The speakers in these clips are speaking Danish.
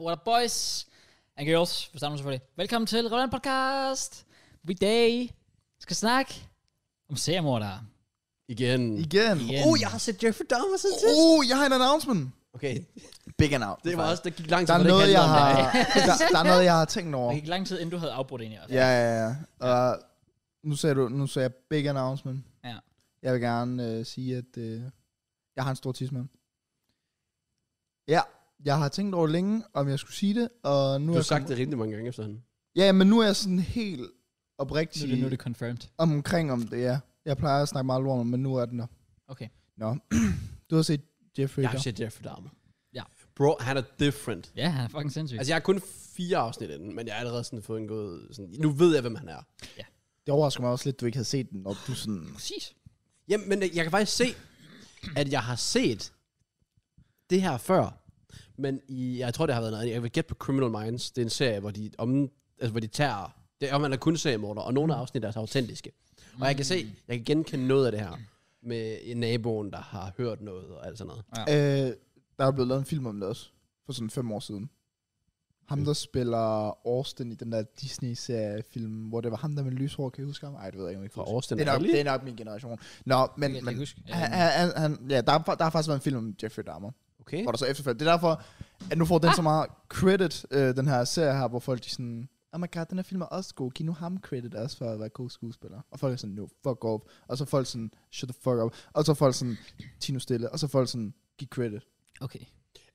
What up, boys and girls, for sammen selvfølgelig. Velkommen til Roland Podcast. Vi dag skal snakke om seriemordere. Igen. Igen. Igen. Uh, jeg har set Jeffrey Dahmer siden sidst. Uh, jeg har en announcement. Okay, Big announcement. det var også, der gik lang tid, der hvor er det ikke noget, jeg handlede om har, det. der, der, er noget, jeg har tænkt over. Det gik lang tid, inden du havde afbrudt en i hvert fald. Ja, ja, ja. Og nu sagde du, nu sagde jeg big announcement. Ja. Jeg vil gerne øh, sige, at øh, jeg har en stor tidsmand. Ja, jeg har tænkt over længe, om jeg skulle sige det, og nu Du er jeg har sagt kommet- det rimelig mange gange efterhånden. Ja, men nu er jeg sådan helt Nu er det, oprigtig nu er det confirmed. omkring om det, ja. Jeg plejer at snakke meget lort om, men nu er den der. Okay. Nå, du har set Jeffrey Jeg har Dahmer. set Jeffrey Dahmer. Ja. Bro, han er different. Ja, han er fucking sindssyg. Altså, jeg har kun fire afsnit inden, men jeg har allerede sådan fået en god... Sådan, nu ved jeg, hvem han er. Det overrasker mig også lidt, at du ikke havde set den, og du sådan... præcis. Jamen, men jeg kan faktisk se, at jeg har set det her før. Men i, jeg tror, det har været noget. Jeg vil gætte på Criminal Minds. Det er en serie, hvor de, om, altså, hvor de tager... Det er, om man er kun seriemorder, og nogle af afsnit er så autentiske. Og jeg kan Mm. se, jeg kan genkende noget af det her. Med naboen, der har hørt noget og alt sådan noget. Øh, der er blevet lavet en film om det også, for sådan fem år siden. Mm. Ham, der spiller Austin i den der Disney-serie-film, hvor det var ham, der med lyshår, kan I huske ham? Ej, det ved jeg ikke, om jeg kan Fra huske. Austin Det er, nok, Alley. det er nok min generation. Nå, men, Jeg kan men ikke huske. han, han, han, ja, der, er, der har faktisk været en film om Jeffrey Dahmer, Okay. hvor der så efterfølgende. Det er derfor, at nu får den så meget credit, øh, den her serie her, hvor folk de sådan, oh my god, den her film er også god, giv nu ham credit også for at være god skuespiller. Og folk er sådan, no, fuck off. Og så er folk sådan, shut the fuck up. Og så er folk sådan, Tino stille. Og så er folk sådan, giv credit. Okay.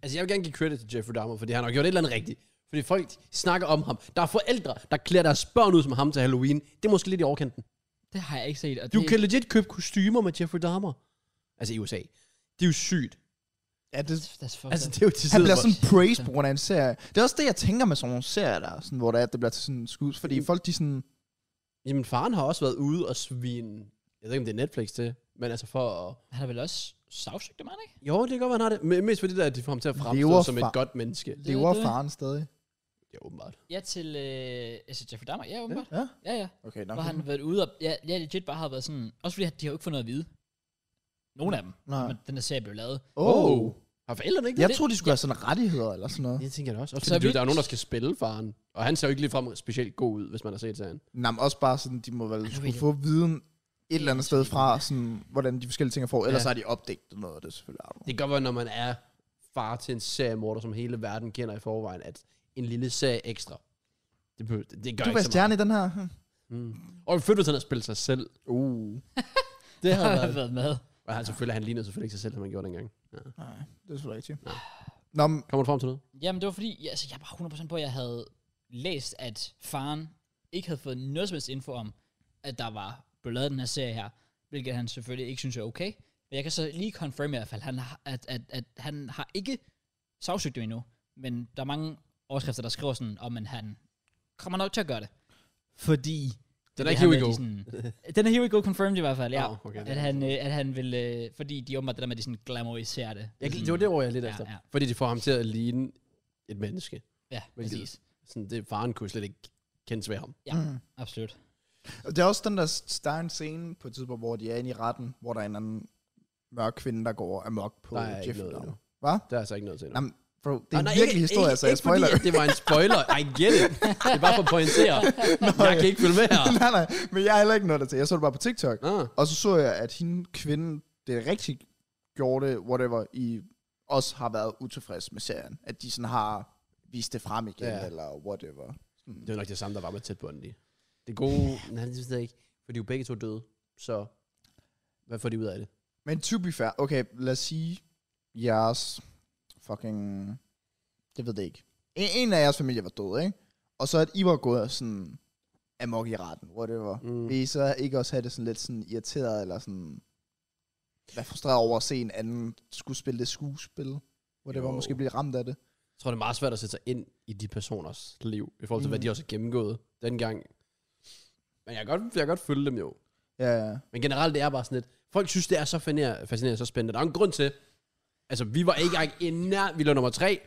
Altså, jeg vil gerne give credit til Jeffrey Dahmer, fordi han har gjort et eller andet rigtigt. Fordi folk snakker om ham. Der er forældre, der klæder deres børn ud som ham til Halloween. Det er måske lidt i overkanten. Det har jeg ikke set. Og Du det, kan legit købe kostymer med Jeffrey Dahmer. Altså i USA. Det er jo sygt. Ja, det, That's fucked Altså up. det er jo til Han sider, bliver hvor- sådan praised på grund af en serie. Det er også det, jeg tænker med sådan nogle serier, der, er sådan, hvor det er, at det bliver til sådan en skud. Fordi Mm. folk, de sådan... Jamen faren har også været ude og svine... Jeg ved ikke, om det er Netflix til, men altså for at... Han har vel også sagsøgt dem, han ikke? Jo, det kan godt være, han har det. Men mest fordi, der, at de får ham til at fremstå Lever som et far- godt menneske. Lever det. faren stadig? Ja, åbenbart. Ja, til øh, altså Jeffrey Dahmer. Ja, åbenbart. Ja? Ja, ja. Okay, nå. Hvor han har været ude og... Ja, ja, legit bare har været sådan... Også fordi de har jo ikke fået noget at vide. Nogen af dem. Nej. Men den der serie blev lavet. Åh. Oh. Har forældrene ikke Jeg det? tror, de skulle have sådan rettigheder eller sådan noget. Det tænker jeg da også. Også Så fordi vi- der er jo nogen, der skal spille faren. Og han ser jo ikke ligefrem specielt god ud, hvis man har set serien. Nej, men også bare sådan, de må vel ved skulle det. få viden et eller andet sted fra, sådan, hvordan de forskellige ting er får. Ellers Ja. har de opdaget noget af det selvfølgelig. Det kan godt være, når man er far til en seriemorder, som hele verden kender i forvejen, at en lille serie ekstra. Det, behøver- det, det gør Du ikke var så meget. stjerne i den her. Hm. Mm. Og fedt, hvis han havde spillet sig selv. Uh. Det Det har været med. Og han, selvfølgelig, han lignede selvfølgelig ikke sig selv, som han gjorde dengang. Ja. Nej, det er selvfølgelig rigtigt. Nå. Nå, men, Kommer du frem til noget? Jamen, det var fordi, ja, altså, jeg var 100% på, at jeg havde læst, at faren ikke havde fået noget som helst info om, at der var blevet lavet den her serie her, hvilket han selvfølgelig ikke synes er okay. Men jeg kan så lige confirm i hvert fald, han har, at, at, at han har ikke sagsøgt dem endnu, men der er mange overskrifter, der skriver sådan, om at han kommer nok til at gøre det. Fordi... Den det er ikke her here med, we at go. de Sådan, den er here we go confirmed i hvert fald, ja. Nå, okay, det at, er han, øh, at han vil... Øh, fordi de åbenbart det der med, at de sådan glamouriserer det. Jeg, sådan, det var det ord, jeg lidt Ja, ja, efter. ja. Ja. Fordi de får ham til at ligne et menneske. Ja, Hvilket- præcis. Sådan, det, faren kunne slet ikke kendes ved ham. Ja, absolut. Og Det er også den der, der er en scene på et tidspunkt, hvor de er inde i retten, hvor der er en anden mørk kvinde, der går amok på Der er ikke Jeff noget Dahmer. endnu. Hvad? Der er altså ikke noget til endnu. Nej, men bro, det er Nå, en nej, virkelig ikke- historie, ikke- så jeg ikke spoiler. fordi, at det var en spoiler. I get it. Det er bare for at pointere. jeg kan ikke følge med her. nej, nej, men jeg har heller ikke noget der til. Jeg så det bare på TikTok. Ah, Og så så jeg, at hende kvinde, det rigtig gjorde det, whatever, i også har været utilfreds med serien. At de sådan har vist det frem igen, Ja. ja. eller whatever. det var nok det samme, der var med tæt på Andy. Det gode... Nej, det synes jeg ikke. Fordi jo begge to døde. Så hvad får de ud af det? Men to be fair, okay, lad os sige, jeres fucking, jeg ved det ikke. En, en af jeres familie var død, ikke? Og så at I var gået sådan amok i retten, whatever. Mm. Mm. Vil I så ikke også have det sådan lidt sådan irriteret, eller sådan, være frustreret over at se en anden skulle spille det skuespil? Whatever, Jo. måske blive ramt af det. Jeg tror, det er meget svært at sætte sig ind i de personers liv, i forhold til, mm. hvad Mm. de også har gennemgået dengang. Men jeg kan godt, jeg kan godt følge dem jo. Ja, ja. Men generelt, det er bare sådan lidt, folk synes, det er så fascinerende, fascinerende så spændende. Der er en grund til, altså vi var ikke engang i nær, vi lå nummer tre,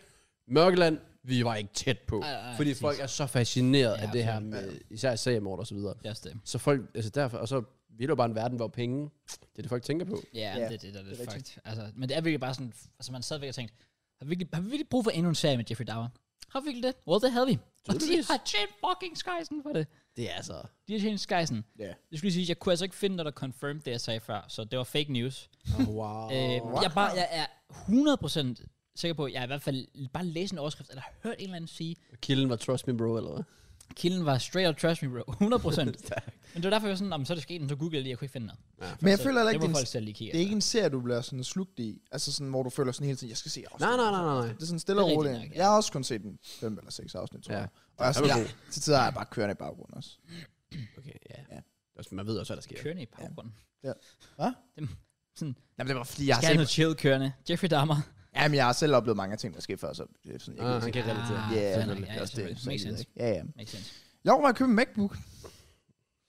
Mørkeland, vi var ikke tæt på. Ej, ej, fordi præcis. folk er så fascineret Ja, ja, af det her absolut. med, især seriemord og så videre. Det er også det. Så folk, altså derfor, og så vi lå bare en verden, hvor penge, det er det folk tænker på. Ja, Ja, det er det, der er lidt det er fucked. Altså, men det er virkelig bare sådan, altså man sad virkelig og tænkte, har vi virkelig, har vi virkelig brug for endnu en serie med Jeffrey Dahmer? Har vi det? Well, det havde vi. Og de Tydeligvis. har tjent fucking skejsen for det. Det er altså... De har tjent skejsen. Ja. Jeg skulle lige sige, jeg kunne altså ikke finde, når der confirmed det, jeg sagde før. Så det var fake news. Oh, wow. Øh, jeg, er bare, jeg er 100% sikker på, at jeg i hvert fald bare læst en overskrift, eller hørt en eller anden sige, Kilden var trust me bro, eller hvad? kilden var straight up trash me bro, 100%. Men det var derfor, jeg var sådan, "Nå, men så er det sket, men så googlede jeg lige, jeg kunne ikke finde noget. Men jeg så føler heller ikke, Altså, det det, må er folk en, selv lige kigge det er ikke en serie, du bliver sådan slugt i. Altså sådan, hvor du føler sådan hele tiden, jeg skal se afsnit. Nej, nej, nej, nej, nej. Det er sådan stille Det og er roligt. rigtigt nok, ja. Jeg har også kun set den fem eller seks afsnit, tror Ja. jeg. Og jeg, er Den er sådan, god. jeg, til tider har jeg bare kørende i baggrunden også. Okay, ja. Ja. Det er også- Man ved også, hvad der efter. sker. Kørende i baggrunden. Jamen, det var fordi, Altså, jeg har, Skal jeg selv, noget chill kørende? Jeffrey Dahmer. jamen, jeg har selv oplevet mange af ting, der skete før, så det er sådan, jeg Ah, kan han ikke kan sige- relatere. Ah, Ja, fair men nok. det er Ja, også det. selvfølgelig. så Makes jeg ved sense. ikke. Ja, ja. Makes sense. Jeg overvejer at købe en MacBook.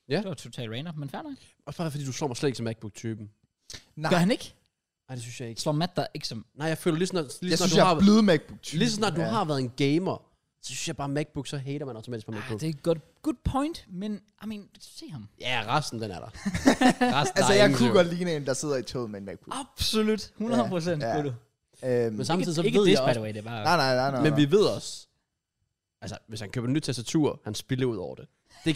Ja. Det var totalt random, men fair nok. Også bare fordi, du slår mig slet ikke som MacBook-typen. Nej, Gør han ikke? Nej, det synes jeg ikke. Slår Matt der ikke som... Nej, jeg føler lige snart, lige jeg snart synes, du jeg har... er blevet macbook Lige så snart du har været en gamer, så synes jeg bare, MacBook, så hater man automatisk på Ah, MacBook. det er et godt good point, men I mean, se ham. Ja, resten, den er der. resten Altså, der er jeg ingen kunne tvivl. godt ligne en, der sidder i toget med en MacBook. Ah. Absolut, 100 procent, Ja, ja, ja. ja. Øhm, Men samtidig så ikke ved this, jeg by også... the way, det er bare... nej, nej, nej, nej. Men vi ved også... Altså, hvis han køber en ny tastatur, han spiller ud over det. Det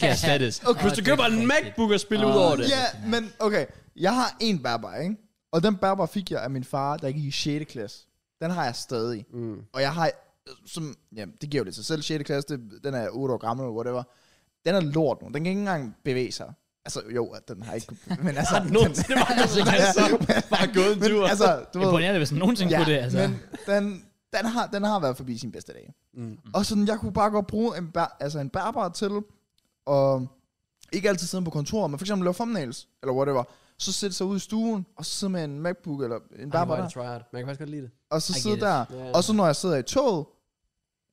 kan jeg slettes. Okay. Hvis du Åh, det køber er en rigtigt. MacBook og spiller ud Åh, over det. Ja, men okay. Jeg har en bærbar, ikke? Og den bærbar fik jeg af min far, der gik i 6. klasse. Den har jeg stadig. Mm. Og jeg har, øh, som, jamen, det giver jo lidt sig selv, 6. klasse, det, den er 8 år gammel, eller whatever. Den er lort nu. Den kan ikke engang bevæge sig. Altså, jo, at den har ikke... Men altså... Har den nogensinde bare kunnet bevæge sig? altså, Bare gået en men, tur? altså, du ved, Imponerende, hvis han nogensinde kunne det, altså. men den, den, har, den har været forbi sin bedste dag. Mm. Og sådan, jeg kunne bare godt bruge en, bær, altså en bærbar til, og ikke altid sidde på kontoret, men for eksempel lave thumbnails, eller whatever. Så sætte sig ud i stuen, og så sidde med en MacBook, eller en Ej, hvor bærbar er der, det tryhard. Men jeg kan faktisk godt lide det. og så I sidde get it. der. Ja, ja. Og så når jeg sidder i toget,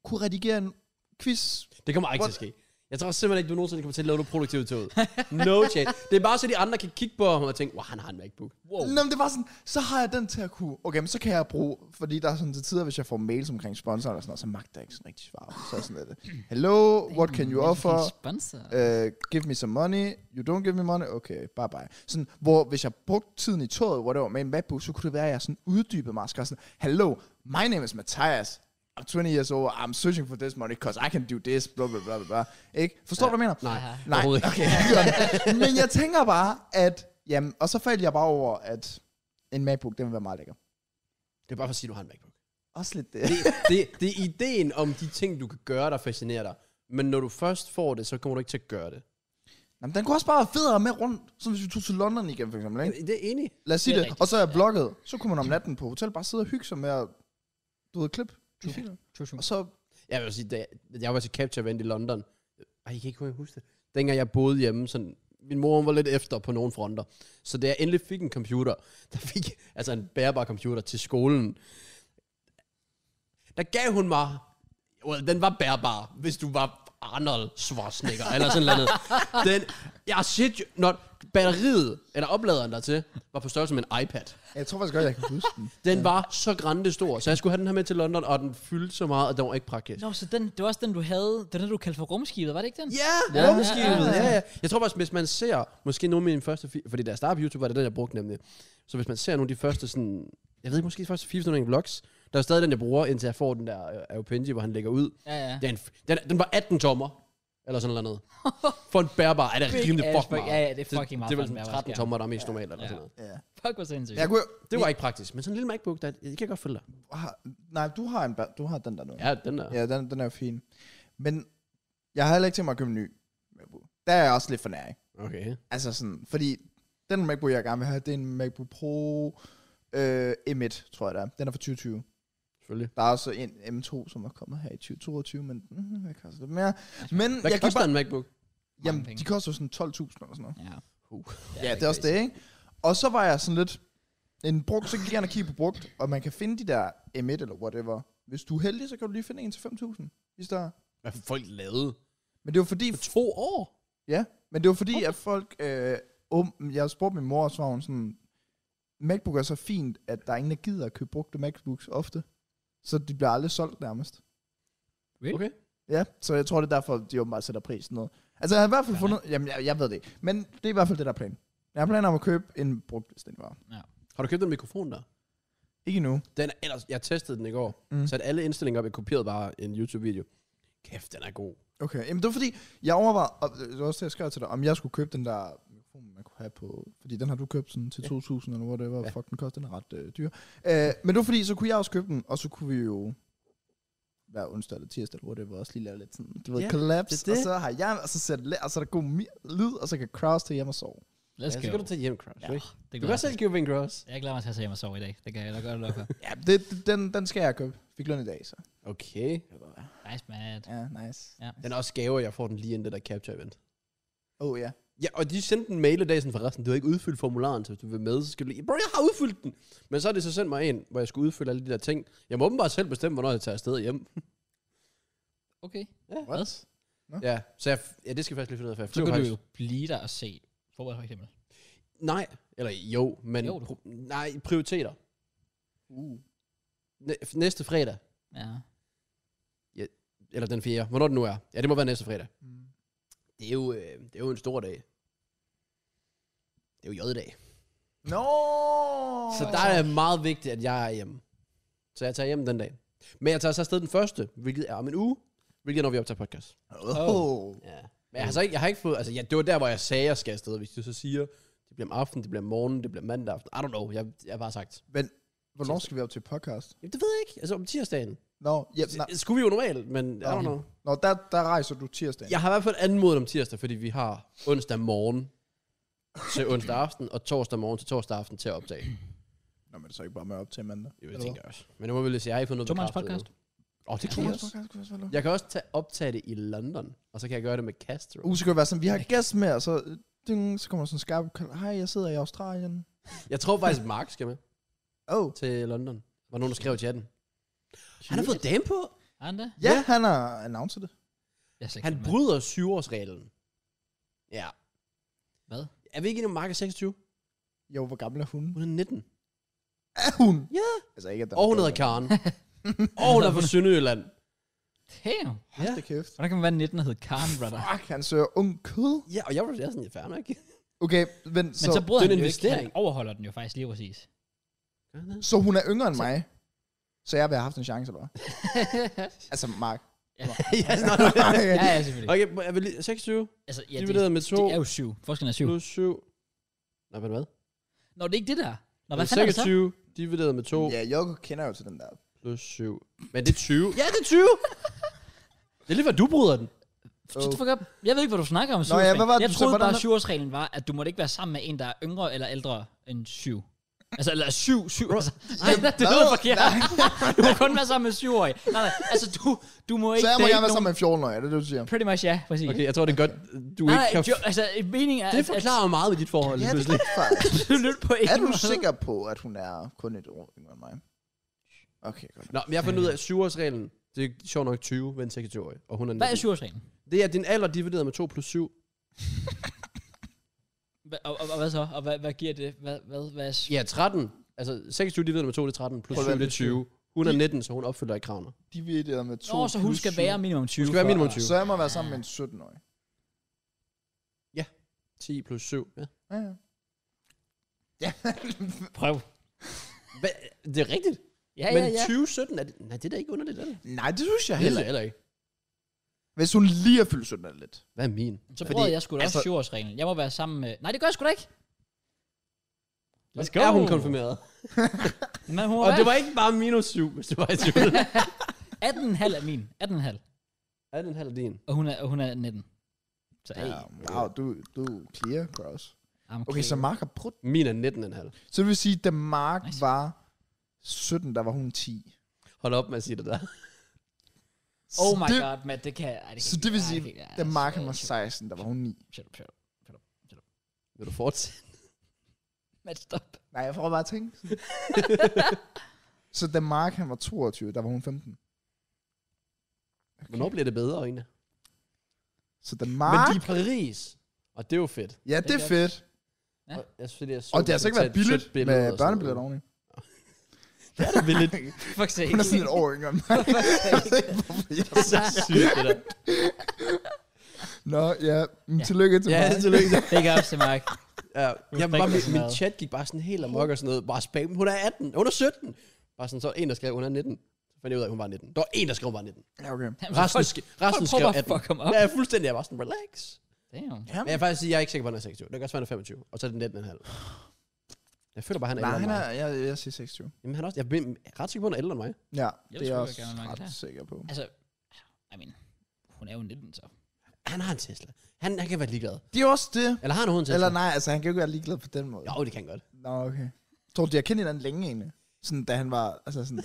kunne redigere en quiz. Det kommer ikke til at ske. Jeg tror simpelthen ikke, du nogensinde kommer til at lave noget produktivt til ud. No chance. Det er bare så de andre kan kigge på ham og tænke, wow, han har en MacBook. Wow. Oh. Nå, men det var sådan, så har jeg den til at kunne, okay, men så kan jeg bruge, fordi der er sådan til tider, hvis jeg får mails omkring sponsorer og sådan noget, så magter jeg ikke sådan rigtig svare. Så er sådan lidt, hello, what can you offer? Sponsor. Uh, give me some money, you don't give me money, okay, bye bye. Sådan, hvor hvis jeg brugte tiden i toget, hvor det var med en MacBook, så kunne det være, at jeg sådan uddybede mig og skrev sådan, hello, my name is Matthias, I'm 20 years old, I'm searching for this money, cause I can do this, blah blah blah blah, blah. Ikke? Forstår du, hvad jeg mener? Nej, Aha. Nej, overhovedet ikke. okay. Men jeg tænker bare, at... Jamen, og så faldt jeg bare over, at en MacBook, den vil være meget lækker. Det er bare for at sige, at du har en MacBook. Også lidt det. Det, det, det er ideen om de ting, du kan gøre, der fascinerer dig. Men når du først får det, så kommer du ikke til at gøre det. Jamen, den kunne også bare være federe med rundt, som hvis vi tog til London igen, for eksempel. Ikke? Det er enig. Lad os sige Det er det. rigtigt, Og så er jeg vlogget. Så kunne man om natten på hotel bare sidde og hygge sig med at, du ved, klip. i filer. True, true. Og så... Jeg vil sige, da jeg, jeg var til Capture Event i London. Ej, jeg kan ikke huske det. Dengang jeg boede hjemme, sådan, min mor hun var lidt efter på nogle fronter. Så da jeg endelig fik en computer, der fik altså en bærbar computer til skolen, der gav hun mig, well, den var bærbar, hvis du var Arnold Schwarzenegger, eller sådan noget. Den, jeg shit, you- når batteriet, eller opladeren dertil, var på størrelse med en iPad. Jeg tror faktisk godt, jeg kan huske den. Den var så grande stor, så jeg skulle have den her med til London, og den fyldte så meget, at den var ikke praktisk. Nå, så den, det var også den, du havde, det var den, du kaldte for rumskibet, var det ikke den? Ja, Ja, rumskibet. ja, Ja, ja. ja, Jeg tror faktisk, hvis man ser, måske nogle af mine første, fi- fordi da jeg startede på YouTube, var det den, jeg brugte nemlig. Så hvis man ser nogle af de første sådan, jeg ved ikke, måske de første 400 vlogs, der er stadig den, jeg bruger, indtil jeg får den der Aopenji, hvor han lægger ud. Ja, ja. Den, den, den var 18 tommer, eller sådan noget. For en bærbar er det Big rimelig ass fuck fuck- meget. ja, ja, det er fucking meget Det, for det en er vel sådan bærbar 13 skærm. tommer, der er mest normalt, eller sådan noget. Ja. Fuck, hvor sindssygt. Jeg kunne, Det var ikke praktisk, men sådan en lille MacBook, der, det kan jeg godt følge dig. har, nej, du har, en, ba- du har den der nu. Ja, den der. ja den, den er jo fin. Men jeg har heller ikke tænkt mig at købe en ny MacBook. Der er jeg også lidt for nær, ikke? Okay. Altså sådan, fordi den MacBook, jeg gerne vil have, det er en MacBook Pro øh, M1, tror jeg det er. Den er fra 2020. Selvfølgelig. Der er også en M2, som er kommet her i 2022, men mm, det koster lidt mere. Men Hvad jeg kan koster bare, en MacBook? jamen, penge? de koster jo sådan 12.000 eller sådan noget. Ja. Uh. Ja, det er også det, ikke? Og så var jeg sådan lidt, en brugt, så gik jeg ind og kiggede på brugt, og man kan finde de der M1 eller whatever. Hvis du er heldig, så kan du lige finde en til 5.000, hvis der er. Hvad folk lavede? Men det var fordi, For to år? Ja, men det var fordi, at folk... Øh, åben, jeg spurgte min mor, og så var hun sådan... MacBook er så fint, at der er ingen, der gider at købe brugte MacBooks ofte. Så de bliver aldrig solgt nærmest. Really? Okay. Ja, så jeg tror, det er derfor, de åbenbart sætter prisen ned. Altså, jeg har i hvert fald Ja. fundet... Jamen, jeg, jeg ved det ikke. Men det er i hvert fald det, der er planen. Jeg har planer om at købe en brugt, hvis den var. Har du købt den mikrofon der? Ikke nu. Den er ellers, jeg testede den i går, Mm. mm. satte alle indstillinger op, jeg kopierede bare en YouTube-video. Kæft, den er god. Okay, jamen det var fordi, jeg overvejede, og det var også det, jeg skrev til dig, om jeg skulle købe den der mikrofon, man kunne have på, fordi den har du købt sådan til Ja. 2.000 eller whatever, Ja. fuck, den koster, den er ret øh, dyr. Øh, men det var fordi, så kunne jeg også købe den, og så kunne vi jo hver onsdag eller tirsdag eller whatever, også lige lave lidt sådan, du ved, Ja, yeah, collabs, det det er det. det. og så har jeg, og så, sæt, og så er der god mi- lyd, og så kan Kraus til hjem og sove. Let's Ja, go. så kan du tage hjem, Cross. Ja, Ja. det Du gør kan jeg. også selv købe en Cross. Jeg glæder mig til at tage hjem og sove i dag. Det kan jeg da godt lukke. Ja, det, det- den, den skal jeg købe. Fik løn i dag, så. Okay. Nice, man. Ja, nice. Ja. Den er også gaver, jeg får den lige inden det der capture event. Oh ja. Ja, og de sendte en mail i dag sådan forresten, du har ikke udfyldt formularen, så hvis du vil med, så skal du lige, bro, jeg har udfyldt den. Men så er det så sendt mig en, hvor jeg skulle udfylde alle de der ting. Jeg må åbenbart selv bestemme, hvornår jeg tager afsted og hjem. Okay. Ja. Hvad? Ja, så jeg, ja, det skal jeg faktisk lige finde ud af, for jeg Så flyver kan du faktisk. jo blive der og se fodbold for eksempel. Nej, eller jo, men Jo, du- pro- nej, prioriteter. Uh. Næ- næste fredag, Ja. eller den fjerde, hvornår det nu er. Ja, det må være næste fredag. Mm. Det er jo, øh, det er jo en stor dag. Det er jo J-dag. No! Så der er det meget vigtigt, at jeg er hjemme. Så jeg tager hjem den dag. Men jeg tager så afsted den første, hvilket er om en uge, hvilket er, når vi optager podcast. Oh. Ja. Men jeg har, så ikke, jeg har ikke fået, altså jeg, det var der, hvor jeg sagde, at jeg skal afsted. Hvis du så siger, det bliver om aftenen, det bliver om morgenen, det bliver mandag aften. I don't know, jeg, jeg har bare sagt. Men, hvornår skal vi op til podcast? Jamen, det ved jeg ikke, altså om tirsdagen. Nå, ja, nej. Det Skulle vi jo normalt, men I don't know. Nå der, der rejser du tirsdag. Jeg har i hvert fald anmodet om tirsdag, fordi vi har onsdag morgen til onsdag aften, og torsdag morgen til torsdag aften til at optage. Nå, men så ikke bare med op til mandag. Jo, det tænker jeg også. Men nu må vi lige se, jeg har ikke fået noget Tomands bekræftet podcast. endnu. Åh, oh, det kan jeg Thomas også. podcast kunne også være lov. Jeg kan også tage, optage det i London, og så kan jeg gøre det med Castro. Uh, så kan det være sådan, vi har gæst med, og så, øh, ding, så kommer der sådan en skarp kald. Hej, jeg sidder i Australien. Jeg tror faktisk, Mark skal med Oh, til London. Var nogen, der skrev i chatten. Han har fået dame på. Han det? ja, han har announced det. Jeg er slet ikke Han med. bryder syvårsreglen. Ja. Hvad? Er vi ikke endnu Mark er 26? Jo, hvor gammel er hun? Hun er 19. Er hun? Ja. Altså ikke, at der Og hun hedder Karen. og hun er fra Sønderjylland. Damn. Ja. kæft. Hvordan kan man være 19 og hedde Karen, brother? Fuck, han søger ung kød. Ja, og jeg var jeg er sådan, jeg er færdig nok. Okay, men, Men så, så, bryder det er han jo en ikke. Han investering. overholder den jo faktisk lige præcis. så hun er yngre end mig. Så jeg vil have haft en chance, eller hvad? Altså, Mark. ja, Altså, nå, nå. ja, ja, selvfølgelig. Okay, er vi lige 26? Altså, ja, Ja, det, Divideret med 2 det, er jo syv. Forskellen er syv. plus 7. Nej, men hvad? Nå, det er ikke det der. Nå, hvad Hvad fanden er det så? 26 divideret med 2 Ja, Joko kender jo til den der. plus 7. Men det er 20. ja, det er 20! Det er lige, hvad du bryder den. Shut the fuck up. Jeg ved ikke, hvad du snakker om. Nå, ja, hvad var det, jeg du sagde? troede Hvordan bare, at er- syvårsreglen var, at du måtte ikke være sammen med en, der er yngre eller ældre end syv. Altså, eller syv, syv. Altså, nej, det hvad? lyder forkert. Nej. Du må kun være sammen med syvårige. Nej, nej, altså, du, du må ikke... Så jeg må date gerne være nogen- sammen med en 14-årig, er det det, du siger? Pretty much, ja, præcis. Okay, jeg tror, det er godt, du Nej, nej, ikke kan... jo, altså, meningen er, det at, forklarer jo meget ved dit forhold, lige Ja, det pludselig. er faktisk. at du lytter på en Er du måde. sikker på, at hun er kun et år yngre end mig? Okay, godt. Nå, men jeg fandt ud af, at 7-årsreglen, det er sjovt nok 20, ved en 26-årig, og hun er Hvad er 19. syvårsreglen? Det er din alder divideret med 2 plus 7. Hva- Og, og, og, hvad så? Og hvad, hvad giver det? Hvad, hvad, hvad er Ja, 13. Altså, 26 divideret med 2, det er 13, plus Prøv 7, at det være er 20. Hun er 19, så hun opfylder ikke kravene. Divideret med to Nå, så hun plus skal syv. være minimum 20. skal være for- minimum 20. Så jeg må være sammen med en 17-årig. 10 plus 7, ja. Ja, ja. Prøv. Hva? Det er rigtigt. Ja, men ja, ja. 2017 er det... Nej, det er da ikke underligt, er det? Nej, det synes jeg Det er heller det ikke. heller ikke. Hvis hun lige er fyldt 17 er det lidt. Hvad er min? Så Fordi- prøvede jeg sgu da også altså- syvårsreglen. Jeg må være sammen med... Nej, det gør jeg sgu da ikke. Let's go. Er hun konfirmeret? Men hun Og det var var ikke bare minus 7, hvis det var i tvivl. 18,5 er min. 18,5. er den halv din? Og hun er, og hun er 19. Så hey, Ja, wow, du, du er clear, Cross. I'm Okay, så clear. Mark har brudt. Min er 19,5. Så det vil sige, da Mark Nice. var 17, der var hun 10. Hold op med at sige det Oh der. Så my det, god, Matt, det kan jeg... ej, kan Så jeg det vil ikke. Ej, sige, kan jeg ikke. da Ej, Mark han shut var up, 16, der var hun 9. Shut up, shut up, shut up, shut up. Vil du fortsætte? Matt, stop. Nej, jeg får bare tænke. så da Mark han var 22, der var hun 15. Hvornår bliver det bedre, egentlig? Så da Men Mark... de er i Paris. Og det er jo fedt. ja, det er Ja. fedt. Ja. Og, jeg synes, det er så Og det har altså ikke været billigt med børnebilletter over. oveni. Det er da billigt. Fuck sake. Hun er sådan et år yngre end mig. Jeg ved ikke, hvorfor jeg- Det er så sygt, det der. Nå, ja. Men Ja. Tillykke til Ja, mig. tillykke. Big ups til Mark. Ja, jeg fik bare, det min, sådan min noget. chat gik bare sådan helt amok og sådan noget. Bare spam. Hun er 18. Hun er 17. Bare sådan, så var der en, der skrev, hun er 19. Så fandt jeg ud af, at hun var 19. Der var en, der skrev, hun var 19. Ja, okay. Jamen, så Resten, folk- sk- folk prøver resten skrev bare at 18. fuck ham op. Ja, fuldstændig. Jeg var sådan, relax. Damn. Jamen, Men jeg vil faktisk sige, jeg er ikke sikker på, at han er 26. Det kan også være, han er 25. Og så er det 19,5. Jeg føler bare, han er Nej, ældre han end er, mig. jeg, jeg siger 26. Jamen, han er også, jeg er ret sikker på, at han er ældre end mig. Ja, det er sgu jeg da også gerne nok der. ret sikker på. Altså, I mean, hun er jo 19, så. Han har en Tesla. Han, han kan være ligeglad. Det er også det. Eller har han overhovedet en Tesla? Eller nej, altså han kan jo ikke være ligeglad på den måde. Jo, det kan han godt. Nå, okay. Tror du, de har kendt hinanden længe egentlig? Sådan, da han var, altså sådan,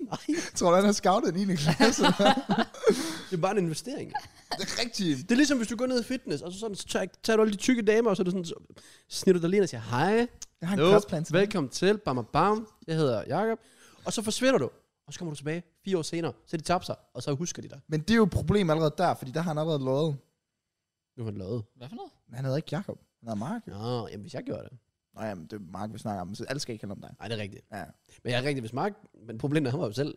Nej, tror du, han har scoutet en 9. klasse? det er bare en investering. det er rigtigt. Det er ligesom, hvis du går ned i fitness, og så, sådan, så tager, tager du alle de tykke damer, og så, er det sådan, så snitter du dig lige ind og siger, hej, Jeg har en Nope. kostplan til det. velkommen til, bam, bam, bam, jeg hedder Jakob. Og så forsvinder du, og så kommer du tilbage fire år senere, så de tabte sig, og så husker de dig. Men det er jo et problem allerede der, fordi der har han allerede lovet. Nu har han lavet. Hvad for noget? Han hedder ikke Jakob. Han hedder Mark. Nå, jamen hvis jeg gjorde det. Nå jamen, det er Mark, vi snakker om, så alt skal ikke handle om dig. Nej, det er rigtigt. Ja. Men jeg er rigtig, hvis Mark, men problemet er, han var jo selv.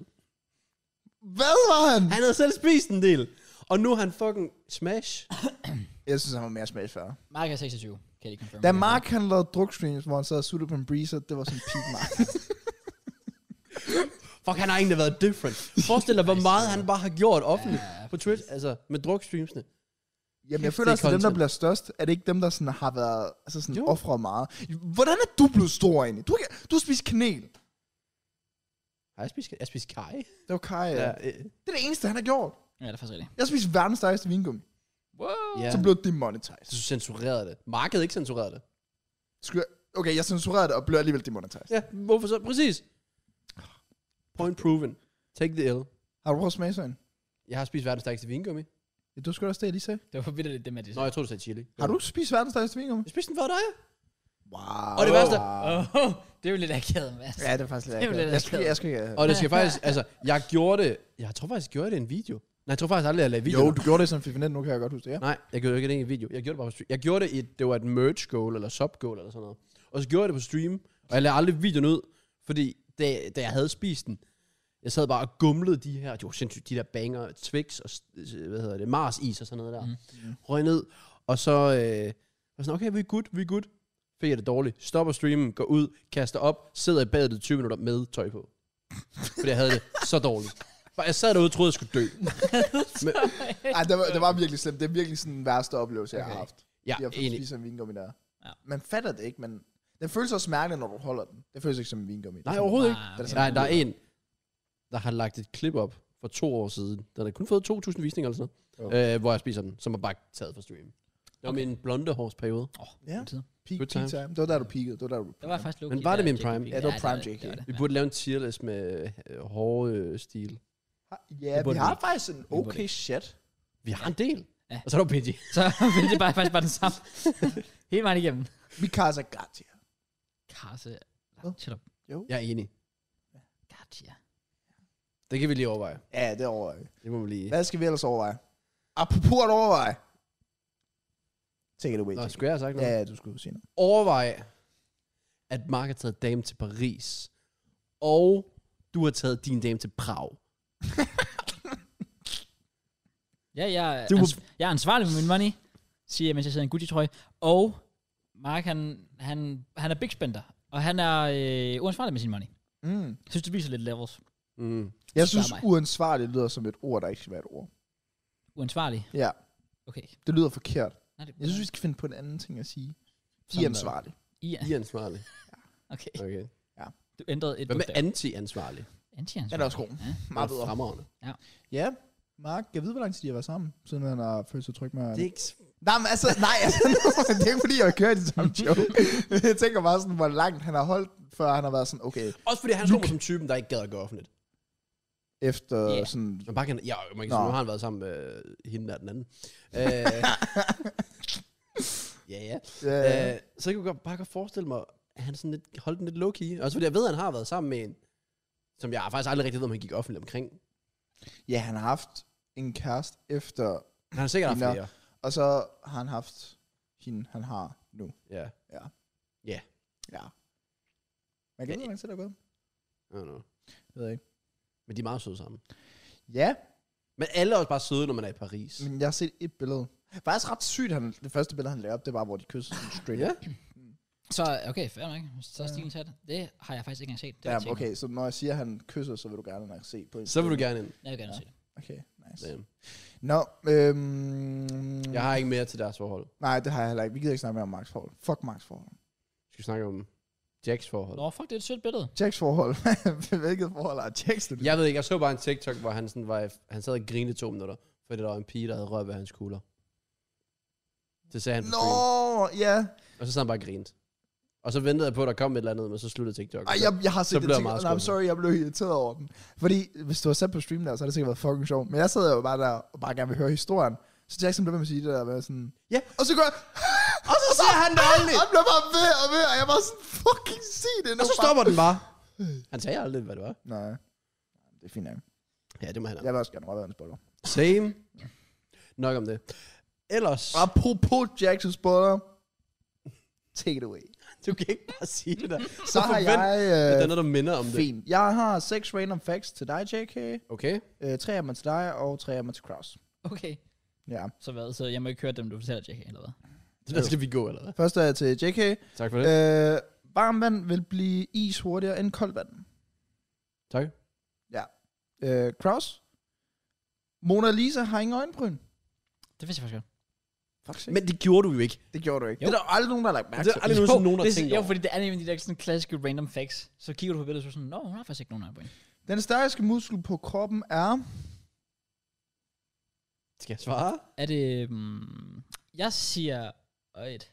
Hvad var han? Han havde selv spist en del. Og nu er han fucking smash. Jeg synes, han var mere smash før. Mark er 26, kan jeg lige confirm. Da Mark han lavede drukstreams, hvor han sad og suttede på en breezer, det var sådan peak Mark. Fuck, han har egentlig været different. Forestil dig, hvor meget han bare har gjort offentligt Ja, på Twitch. Altså, med drukstreamsene. Jamen, jeg Kæft, føler det er også, at dem, der content. bliver størst, er det ikke dem, der sådan har været altså sådan Jo. offret meget? Hvordan er du blevet stor egentlig? Du, har ikke- du har spist kanel. Har jeg spist, jeg spist kaj? Det var Kai. Ja. Ja, øh, Det er det eneste, han har gjort. Ja, det er faktisk rigtigt. Jeg spiste verdens dejligste vingummi. Wow. ja. Så blev det demonetized. Så censurerede det. Markedet ikke censurerede det. Skulle jeg, okay, jeg censurerede det og blev alligevel demonetized. Ja, hvorfor så? Præcis. Point proven. Take the L. Har du prøvet at smage sådan? en? Jeg har spist verdens stærkeste vingummi. Ja, du skulle også det, jeg lige sagde. Det var vildt det med det. Nå, jeg tror du sagde chili. Har du spist verdens dejligste vingummi? Jeg spiste den for dig. Wow. Og det værste- Oh, det er jo lidt akavet, Mads. Ja, det er faktisk lidt Det er jo akavet. lidt Jeg skal, akavet. jeg skal, jeg Og det skal faktisk, altså, jeg gjorde det, jeg tror faktisk, jeg gjorde det i en video. Nej, jeg tror faktisk aldrig, jeg lavede video. Jo, du gjorde det som FIFA nu kan jeg godt huske det. Ja. Nej, jeg gjorde ikke det i en video. Jeg gjorde det bare på stream. Jeg gjorde det i, et- det var et merge goal eller sub goal eller sådan noget. Og så gjorde jeg det på stream, og jeg lavede aldrig videoen ud, fordi da, da jeg havde spist den, jeg sad bare og gumlede de her, det var sindssygt, de der banger, Twix og, øh, hvad hedder det, Mars is og sådan noget der. Mm. Røg ned, og så øh, var jeg sådan, okay, vi er good, vi er good. Fik jeg det dårligt. Stopper streamen, går ud, kaster op, sidder i badet i 20 minutter med tøj på. Fordi jeg havde det så dårligt. Bare jeg sad derude og troede, jeg skulle dø. Ej, det var, det var virkelig slemt. Det er virkelig sådan den værste oplevelse, jeg har haft. Ja, Jeg har fået enig. spist en vingummi der. Ja. Man fatter det ikke, men den føles også mærkelig, når du holder den. Det føles ikke som en vingummi. Det er Nej, sådan- overhovedet ikke. Ah, Den er okay. Nej, der er en, der har lagt et klip op for to år siden. Den har kun fået 2.000 visninger eller sådan noget, øh, hvor jeg spiser den, som er bare taget fra stream. Det var Okay. min blondehårsperiode. Åh, Ja. god tid. Peak, Good peak times. time. Det var der, du peakede. Det var der, du Det var faktisk low-key, Men var det der min JK prime? peakede. Ja, det var prime det JK. det var det. Vi burde lave en tier list med øh, hårde øh, stil. Ja, Det vi burde har vi ikke. faktisk en burde okay chat. Vi har en del. Ja. Ja. Og så er der PG. Så ville det bare, faktisk bare den samme. Helt vejen igennem. Vi kaster gratia. Karse. Hvad? Shut up. Jeg er enig. Gotcha. Det kan vi lige overveje. Ja, det overvejer vi. Det må vi lige... Hvad skal vi ellers overveje? Apropos at overveje. Take it away. Nå, Jacob. skulle jeg have sagt noget? ja, Ja. du skulle sige noget. Overvej, at Mark har taget dame til Paris, og du har taget din dame til Prag. Ja, jeg, er Du må- ans- jeg er ansvarlig for min money, siger jeg, mens jeg sidder i en Gucci-trøje. Og Mark, han, han, han er big spender, og han er øh, uansvarlig med sin money. Mm. Jeg synes, det viser lidt levels. Mm. Jeg Spørg synes, mig. uansvarligt lyder som et ord, der ikke skal være et ord. Uansvarlig. Ja, Okay. det lyder forkert. Nej, det, Jeg synes, vi skal finde på en anden ting at sige. Sådan I er er det. ansvarlig. I er, I er ansvarlig. okay. Okay. Du ændrede et Hvad med bogstav. anti-ansvarlig? Anti-ansvarlig. Den er også god. Ja. Meget bedre. Fremragende. Ja, Mark, jeg ved, hvor lang tid de har været sammen, siden han har følt sig tryg med... Det er ikke... Nej, men altså, nej, altså, det er ikke fordi, jeg har kørt i samme joke. jeg tænker bare sådan, hvor langt han har holdt, før han har været sådan, okay, Også fordi han slog mig som typen, der ikke gad at gå offentligt. efter Ja. yeah. sådan... Man bare kan, ja, man kan sige, Nå. nu har han været sammen med hende der den anden. Øh, ja, ja. Øh, Øh, så jeg kunne godt, bare godt forestille mig, at han sådan lidt, holdt den lidt low-key. Også fordi jeg ved, at han har været sammen med en, som jeg faktisk aldrig rigtig ved, om han gik offentligt omkring. ja, han har haft en kæreste efter, Men Han har sikkert haft Nå. flere. og så har han haft hende, han har nu. Ja. Ja. Man kan ikke, hvor lang tid der er gået. I don't know. Jeg ved ikke. Men de er meget søde sammen. Ja, Men alle er også bare søde, når man er i Paris. men jeg har set et billede. Faktisk ret sygt, han, det første billede, han lavede op, det var, hvor de kyssede sådan straight. Ja. Så okay, fair nok. Så er stilen tæt. Det har jeg faktisk ikke engang set. Det var Damn, tænkt. okay, så når jeg siger, at han kysser, så vil du gerne nok se på en Så vil du gerne ind. Jeg vil gerne se det. Okay, nice. Damn. Nå, øhm, Jeg har ikke mere til deres forhold. nej, det har jeg heller ikke. Vi gider ikke snakke mere om Max forhold. Fuck Max forhold. Skal vi snakke om Jacks forhold? Nå, fuck, det er et sødt billede. Jacks forhold. Hvilket forhold har Jacks det? Jeg ved ikke, jeg så bare en TikTok, hvor han, sådan var, i- han sad og grinede i to minutter, fordi der var en pige, der havde rørt ved hans kugler. Det sagde han på Nå, stream. ja. Og så sad han bare og grinte. Og så ventede jeg på, at der kom et eller andet, men så sluttede TikTok. Ej, jeg, jeg har set Så det. blev jeg ting, meget og I'm skuffet. sorry, jeg blev irriteret over den. Fordi hvis du har sat på stream der, så har det sikkert været fucking sjovt. Men jeg sad jo bare der og bare gerne vil høre historien. Så Jackson blev ved med at sige det der, med sådan... Ja. Og så går jeg... Og så siger han det aldrig! Han blev bare ved og ved, og jeg var sådan, fucking sig det nu. Og så stopper den bare. Han sagde aldrig, hvad det var. Nej. Det er fint nok. Ja, det må han have. Jeg vil også gerne røre en spoiler. Same. Nok om det. Ellers, Apropos Jacksons spoiler. Take it away. du kan ikke bare sige det der. Så, Så har forvent, jeg... at der er Øh, noget, der minder om det. fint. Jeg har seks random facts til dig, JK. Okay. Øh, tre af mig til dig, og tre af mig til Kraus. Okay. Ja. Så hvad, så jeg må ikke høre dem, du fortæller, Jack, eller hvad? Det der skal vi gå, eller hvad? Første er til JK. Tak for det. Øh, varmt vand vil blive is hurtigere end koldt vand. tak. Øh, Kraus? Mona Lisa har ingen øjenbryn. Det vidste jeg faktisk godt. Fuck Men det gjorde du jo ikke. det gjorde du ikke. Jo. Det er der aldrig nogen, der har lagt mærke Det er til. der aldrig nogensinde nogen, der det, er- tænker Jo, over. fordi det er nemlig de der sådan klassiske random facts. Så kigger du på billedet, så er du sådan, nå, hun har faktisk ikke nogen øjenbryn. Den stærkeste muskel på kroppen er... Skal jeg svare? Er det... Um, jeg siger... Øjet.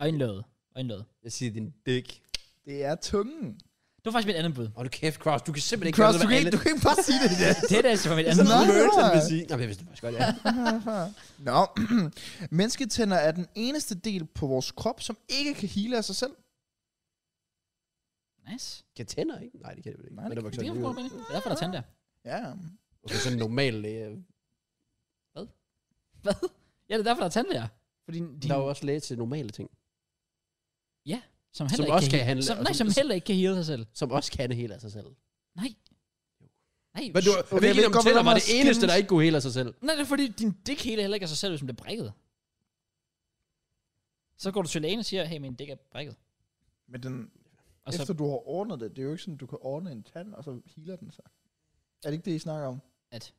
Øjenlåget. Øjenlåget. Jeg siger din dick. Det er tungen. Det var faktisk mit andet bud. Og du kæft, Cross, du kan simpelthen ikke... Kraus, gøre du, noget kan ved ikke, du kan ikke bare sige det. det. Det er det, som var mit alle- andet Sådan bud. noget merch, Nej, han nej. vil sige. Nå, men jeg vidste det faktisk godt, ja. Nå. Mennesketænder er den eneste del på vores krop, som ikke kan hele af sig selv. Nice. Kan tænder, ikke? Nej, det kan det vel ikke. Nej, Men det kan Det vokser er lige ud. jo mening. Det er derfor, der er tandlæger. Ja. Okay, sådan en normal øh, læge. Hvad? Ja, det er derfor, der er tandlæger. Fordi de, Der er jo også læge til normale ting. som, heller som ikke også kan kan hele- handle, altså- Som, og nej, som- som heller ikke kan hele sig selv. Som også kan det hele af sig selv. Nej. Nej. Men du, okay, jeg ved hvilken om tænder godt, hvordan var man det eneste, skændes. der ikke kunne hele af sig selv? Nej, det er fordi, din dick hele heller ikke er sig selv, hvis den bliver brækket. Så går du til lægen og siger, hey, min dick er brækket. Men den, Og så efter du har ordnet det, det er jo ikke sådan, du kan ordne en tand, og så healer den sig. Er det ikke det, I snakker om? At?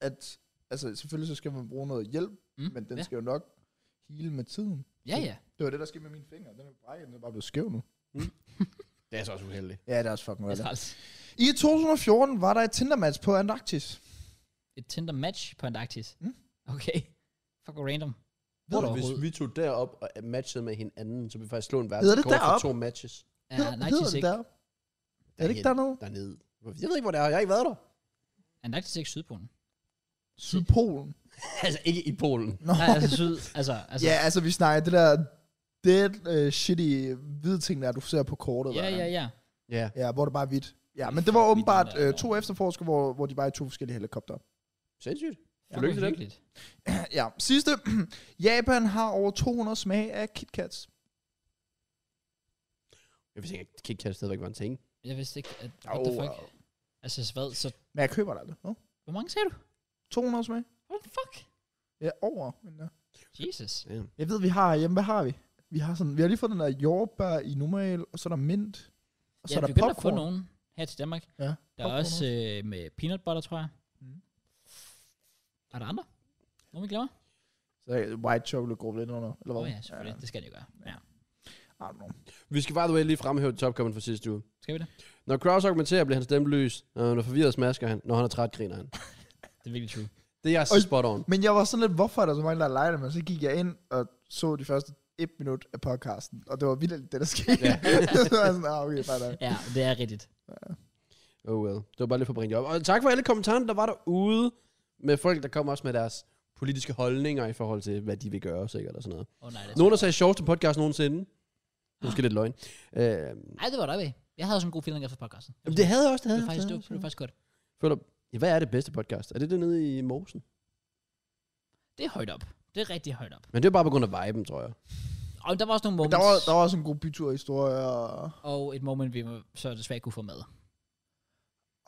At, altså selvfølgelig så skal man bruge noget hjælp, Mm, men den ja. skal jo nok heale med tiden. Ja, ja. Det var det, der skete med mine fingre. Den er brækket, den er bare blevet skæv nu. Det er så også uheldigt. Ja, det er også fucking Det er rigtigt. træls. I 2014 var der et Tinder-match på Antarktis. Et Tinder-match på Antarktis. Mm. Okay. Fuck, hvor random. Ved Ved du du, hvis overhovedet- vi tog derop og matchede med hinanden, så ville vi faktisk slå en Hedder det verdensrekord for derop? to matches. Ja, Hed- hedder Antarktis det ikke. der? Er det ikke dernede? Dernede. Jeg ved ikke, hvor det er. Jeg har ikke været der. Antarktis er ikke Sydpolen. Sydpolen. altså ikke i Polen. Nå. Nej, altså syd, altså, altså. Ja, altså vi snakker det der dead uh, shitty hvide ting, der du ser på kortet. ja, hver gang. ja, ja. Ja. Ja, hvor det bare er hvidt. Ja, men det Fuck, var hvidt, åbenbart den der. øh, to efterforskere, hvor, hvor de var i to forskellige helikopter. Sindssygt. Fuck, Tillykke hvor til dem. hyggeligt. ja, sidste. Japan har over 200 smage af KitKats. Jeg vidste ikke, at KitKat stadigvæk var en ting. Jeg vidste ikke, at, what the Au, fuck. au. Altså, så hvad, så, Men jeg køber det aldrig. No? hvor mange sagde du? 200 smage? What the fuck? Ja, over. Men, ja. Jesus. Ja. Jeg ved, vi har hjemme. Hvad har vi? Vi har, sådan, vi har lige fået den der jordbær i normal, og så er der mint, og så ja, vi er der begynder at få popcorn. nogen her til Danmark. Ja, Der er popcorn også øh, med peanut butter, tror jeg. Mm. Er der andre? Nogen vi glemmer? Så er white chocolate går lidt under, eller Åh hvad? oh, ja, selvfølgelig. Det skal det jo gøre. Ja. Ja, I don't know. Vi skal bare du lige fremhæve topkommen fra sidste uge. Skal vi det? Når Kraus argumenterer, bliver han stemmeløs. Når han er forvirret, smasker han. Når han er træt, griner han. Det er virkelig true. Det er jeg Oj. spot on. Men jeg var sådan lidt, hvorfor er der så mange, der har leget det, men så gik jeg ind og så de første et minut af podcasten, og det var vildt, det der skete. Ja. Ja. så var jeg sådan, ah, okay, bare der. Ja, det er rigtigt. Oh well. Det var bare lidt for at bringe det op. Og tak for alle kommentarerne, der var derude. Med folk, der kom også med deres politiske holdninger i forhold til, hvad de vil gøre, sikkert og sådan noget. Åh oh, nej, det er Nogen, der sagde sjoveste podcast nogensinde. Måske lidt løgn. Øh, Ej, det var der ved. Jeg havde også en god feeling efter podcasten. jamen, det havde jeg også, det det havde var jeg faktisk, også, det var, det det var havde jeg også. faktisk godt. Føler, ja, hvad er det bedste podcast? Er det det nede i Mosen? Det er højt op. Det er rigtig højt op. Men det er bare på grund af viben, tror jeg. Og der var også nogle moments, Der var, der var også en god byturhistorie, og... og et moment, vi må- så desværre ikke kunne få med.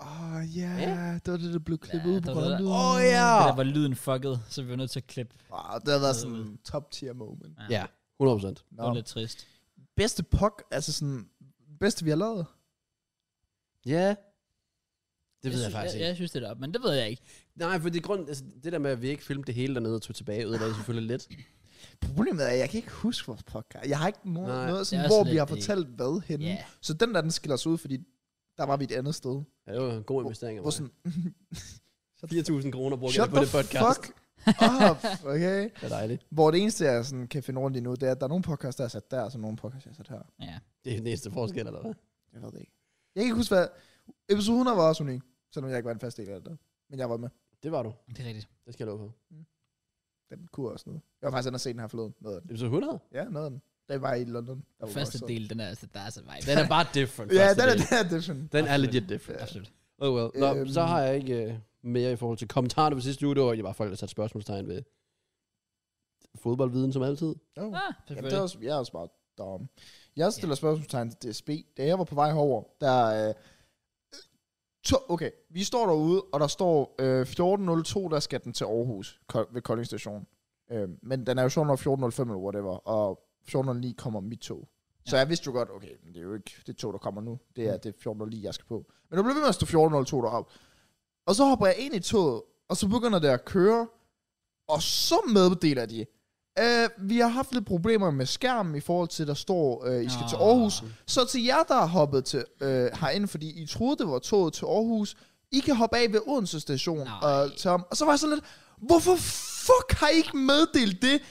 Åh, oh, ja, Ja. yeah. det var det, der blev klippet Ja, ud på der var det grønne der- Åh, ja. Det der var lyden fucked, så vi var nødt til at klippe. Ah, Oh, det har været sådan en top tier moment. Ja, 100%. 100%. Det var No. lidt trist. Bedste pok, altså sådan, bedste vi har lavet. Ja. Yeah. Det ved jeg, synes- faktisk jeg, ikke. jeg, synes, det er op, men det ved jeg ikke. Nej, for det, grund, altså, det der med, at vi ikke filmte det hele dernede og tog tilbage, ødelagde det selvfølgelig lidt. Problemet er, at jeg kan ikke huske vores podcast. Jeg har ikke nogen, Nej, noget, det sådan, er hvor også vi lidt har det. fortalt hvad henne. Ja. Så den der, den skiller os ud, fordi der var vi et andet sted. Ja, det var en god investering. af Hvor mig. sådan, 4.000 kroner brugte shut jeg på the det podcast. fuck up, okay? Det er dejligt. Hvor det eneste, jeg sådan kan finde rundt i nu, det er, at der er nogle podcasts, der er sat der, og så nogle podcasts, der er sat her. Ja. Det er den næste forskel, eller hvad? Jeg ved det ikke. Jeg kan ikke huske, hvad... Episode 100 var også unik, selvom jeg ikke var en fast del af det. der. Men jeg var med. Det var du. Det er rigtigt. Det skal jeg love på. Den kunne også noget. Jeg var faktisk inde og se den her forleden. Noget af den. Episode 100? Ja, noget af den. Den var i London. Der var Første også- del, den er, altså, der er så vibe. Den er bare different. Ja, første den er, del. den er different. Den er Absolut. legit different. Absolut. Oh well. Nå, Øhm. så har jeg ikke øh, mere i forhold til kommentarer på sidste uge. Det var egentlig bare folk, der satte spørgsmålstegn ved fodboldviden som altid. Ah, No. Jamen, Oh. det er selvfølgelig. også, jeg er også bare dum. Jeg stiller spørgsmålstegn til DSB. Da jeg var på vej herover, der... Øh, to, okay, vi står derude, og der står øh, 14.02, der skal den til Aarhus ko- ved Kolding Station. Øh, men den er jo sjov nok 14.05 eller whatever, og 14.09 kommer mit tog. Så Ja. jeg vidste jo godt, okay, men det er jo ikke det tog, der kommer nu. Det er det 14.09, jeg skal på. Men nu blev ved med at stå 14.02 derop. Og så hopper jeg ind i toget, og så begynder det at køre, og så meddeler de, øh, vi har haft lidt problemer med skærmen i forhold til, der står, øh, I skal til Ah. Aarhus. Så til jer, der er hoppet til, øh, herinde, fordi I troede, det var toget til Aarhus, I kan hoppe af ved Odense station. Nej. Og, til ham. og så var jeg sådan lidt, hvorfor fuck har I ikke meddelt det,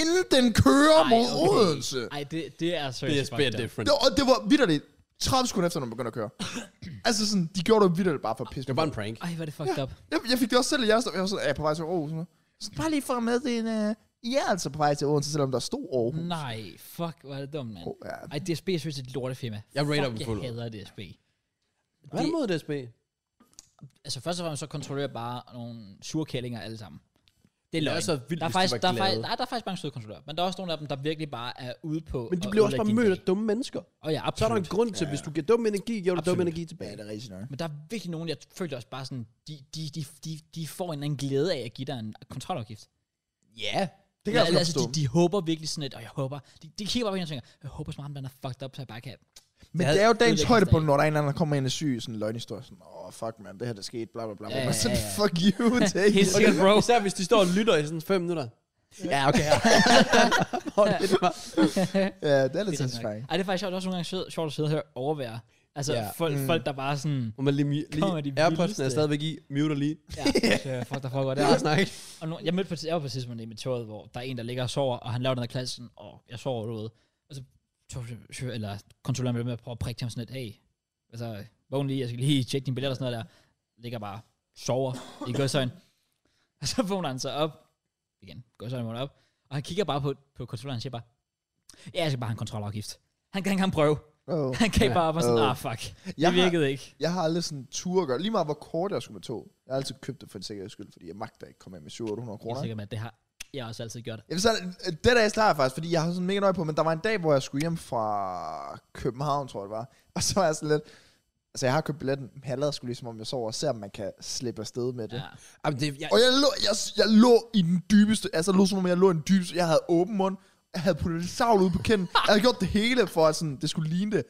inden den kører Ej, mod okay. Odense? Ej, det, det er seriøst. Det E er spændt fucked up. different. Det, og det var vidderligt 30 sekunder efter, når man begyndte at køre. altså sådan, de gjorde det vidderligt bare for at pisse. Det var bare en prank. Ej, hvor er det fucked up. Jeg, jeg fik det også selv i jeres, jeg var sådan, "Er jeg på vej til Aarhus. nu?" Så bare lige for at med det, en, uh, I er altså på vej til Odense, selvom der stod Aarhus. Nej, fuck, hvor er det dumt, mand. Oh, ja. Ej, DSB er seriøst et lortefirma. Jeg rater dem Fuck, fuldt ud. Jeg hader DSB. Hvad er det mod E DSB? Altså, først og fremmest så kontrollerer jeg bare nogle surkællinger alle sammen. Det er Jeg er løgn. så vild, der er hvis de faktisk, var der er, glade. faktisk, nej, der er faktisk mange søde kontrollører, men der er også nogle af dem, der virkelig bare er ude på Men de at bliver også bare ødelægge din mødt af dag. dumme mennesker. Og ja, absolut. Så er der en grund til, hvis du giver dum energi, giver du dum Absolut. energi Ja, tilbage. det er rigtigt nok. Men der er virkelig nogen, jeg føler også bare sådan, de, de, de, de, de får en eller anden glæde af at give dig en kontrolafgift. Ja. Det kan jeg også godt altså, forstå. de, de håber virkelig sådan et, og jeg håber, de, de kigger bare på hende og tænker, jeg håber som ham, den er fucked up, så jeg bare kan. Men havde det er jo dagens ødelæggende højdepunkt, dag. når der er en eller anden, der kommer ind og syg sådan en løgnhistorie. Sådan, åh, oh, fuck man, det her der skete, bla bla bla. Ja, Ja, men sådan, ja, ja. fuck you, take Helt it. sikkert, bro. Især hvis de står og lytter i sådan fem minutter. Ja, okay. Hold lidt bare. Ja, det Det er lidt er rigtig nok. satisfying. Ej, det er faktisk sjovt, også nogle gange sjovt- sjovt at sidde her og overvære. Altså Ja. Mm. folk, folk, der bare sådan, Hvor man lige, mi- Kommer de lige Airpods'en er vildeste. stadigvæk i, muter lige. ja, så fuck, Øh, der foregår Det der. er snakke. Og nu, jeg mødte på, jeg var på et tidspunkt i mit tøjet, hvor der er en, der ligger og sover, og han laver den der klassen, og jeg sover derude. Og så tog, eller kontrolløren blev med at prøve at prikke til ham sådan lidt, hey, altså, vågn lige, jeg skal lige tjekke din billet og sådan noget der. Ligger bare, sover i godsøjen. Og så vågner han så op, igen, godsøjen vågner op, og han kigger bare på, på kontrolløren og siger bare, ja, jeg skal bare have en kontrolafgift. Han kan, han kan prøve. Oh. Han kan bare op og sådan, Øh. ah, fuck. Jeg Det har- virkede ikke. Jeg har aldrig sådan tur gør. Lige meget hvor kort jeg skulle med tog. Jeg har altid købt det for en sikkerheds skyld, fordi jeg magter ikke at komme af med 700 Jeg er kroner. sikker med, at det har jeg også altid gjort. Jamen, så, øh, det der er jeg jeg faktisk, fordi jeg har sådan mega nøje på, men der var en dag, hvor jeg skulle hjem fra København, tror jeg det var. Og så var jeg sådan lidt, altså jeg har købt billetten, men jeg lader skulle ligesom om jeg sover, og ser om man kan slippe afsted med det. Ja. Ja. Jamen, det, jeg, Og jeg lå, jeg, jeg lå i den dybeste, altså jeg lå som om jeg lå i den dybeste, jeg havde åben mund, jeg havde puttet lidt savl ud på kenden, jeg havde gjort det hele for at sådan, det skulle ligne det. Jeg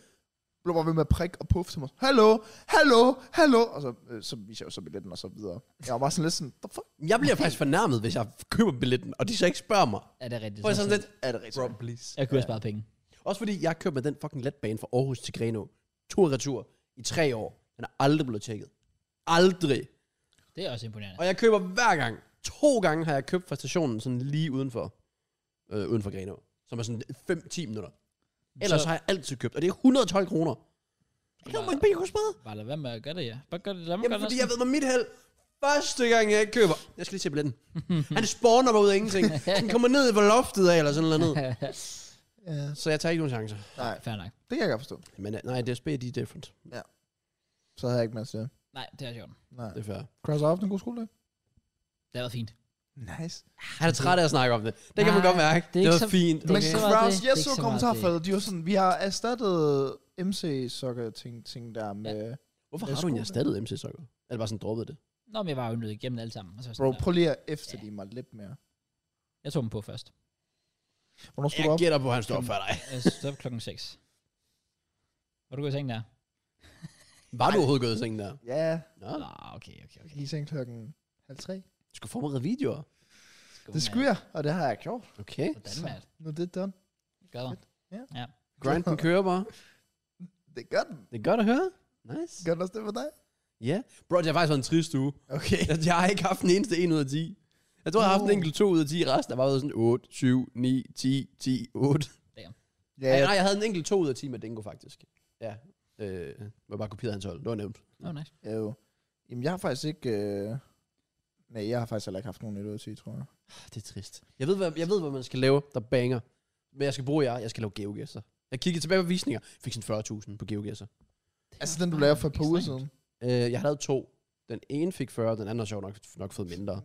blev bare ved med at prikke og puffe til mig. Hallo, hallo, hallo. Og så, øh, så viser jeg jo så billetten og så videre. Jeg var bare sådan lidt sådan, the fuck jeg bliver faktisk fornærmet, hvis jeg køber billetten, og de så ikke spørger mig. Er det er rigtigt? Hvor jeg sådan lidt, er det rigtigt? bro, please. Jeg kunne have sparet penge. Også fordi jeg kørte med den fucking letbane fra Aarhus til Grenå. Tur og retur i tre år. Den er aldrig blevet tjekket. Aldrig. Det er også imponerende. Og jeg køber hver gang. To gange har jeg købt fra stationen sådan lige udenfor. Øh, uden for Grenå. Som er sådan 5-10 minutter. Ellers så... har jeg altid købt. Og det er 112 kroner. Det kan man ikke kunne spade. Bare lad være med at gøre det, ja. Bare gør det, lad mig gøre det. Jamen, fordi jeg ved med mit held. Første gang jeg ikke køber. Jeg skal lige se billetten. Han spawner mig ud af ingenting. Han kommer ned på loftet af, eller sådan noget. Ja. Så jeg tager ikke nogen chancer. Nej, Fair nok. det kan jeg godt forstå. Men øh, nej, DSB, de er different. Så havde jeg ikke mere til det. Nej, det er sjovt. Nej. Det er fair. Cross har haft en god skoledag. Det har været fint. Nice. Han er træt af at snakke om det. Det kan man Nej, godt mærke. det er ikke Det, det var så- fint. det er Men ikke Okay. så meget Kraus, det. Det er jeg ikke så så meget kommentarfeltet, de var sådan, vi har erstattet øh, MC-sokker-ting der med... Ja. Hvorfor Det er har du en sgu- erstattet MC Sokker? Eller bare sådan droppet det? Nå, men jeg var jo nødt igennem alle sammen. Og så var jeg Bro, sådan der. prøv lige at efterligne mig lidt mere. jeg tog dem på først. Hvornår stod du Jeg op? gætter på, at han står op før dig. Jeg stod op klokken 6. Var du gået i seng der? Var du overhovedet gået i sengen der? Ja, Nå, Nå, okay, okay, okay. jeg gik i seng klokken halv tre. du skal forberede videoer. Skål, Det skulle jeg, og det har jeg gjort. Okay. Matt. Hvordan, Matt? Nu er det done. Gør der. Grinden kører bare. Det gør den. Det er godt at høre. Nice. Gør den også det for dig? Ja. Bro, det har faktisk været en trist uge. Okay. Jeg, jeg har ikke haft en eneste 1 ud af 10. Jeg tror, jeg har haft en Nå. enkelt 2 ud af 10. Resten har bare været sådan 8, 7, 9, 10, 10, 8. Ja, Ja, jeg, nej, jeg havde en enkelt 2 ud af 10 med Dingo, faktisk. Ja. Øh, hvor jeg bare kopierede hans hold. Det var nemt. Åh, oh, nice. jeg, jo. Jamen, jeg har faktisk ikke... Øh... Nej, jeg har faktisk heller ikke haft nogen nyt ud at sige, tror jeg. Ah, Det er trist. Jeg ved, hvad, jeg ved, hvad man skal lave, der banger. Men jeg skal bruge jer. Jeg skal lave geogæsser. Jeg kiggede tilbage på visninger. Fik sådan 40.000 på geogæsser. Altså, den du lavede for et par uger Ekstremt. siden. Øh, jeg har lavet to. Den ene fik 40, den anden har sjovt nok, nok fået mindre.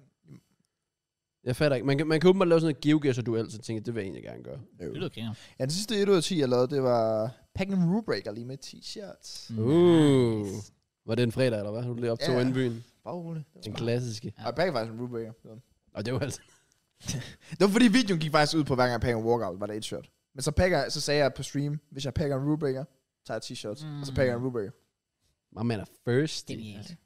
Jeg fatter ikke. Man kan, man kan åbenbart lave sådan en geogæsser-duel, så tænker jeg, det vil jeg egentlig gerne gøre. Jo. Det lyder griner. Ja, den sidste 1 ud af 10, jeg lavede, det var Pagnum Rule Breaker lige med t-shirts. Uh. Var det en fredag, eller hvad? Du blev optog Ja. yeah. inden byen. Bare roligt. Det var Den bare- klassiske. Ja. Ej, Pagnum var faktisk en Rule Breaker. Det var den. Og det var altså... Det var fordi videoen gik faktisk ud på, hver gang jeg pakker en walkout, var det et shirt. Men så, pakker, så sagde jeg på stream, hvis jeg pakker en rulebreaker, tager jeg t-shirts, mm. og så pakker jeg en rulebreaker. My man er thirsty. Genialt.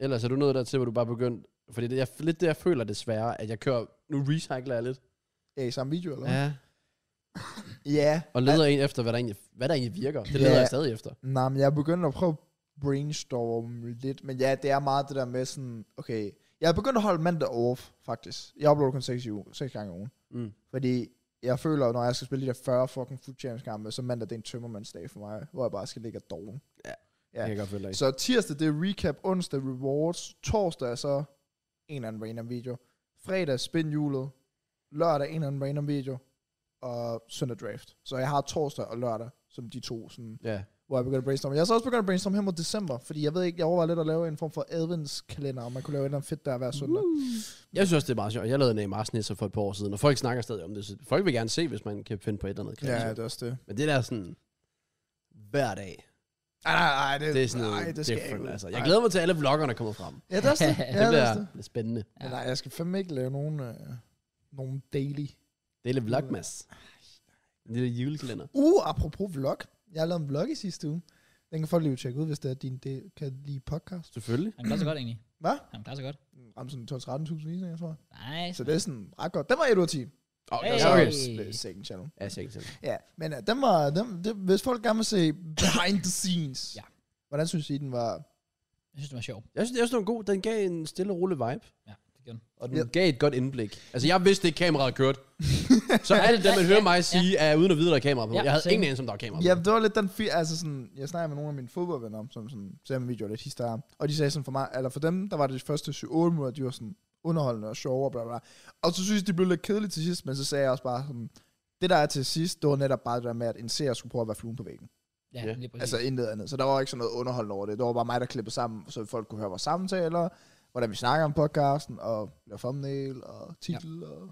Ellers er du nået dertil, hvor du bare begyndt... Fordi det er lidt det, jeg føler desværre, at jeg kører... Nu recycler jeg lidt. Ja, i samme video, eller hvad? Ja. Ja. Og leder en efter, hvad der egentlig, hvad der egentlig virker. Det Ja. leder jeg stadig efter. Nej, men jeg er begyndt at prøve at brainstorme lidt, men ja, det er meget det der med sådan, okay, jeg er begyndt at holde mandag off, faktisk. Jeg uploader kun 6, i ugen, 6 gange om ugen, Mm. fordi jeg føler, når jeg skal spille de der 40 fucking food champions kampe, så mandag det er en tømmermandsdag for mig, hvor jeg bare skal ligge og doven. Ja. Jeg kan godt følge dig. i. Så tirsdag, det er recap. Onsdag, rewards. Torsdag er så en eller anden random video. Fredag, spinhjulet. Lørdag, en eller anden random video. Og søndag draft. Så jeg har torsdag og lørdag, som de to, sådan, Ja. hvor jeg begynder at brainstorme. Jeg er så også begyndt at brainstorme her mod december, fordi jeg ved ikke, jeg overvejer lidt at lave en form for adventskalender, og man kunne lave et eller andet fedt der hver søndag. Jeg synes også, det er meget sjovt. Jeg lavede en AMR-snisser for et par år siden, og folk snakker stadig om det. Så folk vil gerne se, hvis man kan finde på et eller andet. ja, kreativt. det er også det. Men det der sådan... Hver dag. Ej, nej, nej, det, Det er sådan nej, noget det skal jeg different. ikke. altså. ud. Jeg Nej. glæder mig til, at alle vloggerne kommer frem. Ja, det er også det. Ja, det det er også bliver det. lidt spændende. Men nej, jeg skal fandme ikke lave nogen, øh, nogen daily Det er lidt vlogmas. En lille julekalender. Uh, apropos vlog. Jeg lavede en vlog i sidste uge. Den kan folk lige tjekke ud, hvis det er din, det kan lide podcast. Selvfølgelig. Han klarer sig godt, egentlig. Hvad? Han klarer sig godt. Om sådan 12-13.000 visninger, tror jeg. Nice. Så det er sådan ret godt. Den var 1 ud af 10. Oh, Hey. Så okay. er det second channel. Ja, jeg selv. Ja, men uh, den var, den, det, hvis folk gerne vil se behind the scenes. Ja. Hvordan synes I, den var? Jeg synes, det var sjovt. Jeg synes, det er sådan en god. Den gav en stille og rolig vibe. Ja, det gjorde den. Og den gav et godt indblik. Altså, jeg vidste ikke, kameraet kørte. så alt det, man hører mig sige, er uden at vide, der er kamera på. Ja, Jeg havde same. ingen anelse om, der var kamera på. Ja, det var lidt den fi- altså sådan, jeg snakkede med nogle af mine fodboldvenner om, som sådan, ser min video lidt historie, og de sagde sådan for mig, eller for dem, der var det de første 7-8 minutter, de var sådan underholdende og sjove og bla bla. bla. Og så synes jeg, de blev lidt kedelige til sidst, men så sagde jeg også bare sådan, det der er til sidst, det var netop bare det der med, at en seer skulle prøve at være fluen på væggen. Ja, Ja. lige præcis. Altså intet andet. Så der var ikke sådan noget underholdende over det. Det var bare mig, der klippede sammen, så folk kunne høre vores samtaler, hvordan vi snakker om podcasten, og lave thumbnail og titel, ja. og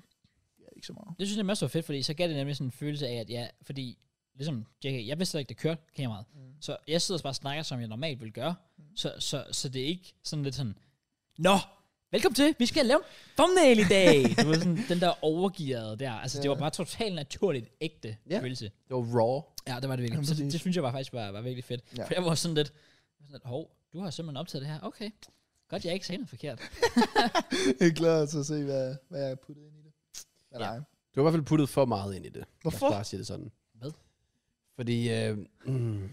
ja, ikke så meget. Det synes jeg mest var fedt, fordi så gav det nemlig sådan en følelse af, at ja, fordi ligesom JK, jeg vidste slet ikke, det kørte kameraet. Mm. Så jeg sidder og bare snakker, som jeg normalt ville gøre. Mm. Så, så, så det er ikke sådan lidt sådan, Nå, velkommen til, vi skal lave en thumbnail i dag. det var sådan den der overgearede der. Altså det var bare totalt naturligt ægte Ja. ja. følelse. Det var raw. Ja, det var det Jamen, virkelig. Så det, præcis. det synes jeg var faktisk var, var virkelig fedt. Ja. Ja. For jeg var sådan lidt, jeg var sådan lidt, hov, du har simpelthen optaget det her. Okay, godt jeg ikke sagde noget forkert. Jeg glæder til at se, hvad, hvad jeg har puttet ind i det. Hvad Ja. ja. Du har i hvert fald puttet for meget ind i det. Hvorfor? Jeg bare sige det sådan. Hvad? Fordi, øh, mm,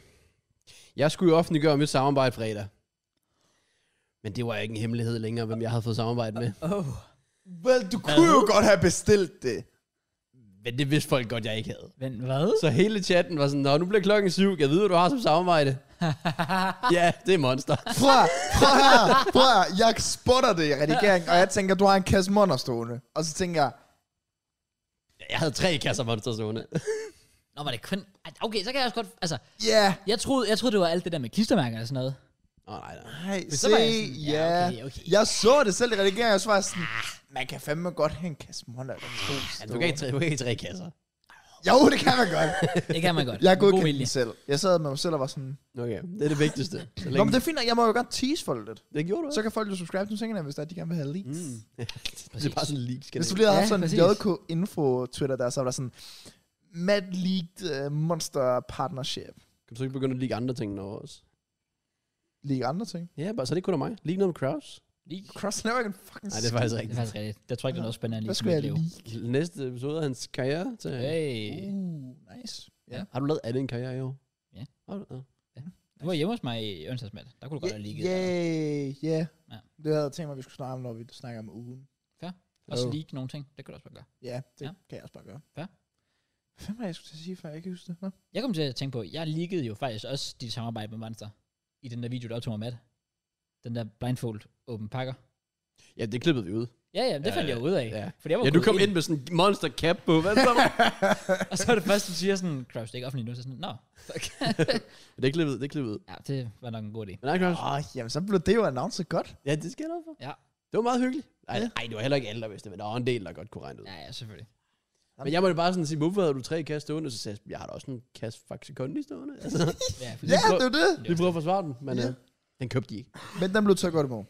jeg skulle jo offentliggøre mit samarbejde fredag. Men det var ikke en hemmelighed længere, hvem jeg havde fået samarbejde med. Oh. Vel, du kunne jo godt have bestilt det. Men det vidste folk godt, jeg ikke havde. Men hvad? Så hele chatten var sådan, Nå, nu bliver klokken syv, jeg ved, hvad du har som samarbejde. ja, det er monster. Prøv, at- prøv her, prøv her. Jeg spotter det i redigering, og jeg tænker, du har en kasse monster stående. Og så tænker jeg, Jeg havde tre kasser monster stående. Nå, var det kun... Ej, Okay, så kan jeg også godt... Altså, ja, Jeg troede, jeg troede, det var alt det der med klistermærker og sådan noget. Åh, oh, nej, nej. nej, se, så var jeg sådan, ja, ja. okay, okay. Jeg så det selv i redigering, og så var jeg sådan, man kan fandme godt have en kasse monster der Ja, stående. du, kan ikke, tre- du kan ikke tre kasser. Jo, det kan man godt. Det kan man godt. Jeg Med god godkendte vilje. den selv. Jeg sad med mig selv og var sådan, Okay, det er det vigtigste. Så Nå, men det er fint, nok. jeg må jo godt tease folk lidt. det gjorde du Så kan folk jo subscribe til tingene, hvis der, de gerne vil have leaks. Mm. Mm. det er bare sådan en leak, skal Hvis du det. lige havde Ja, haft sådan en præcis. JK-info-Twitter der, så var der sådan, Mad Leaked uh, Monster Partnership. Kan du så ikke begynde at leak andre ting når også? Leak andre ting. Ja, bare, så er det ikke kun af mig. Leak noget med Kraus. Lige. Cross never can fucking Nej, det er faktisk Det ikke. er faktisk rigtigt. Jeg tror ikke, det er noget spændende Hvad skulle jeg leak? Næste episode af hans karriere. Til, Hey. Uh, nice. Ja. Har du lavet andet end karriere i år? Ja. Har du? Ja. Du var hjemme hos mig i onsdags, Matt. Der kunne du godt have ligget. Yay, yeah. Ja. Det havde jeg tænkt mig, vi skulle snakke om, når vi snakker om ugen. Og så Jo. lige nogle ting. Det kunne du også godt gøre. Ja, det Ja. kan jeg også bare gøre. Ja. Hvad fanden var det, jeg skulle til at sige, før jeg ikke husker det? Nå. Jeg kom til at tænke på, jeg liggede jo faktisk også dit samarbejde med Monster. I den der video, der optog mig Matt. Den der blindfold åben pakker. ja, det klippede vi ud. Ja, ja, men det Ja, fandt jeg jo ud af. ja. Fordi jeg var Ja, du gået kom ind med sådan en monster cap på. Hvad så? Og så er det første, du siger sådan, Kraus, det er ikke offentligt nu. Så sådan, nå, fuck. det er klippet ud, det er klippet ud. ja, det var nok en god idé. Men nej, Kraus. Åh, oh, jamen så blev det jo annonceret godt. Ja, det skal jeg love for. Ja. Det var meget hyggeligt. Ej, ej, det var heller ikke alle, der vidste, det, men der var en del, der godt kunne regne det ud. Ja, ja, selvfølgelig. Men jeg måtte bare sådan sige, hvorfor havde du tre kast stående? Så sagde jeg, jeg har da også en kast Faxe Kondi stående. Altså, Ja, for Ja, det- det er det. vi prøver at forsvare den, men Ja. øh, den købte de ikke. Men den blev så godt i morgen.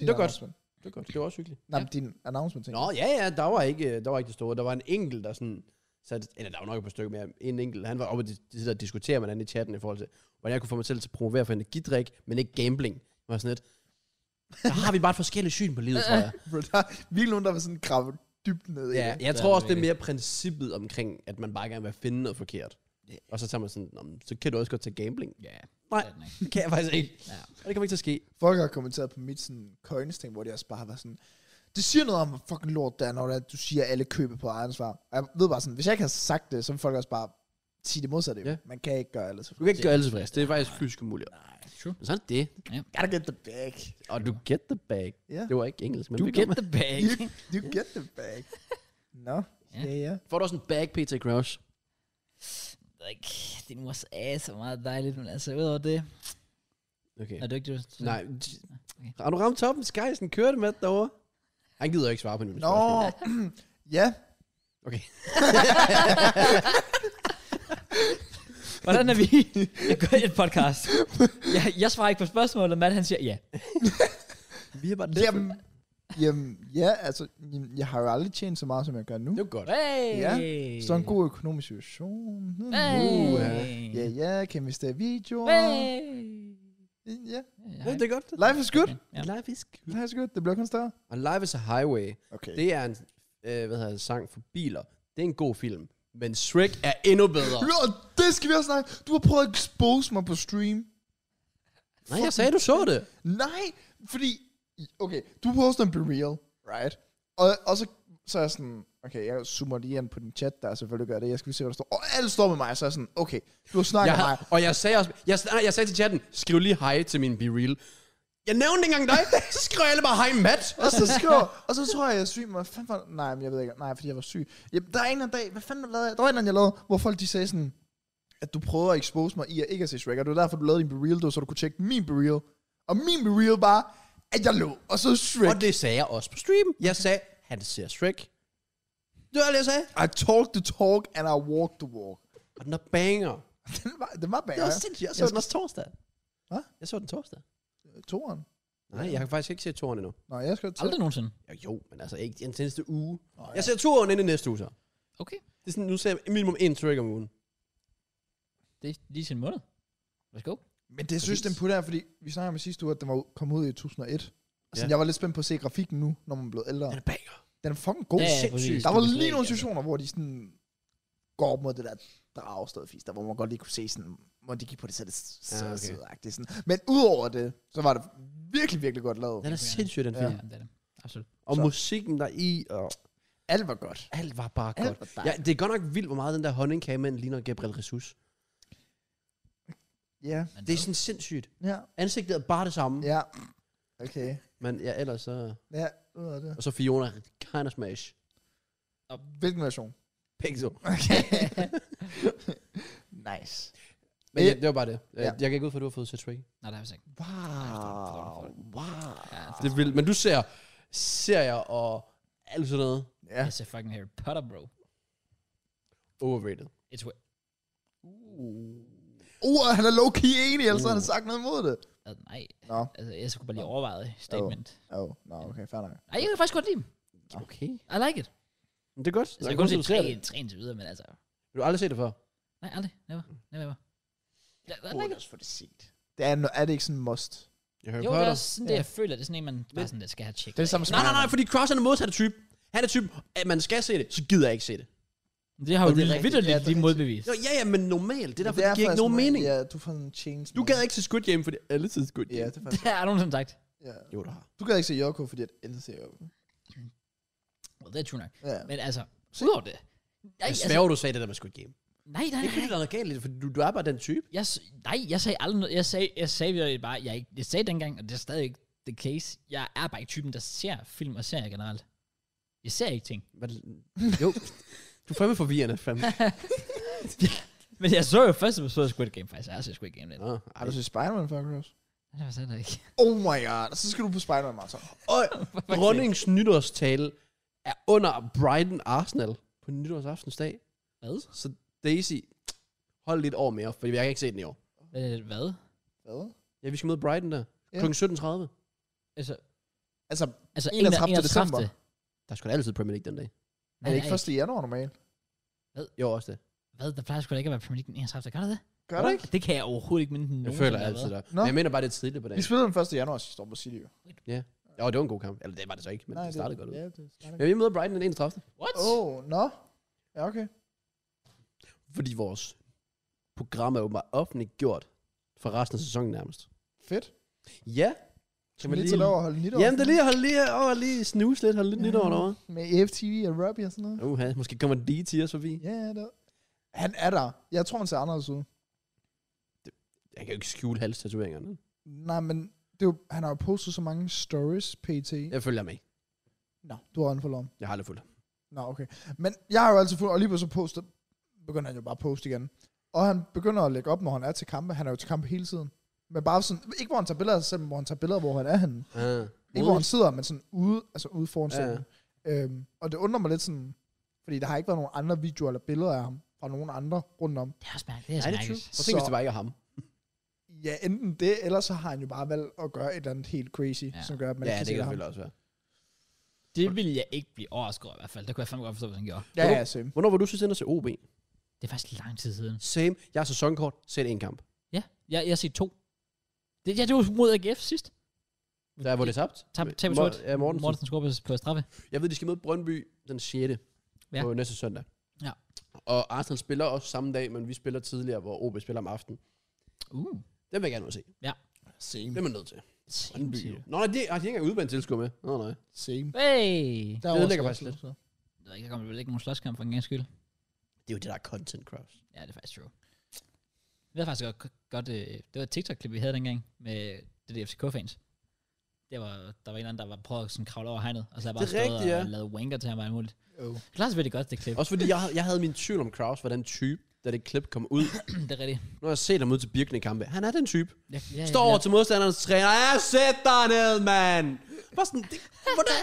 Det var godt. Det var godt. Det var også hyggeligt. Nej, Ja. men din announcement ting. Nå, ja, ja, der var ikke, øh, der var ikke det store. Der var en enkelt, der sådan satte, eller der var nok et par stykker mere, en enkelt, han var oppe og dis- sidde og diskutere med den anden i chatten i forhold til, hvordan jeg kunne få mig selv til at promovere for energidrik, men ikke gambling. Det var sådan lidt, der har vi bare et forskelligt syn på livet, tror jeg. Bro, der er virkelig nogen, der var sådan gravet dybt ned i Ja, det. jeg det tror er også, det er rigtigt. mere princippet omkring, at man bare gerne vil finde noget forkert. Ja. Og så tager man sådan, "Nå, men så kan du også godt tage gambling. Ja, Nej. det er den ikke. Det kan jeg faktisk ikke. Ja. Og det kommer ikke til at ske. Folk har kommenteret på mit sådan, coins ting, hvor de også bare var sådan, det siger noget om, hvor fucking lort der, når det er, at du siger, at alle køber på egen svar. Og jeg ved bare sådan, hvis jeg ikke havde sagt det, så vil folk også bare sige det modsatte. Ja. Ja. Man kan ikke gøre alt. Du kan ikke gøre alle tilfredse. Det er faktisk fysisk umuligt. True. Men sådan er det. Gotta get the bag. Og du get the bag. Ja. Det var ikke engelsk, men Du det get kommer. the bag. You, you get the bag. Nå, Ja. ja, ja. Får du også en bag, PT Crouch? Like, din mors ass er ah, meget dejligt, men altså, udover det, Okay. er du ikke det? Nej. Har du ramt toppen? Skysen kørte med derovre. Han gider ikke svare på mine Nå, spørgsmål. ja. Okay. Hvordan er vi? Jeg gør et podcast. Jeg, jeg svarer ikke på spørgsmålet, men han siger ja. Vi har bare lidt... Jamen, jamen, ja, altså, jamen, jeg har jo aldrig tjent så meget, som jeg gør nu. Det var godt. Hey! Ja, Så en god økonomisk situation. Hmm. Hey! Uh, ja. Ja, ja, kan vi stave videoer? Hey! Ja. Ja, det er godt. Life is good. Ja. Life is good. Life is good. Det bliver kun større. Og Life is a Highway. Okay. Det er en øh, hvad hedder, det, sang for biler. Det er en god film. Men Shrek er endnu bedre. Ja, det skal vi også snakke. Du har prøvet at expose mig på stream. Nej, jeg sagde, du så det. Nej, fordi... Okay, du poster en Be Real, right? Og, og så, så er jeg sådan... Okay, jeg zoomer lige ind på din chat, der selvfølgelig gør det. Jeg skal lige se, hvad der står. Og alle står med mig, så er jeg sådan... Okay, du har snakket Jeg, med har- mig. og jeg sagde også, jeg, nej, jeg sagde til chatten, skriv lige hej til min Be Real. Jeg nævnte ikke engang dig, så skriver jeg alle bare hej Matt. Og så skriver, og så tror jeg, jeg er syg, men fanden var, nej, men jeg ved ikke, nej, fordi jeg var syg. Jamen, der er en eller anden dag, hvad fanden lavede jeg? Der var en eller anden, jeg lavede, hvor folk de sagde sådan, at du prøver at expose mig i at ikke at se Shrek, og det var derfor, du lavede din Be Real, så du kunne tjekke min Be Real. Og min Be Real var, at jeg lå, og så Shrek. Og det sagde jeg også på stream. Jeg sagde, han ser Shrek. Det var alt, jeg sagde. I talk the talk, and I walk the walk. Og den er banger. Den var, den var Det banger. var sindssygt. Jeg så Jeg den også torsdag. Hvad? Jeg så den torsdag. Toren. Nej, jeg kan faktisk ikke se turen endnu. Nå, jeg skal til. Aldrig nogensinde. Ja, Jo, men altså ikke den seneste uge. Nå, Jeg ser turen inden næste uge så. Okay. Det er sådan, nu ser jeg minimum en Shrek om ugen. Det er lige til en måned. Let's go. Men det synes den putter her, fordi vi snakker om sidste uge, at den var ud- kom ud i 2001. Altså, Ja. jeg var lidt spændt på at se grafikken nu, når man er blevet ældre. Den er banger. Den er fucking god. Ja, ja, sindssygt. præcis. Der Det var kan vi slet lige nogle ikke, altså. situationer, hvor de sådan går op mod det der dragestadfis, der hvor man godt lige kunne se sådan, hvor de gik på det, så er det så Ja, ja, okay. okay. sådan. Men udover det, så var det virkelig, virkelig godt lavet. Den er sindssyg, den Ja. film. Ja, det er det. Absolut. Og Så- musikken der i, og Alt var godt. alt var bare Alt godt. var Ja, dejligt. det er godt nok vildt, hvor meget den der honningkagemand ligner Gabriel Jesus. Ja, Men Det er sådan sindssygt. ja, Ansigtet er bare det samme. ja. Okay. Men ja, ellers så... Ja, ud af det. Og så Fiona, kind of smash. Hvilken version? Pixel. Okay. nice. Men Øh, ja, det var bare det. Øh, ja. Jeg kan ikke ud for, at du har fået set Shrek. Nej, det har vi ikke. Wow. Wow. Ja, Det er vildt. Men du ser serier og alt sådan noget. Ja. Jeg ser fucking Harry Potter, bro. Overrated. It's wa- Uh, han er low-key enig, ellers uh. har han sagt noget imod det. uh, nej, Nå, altså, jeg skulle bare lige overveje det statement. oh, nå, okay, fair nok. Ej, jeg kan faktisk godt lide dem. Okay. I like it. Men det er godt. Altså, jeg kan kun se tre, tre indtil videre, men altså... Du har aldrig set det før. Nej, aldrig. Never. Never, never. Jeg, jeg like it. også få det set. Det er, no- er det ikke sådan en must? Jeg hører Jo, det er også sådan det, Ja. jeg føler, det er sådan en, man bare sådan, det skal have tjekket. Det er det samme som Nej, nej, nej, Iron Man. fordi Cross er den modsatte type. Han er typen, at man skal se det, så gider jeg ikke se det. Det har jo Og det er rigtigt. vidderligt Ja, ja, det lige er rigtigt. modbevist. Nå, ja, ja, men normalt. Det er derfor, Men det, giver ikke faktisk nogen sådan- mening. Ja, du får sådan en change. Du gad ikke se Squid Game, fordi alle ser Squid Ja, Game. det er faktisk. Der er nogen, som sagt. Ja. Jo, du har. Du gad ikke se Yoko, fordi at ellers ser Yoko. Well, det er true nok. Ja. Men altså, udover det. Nej, Jeg altså, sværger, du sagde det der med Squid Game. nej, nej, Ikke nej, fordi nej. der er noget galt i det, for du, du er bare den type. Jeg, s- nej, jeg sagde aldrig noget. Jeg sagde, jeg sagde virkelig bare, jeg, ikke, jeg sagde dengang, og det er stadig ikke the case. Jeg er bare ikke typen, der ser film og serier generelt. Jeg ser ikke ting. Hvad? Jo. du er fandme forvirrende, fandme. Men jeg så jo først, at jeg så Squid Game, faktisk. Jeg har set Squid Game lidt. Nå, Har du set Spider-Man før, Cross? Det var sådan ikke. Oh my god, så skal du på Spider-Man marathon. Og dronningens nytårstale er under Brighton Arsenal på nytårsaftensdag. Hvad? Så Daisy, hold lidt år mere, for jeg kan ikke se den i år. Øh, Hvad? Hvad? Ja, vi skal møde Brighton der. Ja. Kl. 17.30. Altså, Altså, altså 31. december. Der skulle altid Premier League den dag. er det ikke 1. januar normalt? Jo, også det. Hvad? Der plejer sgu da ikke at være Premier League den 31. Gør der det? Gør det ikke? Det kan jeg overhovedet ikke minde nogen. Jeg føler altid der. Men jeg mener bare, det er tidligt på Vi dagen. spillede den 1. januar sidste år på City. jo. Jo, det var en god kamp. Eller det var det så ikke, men det startede godt ud. Ja, det startede Men vi møder Brighton den 31. What? Åh, nå. Ja, okay. Fordi vores program er åbenbart offentliggjort for resten af sæsonen nærmest. Fedt. Ja. Kan man lige tage lov at holde nytår? Jamen, det er lige at holde lige, over, lige snuse lidt, holde lidt Ja. nyt over derovre. Med E EFTV og Ruby og sådan noget. Uha, Uh, måske kommer D til os forbi. Ja, ja, det Han er der. Jeg tror, han ser anderledes ud. Jeg kan jo ikke skjule halstatueringerne. Nej, men det er jo, han har jo postet så mange stories, pt. Jeg følger med. Nå, du har unfollow om. Jeg har aldrig fulgt. ham. Nå, okay. Men jeg har jo altid fulgt, og lige på så postet, begynder han jo bare at poste igen. Og han begynder at lægge op, når han er til kampe. Han er jo til kampe hele tiden. Men bare sådan, ikke hvor han tager billeder af sig selv, men hvor han tager billeder, hvor han er henne. Ah. Ikke hvor han sidder, men sådan ude, altså ude foran Ja, ja. ja. øhm, Og det undrer mig lidt sådan, fordi der har ikke været nogen andre videoer eller billeder af ham fra nogen andre rundt om. Det er også mærkeligt. Det Er er det true? mærkeligt. Prøv at tænke, hvis Så- det bare ikke er ham. Ja, enten det, eller så har han jo bare valgt at gøre et eller andet helt crazy, Ja. ja. som gør, at man Ja, ikke kan det se kan ham. selvfølgelig også være. Det ville jeg ikke blive overrasket over i hvert fald. Det kunne jeg fandme godt forstå, hvis han gjorde. Ja, ja, same. Hvornår var du sidst inde og se OB? Det er faktisk lang tid siden. Same. Jeg har sæsonkort. Sæt en kamp. Ja, jeg, jeg har set to. Det, ja, det var mod AGF sidst. Der er, hvor det er tabt. Tab, tab, Mor- Ja, Mortensen. Mortensen scorede på, på straffe. Jeg ved, de skal møde Brøndby den 6. Ja. Ja. på næste søndag. Ja. Og Arsenal spiller også samme dag, men vi spiller tidligere, hvor OB spiller om aftenen. Uh, Den vil jeg gerne ud og se. Same. Den er nødt til. Brøndby. sindssygt. jo. Nå, nej, de, ah, de har ikke engang udbændt tilskud med. Nå, nej. Same. Hey! Der er Det også ligger faktisk lidt. lidt. så. Der, der kommer vel ikke nogen slåskamp for en gang skyld. Det er jo det, der er content cross. Ja, det er faktisk true. Det var faktisk godt, godt øh, det var et TikTok-klip, vi havde dengang med det der FCK-fans. Der var, der var en eller anden, der var prøvet at sådan kravle over hegnet, og så havde bare Det er stået rigtigt, og ja. lavet wanker til ham og alt muligt. Oh. Klart selvfølgelig godt, det klip. Også fordi jeg, havde- jeg havde min tvivl om Kraus var den type, da det klip kom ud. det er rigtigt. Nu har jeg set ham ud til Birkene kampe. Han er den type. Ja, ja, Står over til modstanderens træner. Ja, sæt dig ned, mand! Bare sådan, det, hvordan?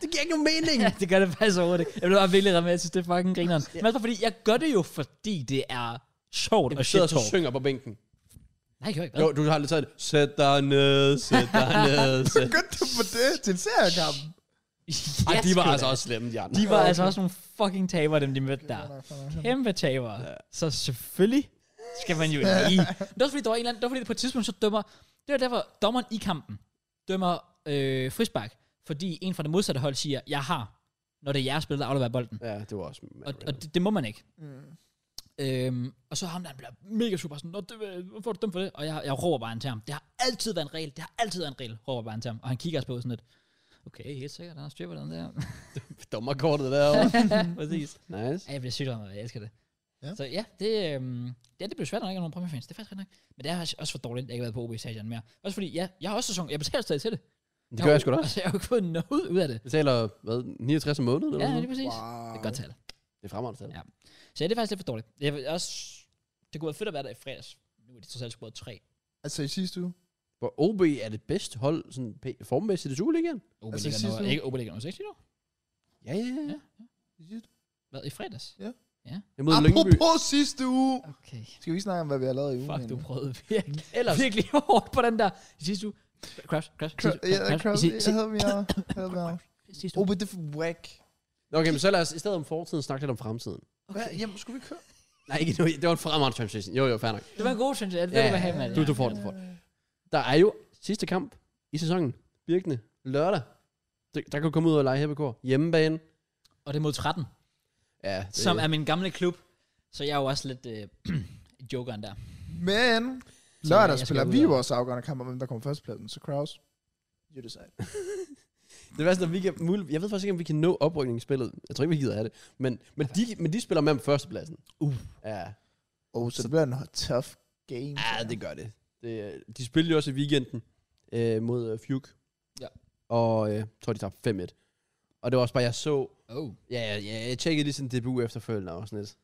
Det giver ikke nogen mening. Ja, det gør det faktisk overhovedet ikke. Jeg blev bare virkelig ramt med, jeg synes, det er fucking grineren. Men også bare fordi, jeg gør det jo, fordi det er sjovt og Jeg shit sidder og talk. synger på bænken. Nej, jeg gjorde ikke Jo, hvad. du har lidt taget det. Sæt dig ned, sæt dig ned, sæt Begyndte du på det til en seriekamp? Ej, Ja, de var sgu altså da. også slemme, de andre. De var Okay. altså også nogle fucking tabere, dem de mødte der. Fair nok, fair nok. Kæmpe tabere. Så selvfølgelig skal man jo i. Men Det var også fordi, der var en eller anden, det var fordi, på et tidspunkt så dømmer, det var derfor dommeren i kampen dømmer øh, frispark, fordi en fra det modsatte hold siger, jeg har, når det er jeres spil, der afleverer bolden. Ja, det var også... Og, og det, det må man ikke. Mm. Øhm, og så ham der, han bliver mega super sådan, Nå, det, øh, hvorfor er du dømt for det? Og jeg, jeg råber bare han til ham. Det har altid været en regel, det har altid været en regel, råber bare han til ham. Og han kigger også på sådan lidt, okay, helt sikkert, han har styr på den der. Dommerkortet derovre. Præcis. nice. Ja, jeg bliver sygt om, jeg elsker det. Ja. Ja. Så ja, det, øhm, ja, det bliver svært, når der ikke er nogen præmiefans. Det er faktisk ret nok. Men det er faktisk også for dårligt, at jeg ikke har været på OB Stadion mere. Også fordi, ja, jeg har også sæson, jeg betaler stadig til det. Det gør jeg sgu da Altså, også. jeg har jo ikke fået noget ud af det. Jeg betaler, hvad, 69 om måneden? Eller Ja, noget? lige præcis. Wow. Wow. Det er godt tal. Det er fremragende tal. Ja. Så ja, det er faktisk lidt for dårligt. Jeg vil også, det kunne være fedt at være der i fredags. Nu er de trods alt skåret tre. Altså i sidste uge? For OB er det bedste hold, sådan p- formmæssigt i Superligaen. OB Altså, ligger sidste nummer, uge- ikke OB ligger nummer 60 nu. Ja, ja, ja. I sidste- Hvad, i fredags? Ja. Ja. Imod Lyngby. Apropos sidste uge. Okay. Skal vi snakke om, hvad vi har lavet i ugen? Fuck, du egentlig? prøvede virkelig, Ellers, virkelig hårdt på den der. I sidste uge. Crash, crash. Kra- Ja, sidste uge, Kraus, I si- si- jeg havde mere. Jeg havde mere. sidste Oh, uge. but det er for whack. okay, men så lad os i stedet om fortiden snakke lidt om fremtiden. Hvad? Jamen, skulle vi ikke høre? Nej, ikke nu. Det var en fremragende transition. Jo, jo, fair nok. Det var en god synes jeg. Det Ja, vil ja, jeg have, mand. Du, du får det, du får det. Der er jo sidste kamp i sæsonen. Birkene. Lørdag. Der, der kan du komme ud og lege Hebbekor. Hjemmebane. Og det er mod 13, Ja, det, som er min gamle klub. Så jeg er jo også lidt øh, jokeren der. Men Så lørdag jeg skal spiller ud vi og- vores afgørende kamp om, hvem der kommer førstepladsen. Så Kraus, you decide. Det værste er, at vi kan, mul- jeg ved faktisk ikke, om vi kan nå oprykningsspillet. Jeg tror ikke, vi gider af det. Men, men, de, men de spiller med om førstepladsen. Uh. Ja, Oh, så det bliver en tough game. ja det gør det. det øh, de spillede jo også i weekenden øh, mod øh, Fugue. Ja. Og øh, jeg tror, de tabte 5-1. Og det var også bare, jeg så... Oh. Ja, ja, ja jeg tjekkede lige sin debut efterfølgende og sådan lidt.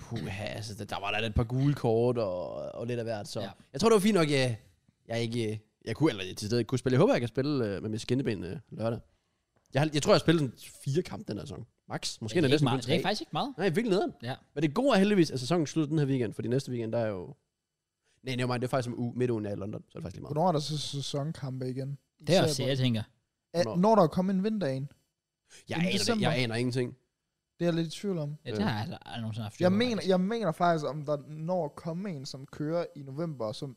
Puh, altså, der- der var da et par gule kort og, og lidt af hvert. Så Ja. ja. jeg tror, det var fint nok, jeg, jeg ikke... øh, Jeg kunne, eller jeg til stedet ikke kunne spille. Jeg håber, jeg kan spille øh, med mit skinneben øh, lørdag. Jeg, har, jeg tror, jeg har spillet sådan fire kampe den her sæson. Max. Måske det, endda er ikke næsten kun meget, det tre. er faktisk ikke meget. Nej, virkelig nederen. Ja. Men det gode er heldigvis, at sæsonen slutter den her weekend, fordi næste weekend, der er jo... Nej, nej, det er faktisk om uge, midt ugen er i London, så er det faktisk lige meget. Hvornår er der så sæsonkampe igen? Det er også det, jeg tænker. Er, Hvornår? når der er kommet en vinter ind, Jeg Inden aner, det, december. jeg aner ingenting. det er jeg lidt i tvivl om. Ja, det har jeg aldrig- aldrig nogensinde haft. Jeg jokeren, mener, faktisk. jeg mener faktisk, om der når at komme en, som kører i november som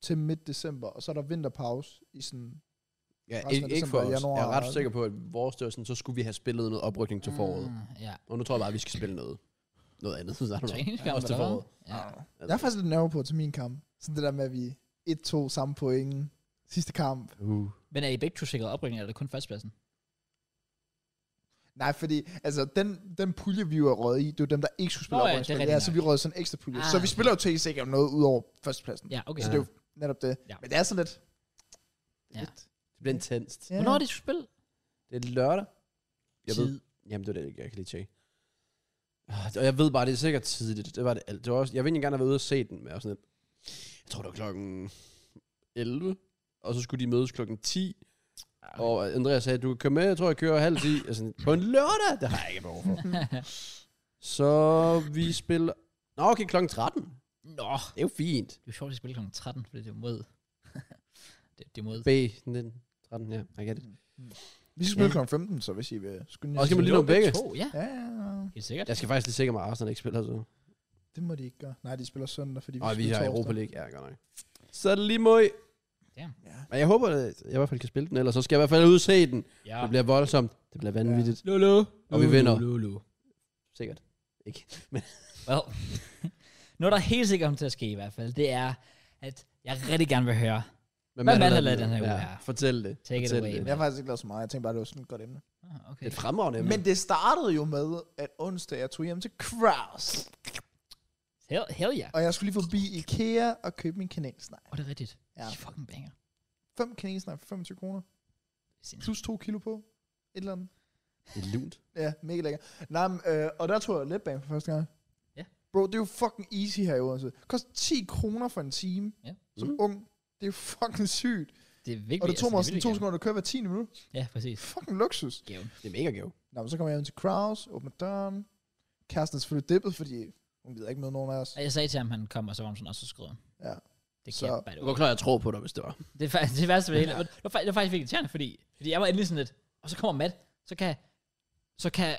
til midt december, og så er der vinterpause i sådan... Ja, Resten af ikke, ikke for december, os. januar altså. Jeg er ret og- sikker på, at vores størrelse, så skulle vi have spillet noget oprykning til foråret. Ah, Ja. Og nu tror jeg bare, at vi skal spille noget. Noget andet. Så er Træningskamp, Også til eller hvad? foråret. Ja. I don't know. Ah. Jeg er faktisk lidt nervøs på til min kamp. Sådan det der med, at vi 1-2 samme point sidste kamp. Uh. Men er I begge to sikret oprykning, eller er det kun førstepladsen? Nej, fordi altså, den, den pulje, vi jo er røget i, det er jo dem, der ikke skulle spille Nå ja, op. det er rigtigt ja, så nok. vi rød sådan en ekstra pulje. Ah, så vi okay. spiller jo til sikkert noget ud over førstepladsen. Ja, okay. Så Ja. det er jo netop det. Ja. Men det er sådan lidt... Ja. lidt- Det bliver intenst. Ja. Hvornår er det, du spiller? Det er lørdag. Jeg ved, Tid. Jamen, det var det, jeg kan lige tjekke. Ah, det- Og jeg ved bare, det er sikkert tidligt. Det var det, alt. det var også, jeg vil egentlig gerne have været ude og se den, men jeg var sådan lidt, jeg tror, det var klokken 11, og så skulle de mødes klokken 10, okay. og Andreas sagde, du kan køre med, jeg tror, jeg kører halv 10, og sådan, på en lørdag, det har jeg ikke behov for. så vi spiller, nå okay, klokken 13, Nå, det er jo fint. det er jo sjovt, at spille kl. 13, fordi det er mod... det, det er mod... B, 19, 13, ja, I get it. Vi skal spille Ja. kl. 15, så hvis I vil skynde jer. Og skal man lige nå begge? To, ja. Ja, ja, ja. Helt sikkert. Jeg skal faktisk lige sikre mig, at Arsenal ikke spiller så. Det må de ikke gøre. Nej, de spiller søndag, fordi vi Og vi spiller har torsdag. Europa League, ja, godt nok. Så er det lige mod Ja. Men jeg håber, at jeg i hvert fald kan spille den, ellers så skal jeg i hvert fald ud og se den. Ja. Det bliver voldsomt. Det bliver vanvittigt. Ja. Lulu. Og vi vinder. Lulu. Sikkert. Ikke. Well. Noget, der helt sikkert kommer til at ske i hvert fald, det er, at jeg rigtig gerne vil høre. Men Hvad man har lavet den her uge her? Fortæl det. Take it Fortæl away, det. Men jeg har faktisk ikke lavet så meget. Jeg tænkte bare, det var sådan et godt emne. Ah, Det Okay. er et fremragende emne. Men det startede jo med, at onsdag jeg tog hjem til Kraus. Hell, hell yeah. Og jeg skulle lige forbi Ikea og købe min kanelsnegl. Og det er rigtigt. Ja. Ja. De fucking banger. 5 kanelsnegle for 25 kroner. Sindssygt. Plus 2 kilo på. Et eller andet. Det er lunt. Ja, mega lækker. Nej, men, øh, og der tog jeg letbane for første gang. Ja. Bro, det er jo fucking easy her i Odense. Koster 10 kroner for en time. Ja. Som Mhm. ung. Det er jo fucking sygt. altså, Det er vigtigt. Og det tog mig er sådan virkelig to gerne. sekunder at køre hver 10 minut. Ja, præcis. Fucking luksus. Gaven. Det er mega gave. Nå, men så kommer jeg hjem til Kraus, åbner døren. Kæresten er selvfølgelig dippet, fordi hun gider ikke møde nogen af os. Og jeg sagde til ham, han kom, og så var han sådan også skrevet. Ja. Det Så- kan jeg bare Du går klar, jeg tror på dig, hvis det var. Det er faktisk det værste ved det hele. Og Det var, fa- det var faktisk virkelig irriterende, fordi, fordi jeg var endelig sådan lidt, og så kommer Matt, så kan, så kan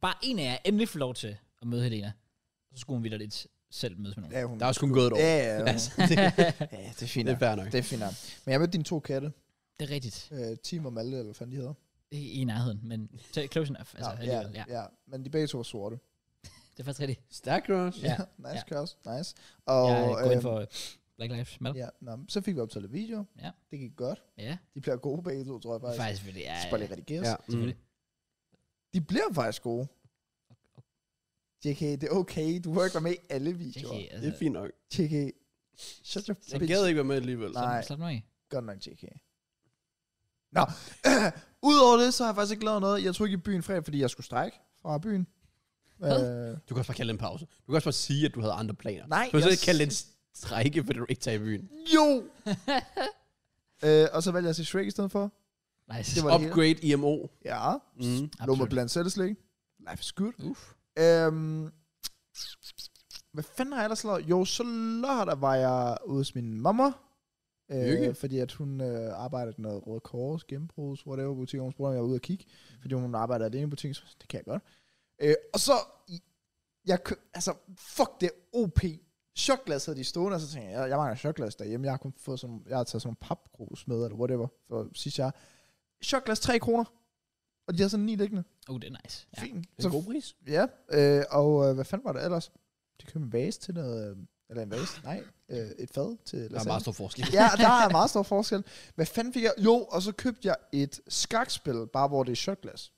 bare en af jer endelig få lov til at møde Helena. Så skulle hun videre lidt selv mødes med nogen. Ja, hun. Der er sgu en gået et år. Ja, ja, ja. Altså, det, ja, det er fint. det nok. er fair nok. Det er fint. nok. Men jeg mødte dine to katte, Det er rigtigt. øh, Tim og Malte, eller hvad fanden de hedder. Ikke i nærheden, men til close enough. Altså, ja, ja, alligevel, ja. ja. Men de begge to var sorte. Det er faktisk rigtigt. Stærk Rush. Ja, nice, ja. Kraus. Nice. Og, Og, jeg går ind øhm, for øh, Black Lives Matter. ja, nå, men så fik vi optaget video. Ja. Det gik godt. Ja, De bliver gode begge to, tror jeg det er faktisk. faktisk fordi, ja, De skal ja, bare lige redigeres. Ja. Ja. Mm. selvfølgelig. De bliver faktisk gode. JK, det er okay. Du må ikke være med i alle videoer. JK, Mm. Det er altså, fint nok. JK, shut your Jeg bitch gad ikke være med alligevel. Altså, Nej. slap, slap nu af. Godt nok, JK. Nå, udover det, så har jeg faktisk ikke lavet noget. Jeg tog ikke i byen fredag, fordi jeg skulle strække fra byen. Du Øh, kan også bare kalde det en pause. Du kan også bare sige, at du havde andre planer. nej, Du kan så jeg ikke kalde det en strække, fordi du ikke tager i byen. Jo! øh, og så valgte jeg at se Shrek i stedet for. Nice. Det Det var var det hele. Upgrade IMO. Ja, Mm. nummer blandt selvslæg. Life is good. Uff. Øhm, hvad fanden har jeg ellers lavet? Jo, så lørdag var jeg ude hos min mamma. Lykke. Øh, fordi at hun øh, arbejder i noget Røde Kors, Gennembrugs, whatever butik, og hun spurgte, om jeg var ude og kigge. Mm. Fordi hun arbejder alene i butikken, så jeg, det kan jeg godt. Øh, og så, jeg, køb, altså, fuck det OP. Chokglas havde de stående, og så tænkte jeg, jeg, jeg mangler chokglas derhjemme. Jeg har kun fået sådan, jeg har taget sådan nogle papgrus med, eller whatever, for sidste jeg. Chokglas 3 kroner. Og de har sådan 9 liggende. Oh, det er nice. Ja, Ja. Fint. Det er en god pris. Ja, øh, og øh, hvad fanden var det ellers? De købte en vase til noget, øh, eller en vase, nej, øh, et fad til Der er lasagne. meget stor forskel. ja, der er meget stor forskel. Hvad fanden fik jeg? Jo, og så købte jeg et skakspil, bare hvor det er shotglas.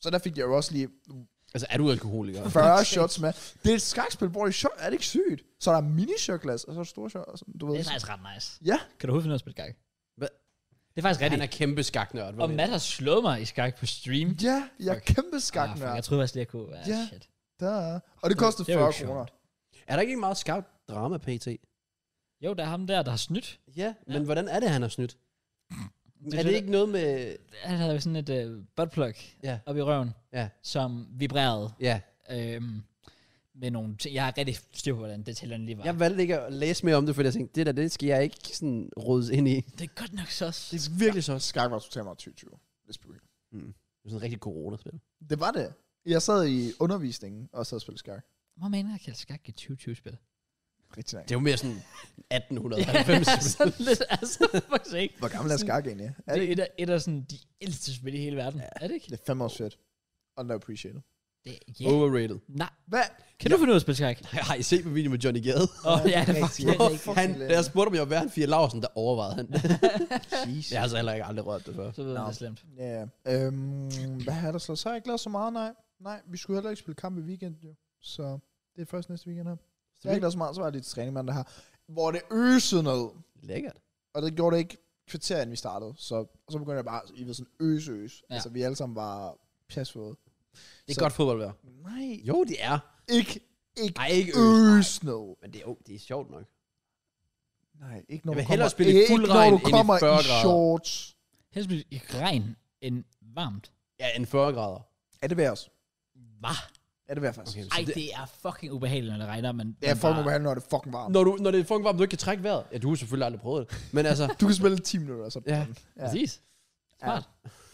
Så der fik jeg jo også lige altså, er du alkoholiker? 40 shots med. Det er et skakspil, hvor det er shot. Er det ikke sygt? Så der er mini-shotglas, og så er der store shot, og sådan, du ved. Det er faktisk ret nice. Ja. Kan du overhovedet finde noget at spille skak? Hvad? Det er faktisk Han rigtigt. er kæmpe skaknørd. Og Matt har slået mig i skak på stream. Mm, Ja, jeg er Fuck. kæmpe Ah, skak fuck, ah, jeg troede faktisk lige, jeg kunne. Ah, Ja. shit. der. Og det kostede Det er jo 40 ikke kroner. Er der ikke meget skarp drama, PT? Jo, der er ham der, der har snydt. Ja, men hvordan er det, han har snydt? Det er det ikke noget med... Han havde jo sådan et uh, buttplug Ja. op i røven, Ja. som vibrerede Ja. øhm, med nogle ting. Jeg har rigtig styr på, hvordan detaljerne lige var. Jeg valgte ikke at læse mere om det, fordi jeg tænkte, det der, det skal jeg ikke sådan rådes ind i. Det er godt nok så også. Det er virkelig så Skak var totalt meget 2020. Let's be real. Mm. Det er sådan en rigtig corona-spil. Det var det. Jeg sad i undervisningen og sad og spillede skak. Hvor mener jeg, at skak i 2020-spil? Rigtig Det er jo mere sådan 1890. sådan lidt, altså, faktisk ikke. Hvor gammel er skak egentlig? Er Det det, er et af, et af sådan, de ældste spil i hele verden. Er det ikke? det er fem års fedt. Underappreciated. Det, yeah. Overrated. Nej. Hvad? Oh. Kan du finde ud af at spille skak? Har I set på video med Johnny Gade? Åh, oh, ja, det er faktisk Rigtig. det er ikke. Han, da jeg spurgte, om jeg var værd, Fia Larsen, der overvejede han. Jesus. jeg har altså heller ikke aldrig rørt det før. Så ved man, Nå. det er slemt. Ja, øhm, hvad har der slået? Så har jeg ikke lavet så meget, nej. Nej, vi skulle heller ikke spille kamp i weekenden, jo. Så det er først næste weekend her. Så jeg har ikke lavet så meget, så var jeg lidt til træning mandag her. Hvor det øsede noget. Lækkert. Og det gjorde det ikke kvarter, inden vi startede. Så, og så begyndte jeg bare, I ved, sådan øs, øs. Ja. Ja. Altså, vi alle sammen var pjasvåde. Det er Så- godt fodboldvejr. Nej, Jo, det er. ikke, ikke Nej, ikke øs. øs noget. Men det er, jo, det er sjovt nok. Nej, ikke når Jeg du vil kommer, hellere spille i ikke fuld når regn du end i kommer 40 i grader. shorts. Helst bliver i regn end varmt. Ja, en 40 grader. Er det værd os? Hvad? Er det værd faktisk? Okay. Okay. Så Ej, det- det er fucking ubehageligt, når det regner, men... Det er fucking ubehageligt, når det er fucking varmt. Når, du, når det er fucking varmt, du ikke kan trække vejret. Ja, du har selvfølgelig aldrig prøvet det. Men altså, Du kan spille 10 minutter, og så Ja. Ja. Præcis. Smart.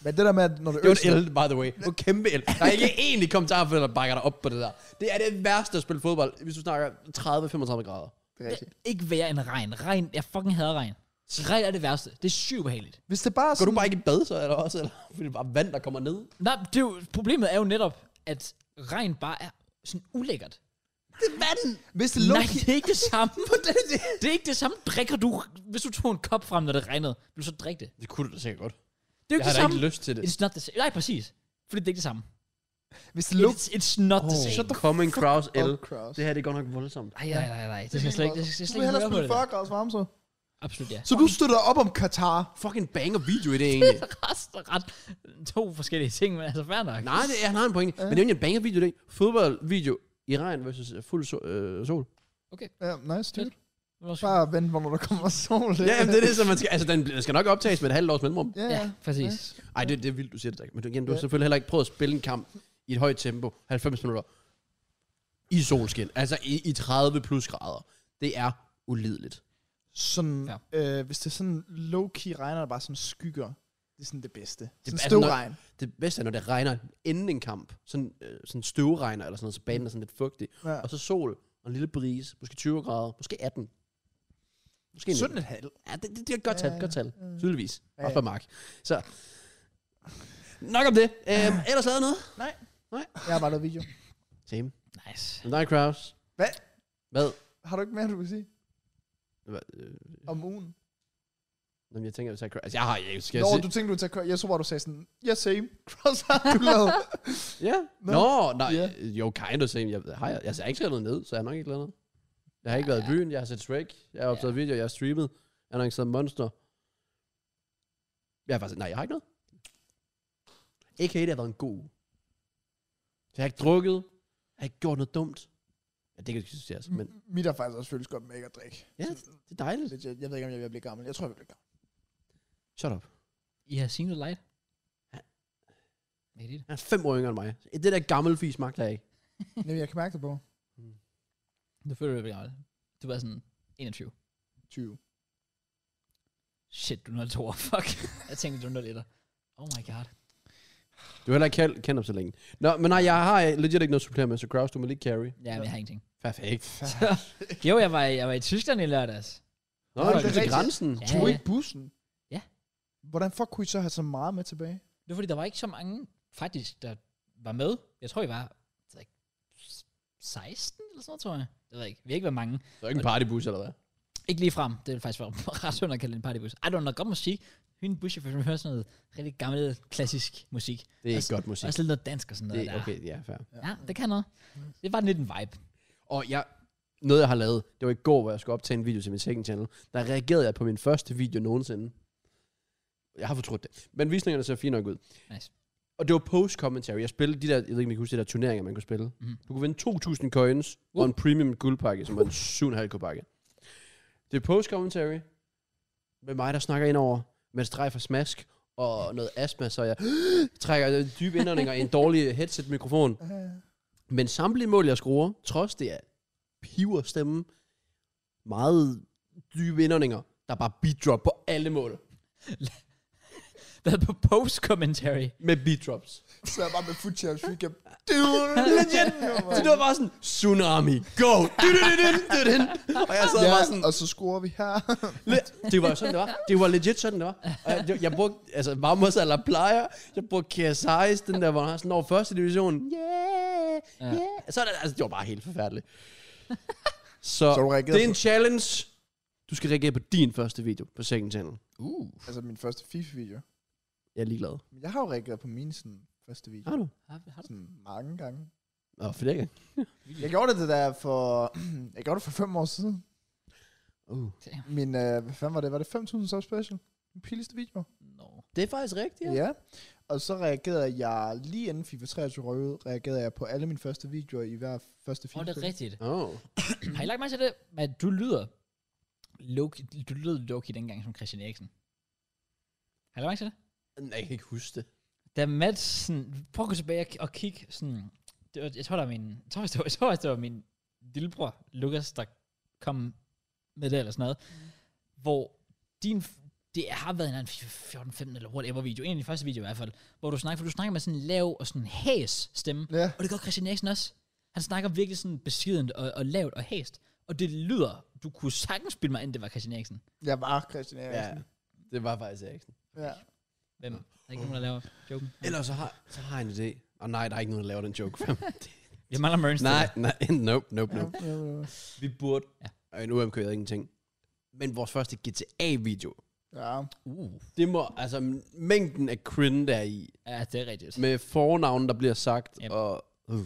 Men det der med, at når det det var øser, en el, by the way. Det var kæmpe el. Der er ikke egentlig kommentar, for der bakker dig op på det der. Det er det værste at spille fodbold, hvis du snakker 30-35 grader. det er rigtigt. Ikke værre end regn. Regn, jeg fucking hader regn. Regn er det værste. Det er sygt ubehageligt. Hvis det bare Går er du sådan, bare ikke i bad så, eller også? Eller? Fordi det er bare vand, der kommer ned. Nej, det er jo, problemet er jo netop, at regn bare er sådan ulækkert. Det er vand! hvis Nej, det lukker, det er ikke det samme. det er ikke det samme. Drikker du, hvis du tog en kop frem, når det regnede, vil du så drikke det? Det kunne du da sikkert godt. Det er jo ikke Jeg har det da samme. ikke lyst til det. It's not the same. Nej, præcis. Fordi det er ikke det samme. hvis det lukker, It's, it's not the Oh, same. coming cross oh, el. cross. Det her, det er godt nok voldsomt. Nej, nej, nej, nej. Det skal jeg slet ikke, det skal jeg Du slet vil ikke hellere høre på spille det. der. 40 grader varmt, så. Absolut, ja. Så du støtter op om Katar? Fucking banger video i det egentlig. Resten er ret to forskellige ting, men altså fair nok. Nej, det, han har en pointe. Men det er jo en banger video i dag. Fodboldvideo i regn versus øh, fuld so- øh, sol. Ja, nice, dude. Fedt. Det var også- Bare vent, hvornår der kommer sol. Ja, jamen, det er det, som man skal... Altså, den bl- skal nok optages med et halvt års mellemrum. Ja, Ja, ja. præcis. Ej, det, det er vildt, du siger det, Jack. Men du, igen, du har Ja. selvfølgelig heller ikke prøvet at spille en kamp i et højt tempo, 90 minutter, i solskin. Altså i, i 30 plus grader. Det er ulideligt. Sådan, Ja. øh, hvis det er sådan low-key regner, der bare sådan skygger. Det er sådan det bedste. Det altså, sådan når- støvregn. Det bedste er, når det regner inden en kamp. Sådan, øh, sådan støvregner eller sådan noget, så banen er sådan lidt fugtig. Ja. Og så sol og en lille brise. Måske 20 grader. Måske 18. Måske 19. 17 et halvt. Ja, det, det, det er et godt tal, Ja, godt tal. ja. Tydeligvis. Ja, Også ja. for Mark. Så, nok om det. Øhm, ellers lavet noget? Jeg har bare lavet video. Same. Nice. Men dig, Kraus. Hvad? Hvad? Har du ikke mere, du vil sige? Hvad? Øh, Om ugen? Nå, men jeg tænker, hvis jeg Kraus. Altså, jeg har jeg skal Nå, jeg du tænkte, du ville tage kø- Jeg så bare, du sagde sådan, yes, same. Cross har du lavet. sige- Ja. Nå. Nå, nej. Ja. øh, Jo, kind of same. Jeg, har jeg, altså, jeg har ikke skrevet noget ned, så jeg har nok ikke lavet noget. Jeg har ikke været i byen, jeg har set Shrek, jeg har optaget Ja. video, jeg har streamet, jeg har nok set Monster. Jeg har faktisk, nej, jeg har ikke noget. A.k.a. det har været en god uge. Så Jeg har ikke drukket, jeg har ikke gjort noget dumt. Ja, det kan ikke diskuteres, men Mit er faktisk også føles godt med ikke at drikke. ja, det er dejligt. Legit, Jeg ved ikke, om jeg vil blive gammel. Jeg tror, jeg vil blive gammel. Shut up. I har seen the light? Ja. Made it. Han er fem år yngre end mig. Det der gammel fis magter jeg ikke. Jamen, jeg kan mærke det på. Du føler dig gammel. Du var sådan 21. 20. Shit, du er 02. Fuck. jeg tænkte, du er 01. Oh my god. Du har heller ikke kendt, kendt ham så længe. Nå, men nej, jeg har øh, legit ikke noget at supplere med, så Kraus, du må lige carry. Ja, men jeg har ingenting. Perfekt. jo, jeg var, i- jeg var i Tyskland i lørdags. Nå, Nå, det det er er til rigtigt. grænsen. Ja, Tog ja. ikke bussen? Ja. Hvordan fuck kunne I så have så meget med tilbage? Det var fordi, der var ikke så mange, faktisk, der var med. Jeg tror, I var det ved jeg ikke, 16 eller sådan noget, tror jeg. Det ved jeg ikke. Vi har ikke været mange. Det er ikke en partybus, eller hvad? Ikke lige frem. Det er faktisk være ret synd at kalde det en partybus. Ej, det var noget godt musik. Hende buschauffør, som hører sådan noget rigtig gammel, klassisk musik. Det er Altså, ikke godt musik. Også lidt noget dansk og sådan Det, noget er- der. okay, Mm. ja, fair. Ja, det kan noget. Det var lidt en vibe. Og jeg, noget jeg har lavet, det var i går, hvor jeg skulle optage en video til min second channel, der reagerede jeg på min første video nogensinde. Jeg har fortrudt det. Men visningerne ser fint nok ud. Nice. Og det var post commentary. Jeg spillede de der, jeg ved ikke, om I kan huske de der turneringer, man kunne spille. Mhm. Mm. Du kunne vinde 2.000 coins uh. og en premium guldpakke, som var en 7,5 guldpakke. Det er post commentary med mig, der snakker ind over, mens det drejer for smask og noget astma, så jeg trækker dybe indåndinger i en dårlig headset-mikrofon. Uh, Men samtlige mål, jeg skruer, trods det er piver stemme, meget dybe indåndinger, der er bare beat drop på alle mål. Hvad på post-commentary? Med beat drops. så er jeg bare med footage recap. Legit! Så det var bare sådan, tsunami, go! Du-du-du-dun, du-dun. Og jeg sad Ja, bare sådan, og så scorer vi her. le- det var jo sådan, det var. Det var legit sådan, det var. Og jeg, jeg brugte, altså, Vamos eller plejer, jeg brugte KSI's, den der, hvor han sådan over første division. Yeah, Ja. yeah. Så er det, altså, det var bare helt forfærdeligt. Så du Så reagerede det er en challenge. Du skal reagere på din første video på second channel. Uh. Altså min første FIFA-video. Jeg er ligeglad. Men jeg har jo reageret på min sådan, første video. Har du? Har, har du Sådan mange gange. Nå, for det ikke. Jeg gjorde det der for... jeg gjorde det for fem år siden. Uh. Min, øh, hvad fanden var det? Var det 5.000 sub special? Min pilligste video. no. Det er faktisk rigtigt, ja. Ja. Og så reagerede jeg lige inden FIFA 23 røvede, reagerede jeg på alle mine første videoer i hver første Åh, FIFA. det er rigtigt. Oh. Har I lagt mærke til det, at du lyder Loki, du lyder Loki dengang som Christian Eriksen? Har I lagt mærke til det? Nej, jeg kan ikke huske det. Da Mads, sådan, prøv at gå tilbage og, og kigge, sådan, det var, jeg tror, der var min, jeg tror, det var, jeg tror, det var min lillebror, Lukas, der kom med det eller sådan noget, hvor din, det har været en eller anden 14-15 eller whatever video, en af de første videoer i hvert fald, hvor du snakker, for du snakker med sådan en lav og sådan hæs stemme, Ja. og det gør Christian Eriksen også. Han snakker virkelig sådan besident og, og lavt og hæst. Og det lyder, du kunne sagtens spille mig ind, det var Christian Eriksen. Jeg var Christian Eriksen. Ja. Det var faktisk Eriksen. Ja. ja. Hvem? Der er ikke nogen, der laver joken. Ellers så har, så har jeg en idé. Åh oh, nej, der er ikke nogen, der laver den joke. Jeg mangler Mørns. nej, nej, nope, nope, ja. nope. ja, ja, ja. Vi burde. Ja. Og en UMK er ingenting. Men vores første GTA-video. ja. Uh. Det må, altså mængden af cringe der er i, Ja, det er rigtigt. med fornavnen, der bliver sagt, Yep. yep. og... Uh.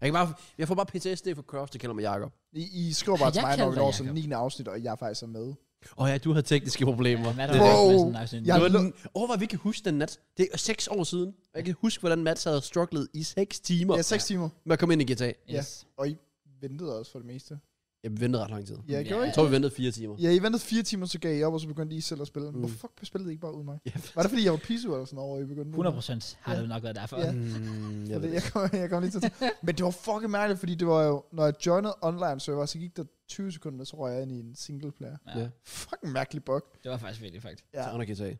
Jeg, kan bare, jeg får bare PTSD for Cross, der kalder mig Jacob. I, I skriver bare Jeg til mig, når kalder vi dig når sådan Jacob. 9. afsnit, og jeg faktisk er med. Og ja, du havde tekniske problemer. Ja, hvad er Det- der Bro. med sådan en afsnit? Jeg Det var lå- den, overvej, vi kan huske den nat. Det er seks år siden. Og jeg kan huske, hvordan Mads havde strugglet i seks timer Ja, 6 timer. med at komme ind i GTA. Yes. Og I ventede også for det meste. Jeg ventede ret lang tid. Ja, Ja. jeg gjorde Jeg ikke. tror, vi ventede fire timer. Ja, I ventede fire timer, så gav I op, og så begyndte I selv at spille. Mm. Hvorfor fuck spillede I ikke bare uden mig? Ja. Var det, fordi jeg var pisu eller sådan over, og I begyndte uden mig? 100 procent har det nok været derfor. Ja. Mm, jeg ved Jeg, det, det. jeg, kom, jeg kom lige til at tænke- Men det var fucking mærkeligt, fordi det var jo, når jeg joinede online server, så gik der 20 sekunder, så røg jeg ind i en single player. Ja. Ja. Fucking mærkelig bug. Det var faktisk virkelig faktisk. Ja. Så under GTA. Ja, det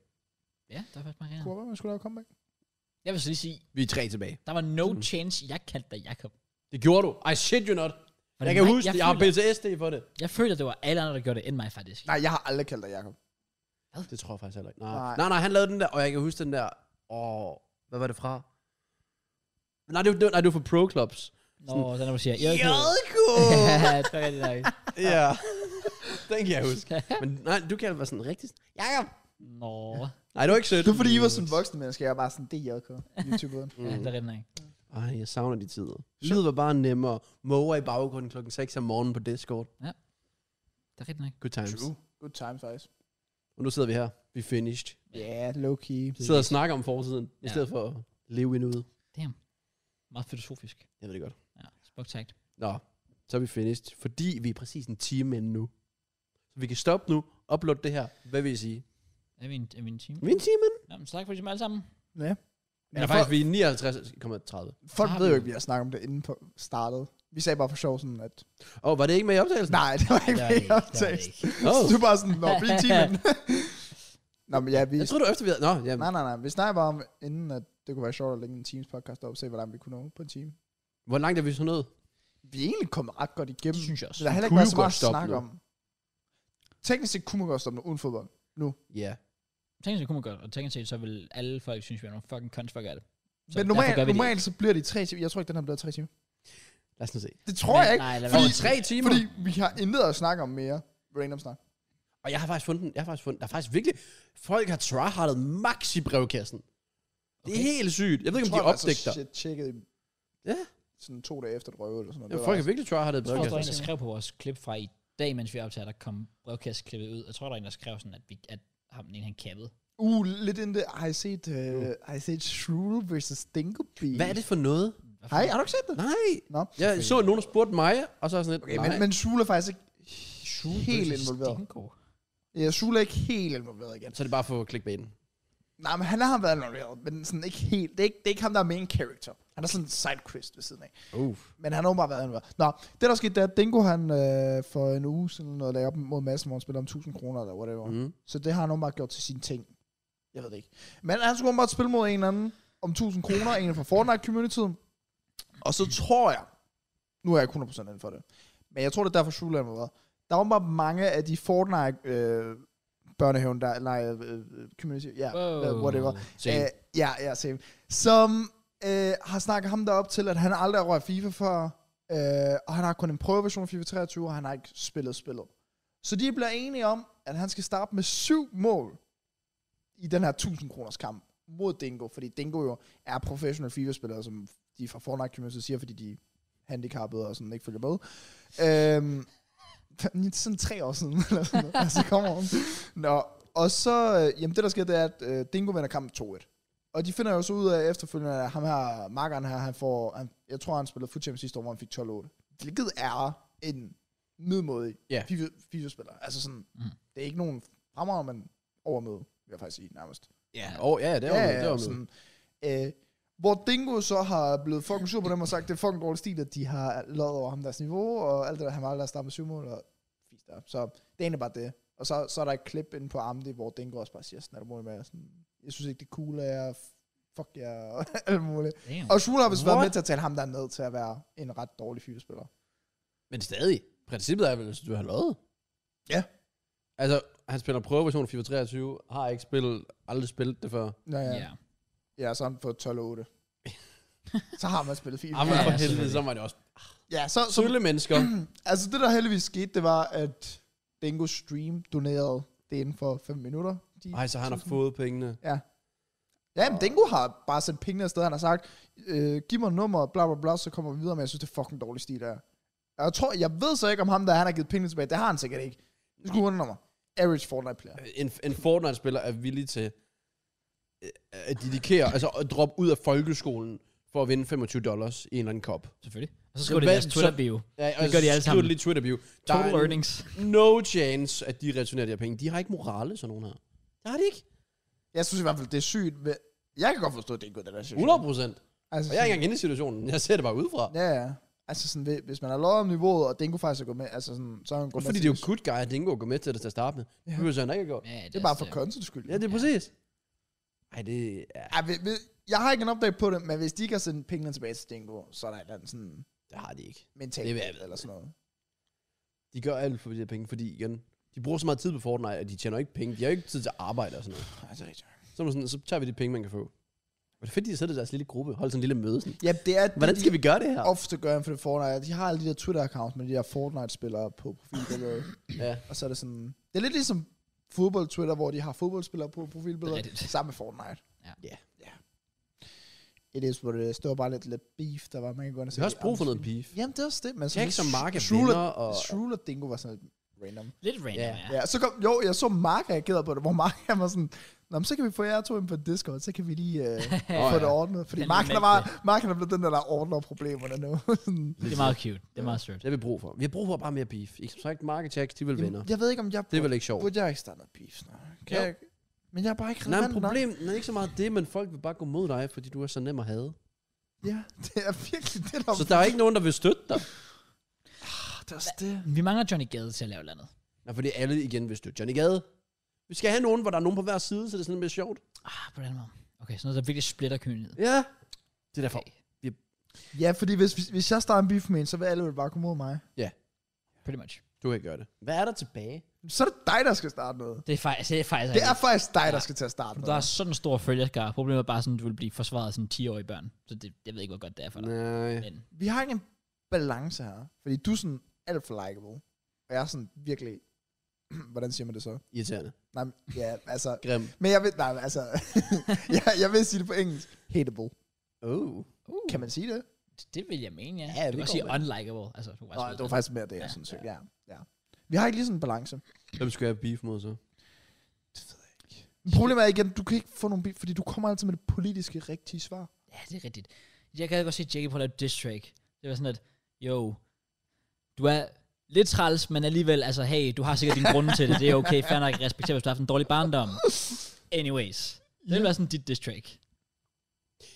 var faktisk meget Kunne rart. være, man skulle lave comeback. Jeg vil så lige sige, Vi er tre tilbage. der var no Mm. change, jeg kaldte dig Jacob. Det gjorde du. I shit you not. Var det Jeg kan mig? huske det. Jeg har føler, PTSD for det. jeg føler, det var alle andre, der gjorde det, end mig faktisk. Nej, jeg har aldrig kaldt dig Jacob. Det tror jeg faktisk heller ikke. Nej. Nej. nej, nej, han lavede den der, og jeg kan huske den der. Åh, hvad var det fra? Nej, det var, det var, nej, det var for Pro Clubs. Nå, den er, du siger, jeg er ikke- JK! Ja, det er rigtig nok. ja. Den kan jeg huske. Men nej, du kan være sådan rigtigt. Jakob! Nå, Nej, det var ikke sødt. Det var, fordi I var sådan voksne mennesker, jeg var bare sådan, det er JK, YouTuberen. ja, det er rigtig nok. Mm. Ej, jeg savner de tider. Lyd var bare nemmere. Måger i baggrunden klokken 6 om morgenen på Discord. Det er rigtig nok. Good times. True. Good time, faktisk. Og nu sidder vi her. Vi er finished. Ja, yeah, low key. Sidder og snakker om fortiden, ja. Ja. i stedet for at leve i nuet. Meget filosofisk. Jeg ved det godt. Ja, smukt sagt. Nå, så er vi finished. Fordi vi er præcis en time inde nu. Så vi kan stoppe nu, uploade det her. Hvad vil I sige? Er vi en, er vi en team? Vi er en time inde. Nå, men tak fordi I er med alle sammen. Ja. Ja, ja, faktisk, vi er 59,30. Folk har ved vi jo jo. ikke, vi har snakket om det inden på startet. Vi sagde bare for sjov sådan, at... Åh, oh, var det ikke med i optagelsen? Nej, det var ikke Der er mere ikke, der er optagelse. ikke. Oh, Så du er bare sådan, nå, vi er i timen. nå, men ja, vi... jeg troede, du efter vi havde... Nå, jamen. Nej, nej, nej. Vi snakker bare om, inden at det kunne være sjovt at lægge en Teams podcast op og se, hvor langt vi kunne nå på en time. Hvor langt er vi så nået? Vi er egentlig kommet ret godt igennem. Det synes jeg også. Men der har heller Kunne ikke været jo så godt meget stoppe at snakke nu. om. Teknisk set kunne man godt stoppe nu, uden fodbold. Ja. Tænk sig, kunne man godt, og tænk sig, så vil alle folk synes, vi er nogle fucking kunstfolk af det. Så Men derfor normalt, gør vi det normalt så bliver det i tre timer. Jeg tror ikke, den her bliver tre timer. Lad os nu se. Det tror Men- jeg ikke. Nej, lad fordi- Over være. tre timer. Fordi vi har intet at snakke om mere. Random snak. Og jeg har faktisk fundet den. Jeg har faktisk fundet, der er faktisk virkelig... Folk har tryhardet max i brevkassen. Det er Okay. helt sygt. Jeg ved Jeg ikke, om tror, de opdægter. Jeg har altså shit tjekket i Ja. sådan to dage efter et røvel eller sådan Ja, noget. folk det har virkelig tryhardet i Jeg tror, der var en, brevkassen. der skrev på vores klip fra i dag, mens vi optager, der kom brevkasseklippet ud. Jeg tror, der var en, der skrev sådan, at, vi, at ham den ene, han kappede. var, uh, lidt in det. Har I set, uh, Mm. har I set Shrewl vs. Dinkelby? Hvad er det for noget? Hej, har du ikke set det? Nej. Nå. Jeg så, at nogen der spurgte mig, og så er jeg sådan lidt... Okay, nej. men, men Shrewl er faktisk ikke helt involveret. Stinko. Ja, Shrewl er ikke helt involveret igen. Så er det bare for clickbaiten. Nej, men han har været involveret, men sådan ikke helt. Det er ikke, det er ikke ham, der er main character. Han er sådan en side quest ved siden af. Uff. Men han har åbenbart været involveret. Nå, det der skete, det er, at Dingo han øh, for en uge siden noget lagde op mod massen, hvor han spiller om 1000 kroner eller whatever. Mm. Så det har han åbenbart gjort til sine ting. Jeg ved det ikke. Men han skulle åbenbart spille mod en eller anden om 1000 kroner, en fra Fortnite-communityen. Og så tror jeg, nu er jeg ikke 100% inden for det, men jeg tror, det er derfor, Shulan var med. Der var åbenbart mange af de Fortnite øh, børnehaven, der, nej, øh, community, ja, yeah, whatever. Same. Øh, ja, ja, same. Som øh, har snakket ham derop til, at han aldrig har rørt FIFA før, øh, og han har kun en prøveversion af FIFA 23, og han har ikke spillet spillet. Så de bliver enige om, at han skal starte med syv mål i den her 1000 kroners kamp mod Dingo, fordi Dingo jo er professionel FIFA-spiller, som de fra Fortnite Community siger, fordi de er handicappede og sådan ikke følger med. Øhm, det er sådan tre år siden, eller sådan noget. altså kommer om. Nå, og så, øh, jamen det der sker, det er, at øh, Dingo vinder kampen 2-1. Og de finder jo så ud af efterfølgende, at ham her, markeren her, han får, han, jeg tror han spillede Foot Champions sidste år, hvor han fik 12-8. Hvilket er en middelmådig Ja. FIFA FIFA-spiller. Altså sådan, Mm. mm. det er ikke nogen fremragende, men overmøde, vil jeg faktisk sige nærmest. Ja, åh, ja, det var med, det var med. sådan, øh, hvor Dingo så har blevet fucking sur på dem og sagt, det er fucking dårlig stil, at de har lavet over ham deres niveau, og alt det der, han var aldrig startet med syv mål, og fisk der. Så det er egentlig bare det. Og så, så er der et klip inde på Amdi, hvor Dingo også bare siger, sådan er du muligt med, og sådan, jeg synes ikke, det er cool, at jeg fuck jer, og alt muligt. Damn. Og Shula har vist været What? med til at tale ham der ned til at være en ret dårlig fyrspiller. Men stadig. Princippet er vel, at du har lovet. Ja. Altså, han spiller prøveversion af FIFA 23, har ikke spillet, aldrig spillet det før. Ja, ja. Ja. Yeah. ja så har han fået 12-8. så har man spillet FIFA. Ah, men Ja, ja, for helvede, selvfølgelig. så var det også Ja, så, så sølle mennesker. Altså det, der heldigvis skete, det var, at Dingo Stream donerede det inden for 5 minutter. De, Ej, så han har fået pengene. Ja, men Dingo har bare sendt pengene afsted. Han har sagt, øh, giv mig nummer, bla bla bla, så kommer vi videre, men jeg synes, det er fucking dårlig stil der. Jeg tror, jeg ved så ikke om ham, der han har givet pengene tilbage. Det har han sikkert ikke. Det skulle undre mig. Average Fortnite player. En, en Fortnite-spiller er villig til øh, at dedikere, altså at droppe ud af folkeskolen for at vinde 25 dollars i en eller anden kop. Selvfølgelig. Og så skriver de hvad- deres Twitter-bio. Ja, og Det gør de alle skriv sammen. det lige i Twitter-view. Der Total er earnings. no chance, at de returnerer de her penge. De har ikke morale, sådan nogen her. Det har de ikke. Jeg synes i hvert fald, det er sygt. Men jeg kan godt forstå, at Dingo er den der 100 procent. Altså, Og jeg er ikke engang inde i situationen. Jeg ser det bare udefra. sådan- Ja, ja. Altså sådan, hvis- hvis man har lovet om niveauet, og Dingo faktisk er gået med, altså sådan, så er han gået Fordi med det er til- jo good guy, at Dingo går med til det til at starte med. Det Ja. behøver han ikke at gøre. Ja, Det er bare for øh, contents skyld. Ja, det er præcis. Ej, det er... Ej, vi, vi, jeg har ikke en opdag på det, men hvis de ikke har sendt pengene tilbage til Dingo, så er der et eller andet sådan Det har de ikke. mentalt Det vil det jeg ved. eller sådan noget. De gør alt for de her penge, fordi igen, de bruger så meget tid på Fortnite, at de tjener ikke penge. De har ikke tid til at arbejde og sådan noget. Ej, det er rigtigt. Så, altså, er man sådan, så tager vi de penge, man kan få. Og det er fedt, de sidder i deres lille gruppe, holder sådan en lille møde. Sådan. Ja, det er Hvordan det, skal vi gøre det her? de ofte gør inden for det Fortnite. De har alle de der Twitter-accounts med de der Fortnite-spillere på profilbilledet. Ja. og så er det sådan... Det er lidt ligesom fodbold-Twitter, hvor de har fodboldspillere på profilbilledet. rigtigt. Sammen med Fortnite. Ja. Ja. ja. It is what it is. Det var bare lidt, lidt beef, der var. Man kan gå ind og Vi har også brug for noget beef. Jamen, det er også det. Men Jeg er ikke så Mark er Shruler, venner, og Shruler Dingo var sådan lidt random. Lidt random, ja. Ja, så kom, jo, jeg så Mark reagerede på det, hvor Mark han var sådan, Nå, men så kan vi få jer to ind på Discord, så kan vi lige øh, Åh, få ja. det ordnet. Fordi Den Mark er er, bare, Mark han er blevet den der, der ordner problemerne nu. Sådan. Det er meget cute. Det er meget sødt. det har vi brug for. Vi har brug for bare mere beef. Ikke som sagt, Mark og Jax, de vil venner. Jamen, jeg ved ikke, om jeg Det er vel ikke sjovt. burde jeg ikke starte noget beef snart. Kan Jo. jeg, Men jeg er bare ikke Nej, men relevant nok. problem, nej, ikke så meget det, men folk vil bare gå mod dig, fordi du er så nem at have. Ja, det er virkelig det, der Så der er ikke nogen, der vil støtte dig. det er også det. Vi mangler Johnny Gade til at lave noget. Nej, fordi alle igen vil støtte Johnny Gade. Vi skal have nogen, hvor der er nogen på hver side, så det er sådan lidt mere sjovt. Ah, på den måde. Okay, sådan noget, der virkelig splitter kønnet. Ja. Det er derfor. Okay, Ja, fordi hvis, hvis, hvis jeg starter en beef med en, så vil alle vel bare komme mod mig. pretty much. Du kan ikke gøre det. Hvad er der tilbage? Så er det dig, der skal starte noget. Det er faktisk... Det er, faktisk Det er faktisk dig, der Ja. skal til at starte der er noget. sådan en stor følgerskare. Problemet er bare sådan, at du vil blive forsvaret af sådan 10-årige børn. Så det, jeg ved ikke, hvor godt det er for dig. Nej. Men Vi har ikke en balance her. Fordi du er sådan alt for likeable. Og jeg er sådan virkelig... Hvordan siger man det så? Irriterende. Nej, men- ja, altså... Grim. Men jeg vil... Nej, men altså... jeg, jeg vil sige det på engelsk. Hateable. Oh. uh, Kan man sige det? det vil jeg mene, ja. Ja, du det kan går sige vel. unlikable. Altså, du kan Nej, det var faktisk mere det, jeg Ja, synes. Ja. ja. ja. Vi har ikke lige sådan en balance. Hvem skal jeg have beef mod så? Men Problemet er igen, du kan ikke få nogen beef, fordi du kommer altid med det politiske rigtige svar. Ja, det er rigtigt. Jeg kan godt se Jackie på at lave diss track. Det var sådan, at, jo, du er lidt træls, men alligevel, altså, hey, du har sikkert din grunde til det. Det er okay, fair nok, respektere, hvis du har haft en dårlig barndom. Anyways. Det vil være sådan dit diss track.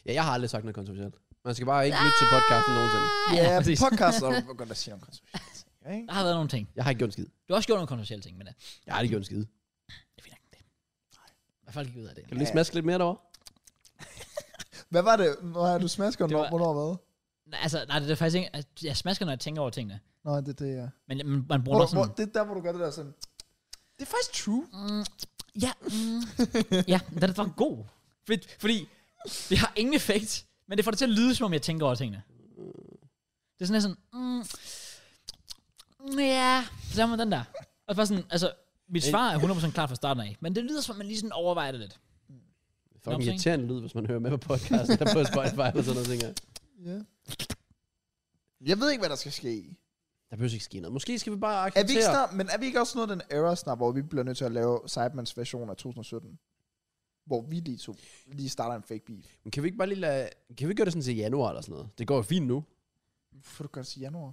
Ja, jeg har aldrig sagt noget kontroversielt. Man skal bare ikke lytte til podcasten nogensinde. Ja, Ah! ja, præcis. podcast, og du godt at sige nogle kontroversielle ting, ikke? Der har været nogle ting. Jeg har ikke gjort en skid. Du har også gjort nogle kontroversielle ting, men uh, Jeg har aldrig gjort en skid. det er fint nok. Det. Hvad folk gik ud af det? Kan du lige smaske lidt mere derovre? Hvad var det? Når er du smasker, Det når, var- hvornår hvad? Nej, altså, nej, det er faktisk ikke... at Jeg smasker, når jeg tænker over tingene. Nå, det er det, ja. Men men man bruger Hvor, også hvor, sådan... det er der, hvor du gør det der sådan... Det er faktisk true. Mm, ja, mm, ja, den er faktisk god. Fordi, fordi det har ingen effekt, men det får det til at lyde, som om jeg tænker over tingene. Det er sådan lidt sådan... Mm, ja, så laver man den der. Og bare sådan, altså, mit Men- svar er 100% klart fra starten af, men det lyder som om, man lige sådan overvejer det lidt. Nå, Fucking men- irriterende lyd, hvis man hører med på podcasten eller på Spotify eller sådan noget. tænker jeg. Ja. Jeg ved ikke, hvad der skal ske. Der behøver ikke ske noget. Måske skal vi bare Er vi ikke acceptere. snart, men er vi ikke også noget af den era snart, hvor vi bliver nødt til at lave Cybermans version af 2017? Hvor vi lige, to, lige starter en fake beef. Men kan vi ikke bare lige lade... Kan vi gøre det sådan til januar eller sådan noget? Det går jo fint nu. Hvorfor du gør det til januar?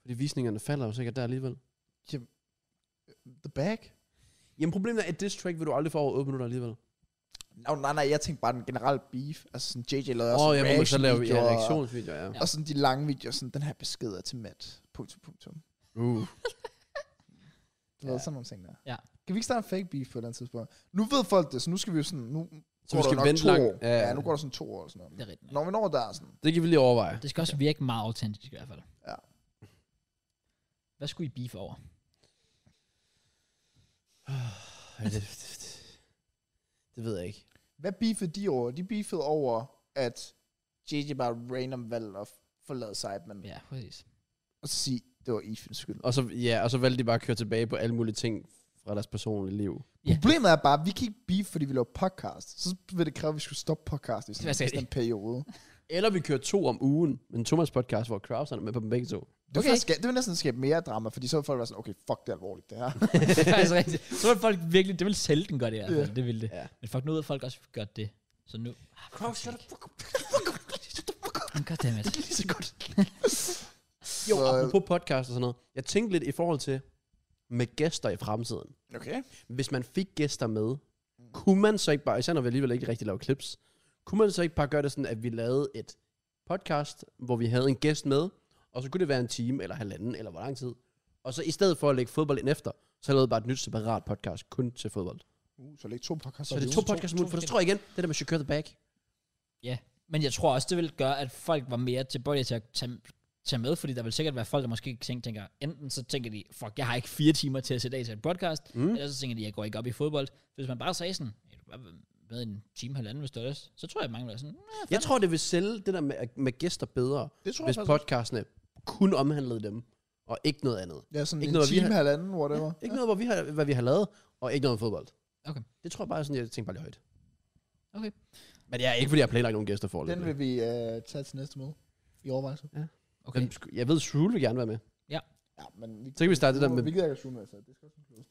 Fordi visningerne falder jo sikkert der alligevel. The bag? Jamen problemet er, at diss track vil du aldrig få over 8 minutter alligevel. No, nej, nej, jeg tænkte bare den generelle beef. Altså sådan, JJ lavede Åh, også oh, jeg må så lave ja, reaction-videoer, reaktionsvideoer, ja. Og sådan de lange videoer, sådan, den her besked er til Matt. Punktum, punktum. Uh. Du ja. ved, Ja. sådan nogle ting der. Ja. Kan vi ikke starte en fake beef på et eller andet tidspunkt? Nu ved folk det, så nu skal vi jo sådan, nu Så vi skal nok vente to langt. år. Ja, ja. ja, nu går der sådan to år og sådan Det noget. er rigtigt. nok. Når vi når der, er sådan, Det kan vi lige overveje. Det skal også virke meget autentisk i hvert fald. Ja. Hvad skulle I beef over? Ja, det, det, det, det ved jeg ikke. hvad beefede de over? De beefede over, at JJ bare random valgte at forlade Sidemen, ja. Ja, præcis. og så sige, det var Ethans skyld. Og så, ja, og så valgte de bare at køre tilbage på alle mulige ting fra deres personlige liv. Ja. Problemet er bare, at vi kan ikke beef, fordi vi laver podcast. Så vil det kræve, at vi skulle stoppe podcast i sådan Hvad en sagde de? bestemt periode. Eller vi kører to om ugen, en Thomas podcast, hvor Kraus er med på dem begge to. Det vil, Okay. faktisk, det vil næsten skabe mere drama, fordi så vil folk være sådan, okay, fuck, det er alvorligt, det her. det er faktisk rigtigt. Så vil folk virkelig, det vil sælge den godt i hvert fald. Ja. Det vil det. Ja. Men fuck, nu ved folk også gør det. Så nu... Ah, Kraus, shut the fuck up. Shut the fuck up. Goddammit. Det er lige så godt. jo, Så- apropos podcast og sådan noget. Jeg tænkte lidt i forhold til med gæster i fremtiden. Okay. hvis man fik gæster med, kunne man så ikke bare, især når vi alligevel ikke rigtig laver clips, kunne man så ikke bare gøre det sådan, at vi lavede et podcast, hvor vi havde en gæst med, og så kunne det være en time eller halvanden, eller hvor lang tid. Og så i stedet for at lægge fodbold ind efter, så lavede vi bare et nyt separat podcast, kun til fodbold. Uh, så læg to podcasts. Så, op det i er to ugen. podcasts mod, for det tror jeg igen, det der med Secure the Bag. Men jeg tror også, det vil gøre, at folk var mere tilbøjelige til at tage, tage med, fordi der vil sikkert være folk, der måske tænker, tænker, enten så tænker de, fuck, jeg har ikke fire timer til at sætte af til et podcast, mm. Mm. eller så tænker de, jeg går ikke op i fodbold. Hvis man bare sagde sådan, "Hey, du er bare med en time, halvanden, hvis det er det, så tror jeg, at mange vil være sådan, "Nah, Jeg tror, det vil sælge det der med, med gæster bedre, Det tror jeg hvis faktisk. podcastene kun omhandlede dem, og ikke noget andet. Ja, sådan Ikke ikke en noget, vi time, har- halvanden, whatever. Ikke noget, hvor vi har, hvad vi har lavet, og ikke noget om fodbold. Okay. Det tror jeg bare er sådan, jeg tænker bare lige højt. Okay. Men jeg er ikke, fordi jeg har planlagt nogen gæster for Den vil vi øh, tage til næste møde. I overvejelse. okay. Jeg ved, Shul vil gerne være med. Ja, men vi, Så kan vi starte det der med- Vi gider ikke at zoome, altså. Det skal også blive close.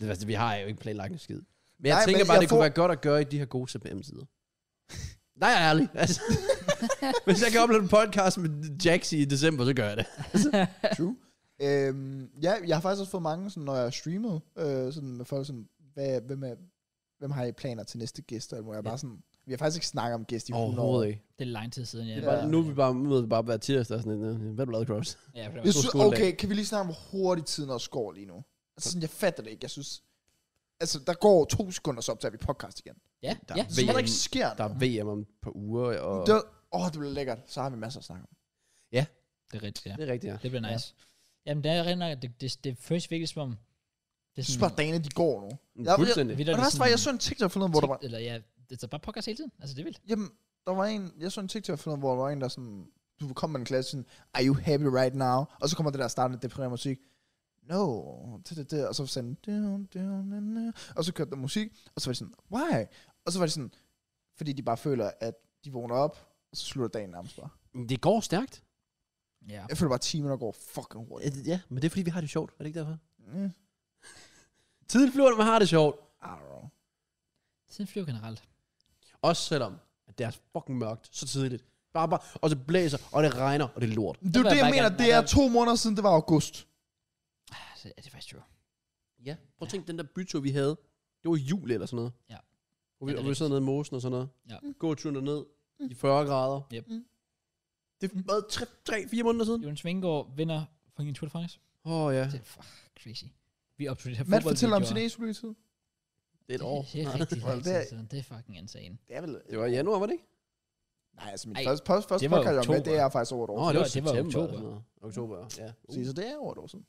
Det, altså, vi har jo ikke planlagt en skid. Men jeg Nej, Nej, tænker men bare, jeg det kunne får- være godt at gøre i de her gode CBM-sider. Nej, jeg er ærlig. Altså, hvis jeg kan opleve en podcast med Jax i december, så gør jeg det. True. øhm, ja, jeg har faktisk også fået mange, sådan, når jeg streamede, øh, sådan med folk sådan, hvad, hvem, er, hvem har I planer til næste gæst? Og jeg Ja. bare sådan, vi har faktisk ikke snakket om gæst i 100 år. Overhovedet ikke. Det er lang tid siden, jeg Det Ja, er var- bare- Nu er vi bare, nu er vi bare hver tirsdag og sådan lidt. Hvad er blevet cross? Ja, for det Jeg var God synes, skoledag. okay, kan vi lige snakke om, hvor hurtigt tiden også går lige nu? Altså sådan, jeg fatter det ikke. Jeg synes, altså der går to sekunder, så optager vi podcast igen. Ja, Der ja. er Så VM. der ikke sker Der er noget. VM om et par uger, og... Det, åh, det bliver lækkert. Så har vi masser at snakke om. Det er rigtigt, ja. Det er rigtigt, ja. Det bliver nice. Jamen, det er rigtig nok, at det, det, det føles virkelig som om... Det Jeg synes Hmm. bare, dagene de går nu. Jeg ved- Fuldstændig. Og det værste var, jeg så en TikTok forleden, hvor der var... Eller ja, det er bare podcast hele tiden. Altså, det er vildt. Jamen, der var en... Jeg så en TikTok forleden, hvor der var en, der sådan... Du kom med en klasse sådan... Are you happy right now? Og så kommer det der startende deprimerende musik. No. Det, det, det. Og så sådan... "Down, down, na, na." Og så kørte der musik. Og så var det sådan... Why? Og så var det sådan... Fordi de bare føler, at de vågner op. Og så slutter dagen nærmest bare. Det går stærkt. Ja. Jeg føler bare, at timerne går fucking hurtigt. Øh, Mm, Ja, men det er fordi, vi har det sjovt. Er det ikke derfor? Yeah. Tiden flyver, når man har det sjovt. I don't know. Tiden flyver generelt. Også selvom at det er fucking mørkt så tidligt. Bare, bare, og det blæser, og det regner, og det er lort. Det er vil jo det, jeg jeg bare mener. gerne- Det nej, er der- to måneder siden, det var august. Ah, så er det faktisk true. Ja. Prøv at tænke, den der bytur, vi havde, det var i jul eller sådan noget. Ja. Og Ja, vi, det er og vi sad nede i mosen og sådan noget. Ja. Gå turen derned i 40 grader. Yep. Mm. Det er været 3-4 måneder siden. Jon Svinggaard vinder fucking Tour de France. Åh oh, ja, Det er fuck, crazy. Vi optog det her Matt fortæller om sin fodboldvideoer. e det er et år. Det er rigtig Well, lang det tid er- siden. Det er fucking insane. Det er vel... Det var i januar, var det ikke? Nej, altså min Ej, første, første, første det var i podcast, jeg var med, oktober. det er faktisk over et år. Nå, det det var, var- det var september oktober. eller sådan noget. Oktober, ja. Se, Uh, så det er over et år siden.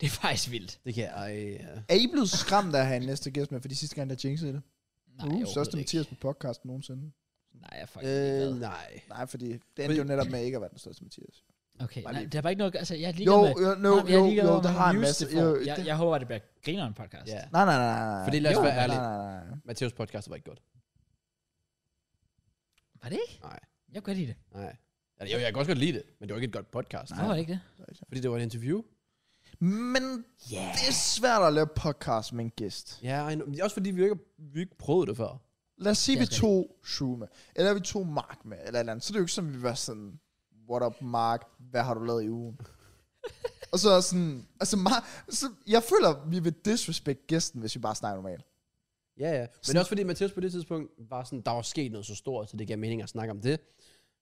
Det er faktisk vildt. det kan jeg, ej, ja. Er I blevet skræmt af at have en næste gæst med, for de sidste gang, der jinxede I det? Nej, uh, største overhovedet Mathias ikke. på podcasten nogensinde. Nej, jeg er fucking Øh, ligeglad. nej. Nej, fordi det endte jo netop med ikke at være den største Mathias. Okay, bare nej, lige- det har bare ikke noget... Altså, jeg er Jo, ligeglad med... jo, no, Nej, men jeg jo, er ligeglad jo, med, hvor mange det har en views masse. det får. Jo, jeg, det- jeg håber, at det bliver grineren podcast. Ja. Nej, nej, nej, nej, nej. Fordi lad os Jo, være ærlige. Nej, nej, nej, nej. Mathias podcast var ikke godt. Var det ikke? Nej. Jeg kunne godt lide det. Nej. Altså, jo, jeg kan også godt lide det, men det var ikke et godt podcast. Hvorfor var det ikke det? Fordi det var et interview. Men det er svært at lave podcast med en gæst. Ja, I know. Men også fordi vi ikke, vi ikke prøvede det før. Lad os sige, Det er vi to Shrew med, eller vi to Mark med, eller et eller andet. Så det er jo ikke sådan, vi vil være sådan, what up Mark, hvad har du lavet i ugen? og så er sådan, altså Mark, så jeg føler, vi vil disrespect gæsten, hvis vi bare snakker normalt. Ja, ja. Men Sådan- også fordi Mathias på det tidspunkt var sådan, der var sket noget så stort, så det gav mening at snakke om det.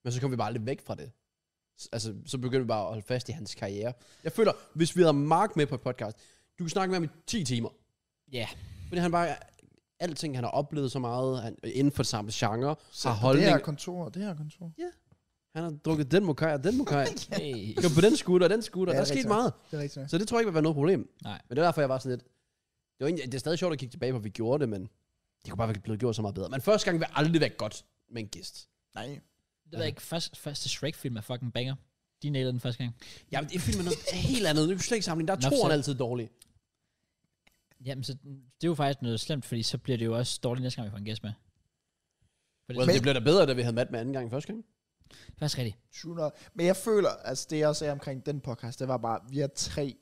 Men så kom vi bare lidt væk fra det. S- Altså, så begyndte vi bare at holde fast i hans karriere. Jeg føler, hvis vi havde Mark med på et podcast, du kan snakke med ham i 10 timer. Ja. Fordi han bare, alting han har oplevet så meget, han, inden for samme genre, har Det holdning. her kontor, det her kontor. Han har drukket den mokai og den mokai. Hey. Kørt på den scooter og den scooter. Ja, Ja, der er sket det er rigtigt. meget. Det er rigtig nok. Så det tror jeg ikke vil være noget problem. Nej. Men det er derfor, jeg var sådan lidt... Det, var egentlig, det er stadig sjovt at kigge tilbage på, at vi gjorde det, men det kunne bare være blevet gjort så meget bedre. Men første gang vil aldrig være godt med en gæst. Nej. Det ved jeg ikke, første, første Shrek-film er fucking banger. De nailede den første gang. Ja, men det er film er noget helt andet. Det er jo slet ikke sammenligning. Der er Nå, toeren så- altid dårlig. Jamen, så det er jo faktisk noget slemt, fordi så bliver det jo også dårligt næste gang, vi får en gæst med. For det, Well, men, det blev da bedre, da vi havde Matt med anden gang end første gang. det er faktisk rigtigt. True nok. Men jeg føler, altså det jeg også sagde omkring den podcast, det var bare, vi er tre.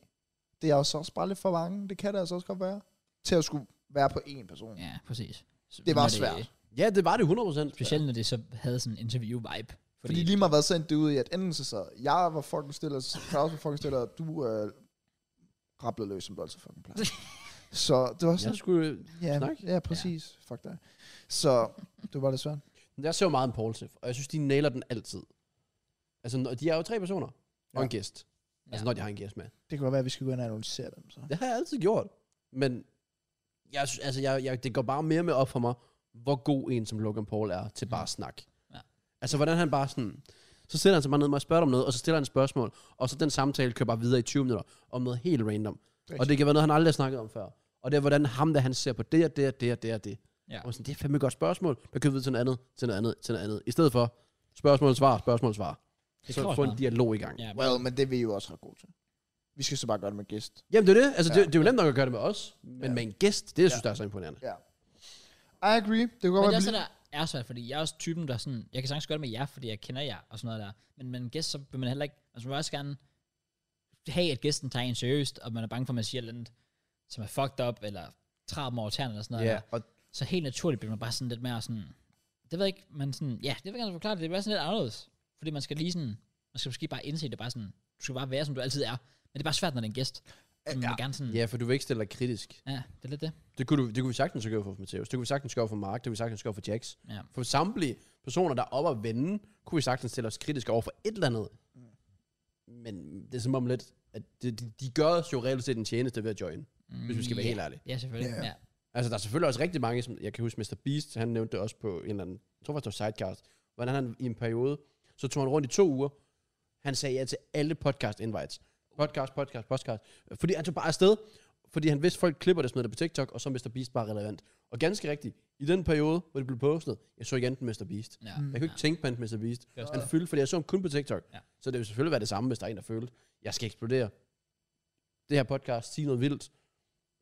Det er også, også bare lidt for mange, det kan det altså også godt være, til at skulle være på én person. Ja, præcis. Så Det var når svært. Ja, det var det 100%. Specielt når det så havde sådan en interview-vibe. Fordi, fordi lige meget hvad sendt det ud i, at enten så sad jeg var fucking stille, så Claus var fucking stille, og du øh, rablede løs, som du altid fucking plejer. så det var Jeg, sådan, skulle, ja, ja, snak. ja præcis, ja. fuck dig. Så det var lidt svært. jeg ser jo meget impulsive, og jeg synes, de nailer den altid. Altså, når- de er jo tre personer og Ja. en gæst. Ja. Altså, når de har en gæst med. Det kan godt være, at vi skal gå ind og analysere dem. Så. Det har jeg altid gjort. Men jeg, sy- altså, jeg, jeg, det går bare mere med op for mig, hvor god en som Logan Paul er til bare snak. Ja. Altså hvordan han bare sådan, så sætter han sig bare ned med og spørger om noget, og så stiller han et spørgsmål, og så den samtale kører bare videre i 20 minutter om noget helt random. Og det kan være noget, han aldrig har snakket om før. Og det er, hvordan ham, der han ser på det og det og det og det og det. Ja. Og sådan, det er fandme et godt spørgsmål. Der kører videre til noget andet, til noget andet, til noget andet. I stedet for spørgsmål, svar, spørgsmål, svar. Det så kræver også få en meget. dialog i gang. Ja, Well, men det er vi jo også ret gode til. Vi skal så bare gøre det med gæst. Jamen det er det. Altså, Ja. det, det, er jo nemt nok at gøre det med os. Men Ja. med en gæst, det jeg synes Ja. jeg er så imponerende. Ja. I agree. Det kan Men godt det være, er at vi også det, der er svært, fordi jeg er også typen, der sådan, jeg kan sagtens gøre det med jer, fordi jeg kender jer og sådan noget der. Men med en gæst, så vil man heller ikke, altså man vil også gerne have, at gæsten tager en seriøst, og man er bange for, at man siger noget, som er fucked up, eller træder dem over tæerne eller sådan noget. Ja, Der. og Så helt naturligt bliver man bare sådan lidt mere sådan, det ved jeg ikke, men sådan, ja, det vil jeg gerne forklare det, det bliver sådan lidt anderledes. Fordi man skal lige sådan, man skal måske bare indse det bare sådan, du skal bare være, som du altid er. Men det er bare svært, når det er en gæst. Men ja. gerne sådan, Ja, for du vil ikke stille dig kritisk. ja, det er lidt det. Det kunne, du, det kunne vi sagtens gøre for Matheus. Det kunne vi sagtens gøre for Mark. Det kunne vi sagtens gøre for Jax. Ja. For samtlige personer, der er oppe at vende, kunne vi sagtens stille os kritisk over for et eller andet. Men det er som om lidt, at de, de, de gør os jo reelt set en tjeneste ved at join, Mm, hvis vi skal være ja. helt ærlige. Ja, selvfølgelig. Ja. Ja. Altså, der er selvfølgelig også rigtig mange, som, jeg kan huske Mr. Beast, han nævnte det også på en eller anden, jeg tror faktisk det var sidecast, hvordan han i en periode, så tog han rundt i to uger, han sagde ja til alle podcast invites. Podcast, podcast, podcast. Fordi han tog bare afsted, fordi han vidste, folk klipper det, smider det på TikTok, og så er Mr. Beast bare relevant. Og ganske rigtigt, i den periode, hvor det blev postet, jeg så ikke andet Mr. Beast. Ja. Mm. Mm. Jeg kunne ikke tænke på andet Mr. Beast. Ja. Han fyldte, fordi jeg så ham kun på TikTok. Ja. Så det ville selvfølgelig være det samme, hvis der er en, der følte, jeg skal eksplodere. Det her podcast, sige noget vildt.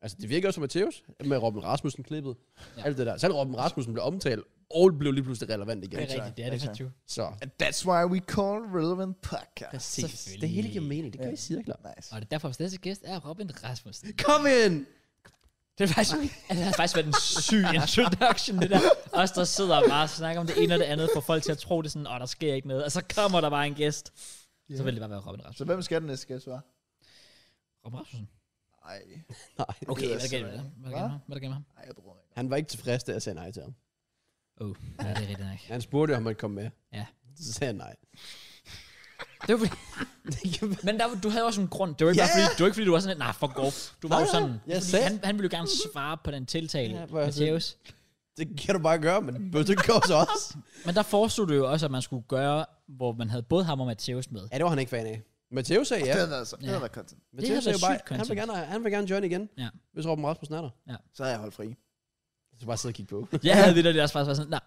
Altså, det virker også som Matheus, med Robin Rasmussen klippet. Ja. Ja. Alt det der. Selv Robin Rasmussen blev omtalt, og blev lige pludselig relevant igen. Det er rigtigt, det er det Ikke faktisk jo. Så And that's why we call relevant podcast. præcis. Selvfølgelig. Det hele giver mening. Det gør Ja. ja. i cirkler. Nice. Og det er derfor, vores næste gæst er Robin Rasmussen. Kom ind! Det er faktisk, altså, det har faktisk været en syg introduction, det der. Os, der sidder og bare snakker om det ene og det andet, får folk til at tro, det er sådan, åh, oh, der sker ikke noget. Og så kommer der bare en gæst. Så vil det bare være Robin Så Rasmussen. hvem skal den næste gæst være? Robin Rasmussen. Ej, Nej. Okay, Det er hvad er der galt med så- det? Hvad er der galt med ham? Hvad er der galt med ham? ej, jeg bruger ikke. Han var ikke tilfreds, da jeg sagde nej til ham. Oh, ja, det er rigtigt nok. Han spurgte, om han kom med. Ja. Så sagde jeg nej. Det var fordi, men der, var- du havde også en grund. Det var ikke, yeah. bare fordi, det var ikke fordi, du var sådan, lidt, nej, fuck off. Du var Nej, jo sådan, nej, det jeg var fordi sagde- han, han ville jo gerne svare på den tiltale, Ja, ja, hvor jeg sådan- Matheus. Det kan du bare gøre, men det går så også. Men der foreslog du jo også, at man skulle gøre, hvor man havde både ham og Matheus med. Ja, det var han ikke fan af. Matheus sagde ja. Det havde været, så, det Ja. havde været content. Men Det det, havde det er jo været bare, sygt han vil, content. gerne, han vil gerne join igen, Ja. hvis Robin Rasmussen er der. Så havde jeg holdt fri. Så bare sidde og kigge på. Jeg havde det der, det også faktisk var sådan, nej,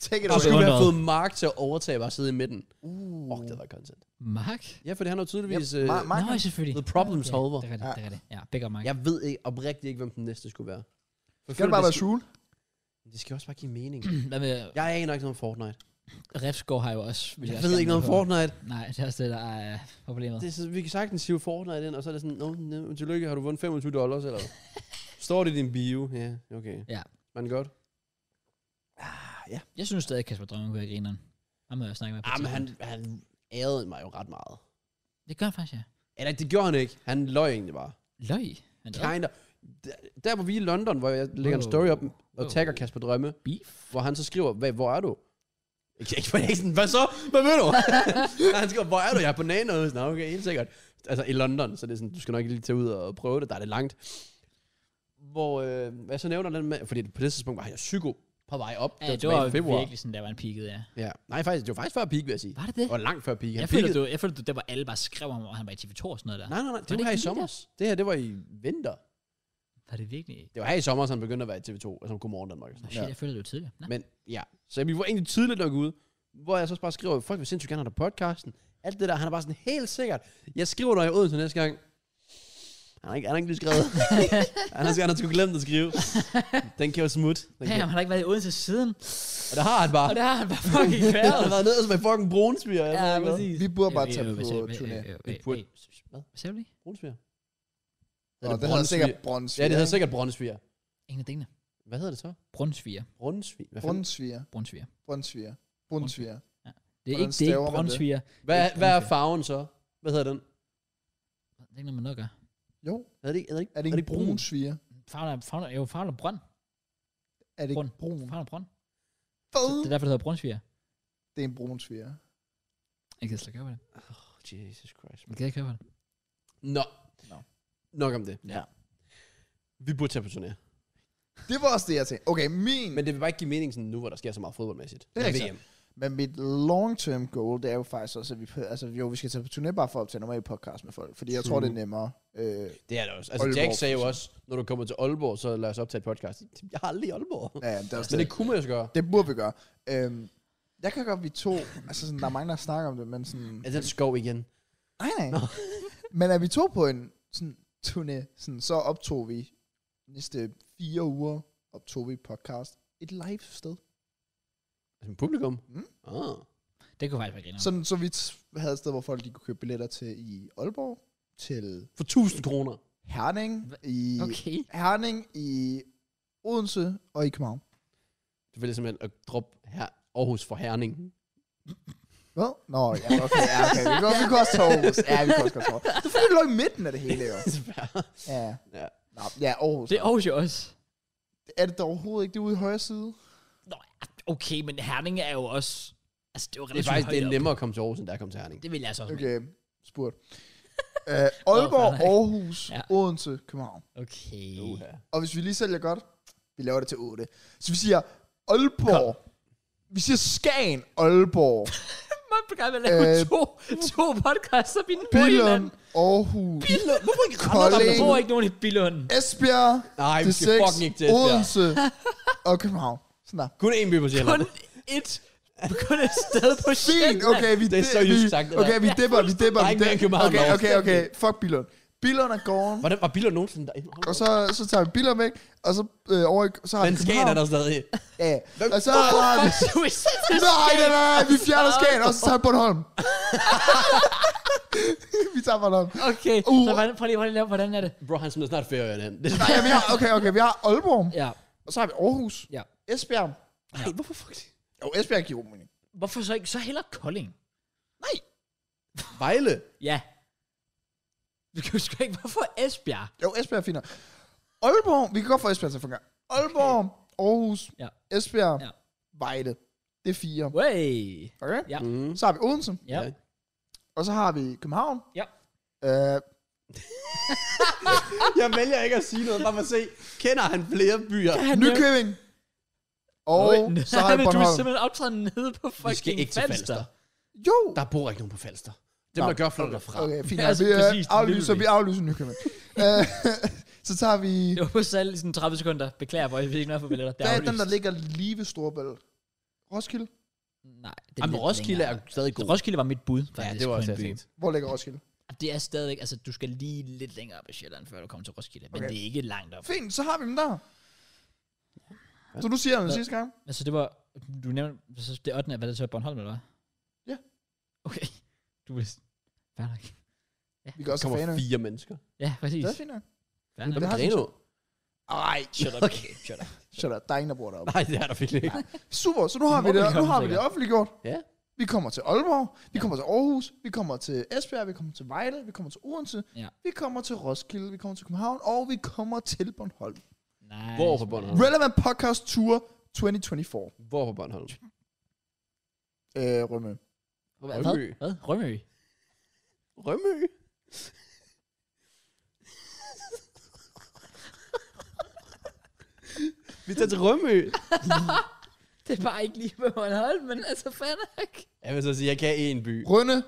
Take it Og så Absolut. away. kunne vi have undret. fået Mark til at overtage bare at sidde i midten. Åh, Uh. oh, det var content. Mark? Ja, fordi han er jo tydeligvis... Yep. Yep. Ma- Øh, Mark Nej, selvfølgelig. the problem Okay, solver. Det er rigtigt, det er rigtigt. Ja, big up, Mark. jeg ved ikke oprigtigt ikke, hvem den næste skulle være. For Skal det bare være skal, Shul? det skal også bare give mening. Hvad med, Jeg aner ikke noget om Fortnite. Refsgaard har jo også... vil Jeg også ved gerne ikke noget om med på. Fortnite. Nej, det er også det, der er problemet. Det er, så, vi kan sagtens sige Fortnite ind, og så er det sådan, Nå, no, tillykke, har du vundet 25 dollars, eller hvad? Står det i din bio? Ja, okay. Ja. Var den godt? Jeg synes stadig, at Kasper Drømme kunne være grineren. Han må jeg snakke med på Ah, men tidspunkt. han, han ærede mig jo ret meget. Det gør han faktisk, ja. Eller det gjorde han ikke. Han løj egentlig bare. Løg. Men der er Kinda. Der- Der hvor vi er i London, hvor jeg lægger en Wow. story op Wow. og tagger Kasper Drømme, beef. hvor han så skriver, Hvad, hvor er du? Ikke, ikke på næsen. Hvad så? Hvad ved du? han skriver, hvor er du? Jeg er på nanohus. Nå, okay, helt sikkert. Altså i London, så det er sådan, du skal nok lige tage ud og prøve det, der er det langt. Hvor, øh, hvad jeg så nævner den med, fordi på det tidspunkt var jeg psyko på vej op. Ja, det tilbage var i februar. virkelig sådan, der var en peaked, ja. Ja. Nej, faktisk, det var faktisk før peak, vil jeg sige. Var det det? Og langt før peak. Han Jeg føler, peakede- du, jeg føler, du, der var alle bare skrev om, og han var i TV2 og sådan noget der. Nej, nej, nej, Var det det var her i ikke lige sommer. Det her, det var i vinter. Var det virkelig? Det var her i sommer, så han begyndte at være i TV2, altså Godmorgen Danmark. Nå, shit, jeg føler det jo tidligere. Nå. Men ja, så vi var egentlig tidligt nok ude, hvor jeg så bare skriver, folk vil sindssygt gerne have dig på podcasten. Alt det der, han er bare sådan helt sikkert. Jeg skriver, når jeg er ude til næste gang. Han har ikke, han har ikke lige skrevet. han har, han har sgu glemt at skrive. Den kan jo smutte. Ja, Den kan. han har ikke været i Odense siden. Og det har han bare. Og det har han bare fucking Ah. Han kværet. har været nede som en fucking brunspiger. Ja, præcis. Vi burde bare Øh, øh, tage øh, på hvad siger- øh, turné. øh, øh, Vi øh, burde- øh, Hvad? Hvad sagde du lige? Brunspiger? Og det hedder sikkert Brundsviger. Ja, det hedder sikkert brunspiger. Ingen af tingene. Hvad hedder det så? Brunsviger. Brunsviger? Hvad, fanden? Brundsviger. Brunsviger. Brundsviger. Brundsviger. Det er Hvordan ikke, det er staver ikke man det? Brunsviger. hvad, ikke hvad er Brunsviger. farven så? Hvad hedder den? Det er ikke noget, man noget gør. Jo, Er det ikke, er det ikke, er det ikke Brunsviger? Fagler, fagler, jo, fagler brønd. Er det Brun. ikke brun? Fagler brønd. Oh. Hvad? Det er derfor, det hedder Brunsviger. Det er en brunsviger. Jeg kan slet ikke købe det. Oh, Jesus Christ. Jeg kan ikke købe det. Nå. Nå. Nok om det. Ja. Vi burde tage på turné. Det var også det, jeg tænkte. Okay, min... Men det vil bare ikke give mening sådan nu, hvor der sker så meget fodboldmæssigt. Det er Med rigtigt. VM. Men mit long-term goal, det er jo faktisk også, at vi, altså, jo, vi skal tage på turné bare for at optage normal podcast med folk, fordi jeg tror, True. det er nemmere. Øh, Det er det også. Altså, Aalborg, Jack sagde jo for også, når du kommer til Aalborg, så lad os optage et podcast. Jeg har aldrig i Aalborg. ja, det, er også Men det, det kunne man jo så gøre. det burde vi gøre. Øh, jeg kan godt, vi to, altså sådan, der er mange, der snakker om det, men sådan, Er den skov igen? nej, nej. Altså- Nå. Men er vi to på en sådan, turné, sådan, så optog vi næste fire uger, optog vi podcast et live sted. Altså, publikum? Mm. Ah. Det kunne faktisk være griner. Sådan, så vi t- havde et sted, hvor folk de kunne købe billetter til i Aalborg, til For 1000 kroner. Herning, i Okay. Herning, i Odense og i København. Du vælger simpelthen at droppe her Aarhus for Herning. Hvad? Nå, ja, okay, ja, okay. Vi kunne, vi kunne også tage Aarhus. Ja, vi kunne også godt tage Aarhus. Det er fordi, det lå i midten af det hele, jo. Ja, ja. Nå, ja Aarhus. Det er Aarhus jo også. Er det da overhovedet ikke? Det er ude i højre side. Nå, okay, men Herning er jo også... Altså, det er jo Det er relativt faktisk det er højt op. nemmere at komme til Aarhus, end der er at komme til Herning. Det vil jeg så også okay. Okay, spurgt. Øh, Aalborg, Frederik. Aarhus, Ja. Odense, København. Okay. Uha. Og hvis vi lige sælger godt, vi laver det til 8. Så vi siger Aalborg. Vi siger Skagen, Aalborg, Man kan gerne lave Øh, to, to podcasts om i Nordjylland. Billund, Aarhus, Billund. Hvorfor ikke Kolding. Der bor ikke nogen i Billund. Esbjerg, Nej, vi det skal 6, fucking ikke til Esbjerg. Odense og København. Sådan der. Kun én by på Kun Sjælland. et, kun et sted på Fint, Sjælland. okay, vi, Det er di- så jysk vi- sagt, det der. Okay, vi dipper, vi dipper. Der er vi ikke mere dipper. København Okay, over. okay, okay, fuck Billund. Billund er gården, Hvordan var Billund nogensinde der? og så, så tager vi Billund væk, og så øh, over i, så har Men vi Skagen er København. der stadig. Ja, og så har vi... Fuck, suicide. Nej, nej, nej, nej, vi fjerner Skagen, og så tager vi Bornholm. vi tager Bornholm. Okay, Uh. så hvordan, prøv lige, prøv lige at lave, hvordan er det? Bro, han smider snart ferien hen. Det er Nej, ja, vi har, okay, okay, vi har Aalborg, Ja, og så har vi Aarhus, ja. Esbjerg. Nej, hvorfor fuck det? Jo, Esbjerg giver god mening. Hvorfor så ikke? Så heller Kolding. Vejle. Ja. Du kan jo sgu ikke, hvorfor Esbjerg? Jo, Esbjerg er finere. Aalborg, vi kan godt få Esbjerg til at fungere. Aalborg, Aarhus, Ja. Esbjerg, Ja. Vejle. Det er fire. Way. Okay? Ja. Mm. Så har vi Odense, Ja. Ja. og så har vi København. Ja. Øh, Jeg vælger ikke at sige noget, bare for at se, kender han flere byer? Nykøbing. Og Nej, så har vi men Du er Bornholm. simpelthen optaget nede på fucking ikke til Falster. Jo! Der bor ikke nogen på Falster. Dem, Nå, der gør, flytter derfra. Okay, fint. Ja, Altså, altså, vi, øh, præcis, aflyser, vi literally. aflyser Nykøbing. Øh, så tager vi... Det var på salg i sådan 30 sekunder. Beklager, boys, vi fik ikke noget for billetter. Det Hvad er aflyst. den, der ligger lige ved Storebælt? Roskilde? Nej, det er Jamen, lidt Roskilde er længere. Altså, stadig god. Roskilde var mit bud, Ja, faktisk. det var på også en by. fint. Hvor ligger Roskilde? Det er stadigvæk, altså du skal lige lidt længere op i Sjælland, før du kommer til Roskilde. Men Okay. okay. det er ikke langt op. Fint, så har vi dem der. Så du siger den Hvad? sidste gang. Altså det var, du nævnte, så det 8. var det så Bornholm, eller hvad? Ja. Okay. Du vidste. Fair nok. Vi kan Der også have kommer faner. fire mennesker. Ja, præcis. Det er fint. nok. Fair Hvad nok. med har vi Grenaa? Ej, Shut up. Okay, shut up. shut up. Der er ingen, der bor deroppe. Nej, det er der virkelig ikke. Super, så nu har Må vi vi det, nu komme har vi sikkert. det offentliggjort. Ja. Vi kommer til Aalborg, vi Ja. kommer til Aarhus, vi kommer til Esbjerg, vi kommer til Vejle, vi kommer til Odense, Ja. vi kommer til Roskilde, vi kommer til København, og vi kommer til Bornholm. Nice. Hvor på Bornholm? Relevant Podcast Tour 2024. Hvor på Bornholm? Øh, Rømø. Hvad? Rømø. Hvad? Rømø? Rømø. Vi tager til Rømø. Det er bare ikke lige på Bornholm, men altså fair nok. Jeg vil så sige, jeg kan én by. Rønne.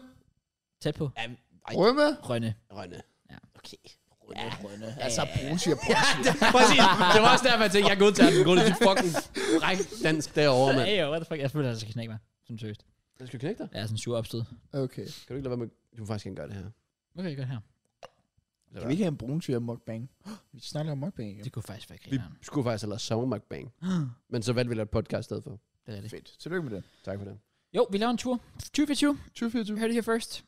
Tæt på. Ja, ej, Rømme. Rønne. Rønne. Ja. Okay. Rønne, Rønne. Altså, Brunsviger, Præcis. Det var også derfor, jeg tænkte, jeg godtager den grunde til fucking fræk dansk derovre, mand. Hey, yo, what the fuck? Jeg føler, at jeg skal knække mig. Sådan seriøst. Jeg skal knække dig. Jeg er sådan sur opstød. Okay. Kan du ikke lade være med... Du må faktisk ikke gøre det her. Okay, godt her. Kan vi ikke have en brunsviger mukbang? Vi snakker om mukbang igen. Det kunne faktisk være Vi grineren. skulle faktisk have lavet sommermukbang. Men så valgte vi at lave et podcast i stedet for. Det er det. Fedt. Tillykke med det. Tak for det. Jo, vi laver en tur. 2024. 2024. Du hørte det her først.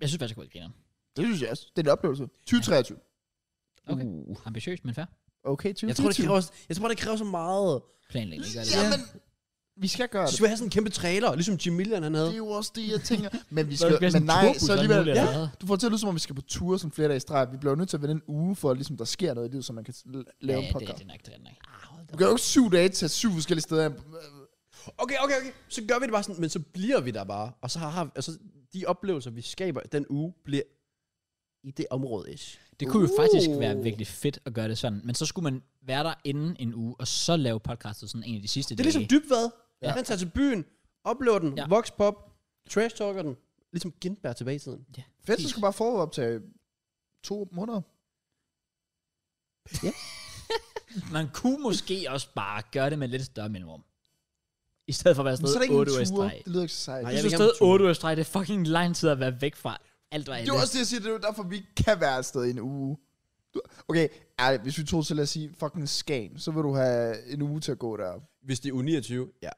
Jeg synes faktisk, det kunne være grineren. Det synes jeg også. Det er en oplevelse. 2023. Okay. Uh. Ambitiøst, men fair. Okay, 2023. Jeg tror, det kræver, jeg tror, det kræver så meget. Planlægning. gør det. Jamen, vi skal gøre Så det. skulle jeg have sådan en kæmpe trailer, ligesom Jim Millian, han havde. Det er jo også det, jeg tænker. Men vi Så skal... det bliver Men sådan en nej, turbus så eller alligevel... noget, Ja. eller hvad? Du får det til at lyde, som om vi skal på tur som flere dage i streg. Vi bliver jo nødt til at vende en uge, for at ligesom, der sker noget i livet, så man kan l- lave ja, det en er podcast. det nok, det er det nok. Du kan jo ikke syv dage til syv forskellige steder. Øh, Okay, okay, okay. Så gør vi det bare sådan, men så bliver vi der bare. Og så har, har altså, de oplevelser, vi skaber den uge, bliver i det område ish. Det kunne jo faktisk være Uh. virkelig fedt at gøre det sådan, men så skulle man være der inden en uge, og så lave podcastet sådan en af de sidste Det er ligesom dybvad. Ja. Ja. Han tager til byen, uploader den, Ja. ja. voxpop, trash talker den. Ligesom Gindberg tilbage i tiden. Ja, Fedt, så skulle bare forudoptage to måneder. Man kunne måske også bare gøre det med lidt større mellemrum. I stedet for at være Men så er sådan der ikke noget 8 uger i en tur. streg. Det lyder ikke så sejt. Nej, Jeg jeg synes vil stadig gerne på tur. 8 uger i streg, det er fucking lang tid at være væk fra alt og alle. Det er jo også det, jeg siger. Det er jo derfor, vi ikke kan være afsted i en uge. Du- Okay, ærligt, hvis vi tog til, lad os sige, fucking Skagen, så vil du have en uge til at gå der. Hvis det er u 29, ja.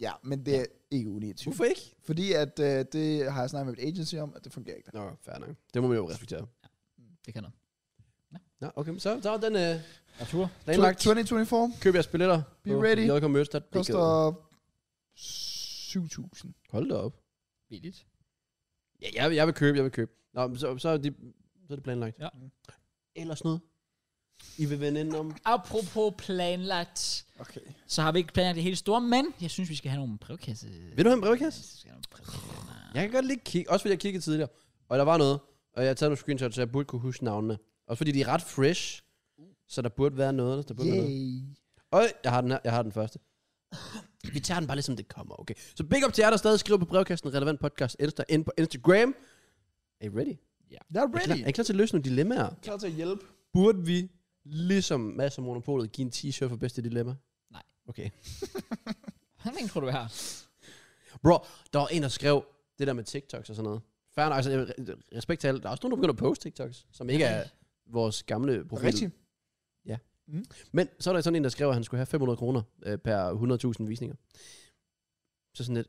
Ja, men det er ikke uge 29. Hvorfor ikke? Fordi at, øh, det har jeg snakket med mit agency om, at det fungerer ikke. Nå, fair nok. Det må man jo respektere. det kan noget. Nå, okay, så, så er den øh, Arthur? planlagt. 2024 Køb jeres billetter. Be ready. Jeg kommer koster 7.000. Hold da op. billigt. Ja, jeg, jeg vil købe, jeg vil købe. Nå, men så, så, er det, så er det planlagt. Ja. Ellers noget. I vil vende ind om. Apropos planlagt, Okay. så har vi ikke planlagt det hele store, men jeg synes, vi skal have nogle brevkasse. Vil du have en brevkasse? Jeg synes, vi skal have nogle brevkasse. Jeg kan godt lige kigge, også fordi jeg kiggede tidligere. Og der var noget, og jeg har taget nogle screenshots, så jeg burde kunne huske navnene. Også fordi de er ret fresh, så der burde være noget. Der burde være noget. Yay. Og jeg har den her, jeg har den første. Vi tager den bare ligesom det kommer, okay? Så big up til jer, der stadig skriver på brevkassen relevant podcast Insta, ind på Instagram. Er I ready? Jeg er Er I klar, ready. er I klar til at løse nogle dilemmaer? klar til at hjælpe. Burde vi, ligesom Mads og Monopolet, give en t-shirt for bedste dilemma? Nej. Okay. Hvor længe tror du, vi har? Bro, der var en, der skrev det der med TikToks og sådan noget. Fair nok, altså jeg- respekt til alle. Der er også nogen, der begynder at poste TikToks, som ikke er vores gamle profil. Rigtig. Men så er der sådan en, der skrev, at han skulle have 500 kroner øh, per 100.000 visninger. Så sådan lidt.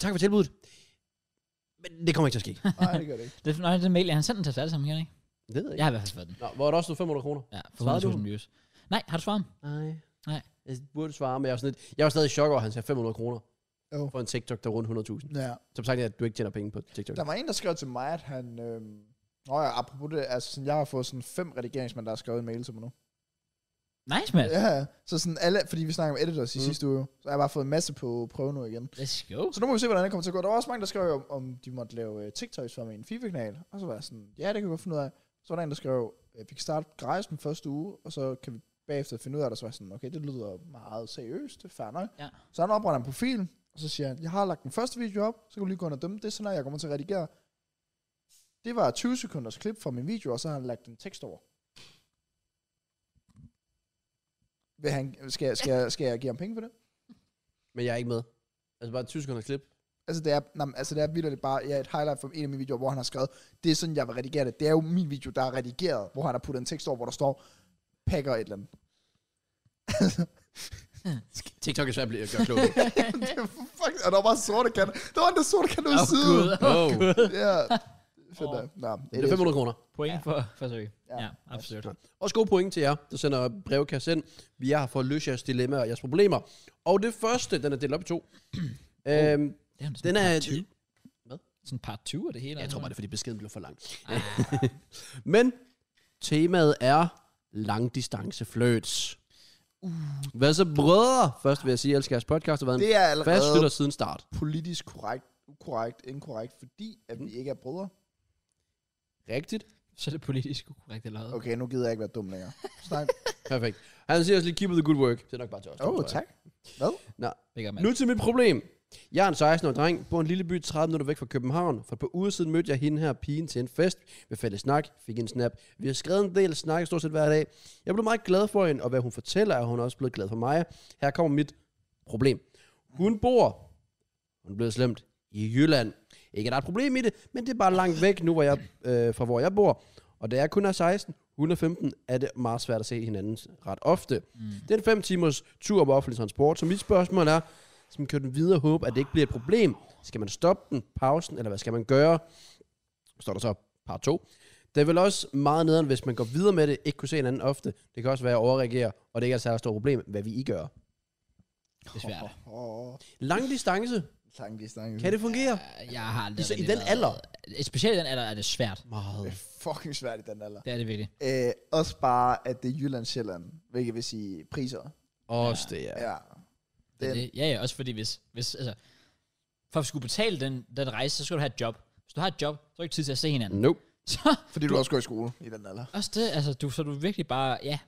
Tak for tilbuddet. Men det kommer ikke til at ske. Nej, det gør det ikke. Det er nøj, den mail, han sendte den til os alle sammen, kan ikke? Det ved jeg Jeg ikke. har i hvert fald fået den. Nå, hvor er der også stod 500 kroner? Ja, for Svarede du? 100.000 views. Nej, har du svaret? Nej. Nej. Jeg burde svare, men jeg var, sådan lidt, jeg var stadig i chok over, at han sagde 500 kroner Oh. for en TikTok, der er rundt 100.000. Ja. Som sagt, at du ikke tjener penge på TikTok. Der var en, der skrev til mig, at han... Øhm, Nå ja, apropos det, altså sådan, jeg har fået sådan fem redigeringsmænd, der har skrevet en mail til mig nu. Nice, mand. Ja, så sådan alle, fordi vi snakker om editors i Mm. sidste uge, så har jeg bare fået en masse på prøve nu igen. Let's go. Så nu må vi se, hvordan det kommer til at gå. Der var også mange, der skrev, om, om de måtte lave øh, TikToks for min FIFA-kanal. Og så var jeg sådan, ja, det kan vi godt finde ud af. Så var der en, der skrev, øh, vi kan starte gratis den første uge, og så kan vi bagefter finde ud af det. Så var jeg sådan, okay, det lyder meget seriøst, det er fair nok. Ja. Så han opretter en profil, og så siger han, jeg har lagt den første video op, så kan du lige gå ind og dømme det, så når jeg kommer til at redigere. Det var 20 sekunders klip fra min video, og så har han lagt en tekst over. Vil han, skal, jeg- skal, jeg, skal jeg give ham penge for det? Men jeg er ikke med. Altså bare 20 sekunder klip. Altså det er, nej, altså det er vildt bare ja, et highlight fra en af mine videoer, hvor han har skrevet, det er sådan, jeg vil redigere det. Det er jo min video, der er redigeret, hvor han har puttet en tekst over, hvor der står, pakker et eller andet. TikTok er svært at blive- at gøre klog. på. det var fuck, og der var bare sorte kan. Der var en der sorte kan ude Åh, oh, siden. Gud. Åh, Wow. Gud. Ja, fedt Åh. oh. Nå, Det er 500 kroner. Point Ja. for forsøg. Ja. Ja, absolut. Også gode point til jer, der sender brevkasse ind. Vi er her for at løse jeres dilemmaer og jeres problemer. Og det første, den er delt op i to. øhm, Det er jo sådan den er... part two. Hvad? Sådan part 2 af det hele. Jeg altså. tror bare, det er, fordi beskeden blev for lang. Ah, Men temaet er langdistancefløts. Uh. Hvad så, brødre? Først vil jeg sige, at jeg elsker jeres podcast. Det har været Det er en fast lytter allerede siden start. politisk korrekt, ukorrekt, inkorrekt, fordi at vi ikke er brødre. Rigtigt. så er det politisk ukorrekt eller hvad? Okay, nu gider jeg ikke være dum længere. Snak. Perfekt. Han siger også lige, keep up the good work. Det er nok bare til os. Åh, tror oh, jeg. tak. Big up, man. Nu til mit problem. Jeg er en 16-årig dreng, bor i en lille by 30 minutter væk fra København. For et par uger siden mødte jeg hende her pigen til en fest. Vi faldt i snak, fik en snap. Vi har skrevet en del snak stort set hver dag. Jeg blev meget glad for hende, og hvad hun fortæller, er hun også blevet glad for mig. Her kommer mit problem. Hun bor, hun blev slemt, i Jylland. Ikke at der er et problem i det, men det er bare langt væk nu, hvor jeg, øh, fra hvor jeg bor. Og da jeg kun er 16, hun er 15, er det meget svært at se hinanden ret ofte. Mm. Det er en 5 timers tur på offentlig transport, så mit spørgsmål er, skal man køre den videre og håbe, at det ikke bliver et problem? Skal man stoppe den, pausen, eller hvad skal man gøre? Står der så par 2. Det er vel også meget nederen, hvis man går videre med det, ikke kunne se hinanden ofte. Det kan også være at overreagere, og det ikke er et særligt stort problem, hvad vi I gør. Det er svært. Åh, oh, oh. Lang distance, Lang distance. kan det fungere? Øh, Jeg har aldrig I, så, i rigtig den været- alder? Specielt i den alder er det svært. Det Meget. er fucking svært i den alder. Det er det virkelig. Øh, også bare, at det er Jylland-Sjælland, hvilket vil sige priser. Også det, ja. Ja. Det, er Den- det, ja, ja, også fordi hvis, hvis altså, for at skulle betale den, den rejse, så skal du have et job. Hvis du har et job, så er du ikke tid til at se hinanden. Nope. Så Fordi du, også går i skole i den alder. også det, altså, du, så er du virkelig bare, ja,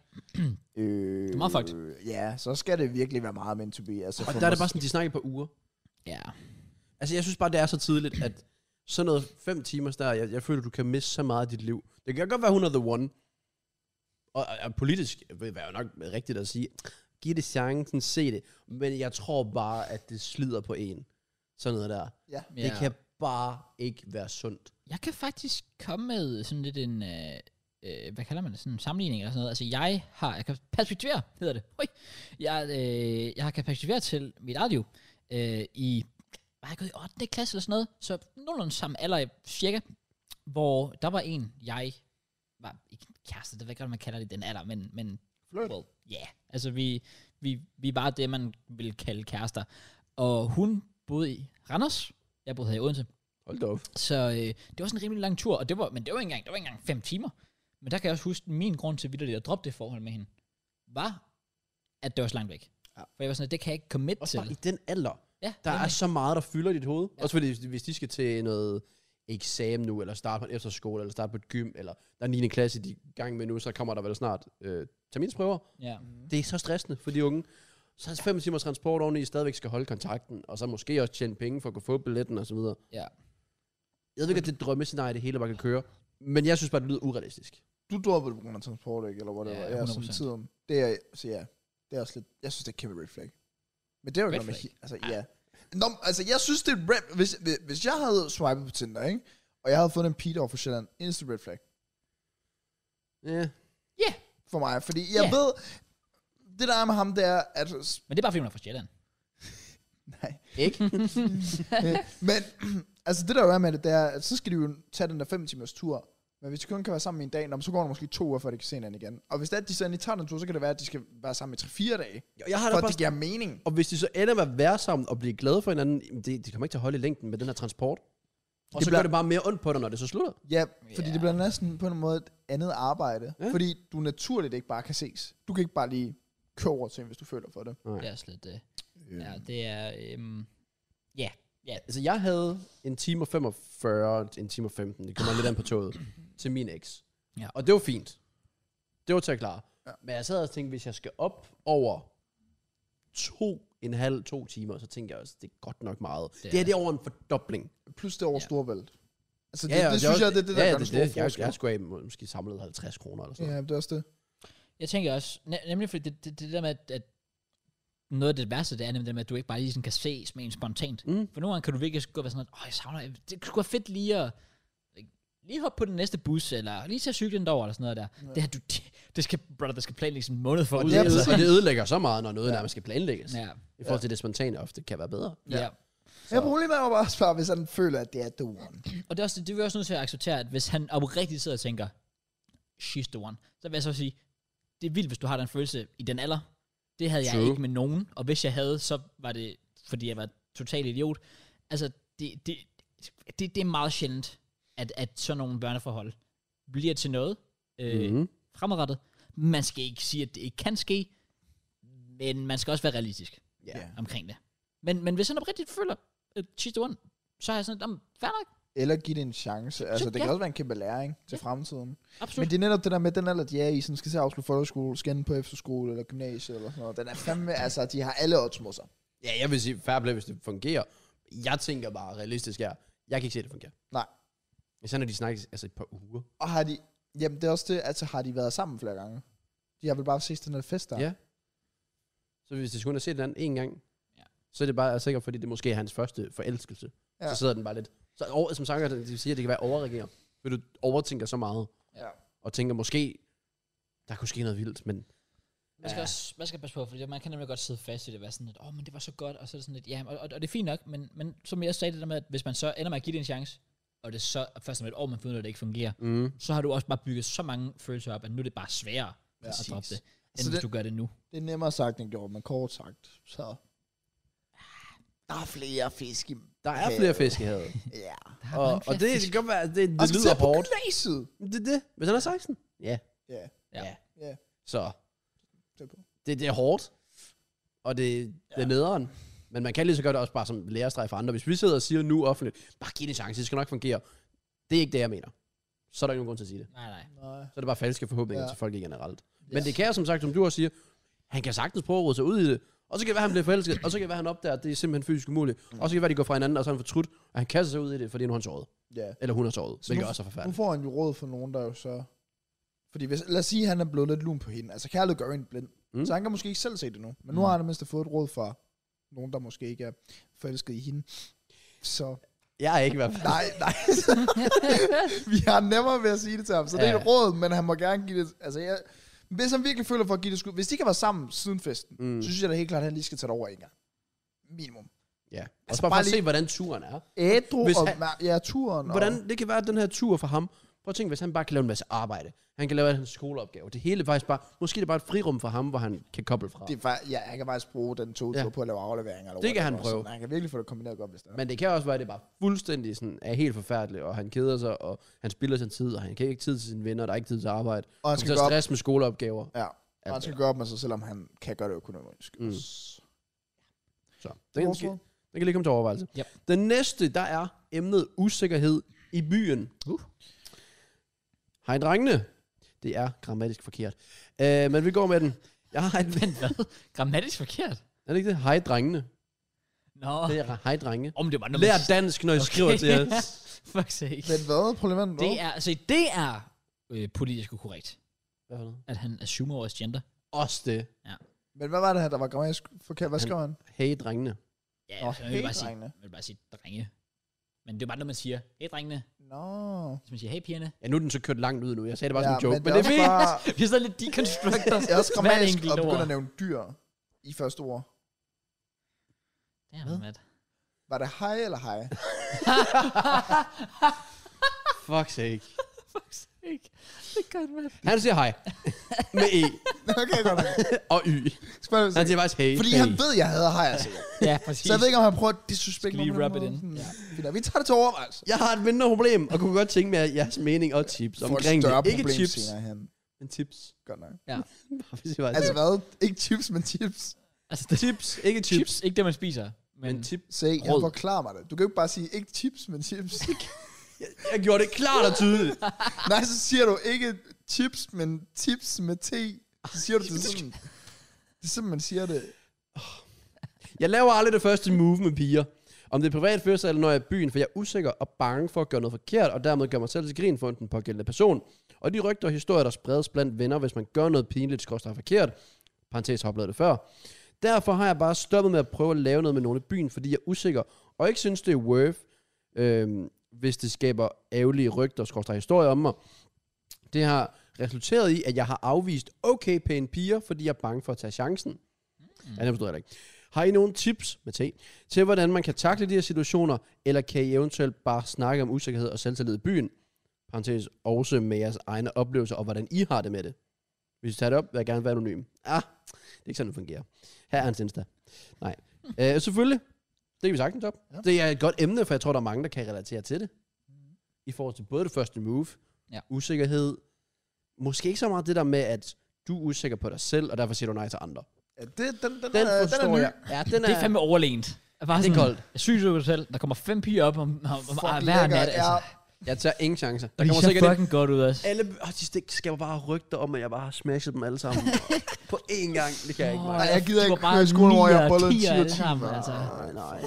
Øh, det er meget fucked. Ja, så skal det virkelig være meget meant to be. Altså, Og for der er det mig- bare sådan, de snakker på uger. ja. Altså, jeg synes bare, det er så tidligt, at sådan noget fem timer der, jeg, jeg føler, du kan miste så meget af dit liv. Det kan godt være, hun er the one. Og, og, og politisk vil være nok rigtigt at sige, giv det chancen, se det. Men jeg tror bare, at det slider på en. Sådan noget der. Ja. ja. Det kan bare ikke være sundt. Jeg kan faktisk komme med sådan lidt en, øh, øh, hvad kalder man det, sådan en sammenligning eller sådan noget. Altså jeg har, jeg kan perspektivere, hedder det. Ui. Jeg, øh, jeg kan perspektivere til mit eget liv øh, i, var jeg gået i 8. klasse eller sådan noget, så nogenlunde samme alder cirka, hvor der var en, jeg var ikke en kæreste, det ved jeg ikke, hvad man kalder det i den alder, men, men Flirt. well, yeah. Altså vi, vi, vi var det, man ville kalde kærester. Og hun boede i Randers, Jeg boede her i Odense. Hold da op. Så øh, det var sådan en rimelig lang tur, og det var, men det var ikke engang, det var ikke engang fem timer. Men der kan jeg også huske, min grund til vidderligt at droppe det forhold med hende, var, at det var så langt væk. Ja. Ja. For jeg var sådan, at det kan jeg ikke commit Også til. bare i den alder. Ja, Der er nemlig. så meget, der fylder i dit hoved. Ja. Også fordi, hvis de skal til noget eksamen nu, eller starte på en efterskole, eller starte på et gym, eller der er 9. klasse, de er i gang med nu, så kommer der vel snart øh, terminsprøver. ja. Det er så stressende for de unge. Så er det fem timers transport oveni, I stadigvæk skal holde kontakten, og så måske også tjene penge for at kunne få billetten og så videre. Ja. Jeg ved ikke, at det er et drømmescenarie, det hele bare kan køre. Men jeg synes bare, det lyder urealistisk. Du droppede på grund af transport, ikke? Eller whatever. Ja, Ja, ja sådan 100%. tiden. Det er, så ja, det er også lidt, jeg synes, det er et kæmpe red flag. Men det er jo Red noget med, flag? hi- altså ja. Nå, men, altså jeg synes, det er et red, hvis, hvis- hvis jeg havde swipet på Tinder, ikke? Og jeg havde fundet en pige over for Sjælland, eneste red flag Ja. for mig. Fordi jeg Ja. ved, det der er med ham, det er, at... Men det er bare, fordi hun er fra Sjælland. Nej. Ikke? Øh, men altså det der jo er med det, det er, at så skal de jo tage den der 5 timers tur. Men hvis de kun kan være sammen i en dag, nå, men så går der måske to uger, før de kan se hinanden igen. Og hvis det er, at de så endelig tager den tur, så kan det være, at de skal være sammen i 3-4 dage. Jeg har For da at bare det giver mening. Og hvis de så ender med at være sammen og blive glade for hinanden, jamen det, det kommer ikke til at holde i længden med den her transport. Og det så bliver- gør det bare mere ondt på dig, når det så slutter. Ja, fordi Ja. det bliver næsten på en måde et andet arbejde. Ja. Fordi du naturligt ikke bare kan ses. Du kan ikke bare lige køre over til en, hvis du føler for det. Det er også lidt, øh, ja, Øhm, det er, øhm, ja, ja, Altså, jeg havde en time og 45, en time og 15, det kommer lidt an på toget, til min eks. Ja. Og det var fint. Det var til at klare. Ja. Men jeg sad og tænkte, hvis jeg skal op over to en halv, to timer, så tænker jeg også, det er godt nok meget. Det, er det her det. det er over en fordobling. Plus det over Ja. ja. Storvælt. Altså det, ja, det, det synes også- jeg, det er det, der ja, det, gør den det, store jeg, jeg, forskel. jeg skulle have måske samlet 50 kroner eller sådan noget. Ja, det er også det. Jeg tænker også, ne- nemlig fordi det, det, det der med, at, at noget af det værste, det er nemlig det med, at du ikke bare lige sådan kan ses med en spontant. Mm. For nogle gange kan du virkelig gå og være sådan, at Åh, jeg savner, det skulle være fedt lige at lige hoppe på den næste bus, eller lige tage cyklen derover, eller sådan noget der. Ja. Det, her, du, det, det skal, brother, der skal planlægges en måned for. Og ud. det, Ja, ødelægger, præcis. og det ødelægger så meget, når noget Ja. nærmest skal planlægges. ja, I forhold til det spontane ofte kan være bedre. ja. Ja. ja. Så. Jeg problemet er jo bare også bare, hvis han føler, at det er the one. Og det er, også, det er vi også nødt til at acceptere, at hvis han oprigtigt sidder og tænker, she's the one, så vil jeg så sige, det er vildt, hvis du har den følelse i den alder. Det havde jeg True. ikke med nogen, og hvis jeg havde, så var det, fordi jeg var total idiot. Altså, det, det, det, det er meget sjældent, at, at sådan nogle børneforhold bliver til noget øh, mm-hmm. Mm-hmm. fremadrettet. Man skal ikke sige, at det ikke kan ske, men man skal også være realistisk Ja. omkring det. Men, men hvis han oprigtigt føler, at she's the one, så er jeg sådan, "Jamen, fair nok, Eller give det en chance. Altså det kan ja. også være en kæmpe læring til Ja. fremtiden. absolut. Men det er netop det der med den alder, de er i, som skal til at afslutte folkeskole, skal ind på efterskole eller gymnasiet eller sådan noget. Den er fandme, altså de har alle odds mod sig. ja, jeg vil sige fair play, hvis det fungerer. Jeg tænker bare realistisk her. Jeg kan ikke se, at det fungerer. Nej. Især når de snakkes altså et par uger. Og har de, jamen det er også det, altså har de været sammen flere gange? De har vel bare ses til noget fest der? Ja. Så hvis de skulle have set den anden en gang, Ja. ja. så er det bare sikkert, fordi det måske er hans første forelskelse. Ja. Ja. Så sidder den bare lidt. Så over, som sagt, de siger, at det kan være overreagere. Fordi du overtænker så meget. Ja. Og tænker måske, der kunne ske noget vildt, men Man skal, Ja. også, man skal passe på, fordi man kan nemlig godt sidde fast i det, og være sådan lidt, åh, oh, men det var så godt, og så er det sådan lidt, ja, og, og, og det er fint nok, men, men som jeg også sagde det der med, at hvis man så ender med at give det en chance, og det så først om et år, man finder ud af, at det ikke fungerer, mm. så har du også bare bygget så mange følelser op, at nu er det bare sværere ja, at Præcis. droppe det, end Så hvis det, du gør det nu. det er nemmere sagt end gjort, men kort sagt, så... Der er flere fisk i... der er Ja. flere fisk i havet. Ja. og, og det, det kan godt være, det, det Og så lyder tag på hårdt. gymnasiet! Det er det. Hvis han er 16? Ja. Ja. Ja. Ja. Så tag på. det, det er hårdt, og det, det er nederen. Men man kan lige så godt også bare som lærestreg for andre. Hvis vi sidder og siger nu offentligt, bare giv det en chance, det skal nok fungere. Det er ikke det, jeg mener. Så er der ikke nogen grund til at sige det. Nej, nej. Nej. Så er det bare falske forhåbninger ja. Ja. til folk generelt. Men det kan som sagt, som du også siger, han kan sagtens prøve at rode sig ud i det. Og så kan det være, han bliver forelsket, og så kan det være, han opdager, at det er simpelthen fysisk umuligt. Mm. Og så kan det være, de går fra hinanden, og så er han fortrudt, og han kaster sig ud i det, fordi nu er han såret. Ja. Eller hun er såret, Så hvilket nu- også er Nu forfærdeligt. får han jo råd fra nogen, der jo så... Fordi hvis, lad os sige, at han er blevet lidt lun på hende. Altså kærlighed gør en blind. Mm. Mm. Så han kan måske ikke selv se det nu. Men nu Mm. har han mindst fået et råd fra nogen, der måske ikke er forelsket i hende. Så Jeg er ikke i hvert fald. nej, nej. Vi har nemmere ved at sige det til ham. Så det er Ja. et råd, men han må gerne give det... Altså jeg, hvis han virkelig føler for at give det skud... Hvis de kan være sammen siden festen, Mm. mm. så synes jeg da helt klart, at han lige skal tage det over en gang. Minimum. Ja. Og Altså, så bare for bare at se, lige- hvordan turen er. Ædru Hvis og han- han, ja, turen. Hvordan, det kan være, at den her tur for ham, Prøv at tænke, hvis han bare kan lave en masse arbejde. Han kan lave hans skoleopgave. Det hele er faktisk bare... Måske er det bare et frirum for ham, hvor han kan koble fra. Det er fa- ja, han kan faktisk bruge den to Ja. ja. på at lave afleveringer. Eller Det kan han whatever, prøve. sådan. Han kan virkelig få det kombineret godt, hvis det er. Men det kan også være, at det bare fuldstændig sådan, er helt forfærdeligt, og han keder sig, og han spilder sin tid, og han kan ikke tid til sine venner, og der er ikke tid til arbejde. og han Han skal, skal gå op, stress med skoleopgaver. ja, og han Alt det skal der. gå op med sig, selvom han kan gøre det økonomisk. Mm. Mm. Så den kan, Hvorfor? den kan lige komme til overvejelse. Yep. Den næste, der er emnet usikkerhed i byen. Uh. Hej drengene. Det er grammatisk forkert. Uh, men vi går med den. Jeg har et... Men hvad? Grammatisk forkert? Er det ikke det? Hej drengene. Nå, Det er hej drenge. om det var noget... Lær dansk, når I Okay. skriver til os. Fuck sake. Men hvad? Problemet Det er, altså, det er øh, politisk korrekt, Hvad for noget? at han assumer vores gender. Også det. Men hvad var det her, der var grammatisk forkert? Hvad Han- skrev han? Hey drengene. Ja, Nå, altså, man vil hey, bare sige, drengene. man vil bare sige drenge. Men det er bare noget, man siger, hey drengene, Nå. hvis man siger, hey pigerne. Ja, nu er den så kørt langt ud nu. Jeg sagde det bare ja, som en Ja, joke. Men, men men det det er er fint. også bare- Vi er så lidt deconstructed. Jeg er også grammatisk enkelt og begynder ord. at nævne dyr i første ord. Damn, Matt. Var det hej eller hej? Fuck sake. Fuck sake. Det er godt, Matt. Han siger hej. Med E okay, godt. nok. og Y. Skal man- Han siger faktisk hey. Fordi hey. han ved, jeg hader hej, altså. Ja, præcis. Så jeg ved ikke, om han prøver at disrespekte Skal vi mig på den rub it måde. in? Sådan, fint nok. Vi tager det til overvejelse. Jeg har et mindre problem, og kunne godt tænke mig jeres mening og tips Får et omkring større det. Ikke problem tips, senere hen. men tips. Godt nok. Hvis jeg bare Altså siger- hvad? Ikke chips, men chips. Altså, det er tips, ikke chips. tips, chips. Ikke det, man spiser. Men, men men tips. Se, jeg Råd. forklarer mig det. Du kan jo ikke bare sige, ikke chips, men chips. Jeg, jeg gjorde det klart og tydeligt. Nej, så siger du ikke chips, men tips med T. Så siger du det sådan. Det er sådan, man siger det. Jeg laver aldrig det første move med piger. Om det er privat fødsel eller når jeg er i byen, for jeg er usikker og bange for at gøre noget forkert, og dermed gør mig selv til grin for den pågældende person. Og de rygter og historier, der spredes blandt venner, hvis man gør noget pinligt, skorstræk forkert. Parenthes har jeg oplevet det før. Derfor har jeg bare stoppet med at prøve at lave noget med nogen i byen, fordi jeg er usikker og ikke synes, det er worth, øhm, hvis det skaber ærgerlige rygter og skorstræk historier om mig. Det har resulteret i, at jeg har afvist okay pæne piger, fordi jeg er bange for at tage chancen. Mm. Ja, det forstod jeg heller ikke. Har I nogle tips, med T, til hvordan man kan takle de her situationer, eller kan I eventuelt bare snakke om usikkerhed og selvtillid i byen? Parenthes, også med jeres egne oplevelser, og hvordan I har det med det. Hvis I tager det op, vil jeg gerne være anonym. Ah, det er ikke sådan, det fungerer. Her er hans Insta. Nej. Øh, selvfølgelig. Det kan vi sagtens op. Ja. Mm. Ja. Det er et godt emne, for jeg tror, der er mange, der kan relatere til det. I forhold til både det første move, Ja. usikkerhed, måske ikke så meget det der med, at du er usikker på dig selv, og derfor siger du nej til andre. Ja, det, den, den, Den er, Øh, den er forstår ny. jeg. Ja, den er, det er fandme overlænt. Bare det er sådan, koldt. Jeg synes du selv, der kommer fem piger op om, om, om Fuck, hver lækker. nat. Altså. Ja, Jeg tager ingen chancer. Der Der kommer kommer sikkert en... fucking godt ud altså. også. Alle... Oh, de stik- skaber bare rygter om, at jeg bare har smashet dem alle sammen. på én gang. Det kan jeg ikke Nej, meget. jeg gider altså, De var ikke bare køre i skolen, hvor jeg nier og tier bollede 10 og alle 10. sammen, mand. altså. Nej, nej.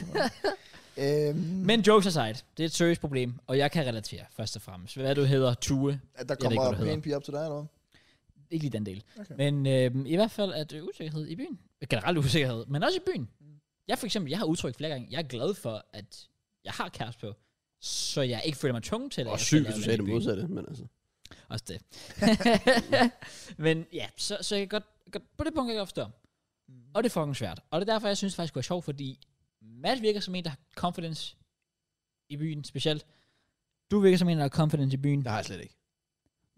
Øhm, Men jokes aside, det er et seriøst problem, og jeg kan relatere først og fremmest. Hvad er det, du hedder? Tue. at der ikke, kommer hvad det hedder. pæne piger op til dig, eller hvad? Ikke lige den del. Okay. Men øh, i hvert fald, at øh, usikkerhed i byen. Generelt usikkerhed, men også i byen. Jeg for eksempel, jeg har udtrykt flere gange, jeg er glad for, at jeg har kæreste på, så jeg ikke føler mig tung til at Og jeg skal sygt, lave hvis du den sagde i det altså byen. modsatte. Men altså. Også det. men ja, så, så jeg kan godt, godt, på det punkt kan jeg godt forstå. Og det er fucking svært. Og det er derfor, jeg synes det faktisk, det var sjovt, fordi Matt virker som en, der har confidence i byen specielt. Du virker som en, der har confidence i byen. Det har jeg slet ikke.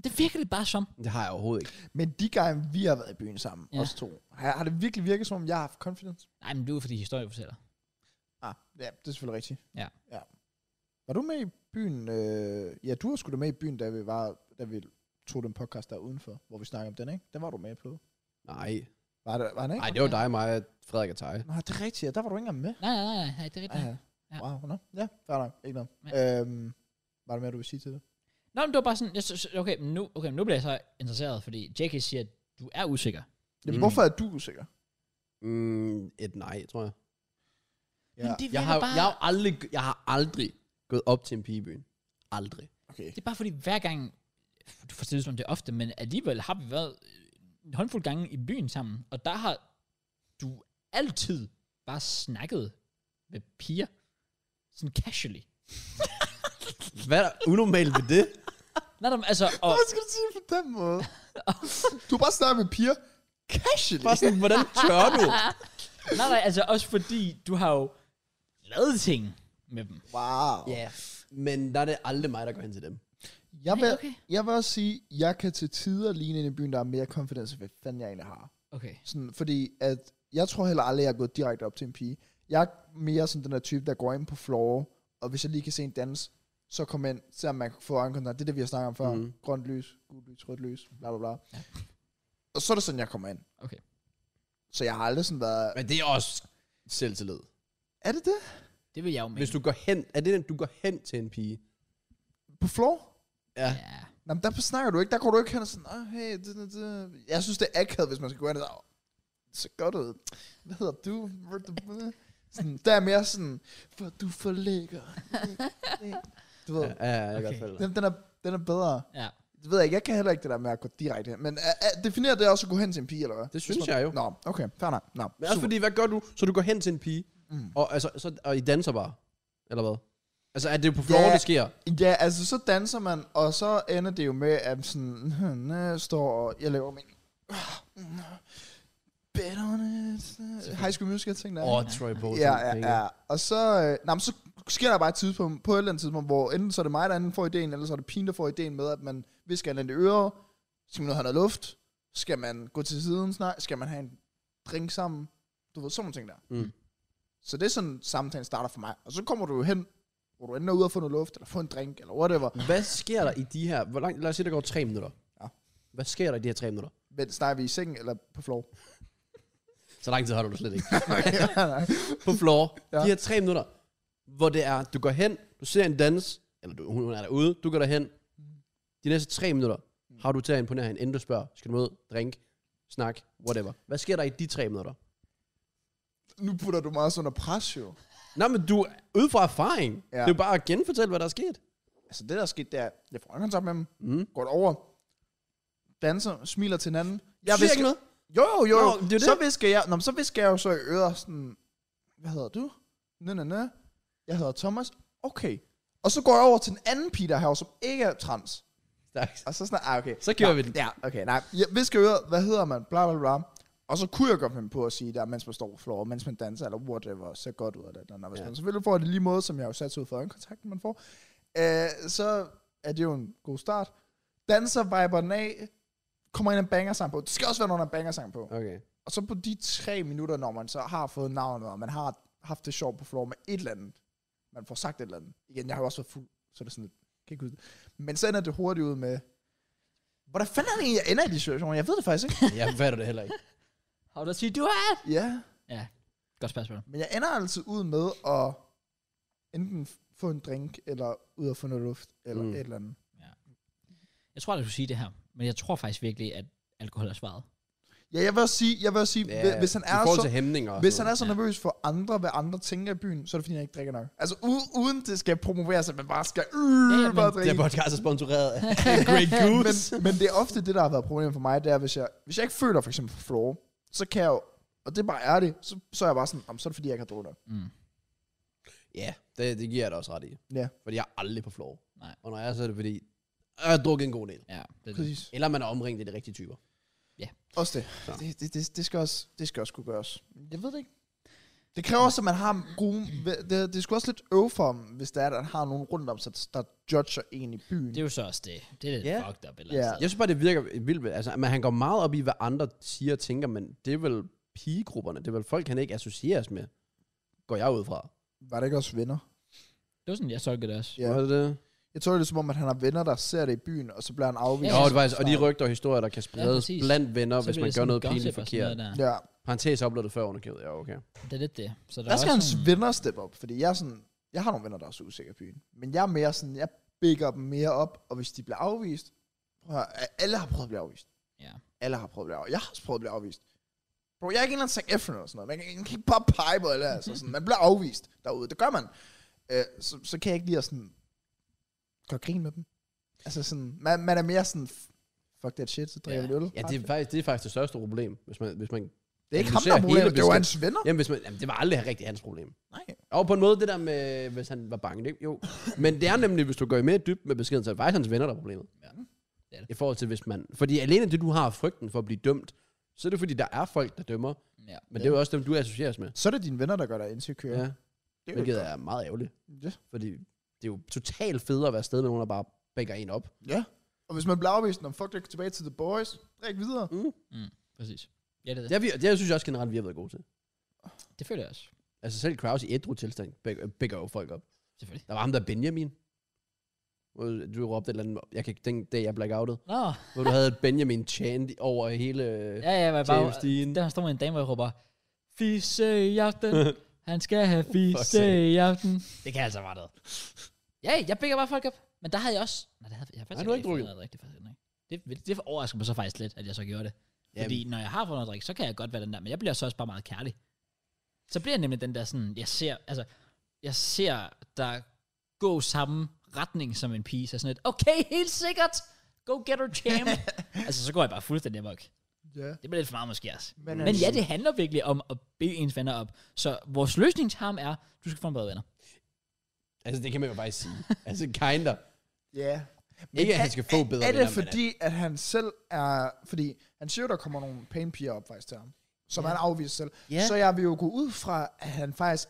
Det virker det bare som. Det har jeg overhovedet ikke. Men de gange, vi har været i byen sammen, Ja. ja. os to, har, har det virkelig virket, som om jeg har haft confidence? Nej, men du er fordi historie fortæller. Ah, ja, det er selvfølgelig rigtigt. Ja. ja. Var du med i byen? Øh, ja, du var sgu da med i byen, da vi, var, da vi tog den podcast der udenfor, hvor vi snakkede om den, ikke? Den var du med på. Nej. Var, det, var han ikke? Nej, det var dig, mig, Frederik og Tej. Nej, det er rigtigt. Ja, der var du ikke engang med. Nej, nej, nej, nej det er rigtigt. Ah, ja. Ja. Wow, no. Ja, fair nok. Ikke noget. Men- Øhm, var det mere, du ville sige til det? Nå, men det var bare sådan, jeg, synes- okay, men nu, okay, men nu bliver jeg så interesseret, fordi JK siger, at du er usikker. Mm. Jamen, mm. Hvorfor er du usikker? Mm, et nej, tror jeg. Men det virker Jeg har, bare... jeg, har aldrig, jeg har aldrig gået op til en pigebyen. Aldrig. Okay. Det er bare fordi, hver gang, du får stillet som det er ofte, men alligevel har vi været en håndfuld gange i byen sammen, og der har du altid bare snakket med piger. Sådan casually. Hvad er der unormalt ved det? Nej, nej, men altså, og, Hvad skal du sige på den måde? du har bare snakket med piger. Casually. Bare sådan, hvordan tør du? nej, nej, altså også fordi, du har jo lavet ting med dem. Wow. Ja, men der er det aldrig mig, der går hen til dem. Jeg vil, Hey, okay. jeg vil også sige, jeg kan til tider ligne en i byen, der er mere confidence, hvad fanden jeg egentlig har. Okay. Sådan, fordi at jeg tror heller aldrig, jeg er gået direkte op til en pige. Jeg er mere sådan den der type, der går ind på floor, og hvis jeg lige kan se en dans, så kom ind, selvom man kan få øjenkontakt. Det er det, vi har snakket om før. Mhm. Mm. Grønt lys, gult lys, rødt lys, bla bla bla. Ja. Og så er det sådan, jeg kommer ind. Okay. Så jeg har aldrig sådan været... Men det er også selvtillid. Er det det? Det vil jeg jo mene. Hvis du går hen, er det den, du går hen til en pige? På floor? Ja. ja. Jamen, der snakker du ikke. Der går du ikke hen og sådan, oh, hey, det, det, det. Jeg synes, det er akavet, hvis man skal gå ind og sige, så godt ud. Hvad hedder du? Hvad er du?" Sådan, der er mere sådan, for du forlægger. Du ved, Ja, ja, jeg kan Okay. godt følge dig. den, den, er, den er bedre. Ja. Det ved jeg ikke, jeg kan heller ikke det der med at gå direkte hen. Men uh, uh, definerer det også at gå hen til en pige, eller hvad? Det synes Hvis man- jeg jo. Nå, okay, fair nok. Nå, Men også super. fordi, hvad gør du? Så du går hen til en pige, Mm. og, altså, så, og I danser bare, eller hvad? Altså, er det jo på floor, Ja. det sker? Ja, altså så danser man, og så ender det jo med, at sådan, han står og jeg laver min... "Ah, mm, Bet on it. High School Musical ting der. Åh, oh, Troy Bolton. ja, ja, ja. Og så, øh, nej, men så sker der bare et tidspunkt, på et eller andet tidspunkt, hvor enten så er det mig, der enten får ideen, eller så er det pigen, der får ideen med, at man visker hinanden i øret, skal man ud og have noget luft, skal man gå til siden snart, skal man have en drink sammen, du ved, sådan nogle ting der. Mm. Så det er sådan, samtalen starter for mig. Og så kommer du jo hen, hvor du ender ud og få noget luft, eller få en drink, eller whatever. Hvad sker der i de her... Hvor langt, lad os sige, der går tre minutter. Ja. Hvad sker der i de her tre minutter? Men snakker vi i sengen eller på floor? Så lang tid har du det slet ikke. Nej, nej. på floor. Ja. ja. De her tre minutter, hvor det er, du går hen, du ser en dans, eller du, hun er derude, du går derhen. De næste tre minutter har du til at imponere hende, inden du spørger, skal du med, drink, snak, whatever. Hvad sker der i de tre minutter? nu putter du mig også under pres jo. Nej, men du, ud fra erfaring, Ja. ja. det er jo bare at genfortælle, hvad der er sket. Altså det der er sket, det er, jeg får øjenkontakt med dem, Mm. går over, danser, smiler til hinanden. Jeg siger ikke noget. Jo, jo, jo. Nå, det er så det. visker jeg, nå, men så visker jeg jo så i øret sådan, hvad hedder du? Næ, næ, næ. Jeg hedder Thomas. Okay. Og så går jeg over til den anden pige, der er herovre, som ikke er trans. Stærkt. Og så sådan, ah, okay. Så gjorde Nå, vi den. Ja, okay, nej. Jeg visker i øret, hvad hedder man? Bla, bla, bla. Og så kunne jeg godt finde på at sige der, mens man står på floor, mens man danser, eller whatever, ser godt ud af det. Når hvis Ja. man selvfølgelig får det lige måde, som jeg jo satte ud for øjenkontakten, man får, øh, så er det jo en god start. Danser viber den af, kommer ind en bangersang på. Det skal også være nogen, der er en bangersang på. Okay. Og så på de tre minutter, når man så har fået navnet, og man har haft det sjovt på floor med et eller andet, man får sagt et eller andet. Igen, jeg har jo også været fuld, så er det sådan lidt, kan ikke huske det. Men så ender det hurtigt ud med, hvordan fanden er det egentlig, jeg ender i de situationer? Jeg ved det faktisk ikke. Jeg fatter det heller ikke. How does he do it? ja, Godt spørgsmål. men jeg ender altid ud med at enten få en drink, eller ud og få noget luft, eller Mm. mm. et eller andet. Jeg tror, at du sige det her, men jeg tror faktisk virkelig, at alkohol er svaret. Ja, jeg vil også sige, jeg vil også sige ja, hvis han I er forhold så til hæmninger og Hvis sådan han er så Ja. nervøs for andre, hvad andre tænker i byen, så er det fordi, han ikke drikker nok. Altså u- uden det skal promoveres, at man bare skal øh, Ja, ja, men bare noget. Det drikke. her podcast er sponsoreret af Great Goose. men, men det er ofte det, der har været problemet for mig, det er, hvis jeg, hvis jeg ikke føler for eksempel for floor, så kan jeg jo, og det er bare ærligt, så, så er jeg bare sådan, "Jamen, så er det fordi, jeg ikke har drukket nok. Mm. Ja, det, det giver jeg dig også ret i. Ja. Fordi jeg er aldrig på floor. Nej. Og når jeg er, så er det fordi, "Øh, jeg har drukket en god del. Ja, det er det. Præcis. Eller man er omringet af de rigtige typer. Også det. Så. Det, det, det, det, skal også, det skal også kunne gøres. Jeg ved det ikke. Det kræver også, at man har gode... Det, det er sgu også lidt øve for ham, hvis der er, at han har nogen rundt om sig, der judger en i byen. Det er jo så også det. Det er lidt Ja. yeah. fucked up. Eller Ja. yeah. Jeg synes bare, det virker vildt. Altså, men han går meget op i, hvad andre siger og tænker, men det er vel pigegrupperne. Det er vel folk, han ikke associeres med. Går jeg ud fra. Var det ikke også venner? Det var sådan, jeg tolkede det også. Ja. Var det det? Jeg tror, det er som om, at han har venner, der ser det i byen, og så bliver han afvist. Ja, Ja, ja. og, det faktisk, og de rygter og historier, der kan spredes ja, præcis. blandt venner, Så hvis bliver man det gør sådan noget gossip pinligt og sådan noget forkert. der. Ja. Parenthes oplevede det før underkævet. Ja, okay. Det er lidt det. Så der, Der skal er hans også nogle- venner steppe op, fordi jeg er sådan, jeg har nogle venner, der er så usikre i byen. Men jeg er mere sådan, jeg bigger dem mere op, og hvis de bliver afvist, prøv at høre, alle har prøvet at blive afvist. Ja. Alle har prøvet at blive afvist. Jeg har også prøvet at blive afvist. Bro, jeg er ikke en eller anden Zac Efron eller sådan noget. Man kan, man kan ikke bare pege på alle, altså sådan. Man bliver afvist derude. Det gør man. Øh, så, så kan jeg ikke lide at sådan, gøre grin med dem. Altså sådan, man, man er mere sådan, fuck that shit, så drikker Ja. vi en øl. Ja, det er, faktisk, det er faktisk det største problem, hvis man... Hvis man det er ikke analyserer ham, der er hele problemet, det er jo besked- hans venner. Jamen, hvis man, jamen, det var aldrig rigtig hans problem. Nej. Og på en måde, det der med, hvis han var bange, det, jo. Men det er nemlig, hvis du går i mere dybt med beskeden, så er det faktisk hans venner, der er problemet. Ja. Det er det. I forhold til, hvis man... Fordi alene det, du har frygten for at blive dømt, så er det fordi, der er folk, der dømmer. Ja. Men det er jo også dem, du associeres med. Så er det dine venner, der gør dig insecure. Ja. det er jo Hvilket ikke er meget ærgerligt. godt. Ja. Fordi det er jo totalt federe at være sted med nogen, der bare bækker en op. Ja. Og hvis man bliver afvist, når fuck det tilbage til The Boys, drik videre. Mm. Præcis. Ja, det er det. Det, Ja. er vi, det synes jeg også generelt, vi har været gode til. Det føler jeg også. Altså selv Kraus i ædru tilstand bækker, bækker jo folk op. Selvfølgelig. Der var ham der Benjamin. Hvor Du råbte et eller andet, jeg kan ikke den dag jeg blackoutet, Nå, hvor du havde et Benjamin chant over hele ja, ja, jeg var bare... James Dean. Der står en dame, hvor jeg råber, fisse i aften. Han skal have fisse i aften. Det kan altså være noget. Ja, jeg bækker bare folk op. Men der havde jeg også... Nej, det havde jeg faktisk Har du ikke fået drukket? noget drik, det, er faktisk ikke. det, det, det overrasker mig så faktisk lidt, at jeg så gjorde det. Jamen. Fordi når jeg har fået noget drik, så kan jeg godt være den der, men jeg bliver så også bare meget kærlig. Så bliver jeg nemlig den der sådan, jeg ser, altså, jeg ser der gå samme retning som en pige, så sådan et, okay, helt sikkert, go get her champ. altså, så går jeg bare fuldstændig amok. Ja. Det bliver lidt for meget måske også. Mm. Men, Men ja, det handler virkelig om at bede ens venner op. Så vores løsning til ham er, du skal få en bedre venner. Altså det kan man jo faktisk sige. altså kinda. Ja. Ikke at han skal få er, bedre Er venner, det men fordi, at han selv er... Fordi han siger jo, der kommer nogle pæne piger op faktisk til ham, som Ja. han afviser selv. Ja. Så jeg vil jo gå ud fra, at han faktisk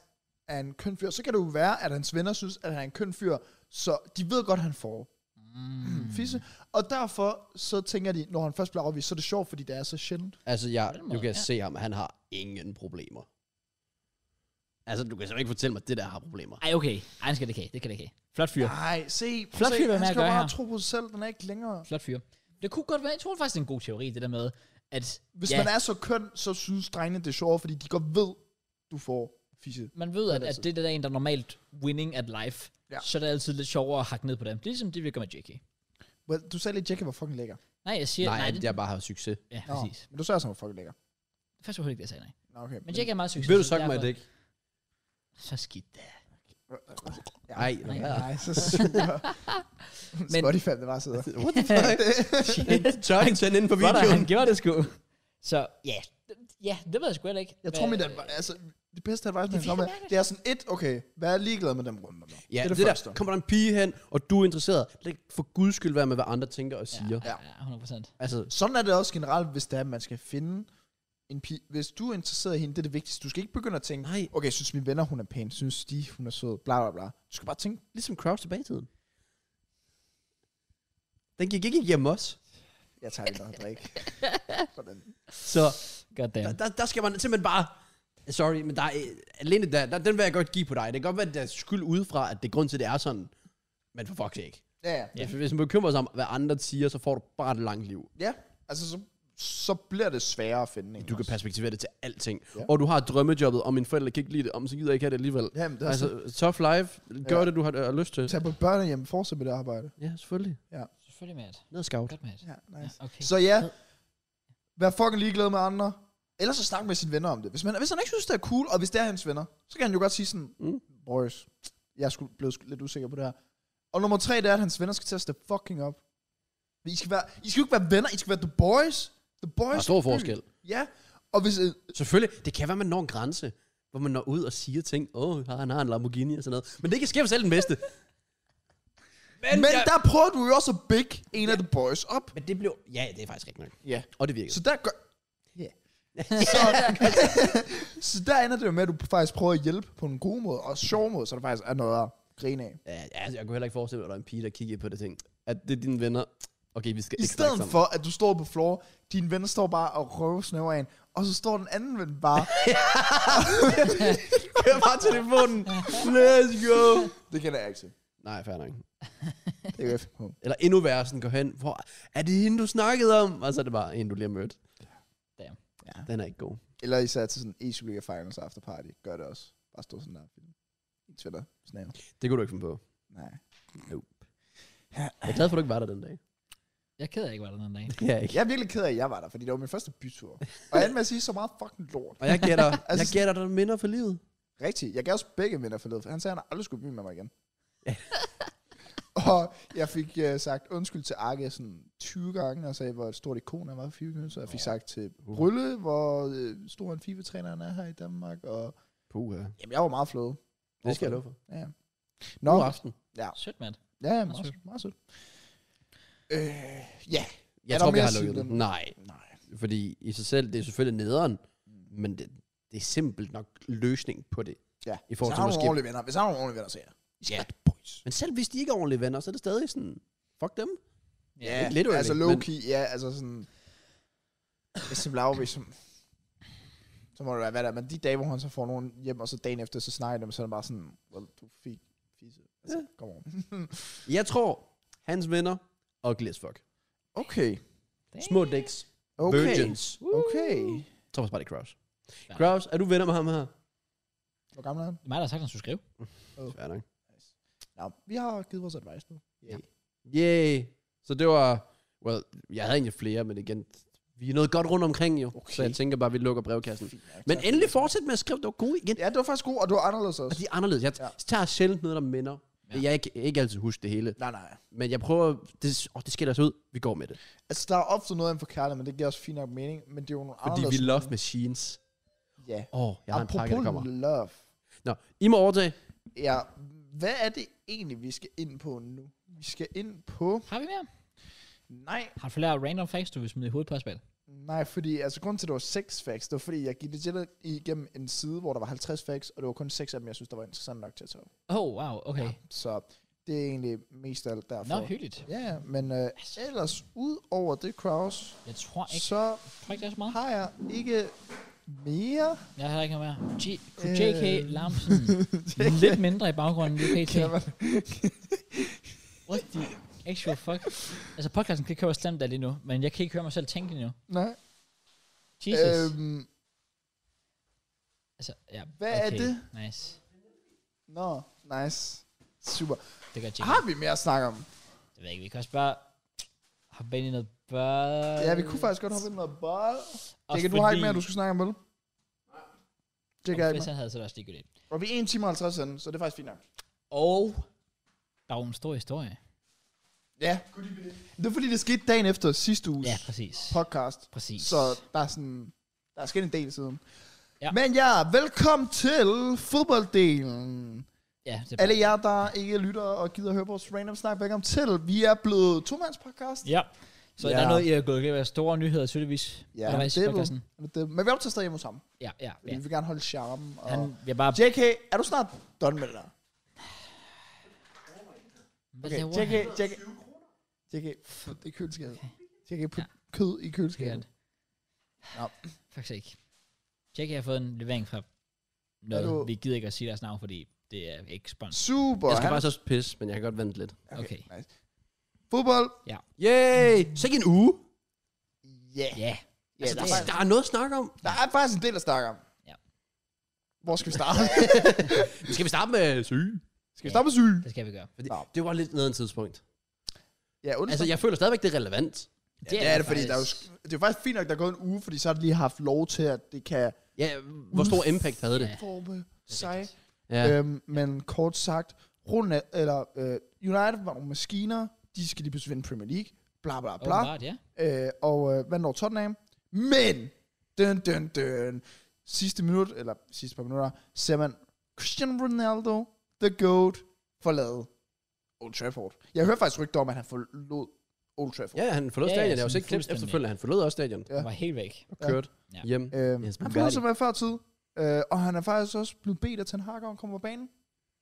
er en køn fyr. Så kan det jo være, at hans venner synes, at han er en køn fyr, så de ved godt, at han får mm. fisse. Og derfor så tænker de, når han først bliver afvist, så er det sjovt, fordi det er så sjældent. Altså, jeg, den du måde, kan ja. ja. se ham, han har ingen problemer. Altså, du kan så ikke fortælle mig, at det der har problemer. Ej, okay. Ej, han skal det ikke have. Det kan det ikke have. Flot fyr. Nej, se, prøv Flot at se, fyr, hvad han man skal jo gør bare her. tro på sig selv, den er ikke længere. Flot fyr. Det kunne godt være, jeg tror faktisk, det er en god teori, det der med, at Hvis ja, man er så køn, så synes drengene, det er sjovt, fordi de godt ved, du får fisse. man ved, at, Men at altså- det der er en, der er normalt winning at life, Ja. ja. så er det altid lidt sjovere at hakke ned på dem. Det er ligesom det, vi gør med JK. Well, du sagde lige, at Jackie var fucking lækker. Nej, jeg siger... Nej, Nej, nej at det, jeg bare har succes. ja, Nå, præcis. men du sagde også, at han var fucking lækker. Det er faktisk ikke det, jeg sagde, nej. Nå, okay. Men JK er meget succesfuld. Vil du sukke mig derfor- dæk? Så skidt da. Øh, Ja. Nej, Nej, ja. Nej, så super. men, Men- Spotify, det bare sidder. What the fuck? Tørring send ind på Godt, at han videoen. gjorde det sgu. Så ja, ja, det ved jeg sgu heller ikke. Jeg tror, Men- mit advice, altså, det bedste advice, man Det kan komme er med, det er sådan et, okay, vær ligeglad med dem rundt om dig. Ja, det, første. der, kommer der en pige hen, og du er interesseret. Lad for guds skyld være med, hvad andre tænker og siger. Ja. Ja, ja, 100%. Altså, Sådan er det også generelt, hvis det er, at man skal finde en pige. Hvis du er interesseret i hende, det er det vigtigste. Du skal ikke begynde at tænke, nej, okay, synes mine venner, hun er pæn, synes de, hun er sød, bla bla bla. Du skal bare tænke, ligesom Kraus tilbage i tiden. Den gik ikke igennem os. jeg tager lidt noget at drikke. Sådan. Så Goddamn. der, der, der skal man simpelthen bare... Sorry, men der er, alene der, der, den vil jeg godt give på dig. Det kan godt være, at det er skyld udefra, at det er grund til, at det er sådan. Men for fuck's sake. Ja, ja. Ja. Ja. Hvis man bekymrer sig om, hvad andre siger, så får du bare et langt liv. Ja, altså så, så bliver det sværere at finde en. Du kan perspektivere det til alting. Ja. Ja. Og du har drømmejobbet, og mine forældre kan ikke lide det, om så gider jeg ikke have det alligevel. Ja, Jamen, det er altså, altså, tough life. Gør Ja. ja. det, du har øh, lyst til. Tag på børnehjem, fortsæt med det arbejde. Ja, selvfølgelig. Selvfølgelig, Matt. Ned og scout. Godt, Matt. Ja, Ja, nice. okay. Så ja, vær fucking ligeglad med andre. Ellers så snak med sine venner om det. Hvis, man, hvis han ikke synes, det er cool, og hvis det er hans venner, så kan han jo godt sige sådan, mm. Mm. boys, jeg er sgu blevet sgu lidt usikker på det her. Og nummer tre, det er, at hans venner skal til at step fucking op. I skal, være, I skal jo ikke være venner, I skal være the boys. The boys. Der er stor by. forskel. Ja, og hvis... Øh, Selvfølgelig. Det kan være, man når en grænse, hvor man når ud og siger ting. Åh, oh, han har en Lamborghini og sådan noget. Men det kan ske for selv den bedste. men der prøver du jo også at big en af the boys op. Men det blev... Ja, det er faktisk rigtigt nok. Ja. Og det virkede. Så der gør... Yeah. så, så der ender det jo med, at du faktisk prøver at hjælpe på en god måde, og sjov måde, så der faktisk er noget at grine af. Ja, altså, jeg kunne heller ikke forestille mig, at der er en pige, der kiggede på det ting. At det er dine venner. Okay, vi skal I ikke snakke stedet sammen. for, at du står på floor, din ven står bare og røvsnæver af en, og så står den anden ven bare, Hør bare telefonen. Let's go. det kender jeg ikke til. Nej, fair nok. Det er jo FK. Eller endnu værre, sådan går hen. Hvor er det hende, du snakkede om? Og så er det bare en, du lige har mødt. Damn. Ja. Den er ikke god. Eller især til sådan e Superliga Finals after party, gør det også. Bare stå sådan der. En Twitter, snæver. Det kunne du ikke finde på. Nej. Jeg er glad for, at du ikke var der den dag. Jeg er ked af, at jeg ikke var der den dag. Ja, ikke. Jeg er virkelig ked af, at jeg var der, fordi det var min første bytur. Og jeg endte med at sige så meget fucking lort. Og jeg gætter, Altså, jeg gætter dig minder for livet. Rigtigt. Jeg gav også begge venner forleden. for Han sagde, at han aldrig skulle blive med mig igen. og jeg fik uh, sagt undskyld til Arke sådan 20 gange, og sagde, hvor et stort ikon han var for FIFA. Så jeg fik sagt til Brylle, hvor uh, stor en FIFA-træneren er her i Danmark. Og Puh, ja. jamen, jeg var meget flået. Det skal jeg love Uh, for. Ja, ja. Nå. Nå, God ja, aften. Sødt, Matt. ja, Meget meget sødt. sødt. Meget sødt. Øh, ja. Jeg Er der tror, vi mere har at sige lukket den. om Nej, Nej. fordi i sig selv, det er selvfølgelig nederen, men det, det er simpelt nok løsning på det. Ja. I Hvis forhold han til har nogle måske... ordentlige venner, hvis han har nogle ordentlige venner, så er jeg. I skal Ja. være the boys. Men selv hvis de ikke er ordentlige venner, så er det stadig sådan... Fuck dem. Ja. Ikke literally, altså men- low-key, ja, altså sådan... Hvis det bliver afvist, så, så må det være, hvad der er. Men de dage, hvor han så får nogen hjem, og så dagen efter, så snakker de, om, så er det bare sådan, well, du fik fise. Altså, Ja. yeah. come on. Jeg tror, hans venner og fuck. Okay, Små dicks. okay, Virgins. okay. Thomas bare det Kraus. Ja. Kraus, er du venner med ham her? Hvor gammel er han? Det er mig, der har sagt, at han skulle skrive. Ja, nok. Nå, vi har givet vores advice nu. Ja. Yay. Så det var, well, jeg havde egentlig flere, men igen, vi er noget godt rundt omkring jo. Okay. Okay. Så jeg tænker bare, at vi lukker brevkassen. Fint, ja, Men tak. endelig fortsæt med at skrive, det var gode igen. Ja, det var faktisk god, og du var anderledes Og også. de er anderledes. Jeg Ja. tager sjældent noget, der minder. Ja. Jeg kan ikke altid huske det hele, Nej, nej. men jeg prøver, det, åh, det skiller sig ud, vi går med det. Altså, der er ofte noget inden for kærlighed, men det giver også fint nok mening, men det er jo nogle Fordi vi anderledes. love machines. Ja. Åh, oh, jeg har en pakke, der kommer. Apropos love. Nå, I må overtage. Ja, hvad er det egentlig, vi skal ind på nu? Vi skal ind på... Har vi mere? Nej, Har du flere random facts, du vil smide i hovedet på os, Bal? nej, fordi... Altså, grunden til, at det var 6 facts, det var, fordi jeg gik legit igennem en side, hvor der var 50 facts, og det var kun 6 af dem, jeg synes, der var interessant nok til at tage op. Oh, wow, okay. Så det er egentlig mest af alt Nå, derfor. hyggeligt. ja, men øh, ellers, ud over det, Kraus, Jeg tror ikke, så tror ikke, det er så meget. har jeg ikke mere. Jeg har ikke noget mere. G- Øh. JK Lamsen. Lidt mindre i baggrunden, lige pt. Kan man, What the actual fuck? Altså, podcasten kan køre slemt der lige nu, men jeg kan ikke høre mig selv tænke lige nu. nej. Jesus. Øhm, altså, ja. hvad er det? Nice. Nå, nice. Super. Det gør JK. Har vi mere at snakke om? Jeg ved ikke, vi kan også bare hoppe ind i noget bøl. Ja, vi kunne faktisk godt hoppe ind med bold. Også Ikke, du har fordi- ikke mere, du skal snakke om, vel? Det Om kan jeg Hvis ikke. han havde, så er det også ligegyldigt. Og vi er 1 time og 50 inde, så det er faktisk fint nok. Og der er jo en stor historie. Ja. Det er fordi, det skete dagen efter sidste uges Ja, præcis. podcast. Præcis. Så der er sådan... Der er sket en del siden. Ja. Ja. Men ja, velkommen til fodbolddelen. ja, det er Alle jer, der ikke lytter og gider høre vores random snak back om til, vi er blevet to-mands-podcast. Ja. Så Ja. der er noget, I har gået glip af. Store nyheder, tydeligvis. Ja, Undervejs i det er vel- podcasten. Det- Men vi optager stadig hjemme hos ham. Ja, ja, Fordi ja. Vi vil gerne holde charmen. Og... Han, jeg bare... JK, er du snart done med det der? Hvad Okay, laver JK, han? JK. JK, put det i køleskabet. JK, put kød i køleskabet. Sikkert. Nå. Faktisk ikke. Tjek, jeg har fået en levering fra Er du- noget. Vi gider ikke at sige deres navn, fordi det er ikke spons. Super. Jeg skal han- faktisk også pisse, men jeg kan godt vente lidt. Okay. nice. Fodbold. Yay! Så ikke en uge. Ja. Yeah. Ja. Yeah, Altså, der, er det Der, er- faktisk- der er noget at snakke om. der er faktisk en del at snakke om. Ja. Hvor skal vi starte? Skal vi starte med syge? skal vi starte med syge? Det skal vi gøre. Fordi Nå. det var lidt noget af en tidspunkt. Ja, onsdag. Altså, jeg føler stadigvæk, det er relevant. Ja, det er det, faktisk- fordi der er jo, sk- det er jo faktisk fint nok, der er gået en uge, fordi så har de lige haft lov til, at det kan Ja, hvor stor impact havde det? Ja. forme er sig. rigtigt. Ja. Øhm, men kort sagt, Runa, eller, øh, United var nogle maskiner, de skal lige pludselig vinde Premier League, bla bla bla. Åbenbart, ja. Øh, og øh, hvad når Tottenham? Men, døn, døn, døn, sidste minut, eller sidste par minutter, ser man Cristiano Ronaldo, the GOAT, forlade Old Trafford. Jeg hørte faktisk rygter om, at han forlod Old Trafford. Ja, han forlod Ja, ja, ja, stadion. Jeg har jo sådan ikke glemt fuldstændig. efterfølgende, han forlod også stadion Ja. Han var helt væk. og kørte Ja. ja. hjem. Øhm, Yes, han Bugatti. forlod sig med før tid, øh, og han er faktisk også blevet bedt af Ten Hag, om at komme på banen.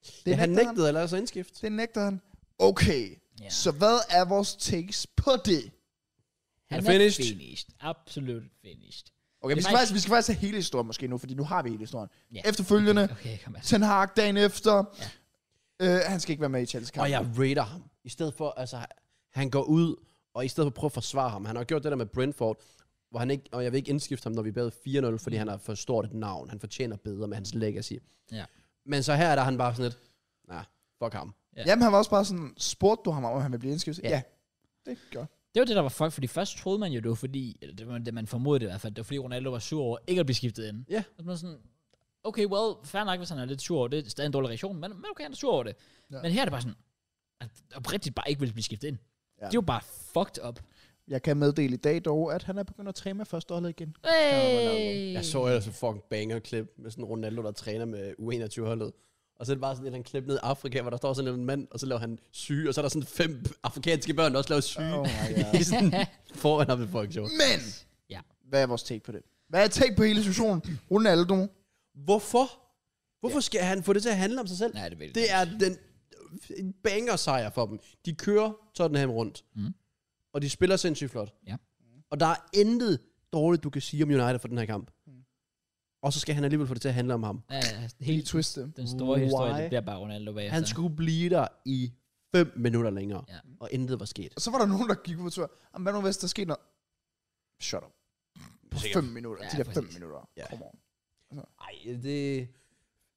Det Ja, han nægter nægtede at lade sig indskifte. Det nægter han. Okay, Ja. ja. så hvad er vores takes på det? Han er er finished. finished. finished. Absolut finished. Okay, Det vi er skal, faktisk, vi skal faktisk have hele historien måske nu, fordi nu har vi hele historien. Ja. Ja. Efterfølgende, Okay, kom her. Ten Hag dagen efter. Ja. Øh, han skal ikke være med i Chelsea-kampen. Og jeg raider ham. I stedet for, altså, han går ud, og i stedet for at prøve at forsvare ham. Han har gjort det der med Brentford, hvor han ikke, og jeg vil ikke indskifte ham, når vi er bagud 4-0, fordi han har for stort et navn. Han fortjener bedre med hans legacy. Ja. Men så her er der han bare sådan lidt, nej, nah, fuck ham. Ja. Jamen, han var også bare sådan, spurgte du ham om, at han ville blive indskiftet? Ja. Ja. ja. Det gør. Det var det, der var folk, fordi først troede man jo, det var fordi, eller det var det, man formodede i hvert fald, det var fordi Ronaldo var sur over ikke at blive skiftet ind. Ja. Og så var sådan, okay, well, fair nok, hvis han er lidt sur over det, det er stadig en dårlig reaktion, men, men okay, han er sur over det. Ja. Ja. Men her er det bare sådan, at oprigtigt bare ikke vil blive skiftet ind. Ja. Ja. Det er jo bare fucked up. Jeg kan meddele i dag dog, at han er begyndt at træne med førsteholdet igen. Hey! Jeg så ellers en fucking banger-klip med sådan Ronaldo, der træner med U21-holdet. Og så er det bare sådan et eller andet klip ned i Afrika, hvor der står sådan en mand, og så laver han syge, og så er der sådan fem afrikanske børn, der også laver syge. Oh Oh. my god. sådan foran ham i fucking show. Men, Ja. hvad er vores take på det? Hvad er take på hele situationen? Ronaldo, Hvorfor? Hvorfor skal han få det til at handle om sig selv? Nej, det vil Det er den en banger sejr for dem. De kører Tottenham rundt. Mm. Og de spiller sindssygt flot. Ja. Og der er intet dårligt, du kan sige om United for den her kamp. Mm. Og så skal han alligevel få det til at handle om ham. Ja, ja, Lige helt twiste. den store Why? historie, Why? det bliver bare Ronaldo bagefter. Han skulle blive der i 5 minutter længere. Ja. Og intet var sket. Og så var der nogen, der gik ud og tog, "Jamen, hvad nu hvis der sker noget? Shut up. På fem minutter. Ja, de der fem præcis. minutter. Ja. Come on. Nej, det...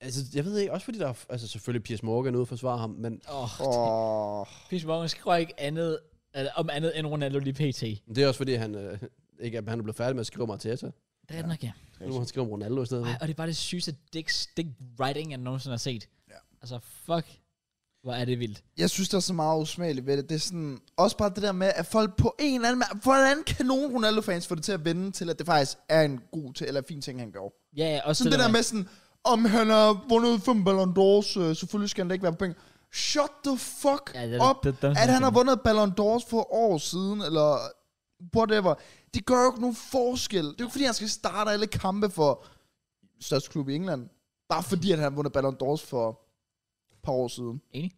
Altså, jeg ved ikke, også fordi der er... Altså, selvfølgelig Piers Morgan ude og forsvare ham, men Åh, Åh, Piers Morgan skriver ikke andet, eller, om andet end Ronaldo lige pt. det er også fordi, han... Øh, ikke, at han er blevet færdig med at skrive om Arteta. Det er ja. nok, ja. Nu må han skrive om Ronaldo i stedet. Ej, og det er bare det sygeste dick, dick writing, jeg nogensinde har set. Ja. Altså, fuck. Hvor er det vildt. jeg synes, der er så meget usmageligt ved det. Det er sådan, også bare det der med, at folk på en eller anden måde, hvordan kan nogen Ronaldo-fans få det til at vende til, at det faktisk er en god til, eller fin ting, han gjorde? Ja, ja, også Sådan det der med sådan, om han har vundet fem Ballon d'Ors, øh, selvfølgelig skal han da ikke være på penge. Shut the fuck Ja, ja, det det, er- up, det- det, det er det, sådan at han har ting. vundet Ballon d'Ors for år siden, eller whatever. Det gør jo ikke nogen forskel. Det er jo ikke, fordi han skal starte alle kampe for største klub i England. Bare fordi, at han har vundet Ballon d'Ors for et par år siden. Enig?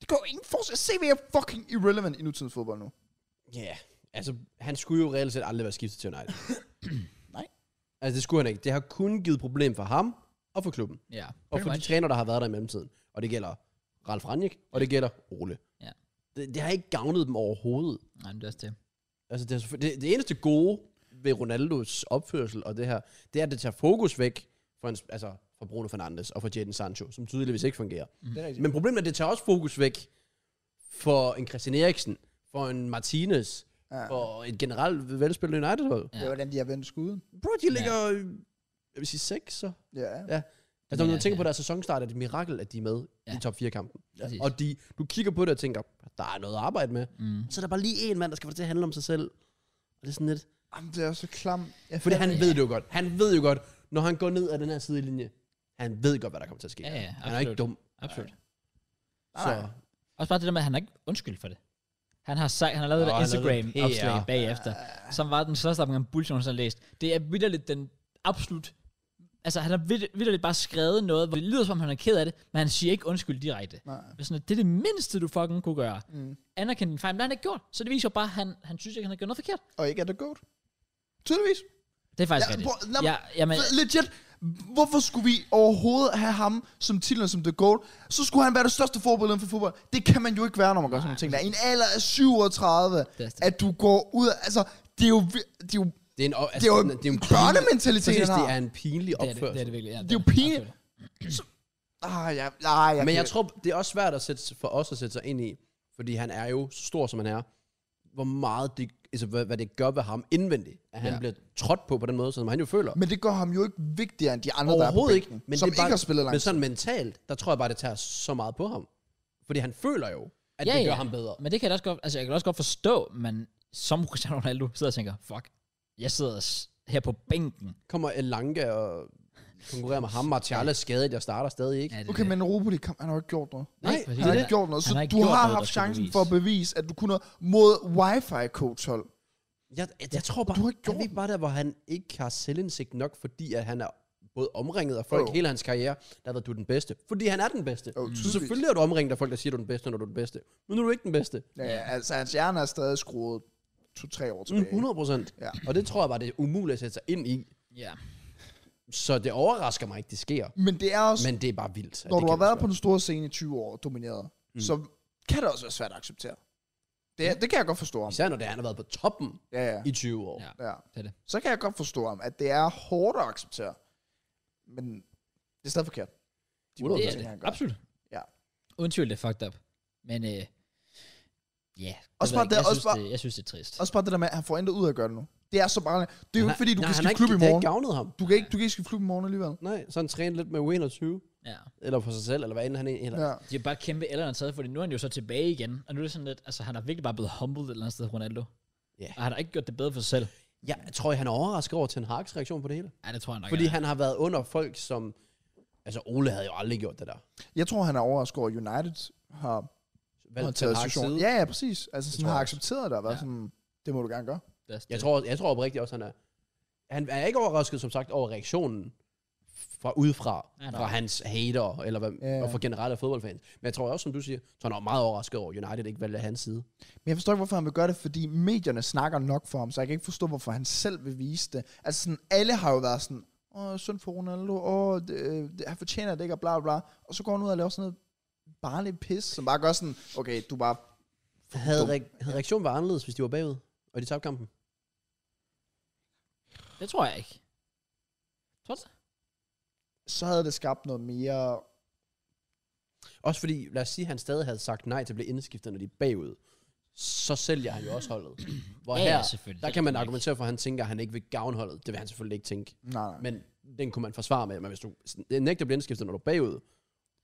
Det gør jo ingen forskel. CV er fucking irrelevant i nutidens fodbold nu. Ja, yeah. altså han skulle jo reelt set aldrig være skiftet til United. Nej. Altså det skulle han ikke. Det har kun givet problem for ham og for klubben. Ja. Og Pretty for de much. træner, der har været der i mellemtiden. Og det gælder Ralf Rangnick, og det gælder Ole. Ja. Det, det har ikke gavnet dem overhovedet. Nej, men det er også det. Altså det, er selvfø- det, det eneste gode ved Ronaldos opførsel og det her, det er, at det tager fokus væk fra, hans, altså, fra Bruno Fernandes og fra Jadon Sancho, som tydeligvis ikke fungerer. Det er rigtigt. Men problemet er, at det tager også fokus væk for en Christian Eriksen, for en Martinez, Ja. for et generelt velspillet United-hold. Det er, hvordan de har vendt skuden. Bro, de ligger, øh, jeg vil sige, seks, så. Ja. Ja. Altså, når Ja, du tænker ja. på deres sæsonstart, er det et mirakel, at de er med ja. Ja. i top 4-kampen. Præcis. Og de, du kigger på det og tænker, der er noget at arbejde med. Mm. Så er der bare lige en mand, der skal få det til at handle om sig selv. Og det er sådan lidt... Jamen, det er så klamt. Jeg Fordi han Ja. ved det jo godt. Han ved jo godt, når han går ned ad den her sidelinje, han ved godt, hvad der kommer til at ske. Ja, ja, han er ikke absolut. dum. Absolut. Så, Nej. Også bare det der med, at han har ikke undskyld for det. Han har, sej, han har lavet Nå, et han lavede et Instagram-opslag PR. bagefter, som var den største omgang bullshit, han har læst. Det er vidderligt den absolut... Altså, han har vid- vidderligt bare skrevet noget, hvor det lyder, som om han er ked af det, men han siger ikke undskyld direkte. Nej. Det er sådan, at det er det mindste, du fucking kunne gøre. Mm. Anerkend din fejl, men det har han ikke gjort. Så det viser jo bare, at han, han synes ikke, han har gjort noget forkert. Og ikke er det godt. Tydeligvis. Det er faktisk Ja, rigtigt. bro, nå, ja, jamen, Men, Legit. Hvorfor skulle vi overhovedet have ham som titlen som The Goat? Så skulle han være det største forbillede inden for fodbold. Det kan man jo ikke være, når man gør sådan nogle ting. Der. I en alder af 37, det. at du går ud af... Altså, det er jo... vi- Det er jo, det er en, altså, det er jo den- en pinlig- børnementalitet, Præcis, han det har. er en pinlig det, er det, opførsel. det er det virkelig. Ja, det er jo det. pinligt. Absolut. Ah, ja, ah, jeg Men jeg kan- tror, det er også svært at sætte, for os at sætte sig ind i, fordi han er jo så stor, som han er. Hvor meget det, altså, hvad, hvad det gør ved ham indvendigt, at han Ja. ja. bliver trådt på på den måde, som han jo føler. Men det gør ham jo ikke vigtigere end de andre, der er på Overhovedet bænken, ikke. Men som det er bare, ikke har spillet langt. Men sådan mentalt, der tror jeg bare, det tager så meget på ham. Fordi han føler jo, at Ja, det gør ja. ham bedre. Men det kan jeg da også godt, altså jeg kan da også godt forstå, men som Cristiano Ronaldo sidder og tænker, fuck, jeg sidder s- her på bænken. Kommer Elanga og konkurrerer med ham. Martial er skadet, jeg starter stadig ikke. Er det Okay, det? men Europa League, han har jo ikke gjort noget. Nej, Nej, præcis. Han har Det ikke gjort noget, han så har har ikke du gjort har noget, der haft skulle chancen bevise. for at bevise, at du kunne noget mod wifi-coach-hold. Jeg, jeg, jeg tror bare, du har ikke er vi gjort ikke bare der, hvor han ikke har selvindsigt nok, fordi at han er både omringet af folk Jo. hele hans karriere, der har været, du er den bedste. Fordi han er den bedste. Jo, Så tydeligvis. selvfølgelig er du omringet af folk, der siger, du er den bedste, når du er den bedste. Men nu er du ikke den bedste. Ja, altså, hans hjerne er stadig skruet to-tre år Mm, tilbage. 100 procent. Ja. Og det tror jeg bare, det er umuligt at sætte sig ind i. Ja. Mm. Så det overrasker mig ikke, det sker. Men det er også, Men, Men det er bare vildt. at når det du kan har lade sig været gøre. på den store scene i 20 år og domineret, mm. så kan det også være svært at acceptere. Det, er, det kan jeg godt forstå ham. Især når det er, han har været på toppen Ja, ja. i 20 år. Ja. Ja. ja. Det er det. Så kan jeg godt forstå ham, at det er hårdt at acceptere. Men det er stadig forkert. De Det er Det ting, er han det. gør. Absolut. Ja. Uden tvivl, det er fucked up. Men øh, ja, det Også ved bare jeg ikke. det- jeg, også synes, bare- det, jeg synes, det er trist. Også bare det der med, at han får intet ud af at gøre det nu. Det er så bare... Det er jo ikke, fordi du kan han har skifte ikke, klub i det har morgen. ikke gavnet ham. Du kan ikke, du kan ikke skifte klub i morgen alligevel. Nej, så han træner lidt med U21, Ja. eller for sig selv, eller hvad end han er. Eller, Ja. De har bare kæmpe eller andet taget, fordi nu er han jo så tilbage igen. Og nu er det sådan lidt, altså han har virkelig bare blevet humbled et eller andet sted, Ronaldo. Ja. Og han har ikke gjort det bedre for sig selv. Ja, jeg tror, han er overrasket over Ten Hag's reaktion på det hele. Ja, det tror jeg nok. Fordi jeg er. han har været under folk, som... Altså, Ole havde jo aldrig gjort det der. Jeg tror, han er overrasket over, at United har Valgt Ten håndteret Hag's situationen. side. Ja, ja, præcis. Altså, sådan, tror har jeg accepteret det og været Ja. sådan, det må du gerne gøre. Det er også Jeg det. tror, jeg tror oprigtigt også, han er... Han er ikke overrasket, som sagt, over reaktionen. fra udefra, Ja, der fra er- hans hater, eller hvad, Ja. og fra generelle fodboldfans. Men jeg tror også, som du siger, så han er meget overrasket over, at United ikke valgte hans side. Men jeg forstår ikke, hvorfor han vil gøre det, fordi medierne snakker nok for ham, så jeg kan ikke forstå, hvorfor han selv vil vise det. Altså sådan, alle har jo været sådan, åh, synd for Ronaldo, åh, det, øh, det, han fortjener det ikke, og bla bla, bla. Og så går han ud og laver sådan noget barnligt pis, som bare gør sådan, okay, du er bare... Havde, dum. re- havde reaktionen været anderledes, hvis de var bagud, og de tabte kampen? Det tror jeg ikke. Tror du det? Så havde det skabt noget mere... Også fordi, lad os sige, at han stadig havde sagt nej til at blive indskiftet, når de er bagud. Så sælger han jo også holdet. Hvor Ja, her, ja, selvfølgelig. der Det kan man tror jeg argumentere for, at han tænker, at han ikke vil gavne holdet. Det vil han selvfølgelig ikke tænke. Nej, nej. Men den kunne man forsvare med. Men hvis du nægter at blive indskiftet, når du er bagud,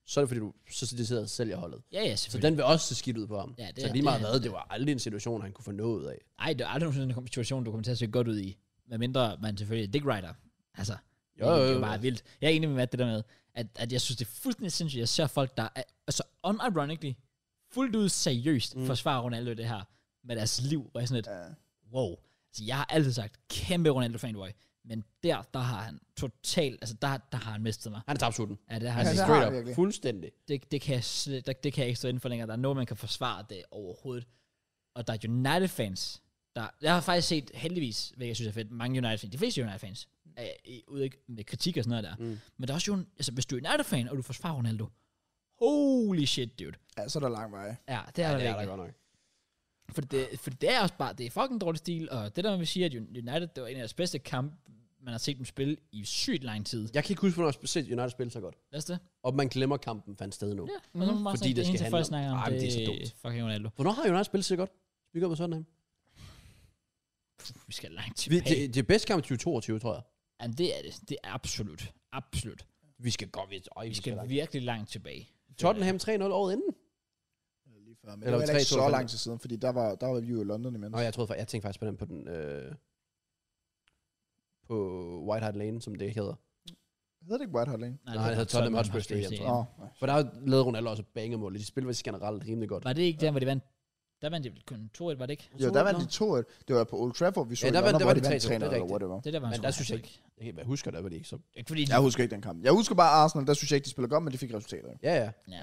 så er det fordi, du så decideret sælger holdet. Ja, ja, Så selvfølgelig. den vil også se skidt ud på ham. Ja, det så er- lige meget det er- hvad, det var aldrig en situation, han kunne få noget ud af. Nej, det er aldrig nogensinde en situation, du kommer til at se godt ud i. Med mindre man selvfølgelig er dick rider. Altså, Jo, jo, jo, jo. det er jo, jo jo. bare vildt. Jeg er enig med Matt, det der med, at, at jeg synes, det er fuldstændig sindssygt, at jeg ser folk, der er, altså unironically, fuldt ud seriøst mm. forsvarer Ronaldo i det her med deres liv, og jeg er sådan lidt, Ja. wow. Altså, jeg har altid sagt, kæmpe Ronaldo-fanboy, men der, der har han totalt, altså der, der har han mistet mig. Han er tabt den. Ja, det har Altså, han det ja, har straight han up. virkelig. Fuldstændig. det, det, kan jeg slet, der, det kan jeg ikke stå inden for længere. Der er noget, man kan forsvare det overhovedet. Og der er United-fans. Der, jeg har faktisk set, heldigvis, hvad jeg synes er fedt, mange United-fans, de fleste United-fans, er i- ude ikke med kritik og sådan noget der. Mm. Men der er også jo, en- altså hvis du er United-fan, og du forsvarer Ronaldo, holy shit, dude. ja, så er der lang vej. Ja, det er Ja, ja, det er der der virkelig. godt nok. For det, for det er også bare, det er fucking dårlig stil, og det der, man vil sige, at United, det var en af deres bedste kampe, man har set dem spille i sygt lang tid. Jeg kan ikke huske, hvornår jeg har set United spille så godt. Lad os det. Og man glemmer kampen fandt sted nu. Ja, og så må man bare Fordi sige, det skal eneste handle folk om- snakker Ej, om, men det, det er så er dumt. fucking Ronaldo. Hvornår har United spillet så godt? Vi går på sådan her. Puh, vi skal langt Vi, tilbage. det, det, er bedst kamp i 2022, tror jeg. Ja, det er det. Det er absolut. Absolut. Vi skal godt. Vi, øj, Vi skal langt. virkelig langt tilbage. Tottenham 3-0 året inden. Lige før, men Eller det var heller 3-2 ikke så lang tid siden, fordi der var, der var vi jo i London imens. Nå, jeg, troede, fa- jeg tænkte faktisk på den på den... Øh, på White Hart Lane, som det hedder. Hedder det ikke White Hart Lane? Nej, han var havde Tottenham Hotspur Stadium, Åh, Stadium. oh, nej. For der lavede Ronaldo også bangemål. De spillede faktisk generelt rimelig godt. Var det ikke der, hvor de vandt? Der vandt de vel kun 2-1, var det ikke? Jo, der vandt de 2-1. Det var på Old Trafford, vi så Ja, ja, der der, i vandt- der var London, hvor de det 3-0, vandt 3-0 det er eller whatever. Det der var Men der synes jeg ikke. ikke. Jeg husker, der var de ikke så... Ikke fordi de, Jeg husker ikke den kamp. Jeg husker bare Arsenal, der synes jeg ikke, de spiller godt, men de fik resultater. Ja, ja. ja.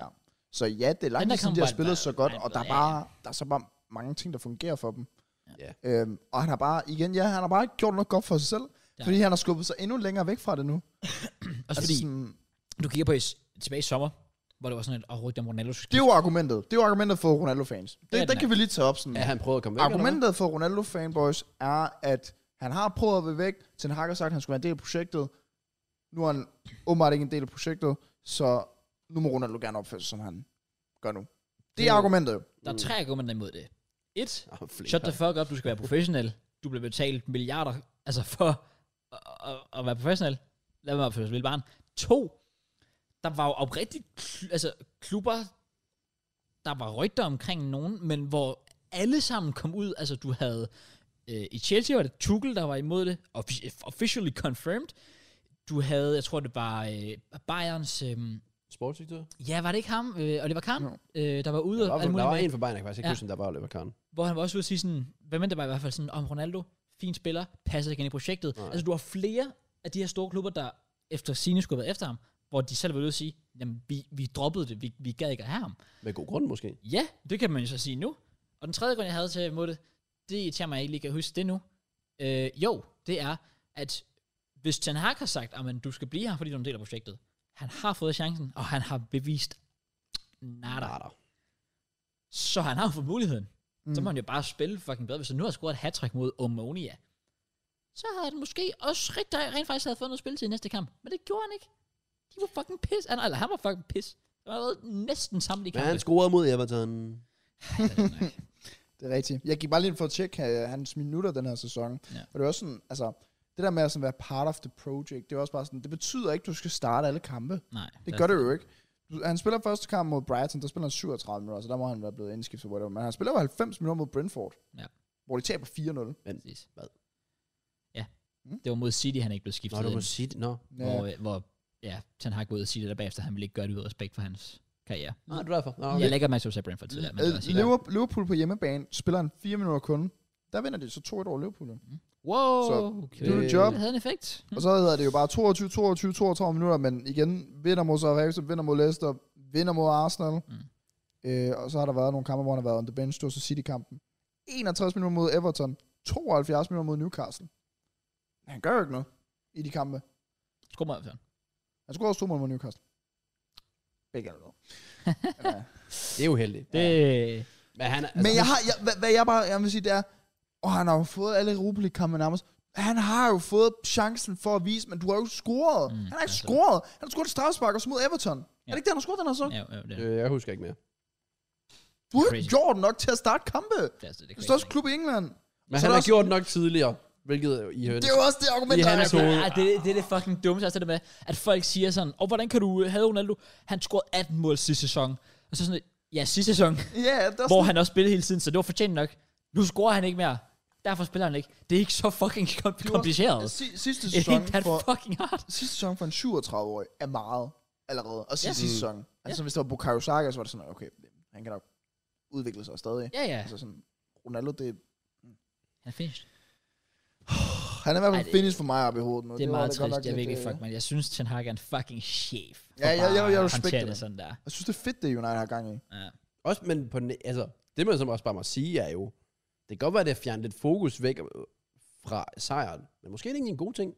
Så ja, det er Den langt der tid siden, kamp de har var- spillet var- så godt, var- og der er, ja, ja. bare, der er så bare mange ting, der fungerer for dem. Ja. Øhm, og han har bare, igen, ja, han har bare ikke gjort noget godt for sig selv, Ja. ja. fordi han har skubbet sig endnu længere væk fra det nu. Også Altså, fordi, sådan, du kigger på i, tilbage i sommer, hvor det var sådan et, åh, oh, dem Ronaldo skulle det er jo argumentet. Det er jo argumentet for Ronaldo-fans. Det, er det, den det kan vi lige tage op sådan. Ja, han prøvede at komme væk. Argumentet for Ronaldo-fanboys er, at han har prøvet at være væk. Ten Hag har sagt, at han skulle være en del af projektet. Nu er han åbenbart ikke en del af projektet, så nu må Ronaldo gerne opføre sig, som han gør nu. Det er Det- argumentet jo. Der er tre argumenter imod det. Et, Oh, shut the fuck up, du skal være professionel. Du bliver betalt milliarder, altså for at, at, at være professionel. Lad mig opføre sig som et lille barn. To, der var jo oprigtigt kl- altså, klubber, der var rygter omkring nogen, men hvor alle sammen kom ud, altså du havde, øh, i Chelsea var det Tuchel, der var imod det, offi- officially confirmed. Du havde, jeg tror det var øh, Bayerns, øh, Sportsdirektør? ja var det ikke ham, øh, Oliver Kahn, Jo. øh, der var ude Der var, og alt der muligt var med- en for Bayern, jeg kan faktisk ikke Ja. huske, om der var Oliver Kahn. hvor han var også ude at sige sådan, hvad mente var i hvert fald sådan, om Ronaldo, fin spiller, passer ikke ind i projektet. Nej. Altså du har flere af de her store klubber, der efter sine skulle have været efter ham, hvor de selv var ude at sige, jamen vi, vi droppede det, vi, vi gad ikke at have ham. Med god grund måske. Ja, det kan man jo så sige nu. Og den tredje grund, jeg havde til imod det, det irriterer mig, at jeg ikke lige kan huske det nu. Øh, jo, det er, at hvis Ten Hag har sagt, at du skal blive her, fordi du er en del af projektet, han har fået chancen, og han har bevist nada. Nada. Så han har jo fået muligheden. Mm. Så Mm. må han jo bare spille fucking bedre. Hvis han nu har scoret et hat mod Omonia, så havde han måske også rigtig, rent faktisk havde fået noget spil til i næste kamp. Men det gjorde han ikke. De var fucking pis. Han, eller han var fucking pis. Det var været næsten samtlige Men kampe. han scorede mod Everton. Ja, det er det nok. Det er rigtigt. Jeg gik bare lige ind for at tjekke øh, hans minutter den her sæson. Ja. Ja. Og det var sådan, altså, det der med at sådan være part of the project, det er også bare sådan, det betyder ikke, at du skal starte alle kampe. Nej. Det gør det jo ikke. Du- Han spiller første kamp mod Brighton, der spiller han 37 minutter, så der må han være blevet indskiftet, whatever. Men han spiller jo 90 minutter mod Brentford, Ja. hvor de taber 4-0. Præcis. Hvad? Ja. Mm. Det var mod City, han ikke blev Nå, skiftet du ind. må sige det. Nå. Ja. Hvor, øh, hvor ja, Ten Hag går ud og siger det der bagefter, han ville ikke gøre det ud af respekt for hans karriere. Nå, det er derfor. Nå, Okay. Jeg okay. lægger Max Jose Brentford tidligere, men altså, det Øh, var sige, Mm. Liverpool- Liverpool på hjemmebane spiller han 4 minutter kun. Der vinder de så 2-1 over Liverpool. jo. Wow, Så, okay. do the job. Det havde en effekt. Og så hedder det jo bare 22, 22, 32 minutter, men igen, vinder mod Southampton, vinder mod Leicester, vinder mod Arsenal. Mm. Mm. Øh, og så har der været nogle kampe, hvor han har været on the bench, det var så City-kampen. 61 minutter mod Everton, 72 minutter mod Newcastle. Men han gør jo ikke noget i de kampe. Skru mig op, Søren. Han skulle også to mål mod Newcastle. Begge er det ja. Det er uheldigt. Det, Men, han, er- altså, Men jeg han- har, jeg, hvad, hvad jeg bare jeg vil sige, det er, og han har jo fået alle Europa League-kampe nærmest. Han har jo fået chancen for at vise, men du har jo ikke scoret. Mm, Mm, han har altså. ikke scoret. Han har scoret et strafspark og smod Everton. Er det ikke det, han har scoret den her så? ja, ja, det, er- øh, jeg husker ikke mere. Du har ikke Crazy. gjort nok til at starte kampe. det, er altså- det, Den største klub i England. Men Så han der har også- gjort nok tidligere, hvilket I hørte. Det er jo også det argument, I der hans er. hoved. Ja, det, det, er det fucking dummeste, altså det med, at folk siger sådan, og hvordan kan du have Ronaldo? Han scorede 18 mål sidste sæson. Og så sådan, lidt, ja, sidste sæson, Ja, det er hvor sådan, han også spillede hele tiden, så det var fortjent nok. Nu scorer han ikke mere. Derfor spiller han ikke. Det er ikke så fucking kom- kompliceret. si- sidste Det er sæson ikke that for, fucking hard. sidste sæson for en 37-årig er meget allerede. Og sidste, Ja. sidste sæson. Altså, hvis det var Bukayo Saka, så var det sådan, okay, han kan nok udvikle sig stadig. Ja, ja. Altså sådan, Ronaldo, det, Han er finished. han er i hvert Ej, fald det- finish for mig op i hovedet nu. Det er var meget da godt trist. nok Jeg vil lidt, ikke øh, fuck, men jeg synes, Ten Hag er en fucking chef. for Ja, ja, bare jeg- jeg at respekter håndtere det det. sådan der. Jeg synes, det er fedt, det United har gang i. Ja. Også, men på, den- altså, det man som også bare må sige er jo, det kan godt være, at det har fjernet lidt fokus væk øh, fra sejren, men måske er det ikke en god ting.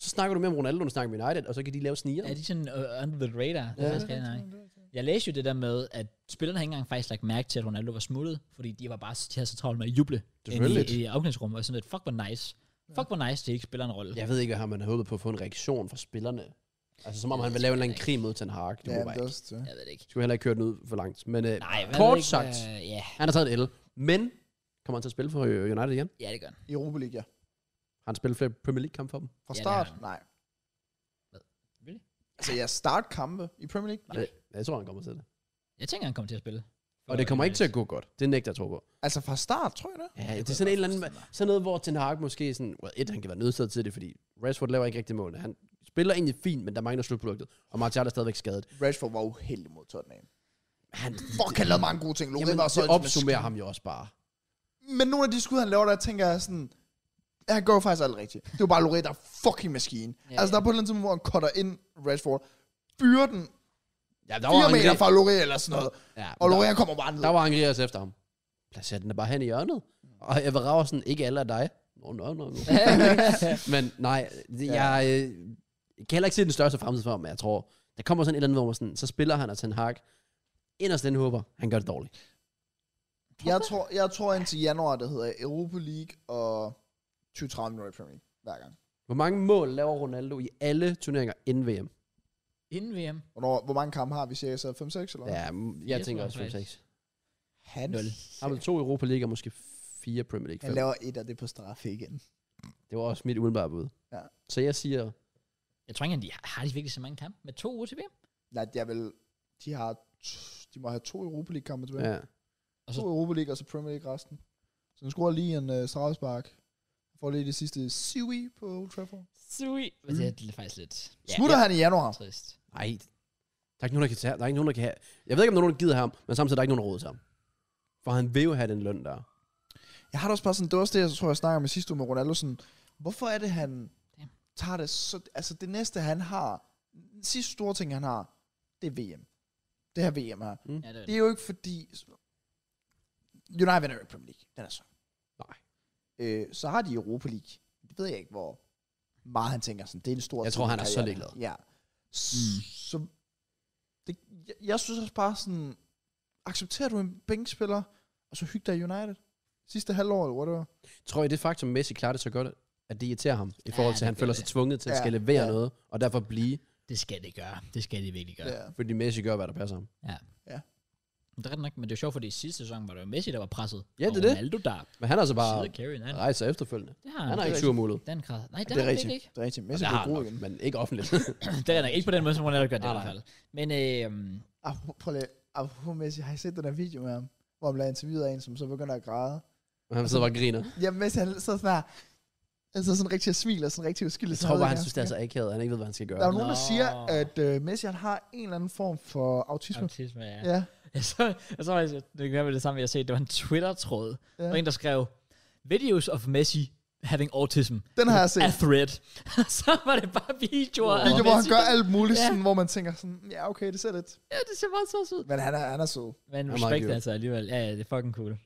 Så snakker du mere om Ronaldo, end du snakker om United, og så kan de lave sniger. Er de sådan uh, under the radar? Det er Ja. faktisk rigtig nok. Jeg læste jo det der med, at spillerne har ikke engang faktisk lagt mærke til, at Ronaldo var smuttet, fordi de var bare de havde så travlt med at juble inde Selvfølgelig. i, i afklædningsrummet, og sådan lidt, fuck hvor nice. Fuck hvor nice, det ikke spiller en rolle. Jeg ved ikke, hvad man havde håbet på at få en reaktion fra spillerne. Altså, som om han vil lave en eller anden krig mod Ten Hag. Det Ja, ja, men bare det er øh, ikke. også det. Jeg ved det ikke. Skulle heller ikke køre den ud for langt. Men øh, Nej, jeg ved kort ikke, sagt, hvad- Ja, han har taget en L. Men kommer han til at spille for øh, United igen? ja, det gør han. I Europa League, ja. Har han spillet flere Premier League-kampe for dem? Ja, Fra det start? har han. Nej. Really? Altså, jeg start kampe i Premier League? Nej. Ja, jeg tror, han kommer til det. Jeg tænker, han kommer til at spille. Og det kommer ikke til at gå godt. Det nægter jeg tro på. Altså, fra start, tror jeg det. Ja, det er sådan en eller anden... Sådan noget, hvor Ten Hag måske er sådan... Well, et, han kan være nødsaget til det, fordi Rashford laver ikke rigtig målene. Han spiller egentlig fint, men der mangler slutproduktet. Og Martial er stadigvæk skadet. Rashford var uheldig mod Tottenham. Han, Fuck, han lavede mange gode ting. Loren Jamen, var så det opsummerer ham jo også bare. Men nogle af de skud, han laver, der tænker jeg sådan... Han gør jo faktisk alt rigtigt. Det var bare Loret, der er fucking maskine. Ja, Ja, altså, der ja. er på et eller andet tidspunkt, hvor han cutter ind Rashford. Fyrer den Ja, der 4 meter Angri- fra Loret eller sådan noget. Ja, Og der- Loret kommer bare ned. Der var Angrias efter ham. Placer den da bare hen i hjørnet. Og Eva Raversen, ikke alle af dig. Nå, nå, nå, nå. men nej, det, Ja. jeg øh, kan heller ikke se den største fremtid for ham, men jeg tror, der kommer sådan et eller andet, hvor man sådan, så spiller han og Ten Hag. Inderst den håber, han gør det dårligt. Jeg tror, jeg tror indtil januar, det hedder Europa League og 20-30 minutter i Premier League hver gang. Hvor mange mål laver Ronaldo i alle turneringer inden VM? Inden VM. Hvornår, hvor mange kampe har vi cirka? Så 5-6 eller hvad? Ja, m- jeg Jeg tænker tror også 5-6. faktisk- Han, Nul. Han har vel to Europa League og måske fire Premier League. han Fem. laver et af det på straf igen. Det var også mit umiddelbare bud. Ja. Så jeg siger, Jeg tror ikke, han de har, har de virkelig så mange kampe med to uger til VM. Nej, jeg vil, de, har, t- de må have to Europa League kampe tilbage. Ja. ja. Og så- To Europa League og så Premier League resten. Så han scorer lige en uh, strafspark. Får lige det sidste Siwi på Old Trafford. Sweet. Mm. Det er faktisk lidt... Ja, Smutter ja. han i januar. Trist. Nej, der er ikke nogen, der kan tage, der er ikke nogen, der kan have. Jeg ved ikke, om der er nogen, der gider ham, men samtidig er der ikke nogen, der råder til ham. For han vil jo have den løn der. Jeg har da også bare sådan, det var også det, jeg tror, jeg snakker med sidste uge med Ronaldo, sådan, hvorfor er det, han Ja. tager det så, altså det næste, han har, den sidste store ting, han har, det er VM. Det her VM her. Ja, det er Det er jo ikke fordi, United vinder jo ikke Premier League, den er så. Nej. Øh, så har de Europa League. Det ved jeg ikke, hvor meget han tænker sådan, det er en stor Jeg tid tror, i han er så karrieren. ligeglad. Ja. S- Mm. Så, det, jeg, jeg synes også bare sådan, accepterer du en bænkspiller, og så hyg dig i United. Sidste halvår, eller whatever. Tror I det faktum, at Messi klarer det så godt, at det irriterer ham, i forhold Ja, til, at han det føler gør sig tvunget til at Ja, skal levere ja. noget, og derfor blive, Det skal det gøre. Det skal det virkelig gøre. Ja. fordi Messi gør, hvad der passer ham. Men Det er ret nok, men det er sjovt, fordi i sidste sæson var det jo Messi, der var presset. Ja, det er og det. Ronaldo, der Men han har så bare sidder carry. Nej, rejser efterfølgende. det har Han har det ikke er sur mulighed. rigtigt. Den grad. Nej, det, Det er har han rigtigt. virkelig ikke. Det er rigtigt. Og det Messi blev Altså, har han god igen. nok, men ikke offentligt. det er nok ikke på den måde, som Ronaldo gør det i Nej, hvert nej. fald. Men øh, Ah, prøv lige. Apropos Messi, har I set den der video med ham? Hvor han bliver interviewet af en, som så begynder at græde. Og han sidder bare og griner. Ja, Messi han sidder sådan her. Altså sådan rigtig og smiler, sådan rigtig uskyldig. Jeg sådan tror noget, bare, der han kan- synes, det er så akavet, at han ikke ved, hvad han skal gøre. Der er jo nogen, der Nå. siger, at øh, Messi han har en eller anden form for autisme. autisme, ja. Ligesom- Ja. Jeg så, jeg så faktisk, det kan være det samme, jeg har set, det var en Twitter-tråd. Ja. Ja. Og en, der skrev, videos of Messi having autism Den har jeg set. a thread. så var det bare videoer. af Video, hvor han Messi. gør alt muligt, Ja. sådan, hvor man tænker sådan, ja, okay, det ser lidt. Ja, det ser bare så sødt. Men han er, han er sød. Men meget respekt cute. altså alligevel. Ja, ja, det er fucking cool.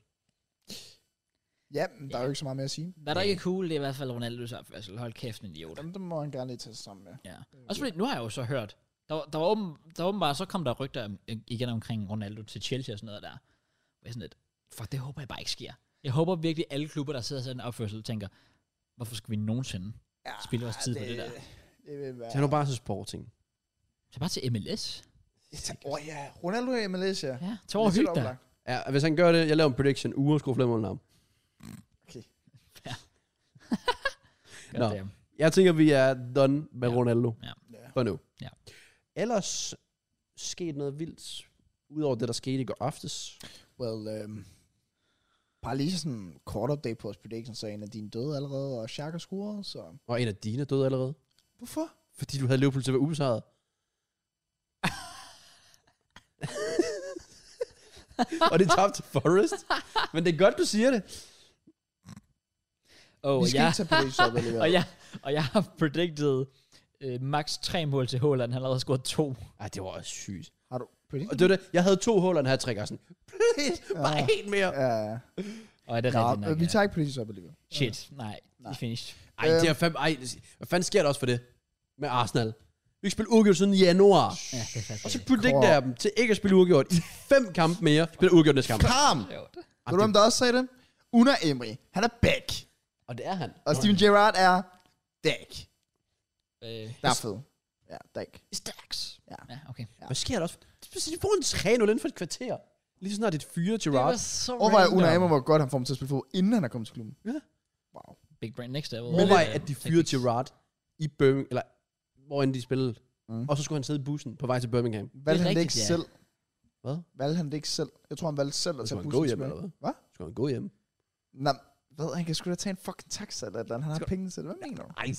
Ja, men der er jo ikke så meget mere at sige. Hvad der ikke er cool, det er i hvert fald Ronaldos opførsel. Hold kæft, en idiot. Dem, dem må han gerne lige tage sig sammen med. Ja. Også fordi, nu har jeg jo så hørt, der, var- der, var åben, der var åbenbart, så kom der rygter om- øh, igen omkring Ronaldo til Chelsea og sådan noget der. Og jeg er sådan lidt, fuck, det håber jeg bare ikke sker. Jeg håber virkelig, alle klubber, der sidder i sådan en opførsel, tænker, hvorfor skal vi nogensinde Ja, spille vores tid på det der? Det vil være... Tag nu bare til sporting. Så bare til MLS. Åh oh, ja, Ronaldo i Malaysia. Ja, tag over og Det hygge er lidt dig. oplagt. Ja, hvis han gør det, jeg laver en prediction. Uger skulle flere mål ham. Nå. Goddamn. Jeg tænker, vi er done med Ja. ja. Ronaldo Ja. for nu. Ja. Ellers skete noget vildt, udover det, der skete i går aftes. Well, um, bare lige sådan en kort update på vores prediction, så en af dine døde allerede, og Shaq er scoret, så... Og en af dine er død allerede. Hvorfor? Fordi du havde Liverpool til at være ubesejret. og det tabte til Forest. Men det er godt, du siger det. Og Vi skal jeg, ikke tage prediction op alligevel. og, jeg, og jeg har predicted øh, max tre mål til Haaland. Han har allerede scoret to. Ej, det var også sygt. Har du prediction? Og det var det. Jeg havde to huller, her trækker sådan. Please, bare Ja. en mere. Ja, Og er det Nå, rigtigt nok? vi ja. tager ikke prediction op alligevel. Shit, nej. nej. Nej. I finished. Ej, det Øhm. er fem, ej, hvad fanden sker der også for det med Arsenal? Vi ikke spille uafgjort siden januar. Ja, det er faktisk Og så predikter jeg dem til ikke at spille uafgjort i fem kampe mere. Spiller uafgjort næste kamp. Kram! sjovt. Ved du, hvem der også sagde det? Una Emery. Han er back. Og det er han. Og Steven Gerrard er dæk. Øh, Der er fed. Ja, dæk. Stærks. Ja. ja, okay. Hvad sker der også? De får en 3-0 inden for et kvarter. Lige så snart det er et fyre til Rod. så Overvej Una Emery, hvor godt han får ham til at spille fodbold, inden han er kommet til klubben. Ja. Wow. Big Brand Next Level. Overvej, at de fyrede til Rod i Birmingham, eller hvor end de spillede. Mm. Mm. Og så skulle han sidde i bussen på vej til Birmingham. Valgte han det rigtigt, ikke ja. selv? Hvad? Valgte han det ikke selv? Jeg tror, han valgte selv at Så tage skulle han bussen. gå hjem, tilbage. eller hvad? Hvad? Så skulle han gå hjem. Nå, hvad? Han kan sgu da tage en fucking taxa eller et eller andet. Han har penge til det. Hvad mener du? Ej,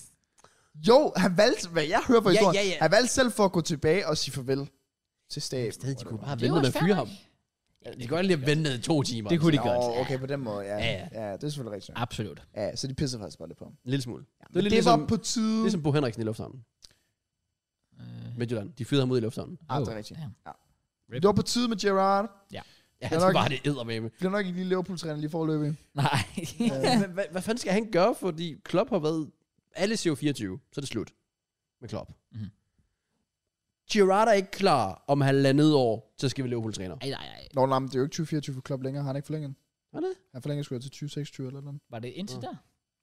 Jo, han valgte, hvad jeg hører på Ja, historien. ja, ja. Han valgte selv for at gå tilbage og sige farvel til staten. stadig, de kunne bare have Det er ventet jo med at også fyre fair ham. nok. Ja, de kunne godt lige have ventet i to timer. Det kunne de Nå, godt. okay, på den måde, ja. Ja, Ja, ja. ja. det er selvfølgelig rigtigt. Absolut. Øh, Ja, så de pisser faktisk bare lidt på ham. En lille smule. Ja, Det det, er det lidt ligesom, ligesom, var på tide. ligesom Bo Henriksen i lufthavnen. Øh, Midtjylland. De fyrede ham ud i lufthavnen. Ah, det oh, er rigtigt. damn. Det var på tide med Gerard. Ja, Det er det nok- var det eddermame. Bliver nok ikke lige Liverpool-træner lige Øh, forløbig. Nej. Men hvad, hvad fanden skal han gøre, fordi Klopp har været... Alle siger jo 24, så er det slut med Klopp. Mhm. Mm. Girard er ikke klar om halvandet år til at skal være Liverpool-træner. Ej, nej, nej. Nå, nej, men det er jo ikke 2024 for Klopp længere. Har han ikke forlænget? den? Er det? Han forlænger sgu da til 2026 eller noget. Var det indtil Nå.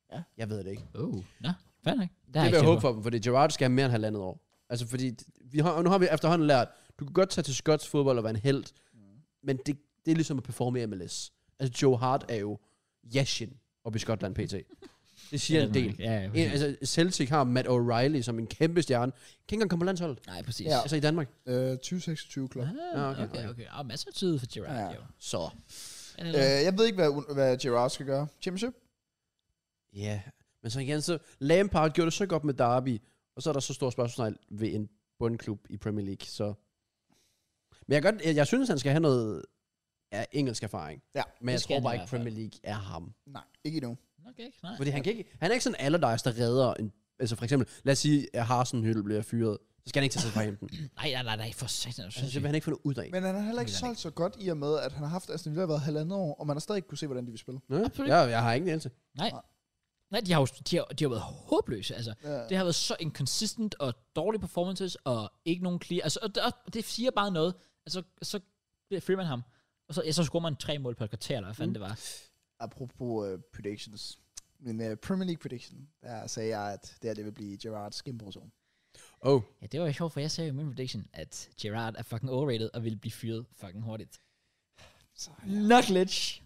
der? Jeg ved det ikke. Oh. Nå, fair nok. Det, har Det jeg vil jeg ikke håbe for dem, fordi Gerard skal have mere end halvandet år. Altså, fordi vi har, og nu har vi efterhånden lært, du kan godt tage til skotsk fodbold og være en held, men det, det er ligesom at performe i MLS. Altså, Joe Hart er jo Yashin oppe i Skotland PT. Det siger en del. Ja, ja, En, præcis. altså, Celtic har Matt O'Reilly som en kæmpe stjerne. Kan ikke engang komme på landsholdet. Nej, præcis. Ja. Ja. Altså i Danmark. Øh, 2026 Klopp. Ah, okay, okay, okay. okay. Ah, masser af tid for Gerard. Ja. Ja. Jo. Så. Men eller- Øh, jeg ved ikke, hvad, hvad Gerard skal gøre. Championship? Ja. Yeah. Men så igen, så Lampard gjorde det så godt med Derby, og så er der så stor spørgsmål ved en bundklub i Premier League, så... Men jeg, kan godt, jeg, jeg synes, han skal have noget ja, engelsk erfaring. Ja, Men jeg det skal tror han bare i ikke, hvert fald. Premier League er ham. Nej, ikke endnu. Okay, nej. Fordi han, kan ikke, han er ikke sådan Allardyce, der redder en... Altså for eksempel, lad os sige, at Harsenhyl bliver fyret. Så skal han ikke til Southampton. Nej, nej, nej, nej, for satan. altså, det vil han ikke få noget ud af. Men han har heller ikke Milan solgt så godt i og med, at han har haft Aston Villa været halvandet år, og man har stadig ikke kunne se, hvordan de vil spille. Nå, Absolut. jeg, jeg har ingen anelse. Nej. Nej, de har jo de har, de har været håbløse, altså. Ja. Det har været så inconsistent og dårlige performances, og ikke nogen clear. Altså, og det, og det siger bare noget. Altså, så føler man ham. Og så, ja, så scorer man tre mål på et kvarter, eller hvad fanden mm. det var. Apropos uh, predictions. Min uh, Premier League prediction, der sagde jeg, at det her det vil blive Gerards genbrugszone. Oh, Ja, det var jo sjovt, for jeg sagde jo i min prediction, at Gerard er fucking overrated og vil blive fyret fucking hurtigt. Så, Knuckledge.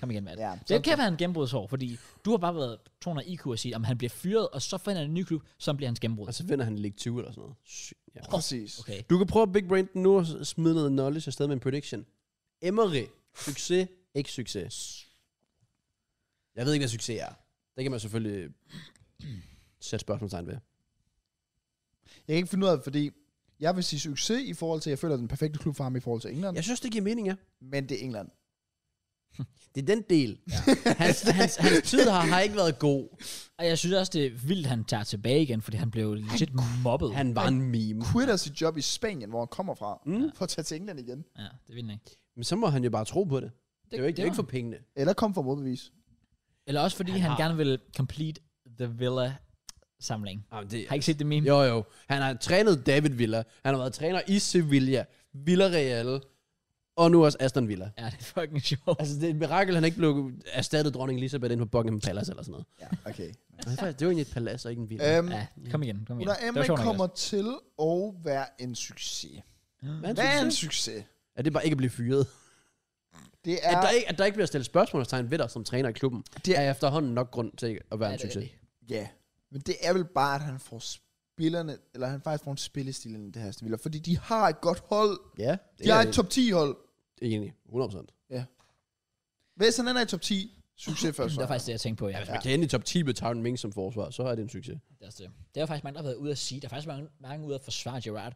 Kom igen, Matt. ja, Det kan være en gennembrudsår, fordi du har bare været 200 IQ og sige, om han bliver fyret, og så finder han en ny klub, så bliver hans gennembrud. og så vinder han League 20 eller sådan noget. Sy- ja. Præcis. Okay. Okay. Du kan prøve at big brain den nu og s- smide noget knowledge afsted med en prediction. Emery, succes, ikke succes. Jeg ved ikke, hvad succes er. Det kan man selvfølgelig sætte spørgsmålstegn ved. Jeg kan ikke finde ud af det, fordi jeg vil sige succes i forhold til, at jeg føler, at den perfekte klub for ham i forhold til England. Jeg synes, det giver mening, ja. Men det er England. Det er den del. Ja. Hans, hans, hans tid her har ikke været god. Og jeg synes også, det er vildt, han tager tilbage igen, fordi han blev legit mobbet. Han var en meme. Quitter sit job i Spanien, hvor han kommer fra, mm. for at tage til England igen. Ja, det vil han ikke. Men så må han jo bare tro på det. Det, det er jo ikke, det er jo ikke for pengene. Eller kom for modbevis. Eller også fordi han, han har- gerne vil complete The Villa-samling. Jamen, det, Har I ikke set det meme? Jo, jo. Han har trænet David Villa. Han har været træner i Sevilla, Villarreal, og nu også Aston Villa. Ja, det er fucking sjovt. Altså, det er et mirakel, han ikke blev erstattet dronning Elisabeth ind på Buckingham Palace eller sådan noget. Ja, okay. Nej, faktisk, det var egentlig et palads og ikke en villa. øhm, Ja, kom igen, kom igen. Una Det var Emma sjovt nok kommer også. til at være en succes. Hvad er Hvad er det, en du siger? succes? Er det bare ikke at blive fyret? Det Ja. er... At, der ikke, at der ikke bliver stillet spørgsmålstegn ved dig som træner i klubben, det Det- er efterhånden nok grund til at være Ja, en det er succes. Ja, men det er vel bare, at han får spillerne, eller han faktisk får en spillestil i det her Aston Villa, fordi de har et godt hold. Ja, De har et top 10 hold. Egentlig, 100%. Hvis han ender i top 10, succes først. Det var faktisk det, jeg tænkte på, ja. Ja, hvis man kan ende i top 10 med Tavlen Ming som forsvar, så er det en succes. Det er også det. Der er faktisk mange, der har været ude at sige, der er faktisk mange, mange ude at forsvare Gerard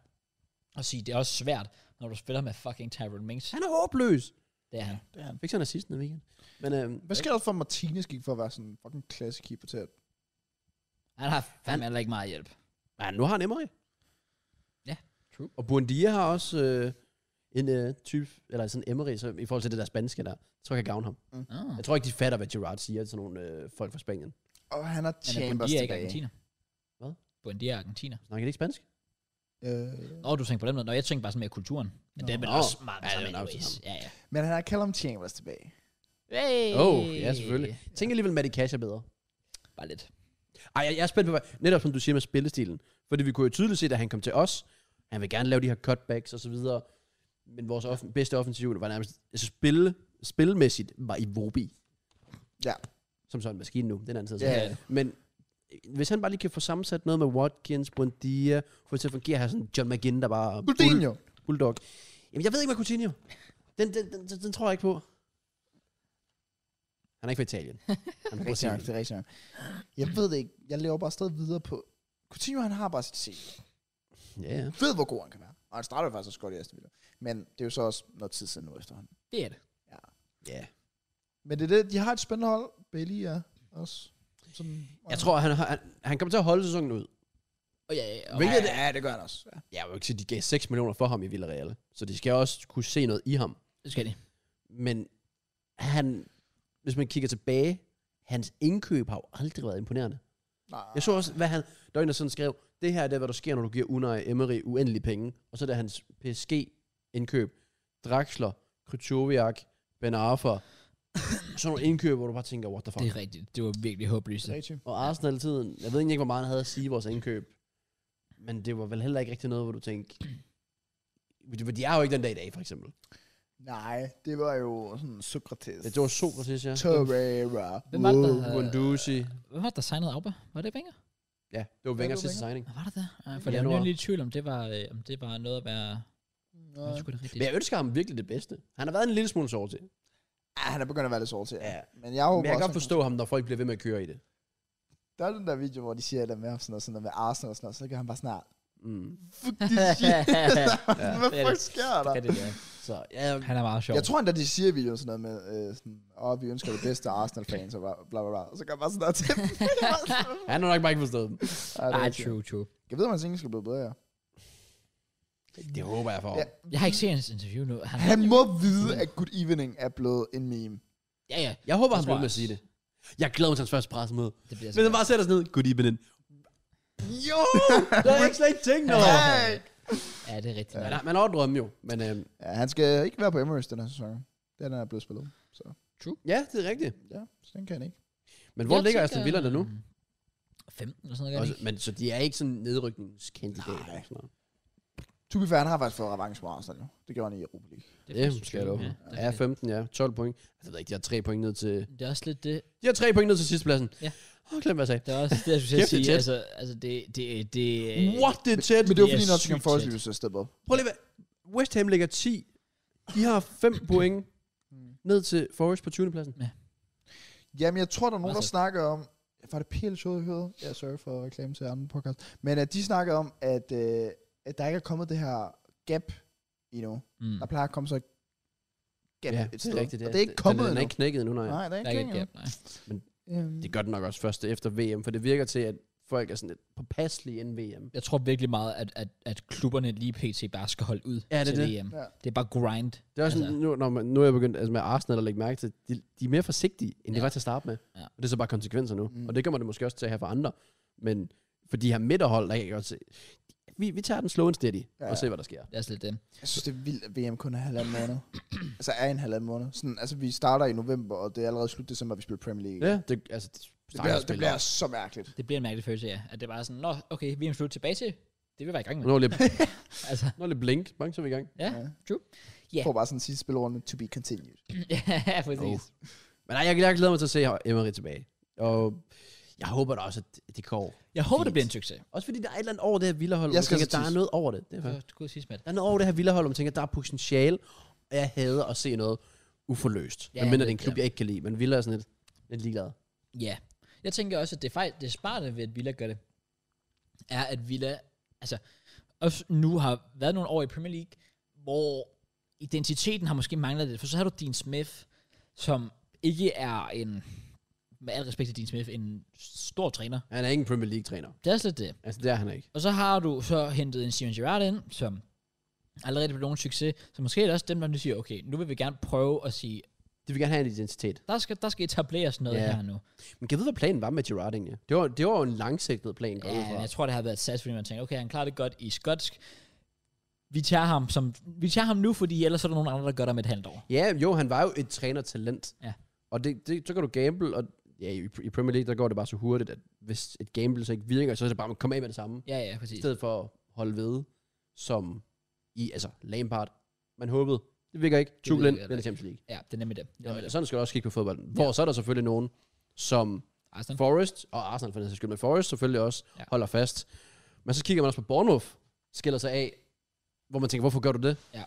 og sige, det er også svært, når du spiller med fucking Tyrone Mings. Han er håbløs! Det er han. Fik sådan assisten i weekenden. Men øhm, Hvad sker der for, at Martinez gik for at være sådan en fucking klasse keeper til at... Han har fandme heller ikke meget hjælp. Ja, nu har han Emery. Ja, true. Og Buendia har også øh, en øh, type, eller sådan en Emery, så i forhold til det der spanske der, så kan gavne ham. Oh. Jeg tror ikke, de fatter, hvad Gerard siger til sådan nogle øh, folk fra Spanien. Og han har Men er Chambers Buendia ikke tilbage. argentiner? Hvad? Buendia er argentiner. Snakker de ikke spansk? Øh, Nå, du tænker på den måde. Nå, jeg tænker bare sådan mere kulturen. Men det er vel Nå. også meget Ja, ja, det er sammen nok anyways. sammen. Ja, ja. men han har Callum Chambers tilbage. Hey! Åh, oh, ja, selvfølgelig. Tænk alligevel, Matty Cash er bedre. Bare lidt. Ej, jeg, jeg er spændt på, hvad- netop som du siger med spillestilen. Fordi vi kunne jo tydeligt se, da han kom til os, han vil gerne lave de her cutbacks og så videre. Men vores offen, bedste offensiv var nærmest, altså spille, spilmæssigt var i Vobi. Ja. Som sådan en maskine nu, den anden side. Ja, Yeah. ja. Men øh, hvis han bare lige kan få sammensat noget med Watkins, Buendia, få det til at fungere her sådan John McGinn, der bare... Coutinho. Bull, bulldog. Jamen, jeg ved ikke, hvad Coutinho... Den, den, den, den, den tror jeg ikke på. Han er ikke fra Italien. Han er fra Det er Brasilien. rigtigt, det er rigtigt. Jeg ved det ikke. Jeg lever bare stadig videre på... Coutinho, han har bare sit CV. Ja, ja. ved, hvor god han kan være. Og han startede faktisk også godt i Aston Villa. Men det er jo så også noget tid siden nu efterhånden. Det er det. Ja. Men det er det, de har et spændende hold. Bailey er også sådan... Jeg tror, han, har- han, han kommer til at holde sæsonen ud. Og ja, ja, og Hvilket ja, ja, det gør han også. Ja. Jeg vil ikke sige, de gav 6 millioner for ham i Villarreal. Så de skal også kunne se noget i ham. det skal de. Men han, hvis man kigger tilbage, hans indkøb har jo aldrig været imponerende. Nej. Jeg så også, hvad han, der var en, der sådan skrev, det her det er, hvad der sker, når du giver Unai Emery uendelige penge. Og så er det hans PSG-indkøb, Draxler, Krychowiak, Ben Arfa. sådan nogle indkøb, hvor du bare tænker, what the Det fuck. er rigtigt. Det var virkelig håbløst. Rigtigt. Og Arsenal-tiden, jeg ved egentlig ikke, hvor meget han havde at sige i vores indkøb. Men det var vel heller ikke rigtig noget, hvor du tænkte, for de er jo ikke den dag i dag, for eksempel. Nej, det var jo sådan Sokrates. Det var Sokrates, ja. Torreira. Hvem var det, der havde- Guendouzi. Hvem var det, der signede Auba? Var det Wenger? Ja, det var Wengers sidste signing. Hvad var det der? Ja, for jeg Januar. var lige i tvivl, om det var, øh, om det var noget at være... Nå. Ja. Det det rigtigt. Men jeg ønsker ham virkelig det bedste. Han har været en lille smule sår til. Ja, han er begyndt at være lidt sort til. Ja. Men jeg håber Men jeg kan også, godt han- forstå ham, når folk bliver ved med at køre i det. Der er den der video, hvor de siger det med ham sådan noget, sådan noget med Arsenal og sådan noget, så gør han bare snart. Mm. Fuck this shit. Hvad det er fuck det. sker der? Ja, det er det. Så ja, Han er meget sjov. Jeg tror endda, de siger i videoen sådan noget med, øh, sådan, åh, oh, vi ønsker det bedste af Arsenal-fans, og bla, bla, bla, bla. Og så gør jeg bare sådan noget til dem. han har nok bare ikke forstået dem. Ej, det er Nej, rigtigt. true, true. Jeg ved, om hans engelsk er blevet bedre, ja. Det håber jeg for ham. Ja. Jeg har ikke set hans interview nu. Han, Han må vide, at Good Evening er blevet en meme. ja, ja. Jeg håber, Det han tror bliver med jeg Altså, at sige det. Jeg glæder mig til hans første pressemøde. Det bliver Hvis han bare sætter sig ned. Good evening. Jo! Der er ikke slet ikke tænkt noget. over. Hey! Ja, det er rigtigt. Man, Ja. har- man har drømme jo, men øhm, Ja, han skal ikke være på Emirates den her sæson. Den er blevet spillet. ja, det er rigtigt. Ja, så den kan han ikke. Men hvor Jeg ligger tænker, Aston Villa der nu? 15 eller sådan noget. Også, Også, men så de er ikke sådan nedrykningskandidater. Nej. eller sådan noget. To be fair, han har faktisk fået revanche på Arsenal, jo. Det gjorde han i Europa League. Det skal jeg love. det, Ja, 15, ja. 12 point. Altså, jeg ved ikke, de har 3 point ned til... det er også lidt det. De har 3 point ned til sidstepladsen. Ja. Åh, glem hvad jeg sagde. Det er også det, jeg skulle til at Kæft, det er sige. tæt. Altså, altså det, det, det, What, det er tæt. Men det var Det er fordi Nottingham sygt Forest tæt. lige så steppet op. Prøv lige, hvad- West Ham ligger 10. De har 5 point ned til Forest på 20. pladsen. Jamen, jeg tror, der er nogen, der Altså. snakker om... Var det PL Showet, jeg hørte? Ja, sorry for reklame til anden podcast. Men at de snakker om, at, øh, at der ikke er kommet det her gap endnu. Mm. Der plejer at komme så et gap ja, et det sted. er rigtigt. Og det er ikke kommet Den, den er endnu. ikke knækket endnu, nej. nej. Nej, det er Der er ikke ikke et knækket gap, nej. endnu. Øhm, Det gør den nok også først efter VM, for det virker til, at folk er sådan lidt påpasselige inden VM. Jeg tror virkelig meget, at, at, at klubberne lige pt. bare skal holde ud Ja, det er til det. VM. Ja. Det er bare grind. Det er også altså. Altså. nu, når man, nu er jeg begyndt altså med Arsenal at lægge mærke til, de, de er mere forsigtige, end ja. Ja. de var til at starte med. Ja. Og det er så bare konsekvenser nu. Mm. Mm. Og det kommer det måske også til at have for andre. Men for de her midterhold, der kan jeg godt se, vi, vi tager den slow and steady, Ja, ja. ja. og ser, hvad der sker. Det er også lidt det. Jeg synes, det er vildt, at VM kun er halvanden måned. altså er en halvanden måned. Sådan, altså, vi starter i november, og det er allerede slut december, at vi spiller Premier League. Ja, det, altså, det, Det bliver, det bliver så mærkeligt. Det bliver en mærkelig følelse, ja. At det bare er sådan, nå, okay, vi er slut tilbage til. Det vil vi være i gang med. Nu er lidt, Altså, nu er lidt blink. Bang, så er vi i gang. ja. true. Ja. Jeg får bare sådan en sidste spilrunde, to be continued. ja, præcis. Oh. Men nej, jeg, jeg glæder mig til at se Emery tilbage. Og jeg håber da også, at det går. Jeg håber, det Fint. bliver en succes. Også fordi der er et eller andet over det her vilderhold, Jeg jeg skal tænker, så der er tis. noget over det. det er faktisk- Du kunne sige, Matt. der er noget over det her vilderhold, hvor man tænker, der er potentiale, og jeg hader at se noget uforløst. Ja, Ja, men mindre det er en lidt, klub, ja. jeg ikke kan lide, men Villa er sådan lidt, lidt ligeglad. Ja. Jeg tænker også, at det, fej, det smarte ved, at Villa gør det, er, at Villa altså, også nu har været nogle år i Premier League, hvor identiteten har måske manglet lidt. For så har du Dean Smith, som ikke er en, med al respekt til Dean Smith, en stor træner. Han er ikke en Premier League-træner. Det er slet det. Altså, det er han ikke. Og så har du så hentet en Steven Gerrard ind, som allerede blev nogen succes. Så måske er det også dem, der nu siger, okay, nu vil vi gerne prøve at sige, De vil gerne have en identitet. der skal, der skal etableres noget Ja. her nu. Men kan jeg vide, hvad planen var med Gerard egentlig? Det var, det var jo en langsigtet plan, går jeg ud Ja, fra. men Øh, jeg tror, det har været et sats, fordi man tænker, okay, han klarer det godt i skotsk. Vi tager ham, som, vi tager ham nu, fordi ellers er der nogen andre, der gør det om et halvt år. Ja, jo, han var jo et trænertalent. Ja. Og det, det, så kan du gamble, og ja, i, i Premier League, der går det bare så hurtigt, at hvis et gamble så ikke virker, så er det bare, at komme af med det samme. Ja, ja, I præcis. stedet for at holde ved, som i, altså, Lampard. Man håbede, det virker ikke. Tuchel ind, virker vinder ikke. Champions League. Ja, det er nemlig det. det, er Ja, nemlig det. sådan skal du også kigge på fodbold. Hvor så er der selvfølgelig nogen, som Arsenal. Forrest, og Arsenal for den sags skyld, men Forrest selvfølgelig også Ja. ja. holder fast. Men så kigger man også på Bournemouth, skiller sig af, hvor man tænker, hvorfor gør du det? Ja.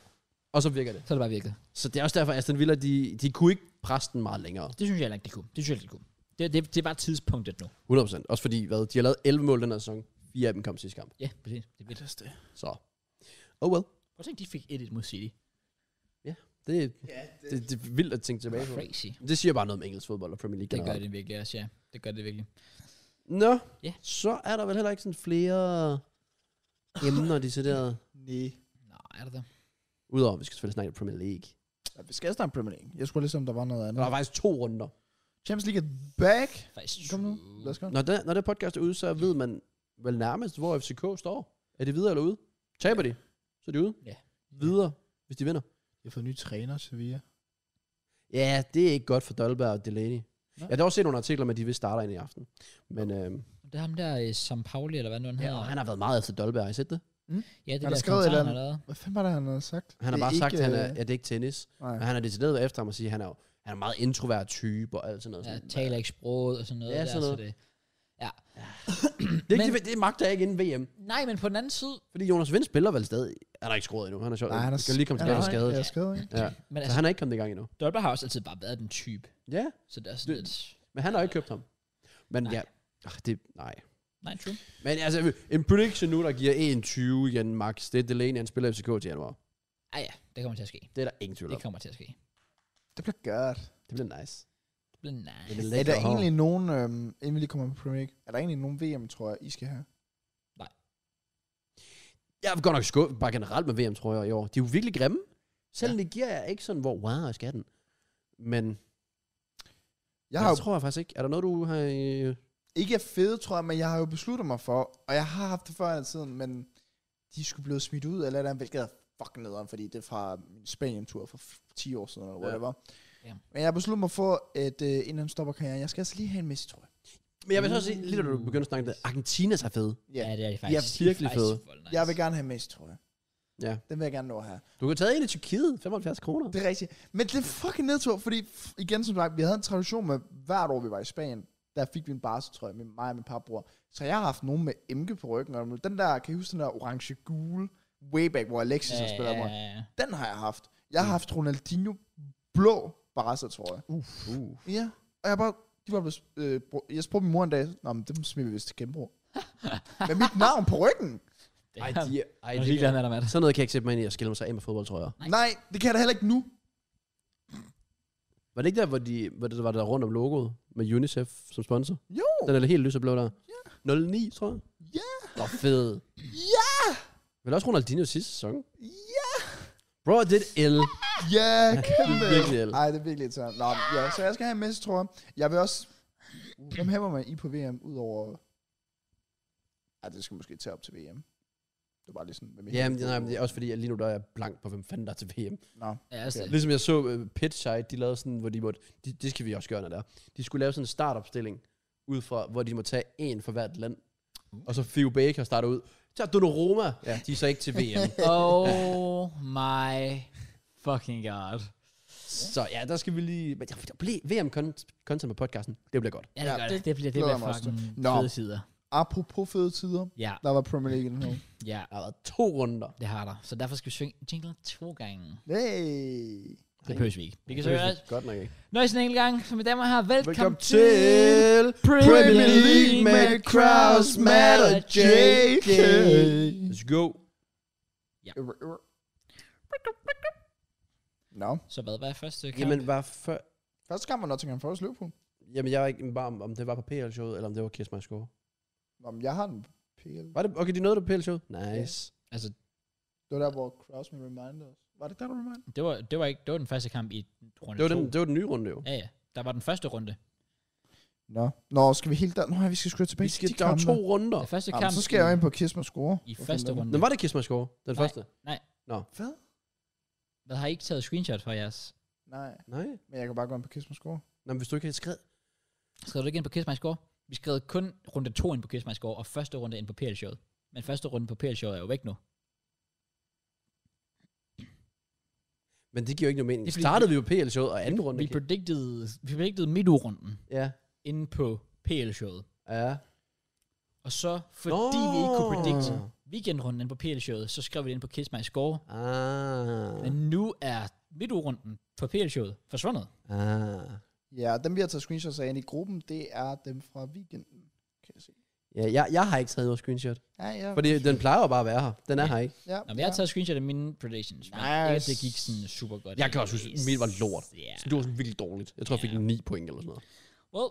Og så virker det. Så er det bare virket. Så det er også derfor, at Aston Villa, de, de kunne ikke presse den meget længere. Det synes jeg heller ikke, det kunne. Det synes jeg heller ikke, det kunne. Det, det, det er bare tidspunktet nu. 100%. Også fordi, hvad, de har lavet 11 mål den her sæson. Fire af dem kom sidste kamp. Ja, præcis. Det er vildt. er det. Så, oh well. Prøv at tænke, de fik 1-1 mod City. Det, Ja, det, det, det er vildt at tænke tilbage på. Crazy. Det siger bare noget om engelsk fodbold og Premier League Det gør generelt. det virkelig også, ja. Det gør det virkelig. Nå, Ja. så er der vel heller ikke sådan flere emner, decideret. nej. Nej, er det det? Udover, at vi skal selvfølgelig snakke om Premier League. Ja, vi skal snakke Premier League. Jeg skulle lige se, om der var noget andet. Der er faktisk to runder. Champions League er back. Faktisk Kom nu, true. lad os gå. Når det, når det podcast er ude, så ved man vel nærmest, hvor FCK står. Er de videre eller ude? Taber de, så er de ude. Ja. Videre, hvis de vinder. Jeg har fået ny træner, Sevilla. Ja, det er ikke godt for Dolberg og Delaney. Nej. Jeg har dog også set nogle artikler med, at de vil starte ind i aften. Men øh, Det er ham der, eh, Sam Pauli, eller hvad nu han ja, hedder. og han har været meget efter Dolberg, har I set det? Ja, det Han der har skrevet et kommentar, eller han har lavet. Hvad fanden var det, han havde sagt? Han har Det er bare sagt, at ikke, han er, øh, ja, det er ikke tennis. Nej. Men han har decideret været efter ham og sige, at han er, jo- han er en meget introvert type og alt sådan noget. Ja, Sådan, taler ikke sproget og sådan noget. Ja, der, sådan noget. Så det. Det, er ikke, Men- det, det magter jeg ikke inden VM. Nej, men på den anden side, Fordi Jonas Vind spiller vel stadig. Han er ikke skruet endnu. Han er sjov. Nej, han er skal lige komme han tilbage er- til skade. Ja, skade, ikke? Ja. men Så altså, han er ikke kommet i gang endnu. Dolberg har også altid bare været den type. Ja, Så det er sådan Det- lidt... men han har jo ikke købt ham. Men Nej. ja, Ach, det, nej. Nej, true. Men altså, en prediction nu, der giver 1,20 igen max, det er Delaney, han spiller i FCK til januar. Ah ja, det kommer til at ske. Det er der ingen tvivl Det om. kommer til at ske. Det bliver godt. Det bliver nice. Det bliver nice. Det bliver Er lækker der hår. egentlig nogen, øhm, inden vi lige kommer på Premier League, er der egentlig nogen VM, tror jeg, I skal have? Jeg er godt nok skuffet, bare generelt med VM, tror jeg, i år. De er jo virkelig grimme. Selv ja. det giver jeg ikke sådan, hvor wow, jeg skal have den. Men Jeg har jo det tror jeg faktisk ikke. Er der noget, du har... øh, ikke er fede, tror jeg, men jeg har jo besluttet mig for, og jeg har haft det før i tiden, men de skulle blive smidt ud, eller der, hvilket er fucking nederen, fordi det er fra min Spanien-tur for f- 10 år siden, eller Ja. whatever. Ja. Men jeg har besluttet mig for, at øh, inden han stopper karrieren, jeg skal altså lige have en Messi, tror jeg. Men jeg vil så sige, lige da du begyndte at snakke om det, Argentinas er fede. Ja, Ja, det er de faktisk. De virkelig faktisk fede. vold nice. jeg vil gerne have en Messi, tror jeg. Ja. Den vil jeg gerne nå her. Du kan tage en i Tyrkiet, 75 kroner. Det er rigtigt. Men det er fucking nedtur, fordi f- igen som sagt, vi havde en tradition med, hvert år vi var i Spanien, der fik vi en barse, tror jeg, med mig og min parbror. Så jeg har haft nogen med Emke på ryggen, og den der, kan I huske den der orange-gule, way back, hvor Alexis Ja, har spillet ja, mig. ja, ja. Den har jeg haft. Jeg har Mm. haft Ronaldinho blå barser, tror jeg. Uff. Uh. Ja. Og jeg bare, de var blevet, øh, bro- jeg spurgte min mor en dag, Nå, men dem smider vi vist til genbrug. Med mit navn på ryggen? Det Ej, er de, ej, Jeg er det ligeglad kan, med dig, Matt. sådan noget kan jeg ikke sætte mig ind i at skille mig så af med fodbold, tror jeg. Nej. Nej, det kan jeg da heller ikke nu. Var det ikke der, hvor, de, hvor det var der rundt om logoet med UNICEF som sponsor? Jo! Den er helt lyseblå der. Ja. 09, tror jeg. Ja! Hvor fed. Ja! Vel også Ronaldinho sidste sæson. Ja! Bro, det er et L. Ja, kæmpe. Virkelig el. Nej, det er virkelig irriterende. Nå, men ja, så jeg skal have en masse, tror jeg. Jeg vil også... Hvem hæmmer man i på VM, udover... Ej, det skal måske tage op til VM. Det var bare lige sådan... hvem jeg Jamen, hæmmer nej, på. men det er også fordi, at lige nu der er jeg blank på, hvem fanden der er til VM. Nå, Ja, altså, Okay. det. Ligesom jeg så uh, Pitchside, de lavede sådan, hvor de måtte, de, det skal vi også gøre, når det er. De skulle lave sådan en startopstilling, ud fra, hvor de må tage en for hvert land. Og så Fio Baker starter ud. Tager Donnarumma. Ja, de er så ikke til VM. Oh my fucking god. så ja, der skal vi lige... Men der bliver VM-content på podcasten. Det bliver godt. Ja, det, ja, Ja, det, det det bliver det glæder bliver jeg mig også til. fucking Nå. fede sider. apropos fede tider, Ja, der var Premier League i den her. uge. ja, Der har været to runder. det har der. Så derfor skal vi synge jingle to gange. Hey! Det Ej. behøver vi ikke. Vi kan så høre alt. Godt nok ikke. Nøjes en enkelt gang, som vi damer her. Velkommen, Velkommen til til Premier League med Kraus, Matt og JK. Let's go. Nå, Så hvad var første kamp? Jamen, var før... første kamp var Nottingham Forest Liverpool. Jamen, jeg var ikke bare, om- om det var på PL-showet, eller om det var Kiss My Score. Nå, men jeg har den på PL. Var det... Okay, de nåede det på PL-showet. Nice. Altså, Det var der, hvor Kraus med Reminder os. Var det ikke der, der Reminder? det var, det var, ikke, det var den første kamp i runde Det var, den, to. det var den nye runde, jo. Ja, ja. Der var den første runde. Nå. Nå, skal vi helt der? Nå, ja, vi skal sgu tilbage Vi skal, der var to runder. Den første Jamen, kamp så skal jeg jo ind på Kiss med score. i, i Hvor første fanden er den? runde. Nå, var det Kiss My Score? Nej. Den første? Hvad? Hvad har I ikke taget screenshot fra jeres? Nej, Nej. men jeg kan bare gå ind på Kiss med score. Nå, men hvis du ikke havde skrevet... Skrev du ikke ind på Kiss My Score? Vi skrev kun runde 2 ind på Kiss My Score, og første runde ind på PL-showet. Men første runde på PL-showet er jo væk nu. Men det giver jo ikke nogen mening. Det er fordi- Startede vi jo PL-showet, og anden runde... Vi gik- predicted, vi predicted midtugerunden Ja. inde på PL-showet. Ja. Og så, fordi Nå. vi ikke kunne predict Nå. weekendrunden inde på PL-showet, så skrev vi det ind på Kiss My Score. Ah. Men nu er midtugerunden på PL-showet forsvundet. Ah. Ja, dem vi har taget screenshots af inde i gruppen, det er dem fra weekenden. Kan jeg se. Ja, jeg, jeg har ikke taget noget screenshot. Ja, ja. Fordi den plejer jo bare at være her. Den er her ikke. ja, Nå, men jeg har taget screenshot af mine predictions, men Nice. ikke, at det gik sådan super godt. Jeg kan også huske, at mit var lort. Ja. Så det var sådan virkelig dårligt. Jeg tror, jeg fik Ja. 9 point eller sådan noget. Well,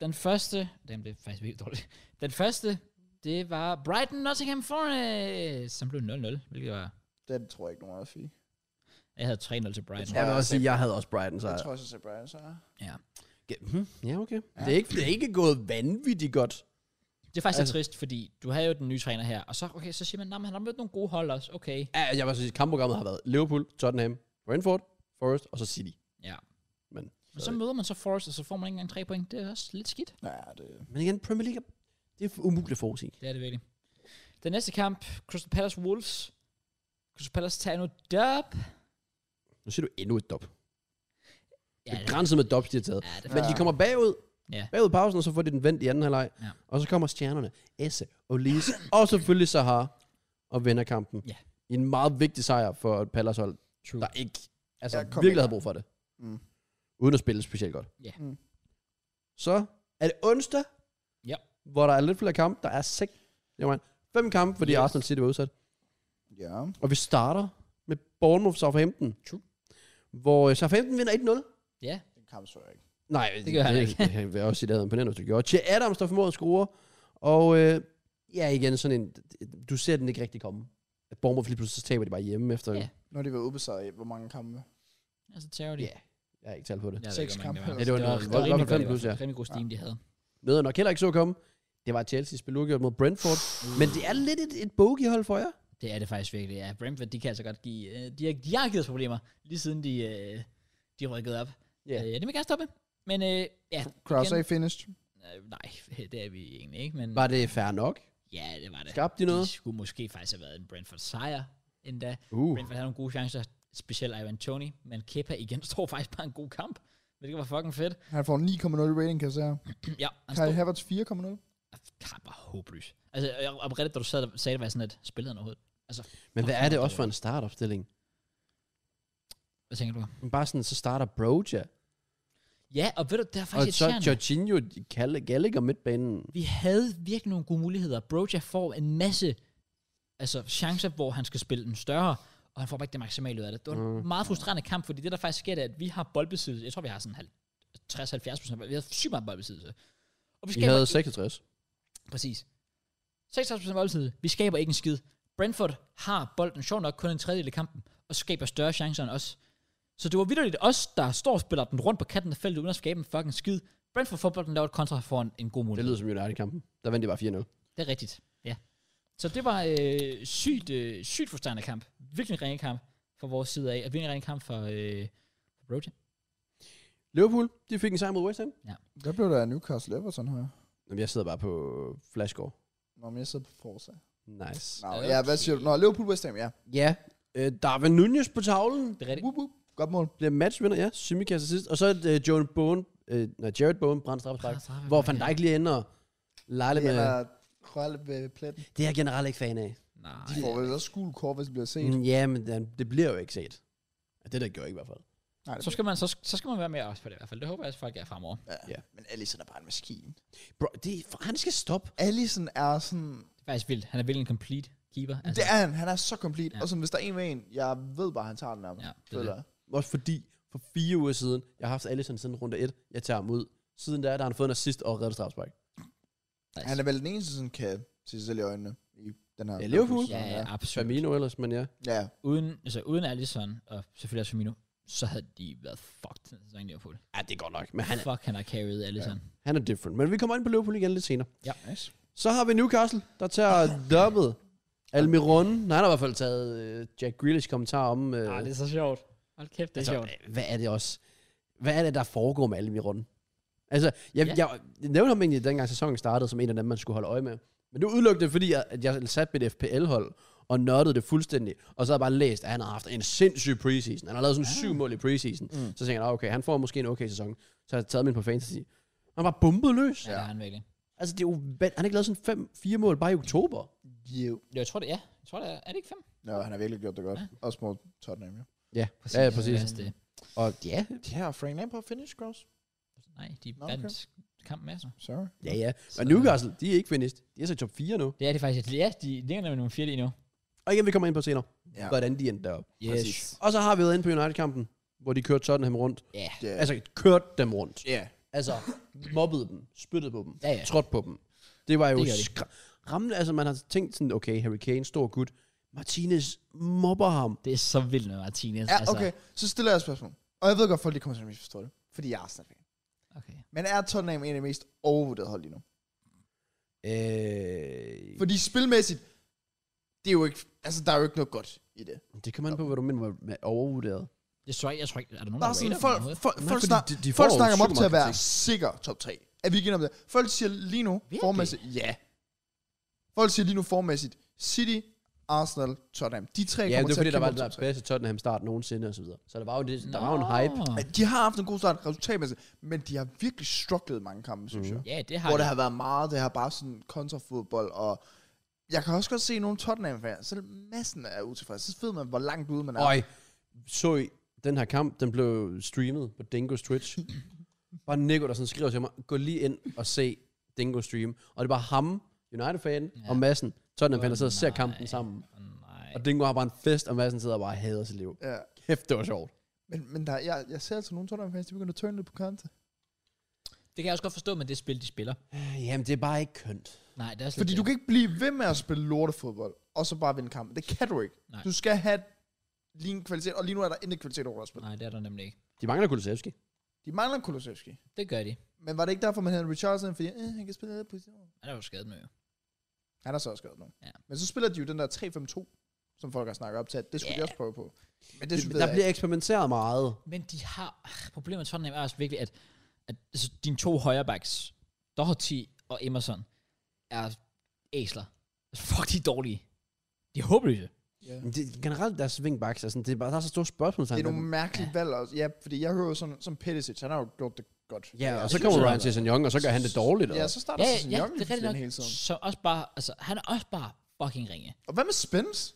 den første, den blev faktisk virkelig dårlig. Den første, det var Brighton Nottingham Forest, som blev 0-0, hvilket var, Den tror jeg ikke, nogen af os fik. jeg havde 3-0 til Brighton. tror Jeg vil også sige, jeg havde også Brighton, Jeg tror også, at Brian så er. Ja. Hmm, ja, okay. Det, er ikke, det er ikke gået vanvittigt godt. Det er faktisk altså, Altså- trist, fordi du havde jo den nye træner her, og så, okay, så siger man, at han har mødt nogle gode hold også, okay. Ja, jeg vil sige, kampprogrammet har været Liverpool, Tottenham, Brentford, Forest og så City. Ja. Men- Men så møder man så Forest, og så får man ikke engang tre point. Det er også lidt skidt. Ja, det... Men igen, Premier League, er- det er umuligt at forudsige. Det er det virkelig. Den næste kamp, Crystal Palace Wolves. Crystal Palace tager nu dub. Nu siger du endnu et dop. Ja, det, Begrænset med dops, de har taget. ja, det, Men de kommer bagud. Ja. Bagud i pausen, og så får de den vendt i anden halvleg. Ja. Og så kommer stjernerne, Esse og Lise, og selvfølgelig Sahar, og vinder kampen. Ja. I en meget vigtig sejr for et Palace hold, True. der ikke altså, Ja, kom virkelig ind. havde brug for det. Mm. Uden at spille specielt godt. Ja. Mm. Så er det onsdag, Ja. hvor der er lidt flere kampe. Der er seks, jamen, fem kampe, fordi Yes. yes. Arsenal City var udsat. Ja. Og vi starter med Bournemouth Southampton. True. Hvor øh, Southampton vinder 1-0. Ja, Den kamp så jeg ikke. Nej, Det gør han det, ikke. Det, det vil jeg også sige, det havde imponerende, hvis du gjorde. Che Adams, der formåede at score. Og øh, ja, igen, sådan en, du ser den ikke rigtig komme. At Bournemouth lige pludselig så taber de bare hjemme efter. Ja. Ja, Nu har de været ubesejret i, hvor mange kampe? altså charity. Ja, jeg har ikke talt på det. Jeg ved Seks ikke, hvor mange kampe det var. eller Det var, sådan noget. det var Godt rimelig godt, nok fem det plus, var ja. en rimelig god stigning, de havde. Noget jeg nok heller ikke så komme. Det var Chelsea's blev gjort mod Brentford. Men det er lidt et, et bogeyhold for jer. Det er det faktisk virkelig, ja. Brentford, de kan altså godt give... øh, De har, de har givet os problemer, lige siden de, øh, de rykkede op. Ja. Yeah. Øh, det vil jeg gerne stoppe. Men øh, ja, Kraus igen. er i finished. øh, nej, det er vi egentlig ikke, men Var det fair nok? ja, det var det. Skabte de noget? Det skulle måske faktisk have været en Brentford-sejr endda. Uh. Brentford havde nogle gode chancer, specielt Ivan Tony, men Kepa igen står faktisk bare en god kamp, hvilket var fucking fedt. Han får 9,0 rating, kan jeg sige. ja, han Kai stod Havertz 4,0. kamp var håbløs. Altså, jeg, oprettet, da du sad, der- sagde det, var jeg sådan, at spillede han overhovedet. Men hvad er det også for en startopstilling? Hvad tænker du? Men Bare sådan, så starter Broja. Ja, og ved du, det er Og faktisk så irriterende. Jorginho, Gall- Gallagher midtbanen. Vi havde virkelig nogle gode muligheder. Broja får en masse altså, chancer, hvor han skal spille den større, og han får bare ikke det maksimale ud af det. Det var en Mm. mm. meget frustrerende kamp, fordi det der faktisk sker, det er, at vi har boldbesiddelse. Jeg tror, vi har sådan 60-70 procent. Vi har sygt meget boldbesiddelse. Og vi Vi skaber havde 66. Præcis. 66% boldtid. Vi skaber ikke en skid. Brentford har bolden sjovt nok kun en tredjedel af kampen, og skaber større chancer end os. Så det var vidderligt os, der står og spiller den rundt på kanten af feltet, uden at skabe en fucking skid. Brentford får bolden lavet et kontra for en, en god Det mulighed. lyder som United-kampen. Der vandt de bare 4-0. Det, er rigtigt. Ja. Så det var øh, sygt, øh, sygt frustrerende kamp. Virkelig en ringe kamp fra vores side af, og virkelig en ringe kamp for øh, Roja. Liverpool, de fik en sejr mod West Ham. Hvad blev der af Newcastle Everton her? Jamen, jeg sidder bare på Flashcore. Nå, men jeg sidder på Forza. Nice. Nå, Okay. ja, hvad siger du? Nå, Liverpool West Ham, ja. Ja, øh, Darwin Nunez på tavlen. Det er rigtigt. Woop, woop. Godt mål. Bliver matchvinder, ja. Simikast sidst. Og så øh, John Bone, øh, nej, Jared Bone, brændt straffespark. Hvor Van Dijk lige ender og leger lidt Det med... er krølle ved pletten. Det er jeg generelt ikke fan af. Nej. De får vel også skuld kort, hvis det bliver set. Mm, ja, men den- det bliver jo ikke set. Ja, Det der gjorde ikke i hvert fald. Nej, det Så skal, man, så, så skal man være mere også på det i hvert fald. Det håber jeg også, folk er fremover. ja. Men Allison er bare en maskine. Bro, det, han skal stoppe. Allison er sådan... Det er faktisk vildt. Han er virkelig en complete keeper. Altså. Det er han. Han er så komplet. Ja. Ja. Og sådan, hvis der er en med en, jeg ved bare, han tager den af mig. Ja, det er føler det. jeg. Også fordi, for fire uger siden, jeg har haft Alisson siden runde 1. Jeg tager ham ud. Siden der, der har han fået en assist og reddet straffespark. Nice. Han er vel den eneste, som kan se sig selv i øjnene i den her... Ja, Liverpool. ja, ja, absolut. Firmino ellers, men ja. ja. Uden, altså, uden Alisson og selvfølgelig også Firmino, så havde de været fucked den sæson i Liverpool. Ja, det er godt nok. Men han er, Fuck, han har carried Alisson. Ja. han er different. Men vi kommer ind på Liverpool igen lidt senere. ja. Så har vi Newcastle, der tager dobbelt. Almiron, nej, han har i hvert fald taget øh, Jack Grealish kommentar om... Øh, Ah, det er så sjovt. Hold kæft, det er altså, sjovt. øh, Hvad er det også? Hvad er det, der foregår med Almiron? Altså, jeg, Ja. ja. jeg, jeg nævnte ham egentlig, dengang sæsonen startede, som en af dem, man skulle holde øje med. Men det var udelukkende, fordi jeg, at jeg satte mit FPL-hold og nørdede det fuldstændig. Og så havde jeg bare læst, at han har haft en sindssyg preseason. Han har lavet sådan ja. syv mål i preseason. Mm. Så tænkte jeg, "Nå, okay, han får måske en okay sæson. Så har jeg taget min på fantasy. Han var bumpet løs. Ja, det er han virkelig. Altså, det er jo, han har ikke lavet sådan fem, fire mål bare i oktober. Jo. Jo, jeg tror det, ja. Jeg tror det er. Er det ikke fem? Nå, han har virkelig gjort det godt. Ja. Også mod Tottenham, jo. Ja, præcis. Ja, Det præcis. er også det. Og ja, Ja, Frank Lampard finish, Gross. Nej, de Nå, okay. vandt kampen med sig. Sorry. ja, ja. Og Newcastle, de er ikke finished. De er så i top 4 nu. Det er det faktisk. at de- Ja, de ligger nemlig nummer 4 lige nu. Og igen, vi kommer ind på senere, Ja. ja. hvordan de endte derop. Yes. Præcis. Og så har vi været inde på United-kampen, hvor de kørte Tottenham rundt. Ja. Ja. Altså, kørte dem rundt. ja. Altså, mobbede dem, spyttede på dem, Ja, ja. trådte på dem. Det var jo Det gør de. skra- rammende. Altså, man har tænkt sådan, okay, Harry Kane, stor gut. Martinez mobber ham. Det er så vildt med Martinez. Altså, altså. Ja, okay. Så stiller jeg et spørgsmål. Og jeg ved godt, folk de kommer til at misforstå det. Fordi jeg er Arsenal fan. Altså, okay. Men er Tottenham en af de mest overvurderede hold lige nu? Øh, Fordi spilmæssigt, det er jo ikke, altså, der er jo ikke noget godt i det. det kan man på, hvad du mener med- med overvurderet. Jeg tror ikke, jeg tror ikke, er der nogen, Bare der sådan, rater folk, dem overhovedet? folk, Nej, folk, fordi snak, de- de får folk jo snakker mig op super til at meget være sikker top 3. Er vi ikke enige om det? Folk siger lige nu, Virkelig? formæssigt, ja. Folk siger lige nu formæssigt, City, Arsenal, Tottenham. De tre Ja, kommer det var til fordi, at der var kæmpe den der om top 3. bedste Tottenham-start nogensinde og så videre. Så der var jo, det, der var jo en hype. Nå. De har haft en god start resultatmæssigt, men de har virkelig strugglet i mange kampe, synes jeg. Ja, Mhm. det har hvor det de. har været meget, det har bare sådan kontrafodbold, og jeg kan også godt se nogle Tottenham-fans, selv massen er utilfredse, så ved man, hvor langt ude man er. Øj, så I den her kamp, den blev streamet på Dingo's Twitch. bare Nico, der sådan skriver til mig, gå lige ind og se Dingo stream. Og det var ham, United-fan, ja. og Madsen, Tottenham-fan, der sidder og ser Nej. kampen sammen. Åh, Nej. Og Dingo har bare en fest, og Madsen sidder og bare hader sit liv. Ja. Kæft, det var sjovt. Men, men der, jeg, jeg ser altså nogle Tottenham-fans, de begynder at tørne lidt på kante. Det kan jeg også godt forstå med det spil, de spiller. Øh, Jamen, det er bare ikke kønt. Nej, det er slet Fordi du kan ikke blive ved med at spille lortefodbold, og så bare vinde kampen. Det kan du ikke. Nej. Du skal have lige en kvalitet, og lige nu er der intet kvalitet over at spille. Nej, det er der nemlig ikke. De mangler Kulusevski. De mangler en Kulusevski. Det gør de. Men var det ikke derfor, man havde Richardson, fordi øh, han kan spille alle positioner? Han er jo skadet nu. jo. Han har så også gjort nu. Ja. Men så spiller de jo den der 3-5-2, som folk har snakket op til, at det skulle Ja. yeah. de også prøve på. Men det, synes Det, jeg der ikke. bliver eksperimenteret meget. Men de har... ah, Problemet med Tottenham er også virkelig, at, at altså, dine to højrebacks, Doherty og Emerson, er æsler. Altså, fuck, de er dårlige. De er håbløse. Ja. Men det, generelt, deres wingbacks, altså, det er bare, der er så store spørgsmålstegn. Det er ved nogle dem. mærkelige ja. valg også. Ja, fordi jeg hører jo sådan, som Pettisic, han har jo gjort det godt. Ja, og så det kommer synes Ryan Sesson Young, og så gør han det dårligt. jeg. Ja, og- så starter Ja, ja, ja, Sesson ja, Young det er den rigtigt hele nok. tiden. Som også bare... Altså, han er også bare fucking ringe. Og hvad med Spence?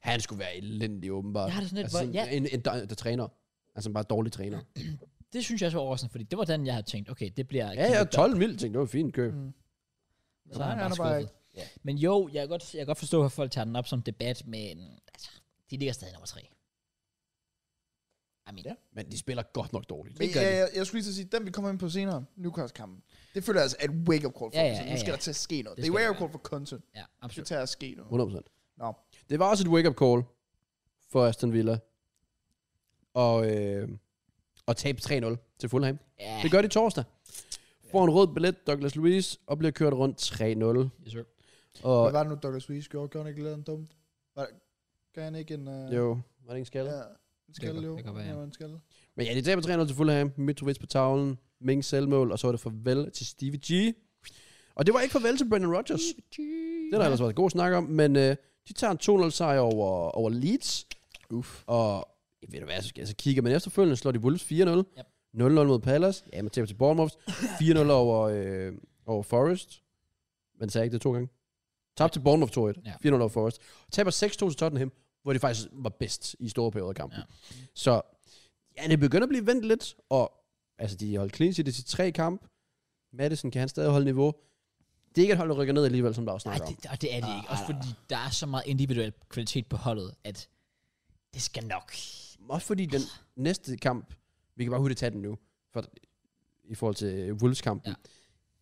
Han skulle være elendig, åbenbart. Jeg har det sådan lidt, altså, hvor- sådan, ja. en, en, der, der træner. Altså bare dårlig træner. Det synes jeg også var overraskende, fordi det var den, jeg havde tænkt, okay, det bliver... Ja, ja, 12 mil, tænkte, det var fint køb. Mm. Så er han Nej, bare han er bare skuffet. Men jo, jeg kan, godt, jeg kan godt forstå, at folk tager den op som debat, men altså, De ligger stadig nummer tre. I mean, Ja. ja. Men de spiller godt nok dårligt. Men Det gør jeg, de. jeg, jeg skulle lige til at sige, den vi kommer ind på senere, Newcastle-kampen, det føler jeg altså er et wake-up call for Ja, ja, ja, ja, ja, Nu skal ja. der til at ske noget. Det Det, er et skal wake-up der. call for content. ja, Det skal absolut. til at ske noget. 100%. Nå. Det var også et wake-up call for Aston Villa. Og, øh, og tabe 3-0 til Fulham. Ja, Det gør de torsdag. Får en rød billet, Douglas Luiz, og bliver kørt rundt 3-0. yes, sir. Hvad Og var det nu, Douglas Luiz gjorde? Gjorde han ikke lidt dumt? Var, gør han ikke en... Uh, jo, var det ikke skalle? Ja, en skalle, godt- jo. det kan være, ja. Ja, en skalle. Men ja, de taber 3-0 til Fulham, Mitrovic på tavlen, Mings selvmål, og så var det farvel til Stevie G. Og det var ikke farvel til Brendan Rodgers. Det har der ellers været god snak om, men øh, de tager en 2-0 sejr over, over Leeds. Uff. Og jeg ved du hvad, så, skal, så kigger man efterfølgende, slår de Wolves 4-0. Yep. 0-0 mod Palace. Ja, man taber til Bournemouth. 4-0 over, øh, over Forest. Man sagde ikke det to gange. Tabte til Bournemouth 2-1. Ja. 4-0 over Forest. Taber 6-2 til Tottenham, hvor de faktisk var bedst i store perioder af kampen. Ja. Ja. Så ja, det begynder at blive vendt lidt, og altså, de holdt clean sheet i de tre kamp. Madison kan han stadig holde niveau. Det er ikke et hold, der rykker ned alligevel, som der også Nej, snakker om. det, og det er det Ah, ikke. Også nej, fordi der er så meget individuel kvalitet på holdet, at det skal nok. Også fordi den næste kamp, vi kan bare hurtigt tage den nu, for, i forhold til øh, Wolves-kampen. Ja. Ja.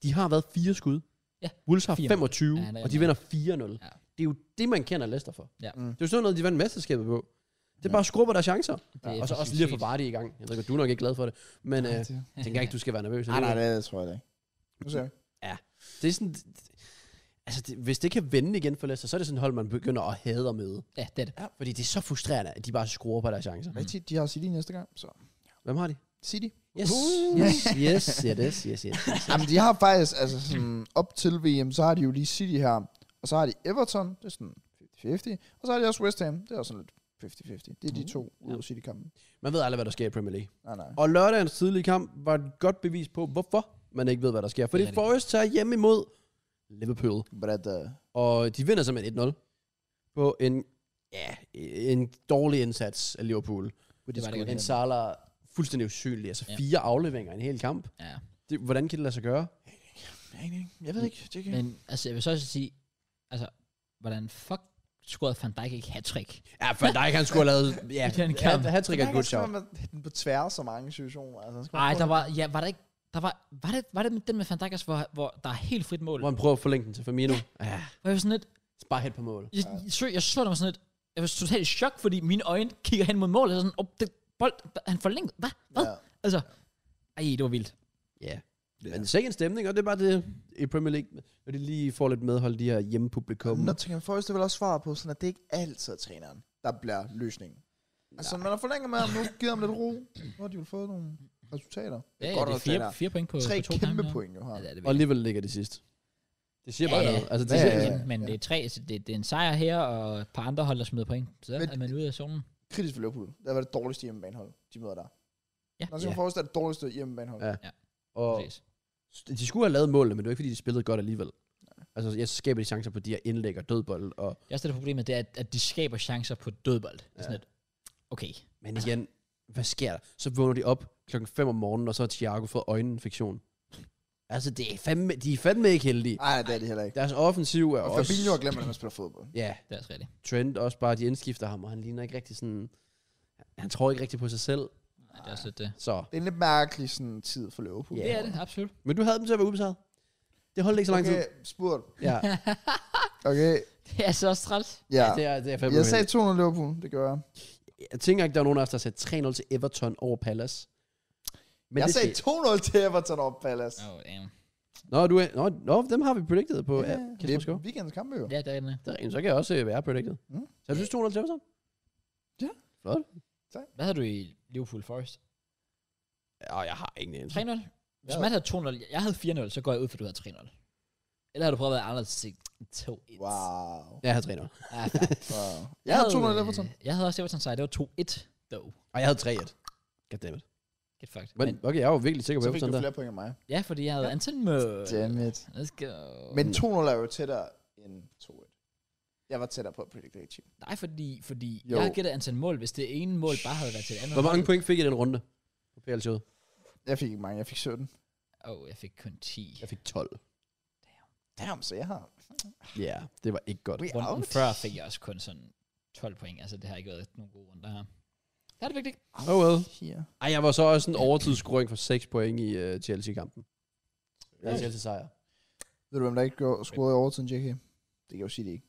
De har været fire skud. Ja, Wolves har fire mål. 25, Ja, det er ja, og de meget. vinder Ja. 4-0. Ja. Det er jo det, man kender Leicester for. Ja. Det er jo sådan noget, de vandt mesterskabet på. Det er bare skrubber der chancer. Det er og så også præcis lige at få set. Vardy i gang. Jeg ved godt, du er nok ikke glad for det. Men øh, det. tænker ikke, du skal være nervøs. Nej, nej, det tror jeg da ikke. Mm. Nu ser vi. Det er sådan... Altså, det, hvis det kan vende igen for Leicester, så er det sådan et hold, man begynder at hade at møde. Ja, det er det. Ja. Fordi det er så frustrerende, at de bare skruer på deres chancer. Rigtig, de har City næste gang, så... Hvem har de? City. Yes, Uh. yes, yes, yes, yes, yes, yes. Jamen, de har faktisk, altså sådan, op til VM, så har de jo lige City her, og så har de Everton, det er sådan 50-50, og så har de også West Ham, det er også sådan lidt 50-50. Det er de to ud af City-kampen. Man ved aldrig, hvad der sker i Premier League. Nej, nej. Og lørdagens tidlige kamp var et godt bevis på, hvorfor man ikke ved, hvad der sker. Fordi Det er rigtigt. Forrest tager hjemme imod Liverpool, But at, uh, og de vinder simpelthen 1-0 på en, ja, en dårlig indsats af Liverpool. Det var det En Salah fuldstændig usynlig, altså Ja. fire afleveringer i en hel kamp. Ja. Det, hvordan kan det lade sig gøre? jeg ved ikke, det kan Men altså, jeg vil så også sige, altså, hvordan fuck scorede Van Dijk ikke hat-trick? Ja, for dig kan skulle have lavet... Ja, I den kamp. Ja, hat-trick er et godt shot. Man på tværs af mange situationer. Altså, skal man Nej, prøve- der var, ja, var der ikke, der var, var det, var det den med Van Dijkers, hvor, hvor der er helt frit mål? Hvor han prøver at forlænge den til Firmino. Ja, Hvor jeg var sådan lidt, bare helt på mål. jeg, jeg, sø, jeg så det var sådan lidt, jeg var totalt i chok, fordi mine øjne kigger hen mod målet, og sådan, oh, det, bold, han forlængede, hvad? Hvad? Ja. Altså, ej, det var vildt. Ja. Men sikke en stemning, og det er bare det i Premier League, når de lige får lidt medhold, de her hjemmepublikum. Nå, tænker jeg, Forrest, det vil også svare på, sådan at det ikke altid er træneren, der bliver løsningen. Altså, man har forlænget med ham nu, givet ham lidt ro. Nu har de jo fået nogle resultater. Ja, ja, godt, det at er fire, der er fire point på, Tre på to kæmpe kampe. point, jo har. Ja, det er det Og alligevel ligger det sidst. Det siger Ja, bare ja. noget. Altså, det Ja, siger, ja, Ja, ja, ja. men det er tre, så det, det er en sejr her, og et par andre hold, der smider point. Så Men- er man ude af zonen. kritisk for Liverpool. Det var det dårligste hjemmebanehold, de møder der. Ja, Når jeg Ja. forestiller det dårligste hjemmebanehold. Ja. Ja. Og præcis. de skulle have lavet målene, men det var ikke, fordi de spillede godt alligevel. Altså, jeg skaber de chancer på de her indlæg og dødbold. Og, Det er også det, der er problemet, det er, at, at de skaber chancer på dødbold. Ja. Ja. Sådan et, okay, men igen, hvad sker der? Så vågner de op klokken 5 om morgenen, og så har Thiago fået øjeninfektion. Altså, det er fandme, de er fandme ikke heldige. Nej, det er det heller ikke. Deres offensiv er Og også... Fabinho har glemt, hvordan man spiller fodbold. Ja, det er også rigtigt. Trent også bare, de indskifter ham, og han ligner ikke rigtig sådan... Han tror ikke rigtig på sig selv, Ja, det er også lidt det. så... Det er en lidt mærkelig sådan, tid for Liverpool. Ja. Det er det, absolut. Men du havde dem til at være ubesejret. Det holdt ikke så lang tid. Okay, spurgt. Ja, Okay, Det er så også træls. ja. det er, det er fandme Jeg uheldigt. sagde 200 Liverpool, det gør jeg. Jeg tænker ikke, der er nogen af os, der har sat 3-0 til Everton over Palace. Men jeg det sagde skete. 200 til Everton op, Palace. Oh, damn. Nå, du er, nå, nå, dem har vi predicted på ja, det Kasper Skov. er weekendens kampe jo. Ja, det er det. Det er rent, så kan jeg også øh, være predicted. Mm. Mm. Så har du synes 200 til Everton? Ja. Flot. Hvad havde du i Liverpool Forest? Ja, jeg har ingen anelse. 3-0? Hvis Ja. man havde 2-0, jeg havde 4-0, så går jeg ud, for du havde 3-0. Eller har du prøvet at være anderledes til 2-1? Wow. Ja, jeg har 3-0. Ja, fair. wow. Jeg havde 200 Everton. øh, Jeg havde også Everton sejr, det var 2-1, though. Og jeg havde 3-1. Goddammit. Get fucked. Men okay, jeg var virkelig sikker på Så fik Everton du der. flere point end mig. ja, fordi jeg havde Anton med. Damn it. Let's go. Men 200 er jo tættere end 2-1. Jeg var tættere på at predicte det. Nej, fordi, fordi Jo. jeg havde gættet Anton mål, hvis det ene mål bare havde været til det andet. Hvor mange point fik I i den runde? På PL showet? Jeg fik ikke mange, jeg fik 17. Åh, oh, jeg fik kun 10. Jeg fik 12. Damn, så jeg har... Ja, yeah, det var ikke godt. We Runden out. før fik jeg også kun sådan 12 point. Altså, det har ikke været nogen gode runder her. Det har det virkelig ikke. Oh well. Yeah. Ej, jeg var så også en overtidsscoring for 6 point i uh, Chelsea-kampen. Ja, Ja. Chelsea sejr. Ved du, hvem der ikke gjorde, scorede i overtiden, JK? Det kan jeg jo sige, det ikke.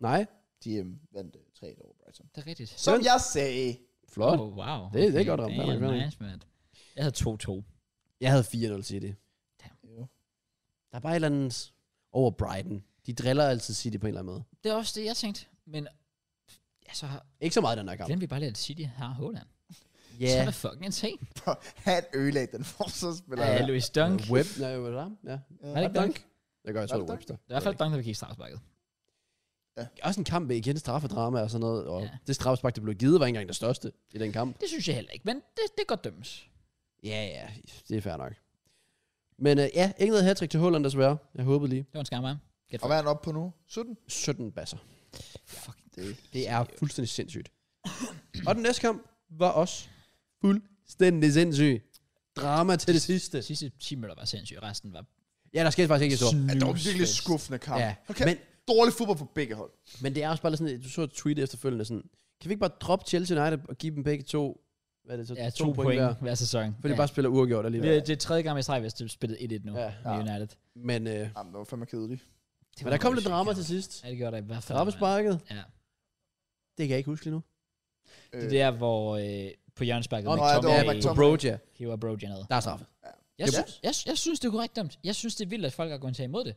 Nej, De øhm, vandt øh, 3 over Brighton. Det er rigtigt. Som jeg sagde. flot. Oh, wow. Det- det er godt ramt. Det Det er er godt. nice, man. Jeg havde 2-2. Jeg havde 4-0 City. Jo. Der er bare et eller andet over Brighton. De driller altid City på en eller anden måde. Det er også det, jeg tænkte. Men ja, så har, Ikke så meget i den her kamp. glemte vi bare lidt, at City har Haaland. Yeah. Så Ja. er der fucking en ting. Bro, han ødelagde den forsvarsspiller. Ja, Louis Dunk. Web, nej, hvad er det? Ja. Ja. Var det ikke Dunk? Det gør jeg, så Var det det Webster. Det er i hvert fald Dunk, der vil kigge straffesparket. Også en kamp igen, straffedrama og sådan noget. Og Ja. ja. det straffespark, der blev givet, var ikke engang det største i den kamp. Det synes jeg heller ikke, men det, det er godt dømmes. Ja, ja, det er fair nok. Men øh, ja, ikke noget hattrick til Holland desværre. Jeg håbede lige. Det var en skam af ham. Get Og hvad er han oppe på nu? 17? 17 basser. Fuck. Det. Det er fuldstændig sindssygt. og den næste kamp var også fuldstændig sindssyg. Drama til det sidste. De sidste 10 minutter var sindssygt, resten var... Ja, der skete faktisk ikke så. Ja, det var en virkelig Snusfest. skuffende kamp. Ja, Okay. men- Men, Dårlig fodbold for begge hold. Men det er også bare lidt sådan, at du så et tweet efterfølgende sådan, kan vi ikke bare droppe Chelsea United og give dem begge to, hvad er det så, Ja, to, point hver? hver sæson. For de ja. bare spiller uafgjort alligevel. det, er- det er tredje gang i streg, hvis du spillet 1-1 nu Ja. med Ja. United. Men, øh, Jamen, det var fandme kedeligt. Det men der kom lidt drama til sidst. Ja, det gjorde der i hvert fald. Straffesparket, mand. Ja. det kan jeg ikke huske lige nu. Det er der, hvor øh, på hjørnesparket Nå, oh, ja, det var McTominay McTominay. Broja, hiver Brogy ned. der er straffe. Jeg, Ja. synes, jeg, jeg synes, det er korrekt dømt. Jeg synes, det er vildt, at folk argumenterer imod det.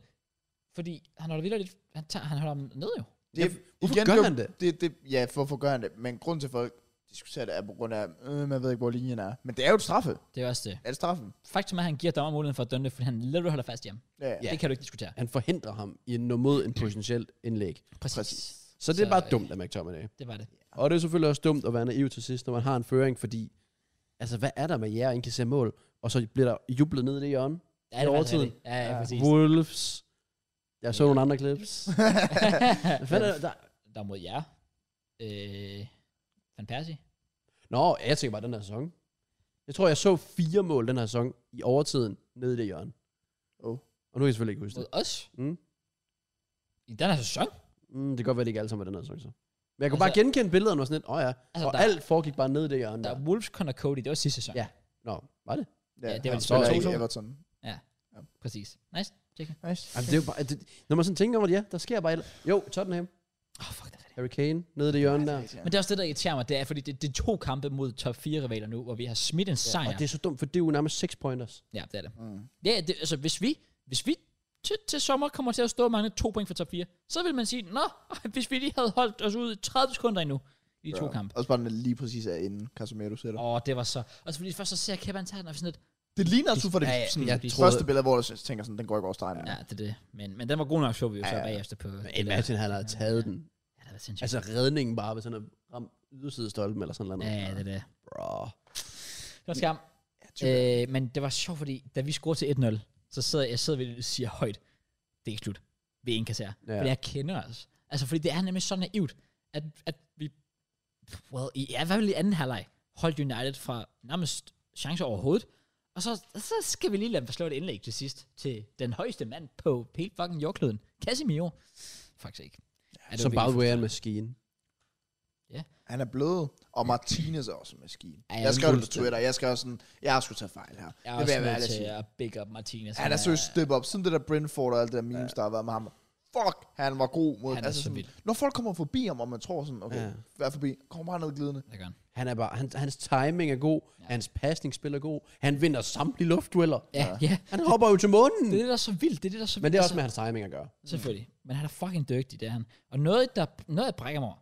Fordi han holder vildt lidt... Han, tager, han holder ham ned jo. Det, Hvorfor igen, gør det, var- han det? det, det? Ja, hvorfor gør han det? Men grund til, at folk diskuterer det, er på grund af, øh, man ved ikke, hvor linjen er. Men det er jo et straffe. Det er også det. Er det straffen? Faktum er, at han giver dommer muligheden for at dømme det, fordi han lidt holder fast i ham. Ja, ja. Ja. Det kan du ikke diskutere. Han forhindrer ham i at nå mod en potentiel indlæg. Præcis. Præcis. Så det er Så, bare øh, dumt af McTominay. Det var det. Og det er selvfølgelig også dumt at være naiv til sidst, når man har en føring, fordi, altså hvad er der med jer, en kan se mål, og så bliver der jublet ned i det hjørne? Ja, det var overtiden. det. Ja, ja, Ja. præcis. Wolves. Jeg så nogle andre clips. Hvad fanden er det, der? der er mod jer. Øh, Van Persie. Nå, jeg tænker bare den her sæson. Jeg tror, jeg så fire mål den her sæson i overtiden nede i det hjørne. Oh. Og nu kan jeg selvfølgelig ikke huske Mod det. os. Mm. I den her sæson. Mm, det kan godt være, det ikke alle sammen er den her sæson. Så. Men jeg kunne Altså- bare genkende billederne og sådan lidt, åh oh, ja, Altså, og der- alt foregik bare ned i det hjørne. Der Der. er Wolves kontra Cody. Det var sidste sæson. Ja. Nå, var det? Ja, det var han de spiller to- ikke to- Everton. Præcis. Nice. Nice. Jamen, det er jo bare, det, når man sådan tænker over det, ja, der sker bare... et- Jo, Tottenham, Åh, oh, fuck, det er det. Harry Kane, nede i det hjørne der. Men det er også det, der irriterer mig, det er, fordi det, det er to kampe mod top 4 rivaler nu, hvor vi har smidt en sejr. Og det er så dumt, for det er jo nærmest 6 pointers. Ja, det er det. Mm. Ja, det, altså hvis vi, hvis vi til, til sommer kommer til at stå og mangle to point for top 4, så vil man sige, nå, ej, hvis vi lige havde holdt os ud i 30 sekunder endnu i de to kampe. Også bare den lige præcis er inden Casemiro sætter. Åh, det var så... Og så fordi først så ser Kepa, han tager den, og sådan lidt... Det ligner også ud fra det Ja, ja, sådan, jeg det troede- første billede, hvor du tænker sådan, den går ikke over stregen. Ja, det er det. Men, men den var god nok, så vi jo så Ja, ja. bagefter på... Men imagine, han havde taget den. Ja, det var sindssygt. Altså redningen bare, hvis han havde ramt ydersidestolpen eller sådan noget. ja, ja, det er det. Bro. Det var skam. Øh, men det var sjovt, fordi da vi scorede til 1-0, så sidder jeg sidder ved og siger højt, det er ikke slut. Vi indkasserer. Ja. Ja. Fordi jeg kender os. Altså, fordi det er nemlig så naivt, at, at vi... Well, i, ja, hvad vil i anden halvleg holdt United fra nærmest chancer overhovedet. Og så, så skal vi lige lade dem slå et indlæg til sidst til den højeste mand på helt fucking jordkloden. Casemiro. Faktisk ikke. Ja, Som bare er en maskine. Han er blevet, og Martinez er også en maskine. Ja, Ja, ja, jeg skrev det på fuldstændig. Twitter, jeg skrev sådan, jeg har sgu taget fejl her. Jeg er det vil også jeg være nødt ærlig at til sige. at big up Martinez. Han er så step up, sådan det der Brentford og alt det der memes, der har været med ham. Fuck, han var god mod... altså Han er så sådan, vild. Når folk kommer forbi ham, og man tror sådan, okay, Ja. ja. vær forbi, kommer bare ned glidende. Det gør han. Han er bare, han, hans timing er god, ja. hans pasningsspil er god, han vinder samtlige luftdueller. Ja, ja. Han hopper jo til månen. Det er det, der er så vildt. Det er det, der er så vildt. Men det er også Altså- med hans timing at gøre. Selvfølgelig. Men han er fucking dygtig, det er han. Og noget, der, noget jeg brækker mig over,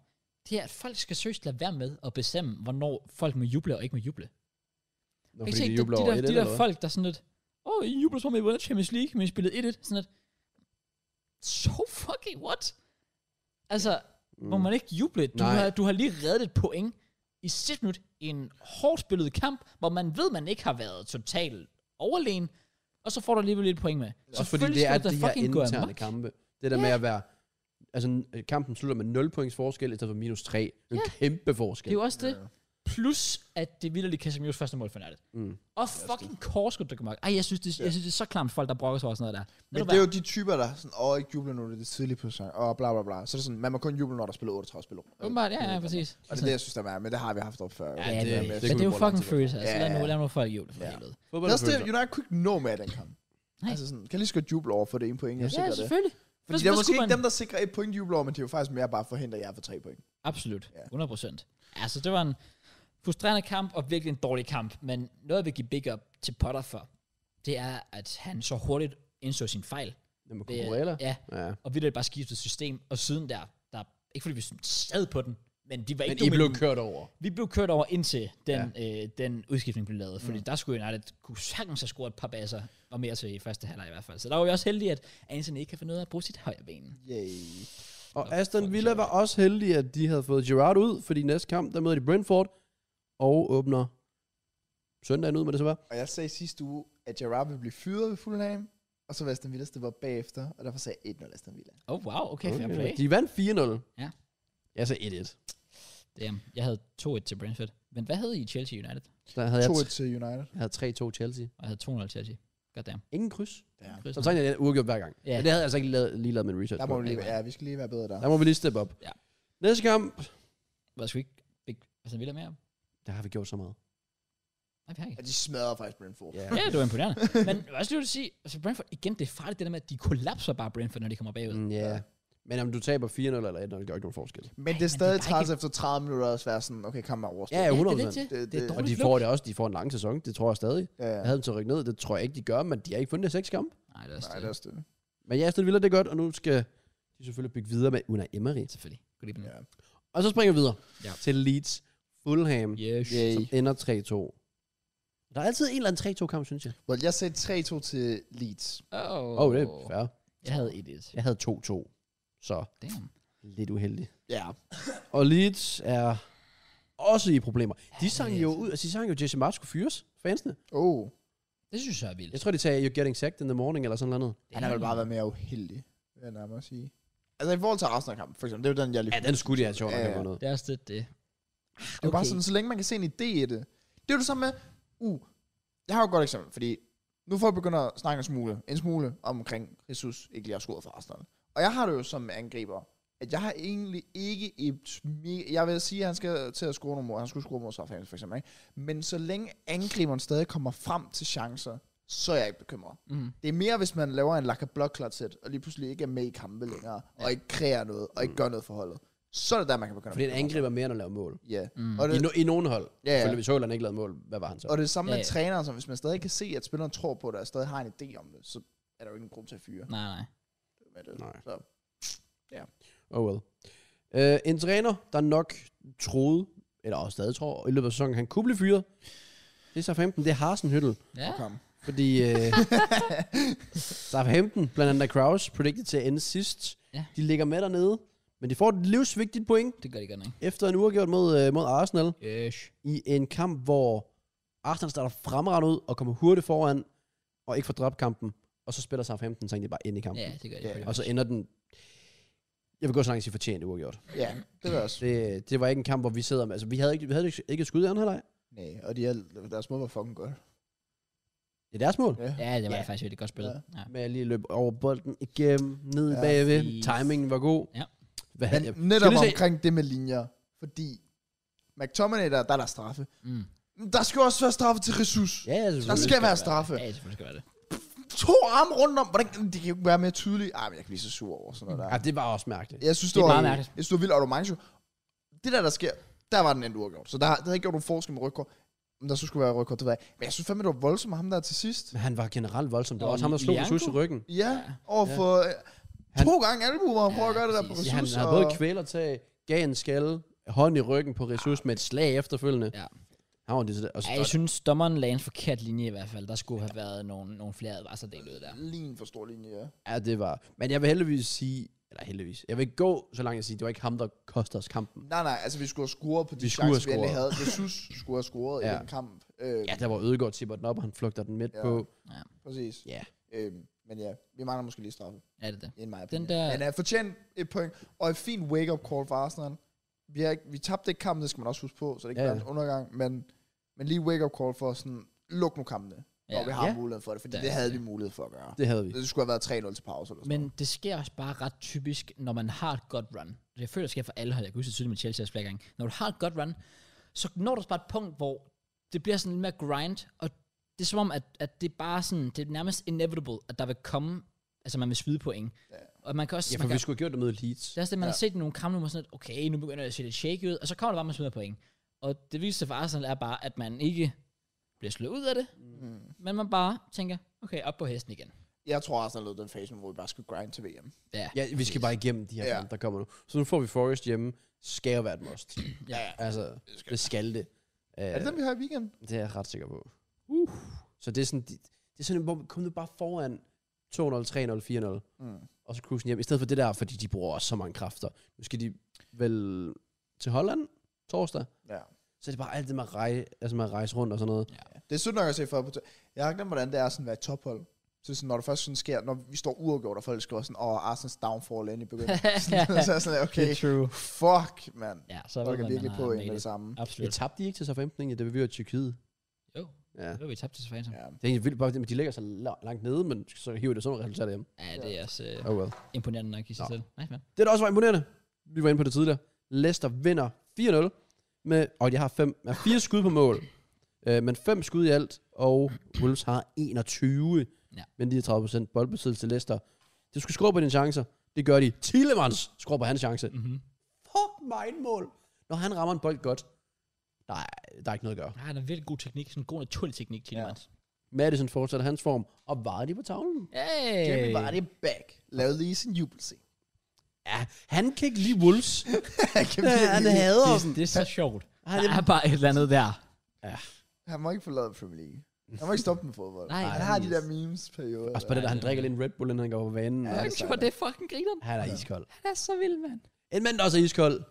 det er, at folk skal søst lade være med at bestemme, hvornår folk må juble og ikke må juble. Nå, Ikke fordi de de, jubler de, over der, et de eller der hvad? folk, der sådan lidt, åh, oh, I jubler som om, I vundet Champions League, men I spillede 1-1. Sådan lidt, so fucking what? Altså, mm. må man ikke juble? Du Nej. har, du har lige reddet et point i sidste minut i en hårdt spillet kamp, hvor man ved, man ikke har været totalt overlegen, og så får du alligevel lidt point med. Også fordi Selvfølgelig det er skal du da de her fucking gå interne amok. kampe. Det der med at være... øh, Altså, kampen slutter med 0 points forskel, i stedet for minus 3. Det er en kæmpe forskel. Det er jo også det. Plus, at det vildt Casemiro's første mål for nærligt. Mm. Og fucking Korskud, der kommer. Ej, jeg synes, det, jeg synes, det er så klamt, folk, der brokker sig over sådan noget der. Ved Men du det er hvad? jo de typer, der er sådan, åh, ikke jubler nu, det er tidligt på sig, og bla bla bla. Så er det sådan, man må kun juble, når der spiller 38 spil. Og Åbenbart, ja, ja, præcis. det er det, jeg synes, der er, men det har vi haft op før. Ja, ja, det- det, det det, men kunne det er vi jo bruge lang fucking tid på. følelser. Altså, Ja, lad ja, nu, ja. lad nu folk jule for Ja. helvede. Fodbold Det er også det, følelser. United kunne ikke nå med i den kamp. Nej. Altså sådan, kan lige så godt juble over for det ene point, jeg Ja, sikrer det. selvfølgelig. Fordi Hvis- det er hvis måske skulle ikke man- dem, der sikrer et point, de jubler over, men det er jo faktisk mere bare at forhindre jer for tre point. Absolut. Ja. 100 procent. Altså, det var en frustrerende kamp, og virkelig en dårlig kamp. Men noget, jeg vil give big up til Potter for, det er, at han så hurtigt indså sin fejl. Det må Ved- Cucurella. Ja, Ja. og vi bare skiftet system, og siden der, der ikke fordi vi sådan sad på den, men de var Men ikke I blev dominerende. kørt over. Vi blev kørt over indtil den, ja. øh, den udskiftning blev lavet, fordi mm. der skulle United kunne sagtens have scoret et par baser, og mere til i første halvleg i hvert fald. Så der var vi også heldige, at Anthony ikke kan finde ud af at bruge sit højre ben. Yay. Og Aston Villa var også heldige, at de havde fået Gerrard ud, fordi næste kamp, der møder de Brentford, og åbner søndagen ud, med det så var. Og jeg sagde sidste uge, at Gerard ville blive fyret ved Fulham, og så var Aston Villa det var bagefter, og derfor sagde jeg 1-0 Aston Villa. Oh wow, okay, okay. fair play. De vandt 4-0. Ja. Jeg sagde 1-1. Damn, jeg havde 2-1 til Brentford. Men hvad havde I i Chelsea United? Der havde jeg, 2-1 t- til United. jeg havde 3-2 Chelsea. Og jeg havde 2-0 til Chelsea. Goddamn. Ingen kryds. Ja. Chris, Så tænkte jeg, at jeg uafgjort hver gang. Ja. Ja. Men det havde jeg altså ikke lavet, lige lavet min research Der må på. vi lige, ja, vi skal lige være bedre der. Der må vi lige steppe op. Ja. Næste kamp. Var sgu ikke Big Aston Villa mere? Der har vi gjort så meget. Nej, vi har ikke. Og de smadrer faktisk Brentford. Ja. Ja, det var imponerende. Men jeg vil også lige vil sige, altså Brentford, igen, det er farligt det der med, at de kollapser bare Brentford, når de kommer bagud. Mm. Mm, yeah. Men om du taber 4-0 eller 1-0, det gør ikke nogen forskel. Men det Ej, er men stadig det er bare træls efter 30 minutter også være sådan, okay, kom bare overstå. Ja, Ja, 100%. det er det til. Det- Det er Og det- de dårligt får lugt. det også, de får en lang sæson, det tror jeg stadig. ja, ja. Jeg havde dem til at rykke ned, det tror jeg ikke, de gør, men de har ikke fundet det seks kampe. Nej, det er også Nej, det. det er også det. Men ja, Aston Villa, det er godt, og nu skal de selvfølgelig bygge videre med Una Emery. Selvfølgelig. Good evening. Ja. Og så springer vi videre Ja. til Leeds Fulham, Yes. Yay. som ender 3-2. Der er altid en eller anden 3-2-kamp, synes jeg. Well, jeg sagde 3-2 til Leeds. Oh. Åh, oh, det er fair. Jeg havde 1-1. Jeg havde 2-2, så Damn. lidt uheldig. Ja. Og Leeds er også i problemer. De sang det er jo ud, altså de sang jo, at Jesse March skulle fyres, fansene. Oh, Det synes jeg er vildt. Jeg tror, de sagde, you're getting sacked in the morning, eller sådan noget. han har vel bare været mere uheldig, vil jeg nærmere sige. Altså i forhold til Arsenal-kampen, for eksempel, det er jo den, jeg lige... Ja, den skulle de altså have sjovt, Ja, ja, ja. ja. Det er også lidt det. Det er okay. bare sådan, så længe man kan se en idé i det. Det er jo det samme med, uh, jeg har jo et godt eksempel, fordi nu får jeg begyndt at snakke en smule, en smule omkring Jesus ikke lige har scoret for Arsenal. Og jeg har det jo som angriber, at jeg har egentlig ikke et... me- Jeg vil sige, at han skal til at score nogle mål. Han skulle score mod Southampton for eksempel. Ikke? Men så længe angriberen stadig kommer frem til chancer, så er jeg ikke bekymret. Mm. Det er mere, hvis man laver en lakker blok og lige pludselig ikke er med i kampe længere, og ikke kræver noget, og ikke gør noget for holdet. Så er det der, man kan begynde Fordi at en bekymre sig. angriber mere, end at lave mål. Ja. Mm. Og I, no, I nogen hold. Ja, ja. Selvfølgelig, hvis Højland ikke lavede mål, hvad var han så? Og det er samme Ja, med ja, ja. træneren, som hvis man stadig kan se, at spilleren tror på det, og stadig har en idé om det, så er der jo ingen grund til at fyre Nej, nej. med det. Nej. Så Oh well. Uh, en træner, der nok troede, eller også stadig tror, i løbet af sæsonen, han kunne blive fyret. Det er Southampton, det er Harsenhyttel. Ja. kom. Fordi uh, Southampton, blandt andet er Kraus, predicted til at ende sidst. Ja. De ligger med dernede, men de får et livsvigtigt point Det gør de godt nok. efter en uafgjort mod, uh, mod Arsenal Yes. i en kamp, hvor Arsenal starter fremragende ud og kommer hurtigt foran og ikke får dræbt kampen. Og så spiller Southampton så egentlig bare ind i kampen. Ja, det gør de. Ja, pretty Og så much. ender den... Jeg vil gå så langt og sige fortjent uafgjort. Ja, det vil jeg også. Det, det var ikke en kamp, hvor vi sidder med... Altså, vi havde ikke, vi havde ikke, ikke et skud i anden halvleg. Nej, og de er, deres mål var fucking godt. Det er deres mål. Ja. Ja, det var Ja. ja. faktisk virkelig godt spillet. Ja. Ja. Med at lige løbe over bolden igennem, ned Ja, ja, bagved. præcis. Timingen var god. Ja. Hvad, Men jeg, netop Skal vi se- omkring det med linjer, fordi McTominay, der, der er der straffe. Mm. Men Der skal også være straffe til Jesus. ja, ja, Der selvfølgelig. skal være straffe. Ja, selvfølgelig skal være det. To arme rundt om. Hvordan, det kan jo ikke være mere tydeligt. Ej, men jeg kan blive så sur over sådan noget Ja, der. det var også mærkeligt. Jeg synes, Det det, er var, meget mærkeligt. Jeg synes, det var vildt, og du mancho. Det der, der sker, der var den endt uafgjort. Så der, der havde ikke gjort nogen forskel med rygkort. Om der så skulle være rygkort, det var Men jeg synes fandme, det var voldsomt med ham der til sidst. Men han var generelt voldsom. Det var Og også ham, der slog Lianco? Jesus i ryggen. Ja, og Ja. for ja. Han- to gange albu, hvor han prøver at gøre det der på præcis. Jesus. Ja, han havde både kvælertag, gav en skalle, hånd i ryggen på Jesus med et slag efterfølgende. Ja. Han var det, så og så, Ja, jeg synes, dommeren lagde en forkert linje i hvert fald. Der skulle have været nogle, nogle flere advarsler ud der. Lin for stor linje, ja. ja, det var... Men jeg vil heldigvis sige... Eller heldigvis. Jeg vil ikke gå så langt at sige, det var ikke ham, der kostede os kampen. Nej, nej, altså vi skulle have scoret på de Vi vi skulle chancer, vi have endelig havde. Jesus skulle have scoret Ja. i den kamp. Øh, Ja, der var Ødegaard tipper den op, og han flugter den midt ja. Ja. på. Præcis. Ja. Øh, men ja, vi mangler måske lige straffe, Er det det? i mig Den der- Men han fortjent et point, og et fint wake-up call for Arsenal. vi, er, ikke- vi tabte ikke kampen, det skal man også huske på, så det ikke Ja, ja. ja. en undergang, men, men lige wake-up call for sådan, luk nu kampene, ja. og vi har Ja. ja. mulighed for det, fordi Det det, er det havde vi det. mulighed for at gøre. Det havde vi. Det skulle have været 3-0 til pause eller sådan Men det sker også bare ret typisk, når man har et godt run. Det føler jeg sker for alle hold. Jeg kan huske det tydeligt med Chelsea også flere gange. Når du har et godt run, så når du også bare et punkt, hvor det bliver sådan lidt mere grind, og det er som om, at, at det er bare sådan, det er nærmest inevitable, at der vil komme, altså man vil skyde point. Ja. Og man kan også, Ja, man for kan, vi skulle have gjort det mod Leeds. det er også det, man ja. Ja. har set i nogle kampe, hvor man er sådan, at, okay, nu begynder det at se lidt shaky ud, og så kommer der bare, man smider point. Og det vigtigste for Arsenal er bare, at man ikke bliver slået ud af det, noget. Mm. men man bare tænker, okay, op på hesten igen. Jeg tror også, der lød den fase, nu, hvor vi bare skulle grind til VM. Ja, Ja, vi skal bare igennem de her Ja. kampe, der kommer nu. Så nu får vi Forest hjemme. Skal jo være et must. Ja. Altså, det skal det. Uh, Er det den, vi har i weekenden? det er jeg ret sikker på. Uh. Så det er sådan, det, det er sådan hvor kom nu bare foran 2-0, 3-0, 4-0, Mm. og så cruisen hjem. I stedet for det der, fordi de bruger også så mange kræfter. Nu skal de vel til Holland torsdag. Ja. Så er det bare alt det med at rejse, altså med at rejse rundt og sådan noget. Det er sødt nok at se for. Jeg har glemt, hvordan det er sådan at være et tophold. Så sådan, når det først sådan sker, når vi står uafgjort, og folk skriver sådan, åh, oh, Arsens downfall ind i begyndelsen. så er jeg sådan, okay, true. fuck, mand. Ja, så Folk er man, virkelig man på har en altså. med made det it. samme. Vi Absolut. tabte de ikke til Southampton, egentlig, da vi var i Tyrkiet. Jo, Ja. det var vi tabt til Southampton. Ja. Det er egentlig vildt bare, men de ligger så la- langt nede, men så hiver det sådan nogle resultater hjem. Ja, det er også øh, Oh well. imponerende nok i sig Nå. selv. Nice, man. Det, der også var imponerende, vi var inde på det tidligere, Leicester vinder 4-0, med, og de har fem, er fire skud på mål, øh, men fem skud i alt, og Wolves har 21, Ja. men 39 procent boldbesiddelse til Leicester. De skulle score på dine chancer, det gør de. Tillemans scorer på hans chance. Mm-hmm. Fuck mig en mål. Når han rammer en bold godt, der er, der er ikke noget at gøre. Ja, han har virkelig god teknik. Sådan en god naturlig teknik, Tillemans. Madison fortsætter hans form, og var de på tavlen? Ja. Hey. Jamie Vardy back. Lavede lige sin jubelscene. Ja, han kan ikke lide Wolves. han, kan virkelig han ikke- hader Det, er dem. sådan- det er så sjovt. Ej, Der det- er bare et eller andet der. Han må ikke forlade Premier League. Han må ikke stoppe med fodbold. Nej, han har præcis. de der memes-perioder. Også på det der, han drikker lidt en Red Bull, inden han går på banen. Ja, Ja, det er sejt. det er fucking griner. Han er iskold. Han er så vild, mand. En mand, der også er iskold,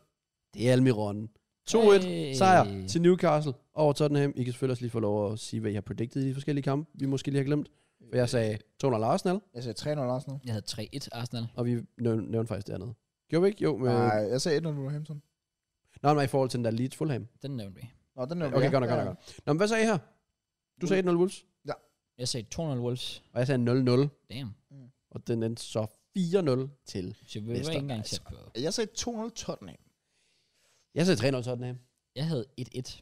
det er Almiron. 2-1 Hey. sejr til Newcastle over Tottenham. I kan selvfølgelig også lige få lov at sige, hvad I har predicted i de forskellige kampe, vi måske lige har glemt. For jeg sagde 200 Arsenal, Jeg sagde 3-0 Arsenal. Jeg havde 3-1 Arsenal. og vi nævn- nævnte faktisk det andet. Gjorde vi ikke? Jo, men... Nej, jeg sagde 1-0 Wolverhampton. Nå, men i forhold til den der Leeds Fulham. Den nævnte vi. Nå, den er Okay, godt nok, godt nok. Nå, men hvad sagde I her? Du sagde 1-0 Wolves, Jeg sagde 2-0 Wolves. og jeg sagde 0-0, Damn. og den endte så 4-0 til. Så vi var Leicester, ikke engang altså. tæt på. Jeg sagde 2-0 Tottenham. Jeg sagde 3-0 Tottenham. Jeg havde 1-1.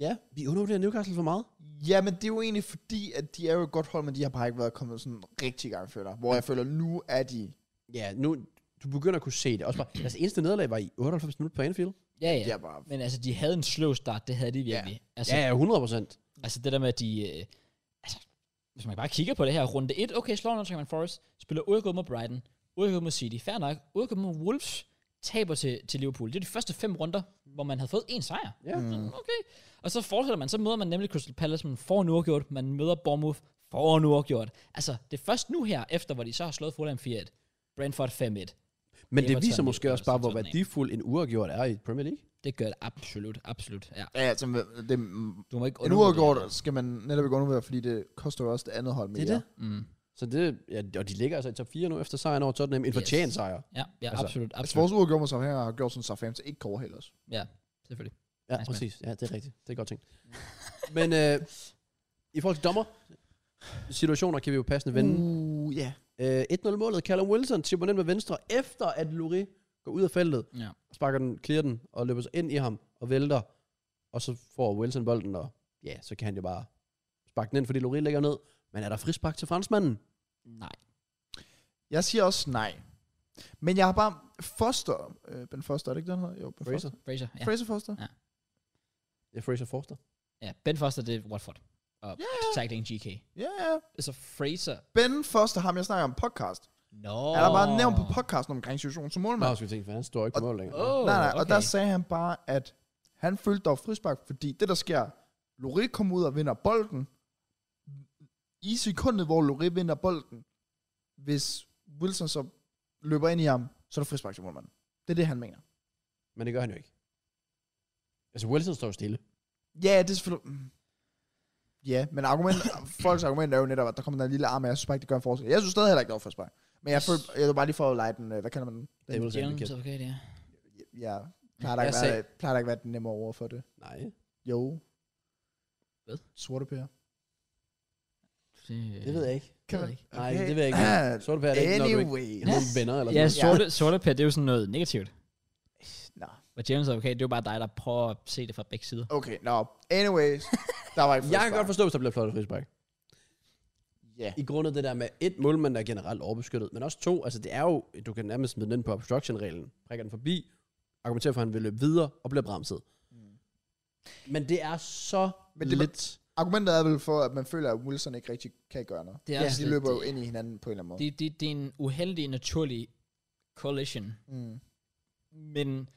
Ja, vi undervurderer Newcastle for meget. Ja, men det er jo egentlig fordi, at de er jo et godt hold, men de har bare ikke været kommet sådan rigtig i gang før der. Hvor jeg føler, nu er de... Ja, nu du begynder at kunne se det. Også bare, deres eneste nederlag var i 98 minutter på Anfield. Ja, Ja. ja. De er bare... Men altså, de havde en sløv start. Det havde de virkelig. Altså, Ja, ja, 100 procent. Altså det der med, at de... Øh, altså, hvis man bare kigger på det her, runde 1, okay, slår Nottingham Forest, spiller udgået mod Brighton, udgået mod City, fair nok, udgået mod Wolves, taber til, til Liverpool. Det er de første fem runder, hvor man havde fået en sejr. Ja. Mm. Okay. Og så fortsætter man, så møder man nemlig Crystal Palace, man får en uafgjort, man møder Bournemouth, får en uafgjort. Altså, det er først nu her, efter hvor de så har slået Fulham 4-1, Brentford 5-1. Men det Everton viser måske ligger også bare, også hvor sådan en. værdifuld en uafgjort er i Premier League. Det gør det absolut, absolut. Ja. Ja, altså, det, mm, Du må ikke en undervurdere uafgjort altså. skal man netop ikke undervurdere, fordi det koster jo også det andet hold mere. Det er det. det. Mm. Så det, ja, og de ligger altså i top 4 nu efter sejren over Tottenham. En Yes. fortjent sejr. Ja, ja Altså, absolut, Altså, absolut. vores uafgjort mod Southampton har gjort sådan, at Southampton ikke kan overhale os. Ja, selvfølgelig. Ja, Nice, præcis. Ja, det er rigtigt. Det er godt tænkt. Men øh, i forhold til dommer, situationer kan vi jo passende vende. Uh, ja. Øh, 1-0-målet, Callum Wilson tipper den med venstre, efter at Lurie går ud af feltet, Ja. sparker den, clear den, og løber så ind i ham, og vælter, og så får Wilson bolden, og ja, så kan han jo bare sparke den ind, fordi Lurie ligger ned. Men er der frispark til franskmanden? Nej. Jeg siger også nej. Men jeg har bare... Foster... Øh, ben Foster, er det ikke den her? Jo, Ben Fraser? Foster. Fraser, ja. Fraser Foster. Ja, Fraser Forster. Ja, Ben Foster, det er Watford. Og Ja, yeah. tackling GK. Ja, ja. Altså Fraser. Ben Foster, ham jeg snakker om podcast. No. Oh. Han har bare nævnt på podcasten omkring situationen som målmand. Nå, skal vi tænke, for han står ikke på mål længere. Oh, nej, nej, okay. og der sagde han bare, at han følte dog frispark, fordi det der sker, Loré kommer ud og vinder bolden. I sekundet, hvor Loré vinder bolden, hvis Wilson så løber ind i ham, så er der frispark til målmanden. Det er det, han mener. Men det gør han jo ikke. Altså, Wilson står jo stille. Ja, det er selvfølgelig... mm. Ja, men argument, folks argument er jo netop, at der kommer den der lille arm af, jeg synes bare ikke, det gør en forskel. Jeg synes stadig heller ikke, det var frispark. Men jeg, følte, jeg var bare lige for at lege den, øh, hvad kalder man den? Det er Wilson, Jalen det kan. advokat, ja. ja, plejer der Jeg ikke sagde- være, plejer der ikke være et nemmere over for det. Nej. Jo. Hvad? Sorte pære. Det, øh, Det ved jeg ikke. Kan man- man- Nej, det ved jeg ikke. Sorte pære er det ikke, når du ikke Anyway. har nogen venner eller Ja, sådan sorte, sorte pære, det er jo sådan noget negativt. Nå, Og James er okay, det er jo bare dig, der prøver at se det fra begge sider. okay, nå. Anyways, der var ikke noget. Jeg kan godt forstå, hvis der bliver flottet frispark. Ja. I grund af det der med et målmand, der er generelt overbeskyttet, men også to, altså det er jo, du kan nærmest smide den på obstruction-reglen, prikker den forbi, argumenterer for, at han vil løbe videre og bliver bremset. Men det er så Men men det det var- lidt... Argumentet er vel for, at man føler, at Wilson ikke rigtig kan gøre noget. Det er ja, også de lidt løber jo det. ind i hinanden på en eller anden måde. Det, det, det er en uheldig, naturlig collision. Mm. Men Men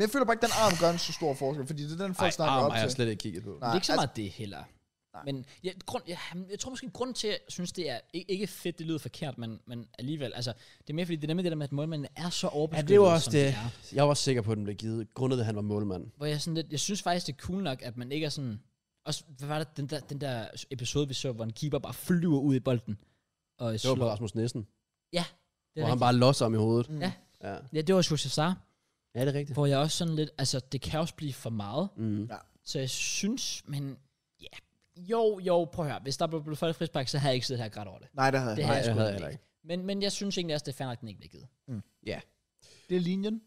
jeg føler bare ikke, den arm gør en så stor forskel, fordi det er den, folk Ej, snakker arm op har jeg til. slet ikke kigget på. det Nej, er ikke så meget det heller. Nej. Men ja, grund, ja, jamen, jeg tror måske, en grund til, at jeg synes, det er ikke- ikke fedt, det lyder forkert, men, men alligevel, altså, det er mere fordi, det er nemlig det der med, at målmanden er så Ja, overbeskyttet, det var også som det. er. Jeg var sikker på, at den blev givet, grundet at han var målmand. Hvor jeg sådan lidt, jeg synes faktisk, det er cool nok, at man ikke er sådan, også, hvad var det, den der, den der episode, vi så, hvor en keeper bare flyver ud i bolden, og Det var på slår. Rasmus Nissen, Det hvor er han bare losser ham i hovedet. Mm. Ja. Ja, rigtigt. ja, det var Shushazar, ja det er rigtigt. hvor jeg også sådan lidt, altså, det kan også blive for meget, Mm. Så jeg synes, men ja, jo, jo, prøv at høre. Hvis der blev blevet flot frispark, så havde jeg ikke siddet her og grædt over det. Nej, det havde Det jeg. havde Nej, jeg det sgu havde jeg egentlig heller ikke. Men, men jeg synes egentlig også, det er fair nok, den ikke bliver givet. Det er linjen.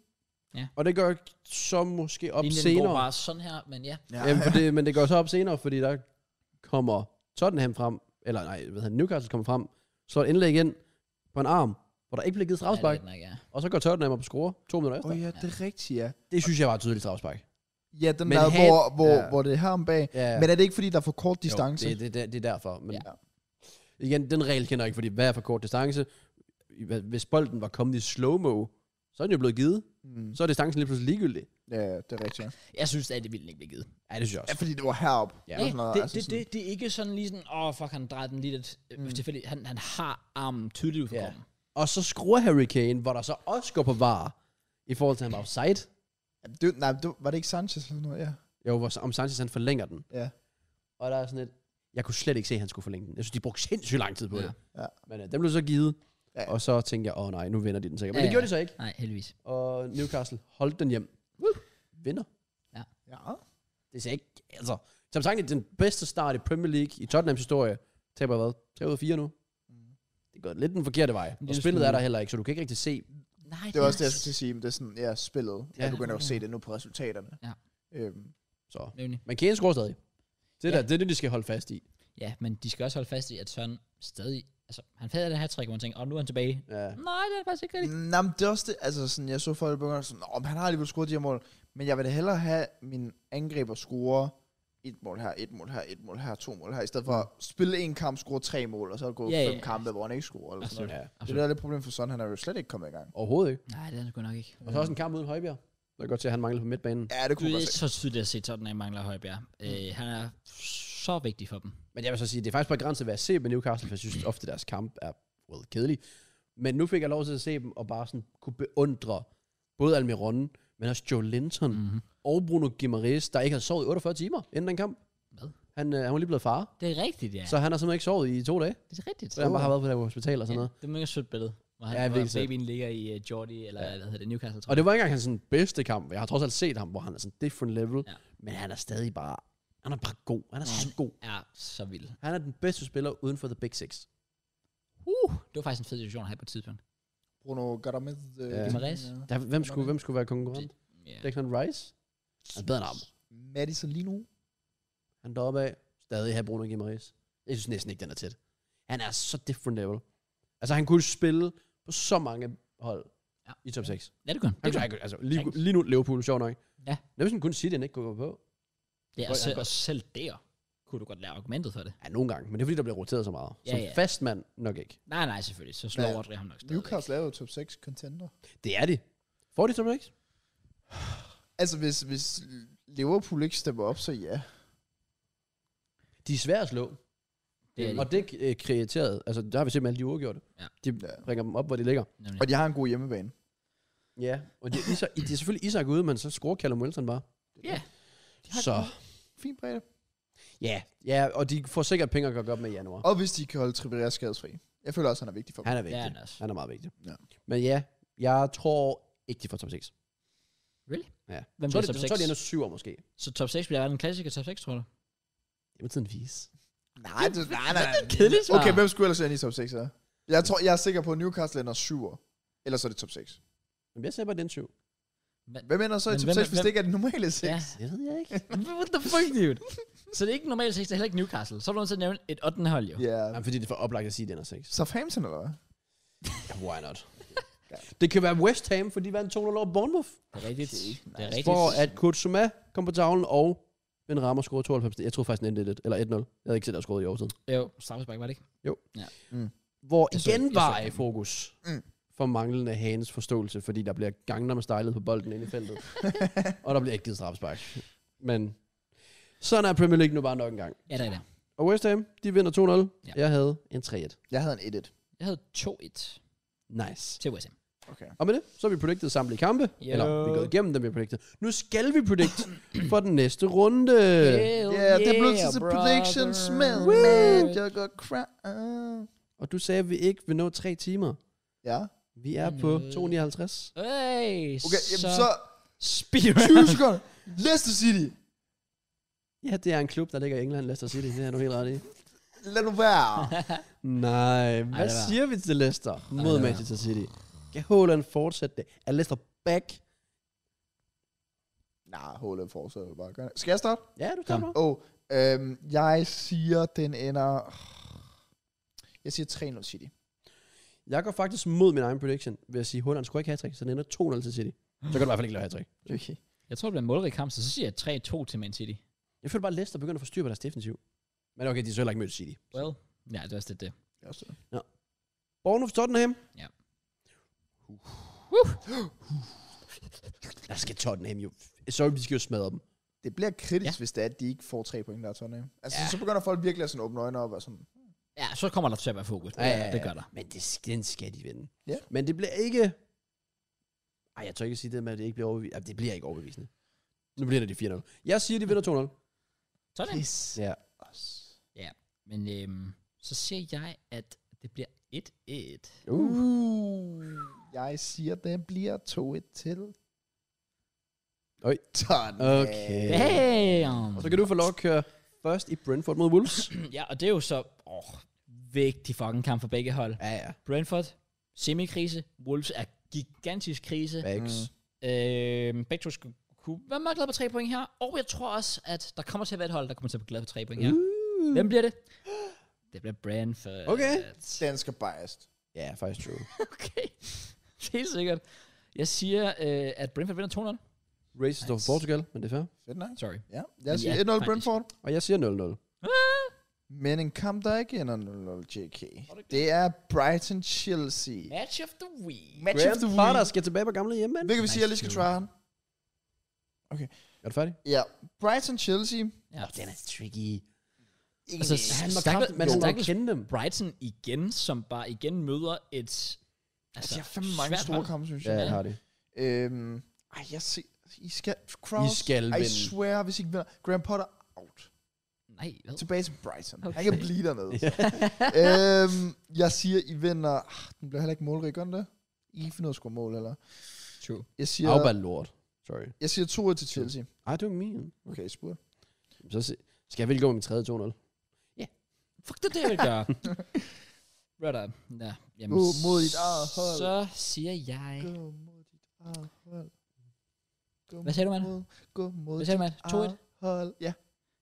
Og det gør så måske op Linjen senere. går bare sådan her, men ja. Ja. Jamen, for det, men det går så op senere, fordi der kommer Tottenham frem, eller nej, hvad hedder Newcastle kommer frem, slår et indlæg ind på en arm, hvor der ikke bliver givet Ja, det strafspark, er lidt nok, ja. og så går Tottenham op og scorer to minutter Åh efter. oh, ja, det er rigtigt, ja. Det synes jeg var et tydeligt strafspark. Ja, den Men der, han- hvor, hvor, ja. hvor det er her om bag. Ja, Men er det ikke, fordi der er for kort Jo, distance? det, det, det, det, er derfor. Men Ja. ja. Igen, den regel kender jeg ikke, fordi hvad er for kort distance? Hva- Hvis bolden var kommet i slow-mo, så er den jo blevet givet. Mm. Så er distancen lige pludselig ligegyldig. Ja, ja, det er rigtigt. Ja. Jeg synes stadig, det ville den ikke blive givet. Ja, det synes jeg ja, også. fordi det var herop. Ja. Ja, sådan noget, det, altså det, sådan- det, det, er ikke sådan lige sådan, åh, oh, fuck, han drejer den lige lidt. Mm. Tilfældigt. Han, han har armen tydeligt ud for Ja. kroppen. Og så skruer Harry Kane, hvor der så også går på var, i forhold til, at han var offside. Ja, Det, nej, det, var det ikke Sanchez eller sådan noget? Ja. Jo, hvor, om Sanchez han forlænger den. Ja. Og der er sådan et... Jeg kunne slet ikke se, at han skulle forlænge den. Jeg synes, de brugte sindssygt lang tid på Ja. ja. det. Ja. Men øh, den blev så givet. Ja. Ja. Og så tænkte jeg, åh nej, nu vinder de den sikkert. Men Ja, ja, det gjorde ja. de så ikke. Nej, heldigvis. Og Newcastle holdt den hjem. Woo! Vinder. ja. Det ser ikke... Altså, som sagt, det er den bedste start i Premier League i Tottenhams historie. Taber hvad? 3 ud af 4 nu. Mm. Det går lidt den forkerte vej. lille Og spillet er smule. der heller ikke, så du kan ikke rigtig se... Nej, Det var også det, jeg er- skulle til at sige. men Det er sådan, ja, spillet. Ja, jeg Ja. begynder jo at se det nu på resultaterne. Ja. Øhm, Så. Nemlig. Men Kane scorer stadig. Det er, Ja. ja. der, det, er det, de skal holde fast i. Ja, men de skal også holde fast i, at Søren stadig... Altså, han fader det her trick, hvor man tænker, åh, oh, nu er han tilbage. Ja. Nej, det er faktisk ikke rigtigt. Nå, men det er også det, altså sådan, jeg så folk begynde sådan, om han har alligevel scoret de her mål, men jeg vil da hellere have min angriber score et mål her, et mål her, et mål her, to mål her, i stedet for at spille en kamp, score tre mål, og så gå Ja, yeah, ja, fem ja. kampe, hvor han ikke scorer. Eller sådan noget. ja. Det er der er lidt problem for sådan, han er jo slet ikke kommet i gang. Overhovedet ikke. Nej, det er han sgu nok ikke. Og så også en kamp uden Højbjerg. Der kan godt se, at han mangler på midtbanen. Ja, det Du kunne er jeg godt se. så tydeligt at se Tottenham mangler Højbjerg. Mm. Øh, han er så vigtig for dem. Men jeg vil så sige, det er faktisk på grænsen, hvad jeg ser med Newcastle, for jeg synes ofte, deres kamp er well, kedelig. Men nu fik jeg lov til at se dem, og bare sådan kunne beundre både Almiron, men også Joe Linton Mhm. mm-hmm. og Bruno Guimaraes, der ikke havde sovet i 48 timer inden den kamp. Hvad? Han, øh, han var lige blevet far, Det er rigtigt, ja. ja. Så. så han har simpelthen ikke sovet i to dage. Det er rigtigt. Så han bare har været på det her hospital og sådan noget. Ja, det er mega sødt billede. Hvor, han, Ja, ja, hvor virkelig sødt. babyen ligger i uh, Jordi, eller ja. hvad hedder det, Newcastle, tror Og det var ikke engang hans sådan, bedste kamp. Jeg har trods alt set ham, hvor han er sådan different level. Ja. Ja. Men han er stadig bare, han er bare god. Han er Ja, så god. jeg. er så vild. Han er den bedste spiller uden for The Big Six. Uh, det var faktisk en fed situation at have på et tidspunkt. Bruno Gadamed. Øh, Ja. Guimaraes. Der, hvem, skulle, hvem skulle være konkurrent? Yeah. Declan Rice? Han er bedre end ham. Madison lige nu. Han er deroppe af. Stadig have Bruno Guimaraes. Jeg synes næsten ikke, den er tæt. Han er så different level. Altså, han kunne spille på så mange hold Ja. ja. i top 6. Ja, det kunne han. Det kunne Han han. kunne, han kunne, altså, lige, Sagtens. lige nu Liverpool, sjov nok. Ja. Det er sådan, kun City, han ikke kunne gå på. Ja, og, Hvor- selv, han og selv der kunne du godt lære argumentet for det. Ja, nogle gange. Men det er fordi, der bliver roteret så meget. Ja, Som ja. fast mand nok ikke. Nej, nej, selvfølgelig. Så slår Ja. Rodri ham nok stadig. Newcastle er jo top 6 contender. Det er de. Får de top 6? Altså, hvis, hvis Liverpool ikke stepper op, så ja. De er svære at slå. Det er de. og det er kreateret. Altså, der har vi set med alle de uafgjorte. Ja. De Ja. bringer dem op, hvor de ligger. Nemlig. Og de har en god hjemmebane. Ja, og det er, Isak, det er selvfølgelig Isak ude, men så scorer Callum Wilson bare. Ja. De har Så. en Fin bredde. Ja, ja, og de får sikkert penge at gøre op med i januar. Og hvis de kan holde Trippier skadesfri. Jeg føler også, han er vigtig for dem. Han er Det er vigtig. han også. Han er meget vigtig. Ja. Men ja, jeg tror ikke, de får top 6. Hvem Så er bliver det, top så er 6? det endnu syver måske. Så top 6 bliver en klassiker top 6, tror du? Jamen tiden vis. Nej, det, nej, nej. nej. kedeligt svar. Okay, hvem skulle ellers ende i top 6 her? Jeg, tror, jeg er sikker på, at Newcastle ender 7. Ellers er det top 6. Men jeg sagde bare den syv. Hvem ender så i Men top hvem- 6, hvis det hvem- ikke er den normale 6? Ja. Ja. Det ved jeg ikke. What the fuck, dude? så det er ikke normalt 6, det er heller ikke Newcastle. Så er du nødt til at nævne et 8. hold, jo. Yeah. Jamen, fordi det er for oplagt at sige, at den er seks. Southampton, eller hvad? Ja, why not? det kan være West Ham, for de vandt 200 over Bournemouth. Det er rigtigt. Okay, Det er nice. rigtigt. For at Kutsuma kom på tavlen, og Ben Rammer scorede 92. Jeg tror faktisk, den endte 1-1, eller 1-0. Jeg havde ikke set, der scorede i overtiden. Jo, Strafspark var det ikke? Hvor Jeg så- igen jeg så var ikke i den. fokus Mm. for manglende Hanes forståelse, fordi der bliver gangner med stejlet på bolden inde i feltet. og der bliver ikke givet straffespark. Men sådan er Premier League nu bare nok en gang. Ja, det er det. Og West Ham, de vinder 2-0. Ja. Jeg havde en 3-1. Jeg havde en 1-1. Jeg havde 2-1 Nice. til West Ham. Okay. Og med det, så har vi predicted samtlige kampe. Yo. Eller vi er gået igennem dem, vi har predicted. Nu skal vi predict for den næste runde. Hell Yeah, Øh, det blev til prediction Oh, brother. smell, Woo! man. Jeg går crap. Og du sagde, at vi ikke vil nå tre timer. Ja. Vi er på 259. Hey, Okay, så... jamen, så Speed 20 sekunder. Leicester City. Ja, det er en klub, der ligger i England, Leicester City. Det er du helt ret i. Lad nu være. Nej, hvad det Ej, var- siger vi til Leicester mod det var- Manchester City? Kan Haaland fortsætte det? Er Leicester back? Nej, Hålet fortsætter jo bare. Gør det. Skal jeg starte? Ja, du kan Kom. bare. Åh, oh, øhm, jeg siger, den ender... Jeg siger 3-0 City. Jeg går faktisk mod min egen prediction ved at sige, Haaland skulle ikke have så den ender 2-0 til City. Så kan du i hvert fald ikke lave hat Okay. Jeg tror, det bliver en målrig kamp, så så siger jeg 3-2 til Man City. Jeg føler bare, at Leicester begynder at forstyrre på deres defensiv. Men okay, de har så heller ikke mødt City. Well. Ja, det er også lidt det. Jeg også. Bournemouth Tottenham. Ja. Uh. Der skal Tottenham jo... Så vi skal jo smadre dem. Det bliver kritisk, Ja. ja. hvis det er, at de ikke får tre point, der er Tottenham. Altså, Ja. ja. så begynder folk virkelig at sådan åbne øjnene op og sådan... Ja, så kommer der til at være fokus. Ja, ja, ja. Det gør der. Men det, sk- den skal de vinde. Ja. Men det bliver ikke... Ej, jeg tør ikke sige det med, at det ikke bliver overbevisende. Det bliver ikke overbevisende. Nu bliver det de 4-0. Jeg siger, de vinder 2-0. Sådan. Yes. Ja. Os. Men øhm, så siger jeg, at det bliver 1-1. Uh. Uh. Jeg siger, den bliver 2-1 til... Øj. Tottenham. Okay. Damn! Og så kan du få lov at køre først i Brentford mod Wolves. Ja, og det er jo så åh, vigtig fucking kamp for begge hold. ja, ja. Brentford, semikrise. Wolves er gigantisk krise. Bags. Mm. Øh, begge to skulle kunne være meget glade på tre point her. Og jeg tror også, at der kommer til at være et hold, der kommer til at blive glade på tre point her. Uh. Hvem bliver det? Det bliver Brentford. Okay. Dansk er biased. Ja, faktisk true. Okay. Helt sikkert. Jeg siger, øh, at Brentford vinder Races nice. over Portugal, men det er fair. Fedt nok. 2-0. Sorry. Ja, jeg Men siger ja, 1-0 faktisk. Brentford. Og jeg siger 0-0. Men en kamp, der ikke ender 0-0 JK. Det er Brighton Chelsea. Match of the week. Match of the Potter week. skal tilbage på gamle hjemmebane. Hvilket vi siger, jeg lige Nice skal dude. try ham. Er du færdig? Ja, Brighton Chelsea. Ja. Den er tricky. Altså, Han må Stakkels- kraft- man skal ikke stakkels kende dem. Brighton igen, som bare igen møder et... Altså, jeg har fandme mange svært store hold. kampe, synes Ja, jeg. jeg har det. Øhm, ej, jeg ser... I skal... Kraus, I skal I vinde. swear, hvis I ikke vinder. Graham Potter out. Nej, hvad? Tilbage til Brighton. Okay. Han Okay. kan blive dernede. øhm, jeg siger, I vinder... Ah, den bliver heller ikke målrig, gør den det? I kan ikke finde ud af at score mål, eller? True. Jeg siger, Auba er lort. Sorry. jeg siger 2-1 til Chelsea. Ej, det var min. Okay, spurgt. Så se- skal jeg vel gå med min tredje 2-0. Fuck det, er det jeg vil gøre. Right up. Ja, jamen, Gå mod dit eget hold. Så siger jeg... Gå mod dit eget hold. Gå Hvad sagde du, mand? mod, gå mod Hvad sagde du, mand? dit eget hold. Ja.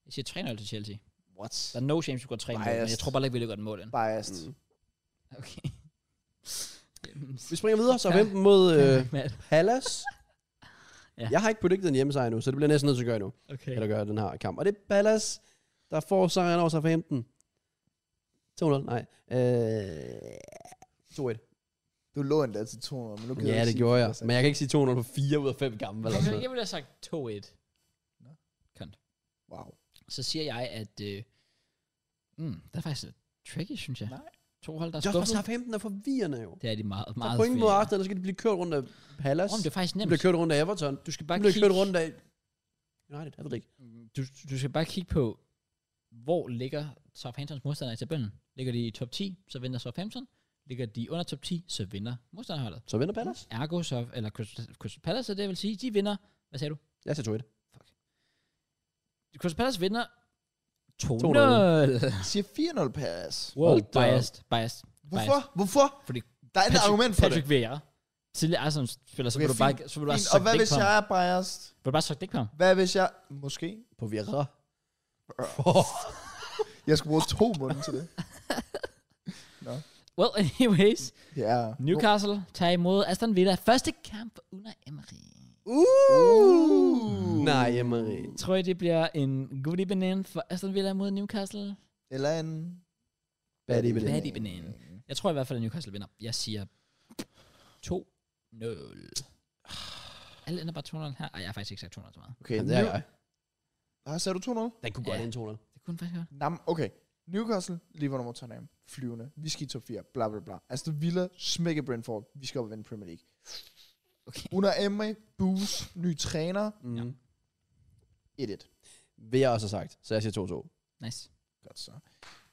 Jeg siger 3-0 til Chelsea. What? Der er no chance, du går 3 mål, men jeg Biased. tror bare ikke, vi lykker den mål ind. Biased. Mm. Okay. Jamen, Vi springer videre, så hvem mod øh, Matt. Pallas. Ja. ja. Jeg har ikke predicted en hjemmesejr endnu, så det bliver jeg næsten nødt til at gøre nu, Okay. eller gøre den her kamp. Og det er Pallas, der får sejren over Southampton. 2-0, nej. Øh, 2-1. Du lå endda til 200, men nu gider Ja, jeg det sige, altså. gjorde hvad jeg. Men jeg kan ikke sige 2-0 på 4 ud af 5 kampe. Eller sådan. noget. Jeg ville have sagt 2-1. sagde. Wow. Så siger jeg, at... Øh, mm, det er faktisk lidt tricky, synes jeg. Nej. To hold, der Det er er også bare skuffet. Southampton er forvirrende jo. Det er de meget, Der er meget point mod flere. Arsenal, så skal de blive kørt rundt af Palace. Åh, men det er faktisk de nemt. bliver kørt rundt af Everton. Du skal De bare bliver kigge... kørt rundt af United, jeg ved det ikke. du, du skal bare kigge på, hvor ligger Southamptons modstandere i tabellen. Ligger de i top 10, så vinder Southampton. Ligger de under top 10, så vinder modstanderholdet. Så vinder Palace. Ergo, så, eller Crystal Crystal Palace, så det vil sige, de vinder Hvad sagde du? Jeg siger 2-1. Crystal Palace vinder 2-0. 2-0. Siger 4-0 pass. Wow, Hold da op. biased, biased. Hvorfor? Hvorfor? Fordi Der er et argument for Patrick Vieira. Tidligere Arsenal-spiller, så Okay, okay, du bare, så vil du det. bare Fint. Og suck hvad dick hvis på ham. jeg er biased? Vil du bare suck dick på ham? Hvad hvis jeg... Måske. På Vieira. Jeg skulle bruge to måneder til det. Well, anyways. Ja. Newcastle tager imod Aston Villa. Første kamp under Emery. Uh. Nej, Emery. Tror I, det bliver en god evening for Aston Villa mod Newcastle? Eller en... Bad evening. Bad evening. Jeg tror i hvert fald, at Newcastle vinder. Jeg siger 2-0. Alle ender bare 2-0 her. Ej, jeg har faktisk ikke sagt 2-0 så meget. Okay, Jamen, det er nu- jeg. Hvad sagde du 2-0? Den kunne godt Ja. ja. en 2-0. Det kunne den faktisk godt. Nam, okay. Newcastle, Liverpool og Tottenham. Flyvende. Vi skal i top 4. Bla, bla, bla. Aston Villa, smække Brentford. Vi skal op og vinde Premier League. Okay. Under Emery, Boos, ny træner. Mm. Ja. 1-1. Vil jeg også have sagt, så jeg siger 2-2. Nice. Godt så.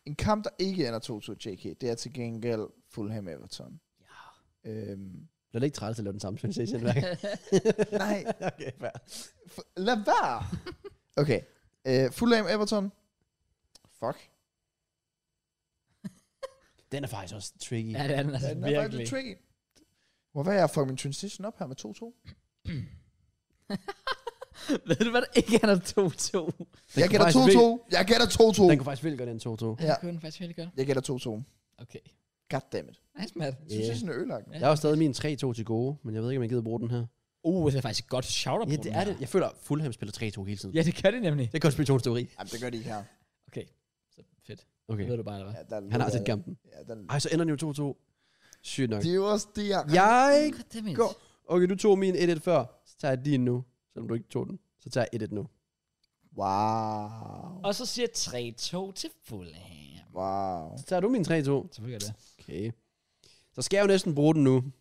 En kamp, der ikke ender 2-2 JK, det er til gengæld Fulham Everton. Ja. Øhm, Bliver det ikke træt til at lave den samme sensation hver gang? nej, okay, fair. f- lad være. Okay. Øh, Fulham Everton. Fuck. Den er faktisk også tricky. ja, det er den altså Ja, den er virkelig. faktisk lidt tricky. Hvorfor er jeg fucking min transition op her med 2-2? Ved du hvad, der ikke er der 2-2? Den kunne Jeg gætter faktisk vildt- 2-2. Jeg gætter 2-2. Den kunne faktisk vildt godt en 2-2. Ja. Ja. Det kunne den faktisk virkelig godt. Jeg gætter 2-2. Okay. Goddammit. Nice, Matt. Jeg synes, Yeah. yeah. er ødelagt. Ja. Jeg har jo stadig min 3-2 til gode, men jeg ved ikke, om jeg gider bruge den her. Uh, det er faktisk et godt shout-up Ja, på den det er her. det. Jeg føler, at Fulham spiller 3-2 hele tiden. Ja, det gør det nemlig. Det er konspirationsteori. Jamen, det gør de ikke her. Okay. Så fedt. Okay. Det ved du bare, eller hvad? Ja, der Han har lukker set jeg- kampen. Ja, den, Ej, så ender den jo 2-2. Sygt nok. det er jo også det, jeg... Jeg... Goddammit. Go. Okay, du tog min 1-1 før. Så tager jeg din nu. Selvom du ikke tog den. Så tager jeg 1-1 nu. Wow. Og så siger 3-2 til Fulham. Wow. Så tager du min 3-2. Selvfølgelig gør det. Okay. Så skal jeg jo næsten bruge den nu.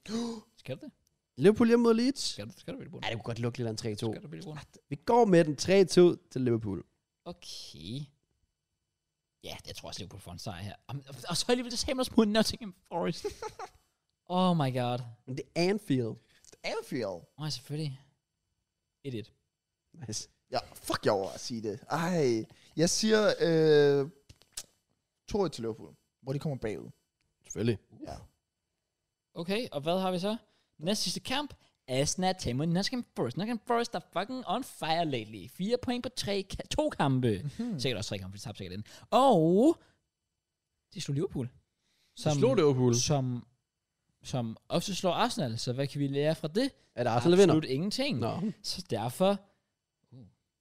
Skal du det? Liverpool hjemme mod Leeds. Skal du, skal du blive brugt? Ej, det kunne godt lukke lidt af en 3-2. Skal du blive brugt? Vi går med den 3-2 til Liverpool. Okay. Ja, jeg tror også, Liverpool får en sejr her. Om- Og så alligevel, det sagde mod Nottingham Forest. oh my god. Men det er Anfield. Anfield. Åh, oh, selvfølgelig. 1-1. Nice. Ja, fuck, jeg over at sige det. Ej. Jeg siger... Øh, 2 til Liverpool. Hvor de kommer bagud. Selvfølgelig. Ja. Okay, og hvad har vi så? Næste sidste kamp. Asna tager mod Nottingham Forest. Nottingham Forest er fucking on fire lately. Fire point på tre, ka- to kampe. Mm. Sikkert også tre kampe, for de tabte sikkert den. Og de slog Liverpool. Som, Liverpool. Som, som ofte slår Arsenal, så hvad kan vi lære fra det? Er det Arsenal, der vinder? Absolut ingenting. Nå. Så derfor, uh,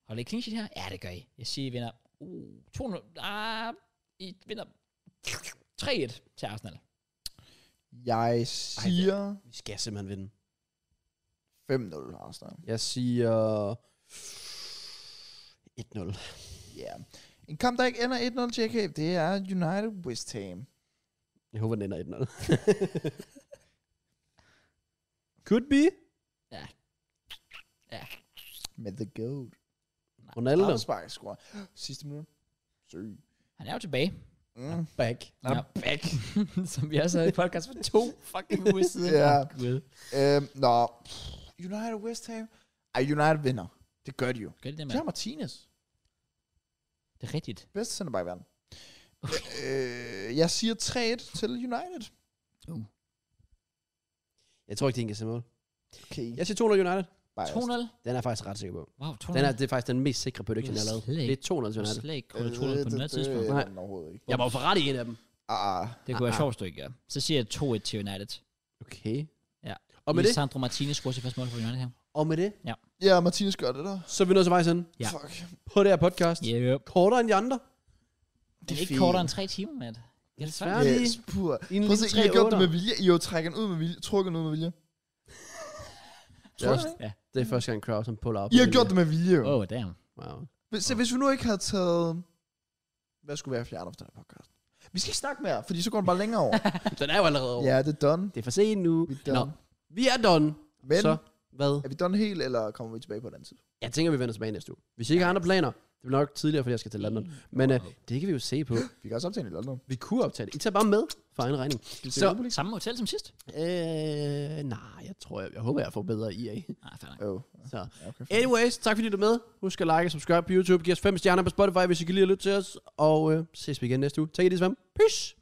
holder I clean sheet her? Ja, det gør I. Jeg siger, I vinder uh, 200. Ah, I vinder 3-1 til Arsenal. Jeg siger... Vi skal simpelthen vinde. 5-0, Arsenal. Jeg siger... 1-0. Ja. Yeah. En kamp, der ikke ender 1-0, JK, det er United West Ham. Jeg håber, den ender 1-0. Could be. Med The Goat. Ronaldo. Arbejdspark score. Sidste minut. Søg. Han er jo tilbage. Mm. Back. Han er back. Som vi også havde i podcast for to fucking uger siden. Ja. Åh, Gud. Øhm, nå. United West Ham. Ej, United vinder. Det gør de jo. Gør det det, Jean mand? Martinez. Det er rigtigt. Bedste centerback i verden. øh, jeg siger 3-1 til United. Jeg tror ikke, det er en kan se mål. Okay. Jeg siger 200 United. Biased. 2-0. Den er jeg faktisk ret sikker på. Wow, 2-0. Den er, det er faktisk den mest sikre prediction, jeg har lavet. Slet Det er 200 Jeg har United. slet ikke Øh, kunnet 2-0 på den her tidspunkt. Det Nej. er den overhovedet ikke. Jeg var jo for ret i en af dem. Ah, ah. Det kunne være sjovt, hvis du ikke gør. Så siger jeg 2-1 til United. Okay. Ja. Og med det, Sandro Martinez scorer sit første mål for United her. og med det, Ja, Martinez gør det der. så er vi nået til vejs ende Ja. Fuck. på det her podcast. Ja, yep. Kortere end de andre. Det er ikke fint. kortere end 3 timer, mand. det Ja, er desværre. svært. lige- Yes, pur. I en Prøv at se, lille I har gjort det 3-8'er. med vilje. I har jo trækket den ud med vilje. Trukket den ud med vilje. Det er, Tror også, du Ja. det er første gang, Kraus han puller op. I har gjort det med vilje. jo. Oh, damn. Wow. Hvis, så hvis vi nu ikke havde taget... Hvad skulle være fjernet fra den her podcast? Vi skal ikke snakke mere, fordi så går den bare længere over. Den er jo allerede over. ja, det er done. Det er for sent nu. Vi er done. Nå, vi er done. Men så, hvad? er vi done helt, eller kommer vi tilbage på et andet tidspunkt? Jeg tænker, vi vender tilbage næste uge. Hvis I ikke har andre planer, Det bliver nok tidligere, fordi jeg skal til London. Men øh, det kan vi jo se på. Vi kan også optage den i London. Vi kunne optage det. I tager bare med for egen regning. Skal vi Så- se Europa League? Samme hotel som sidst? Øh, nej, jeg tror, jeg, jeg håber, jeg får bedre IA. Nej, fair nok. Jo. Så. Ja, okay. fair. Anyways, tak fordi du er med. Husk at like og subscribe på YouTube. Giv os fem stjerner på Spotify, hvis I kan lide at lytte til os. Og øh, ses vi igen næste uge. Tak i det, Svend. Peace!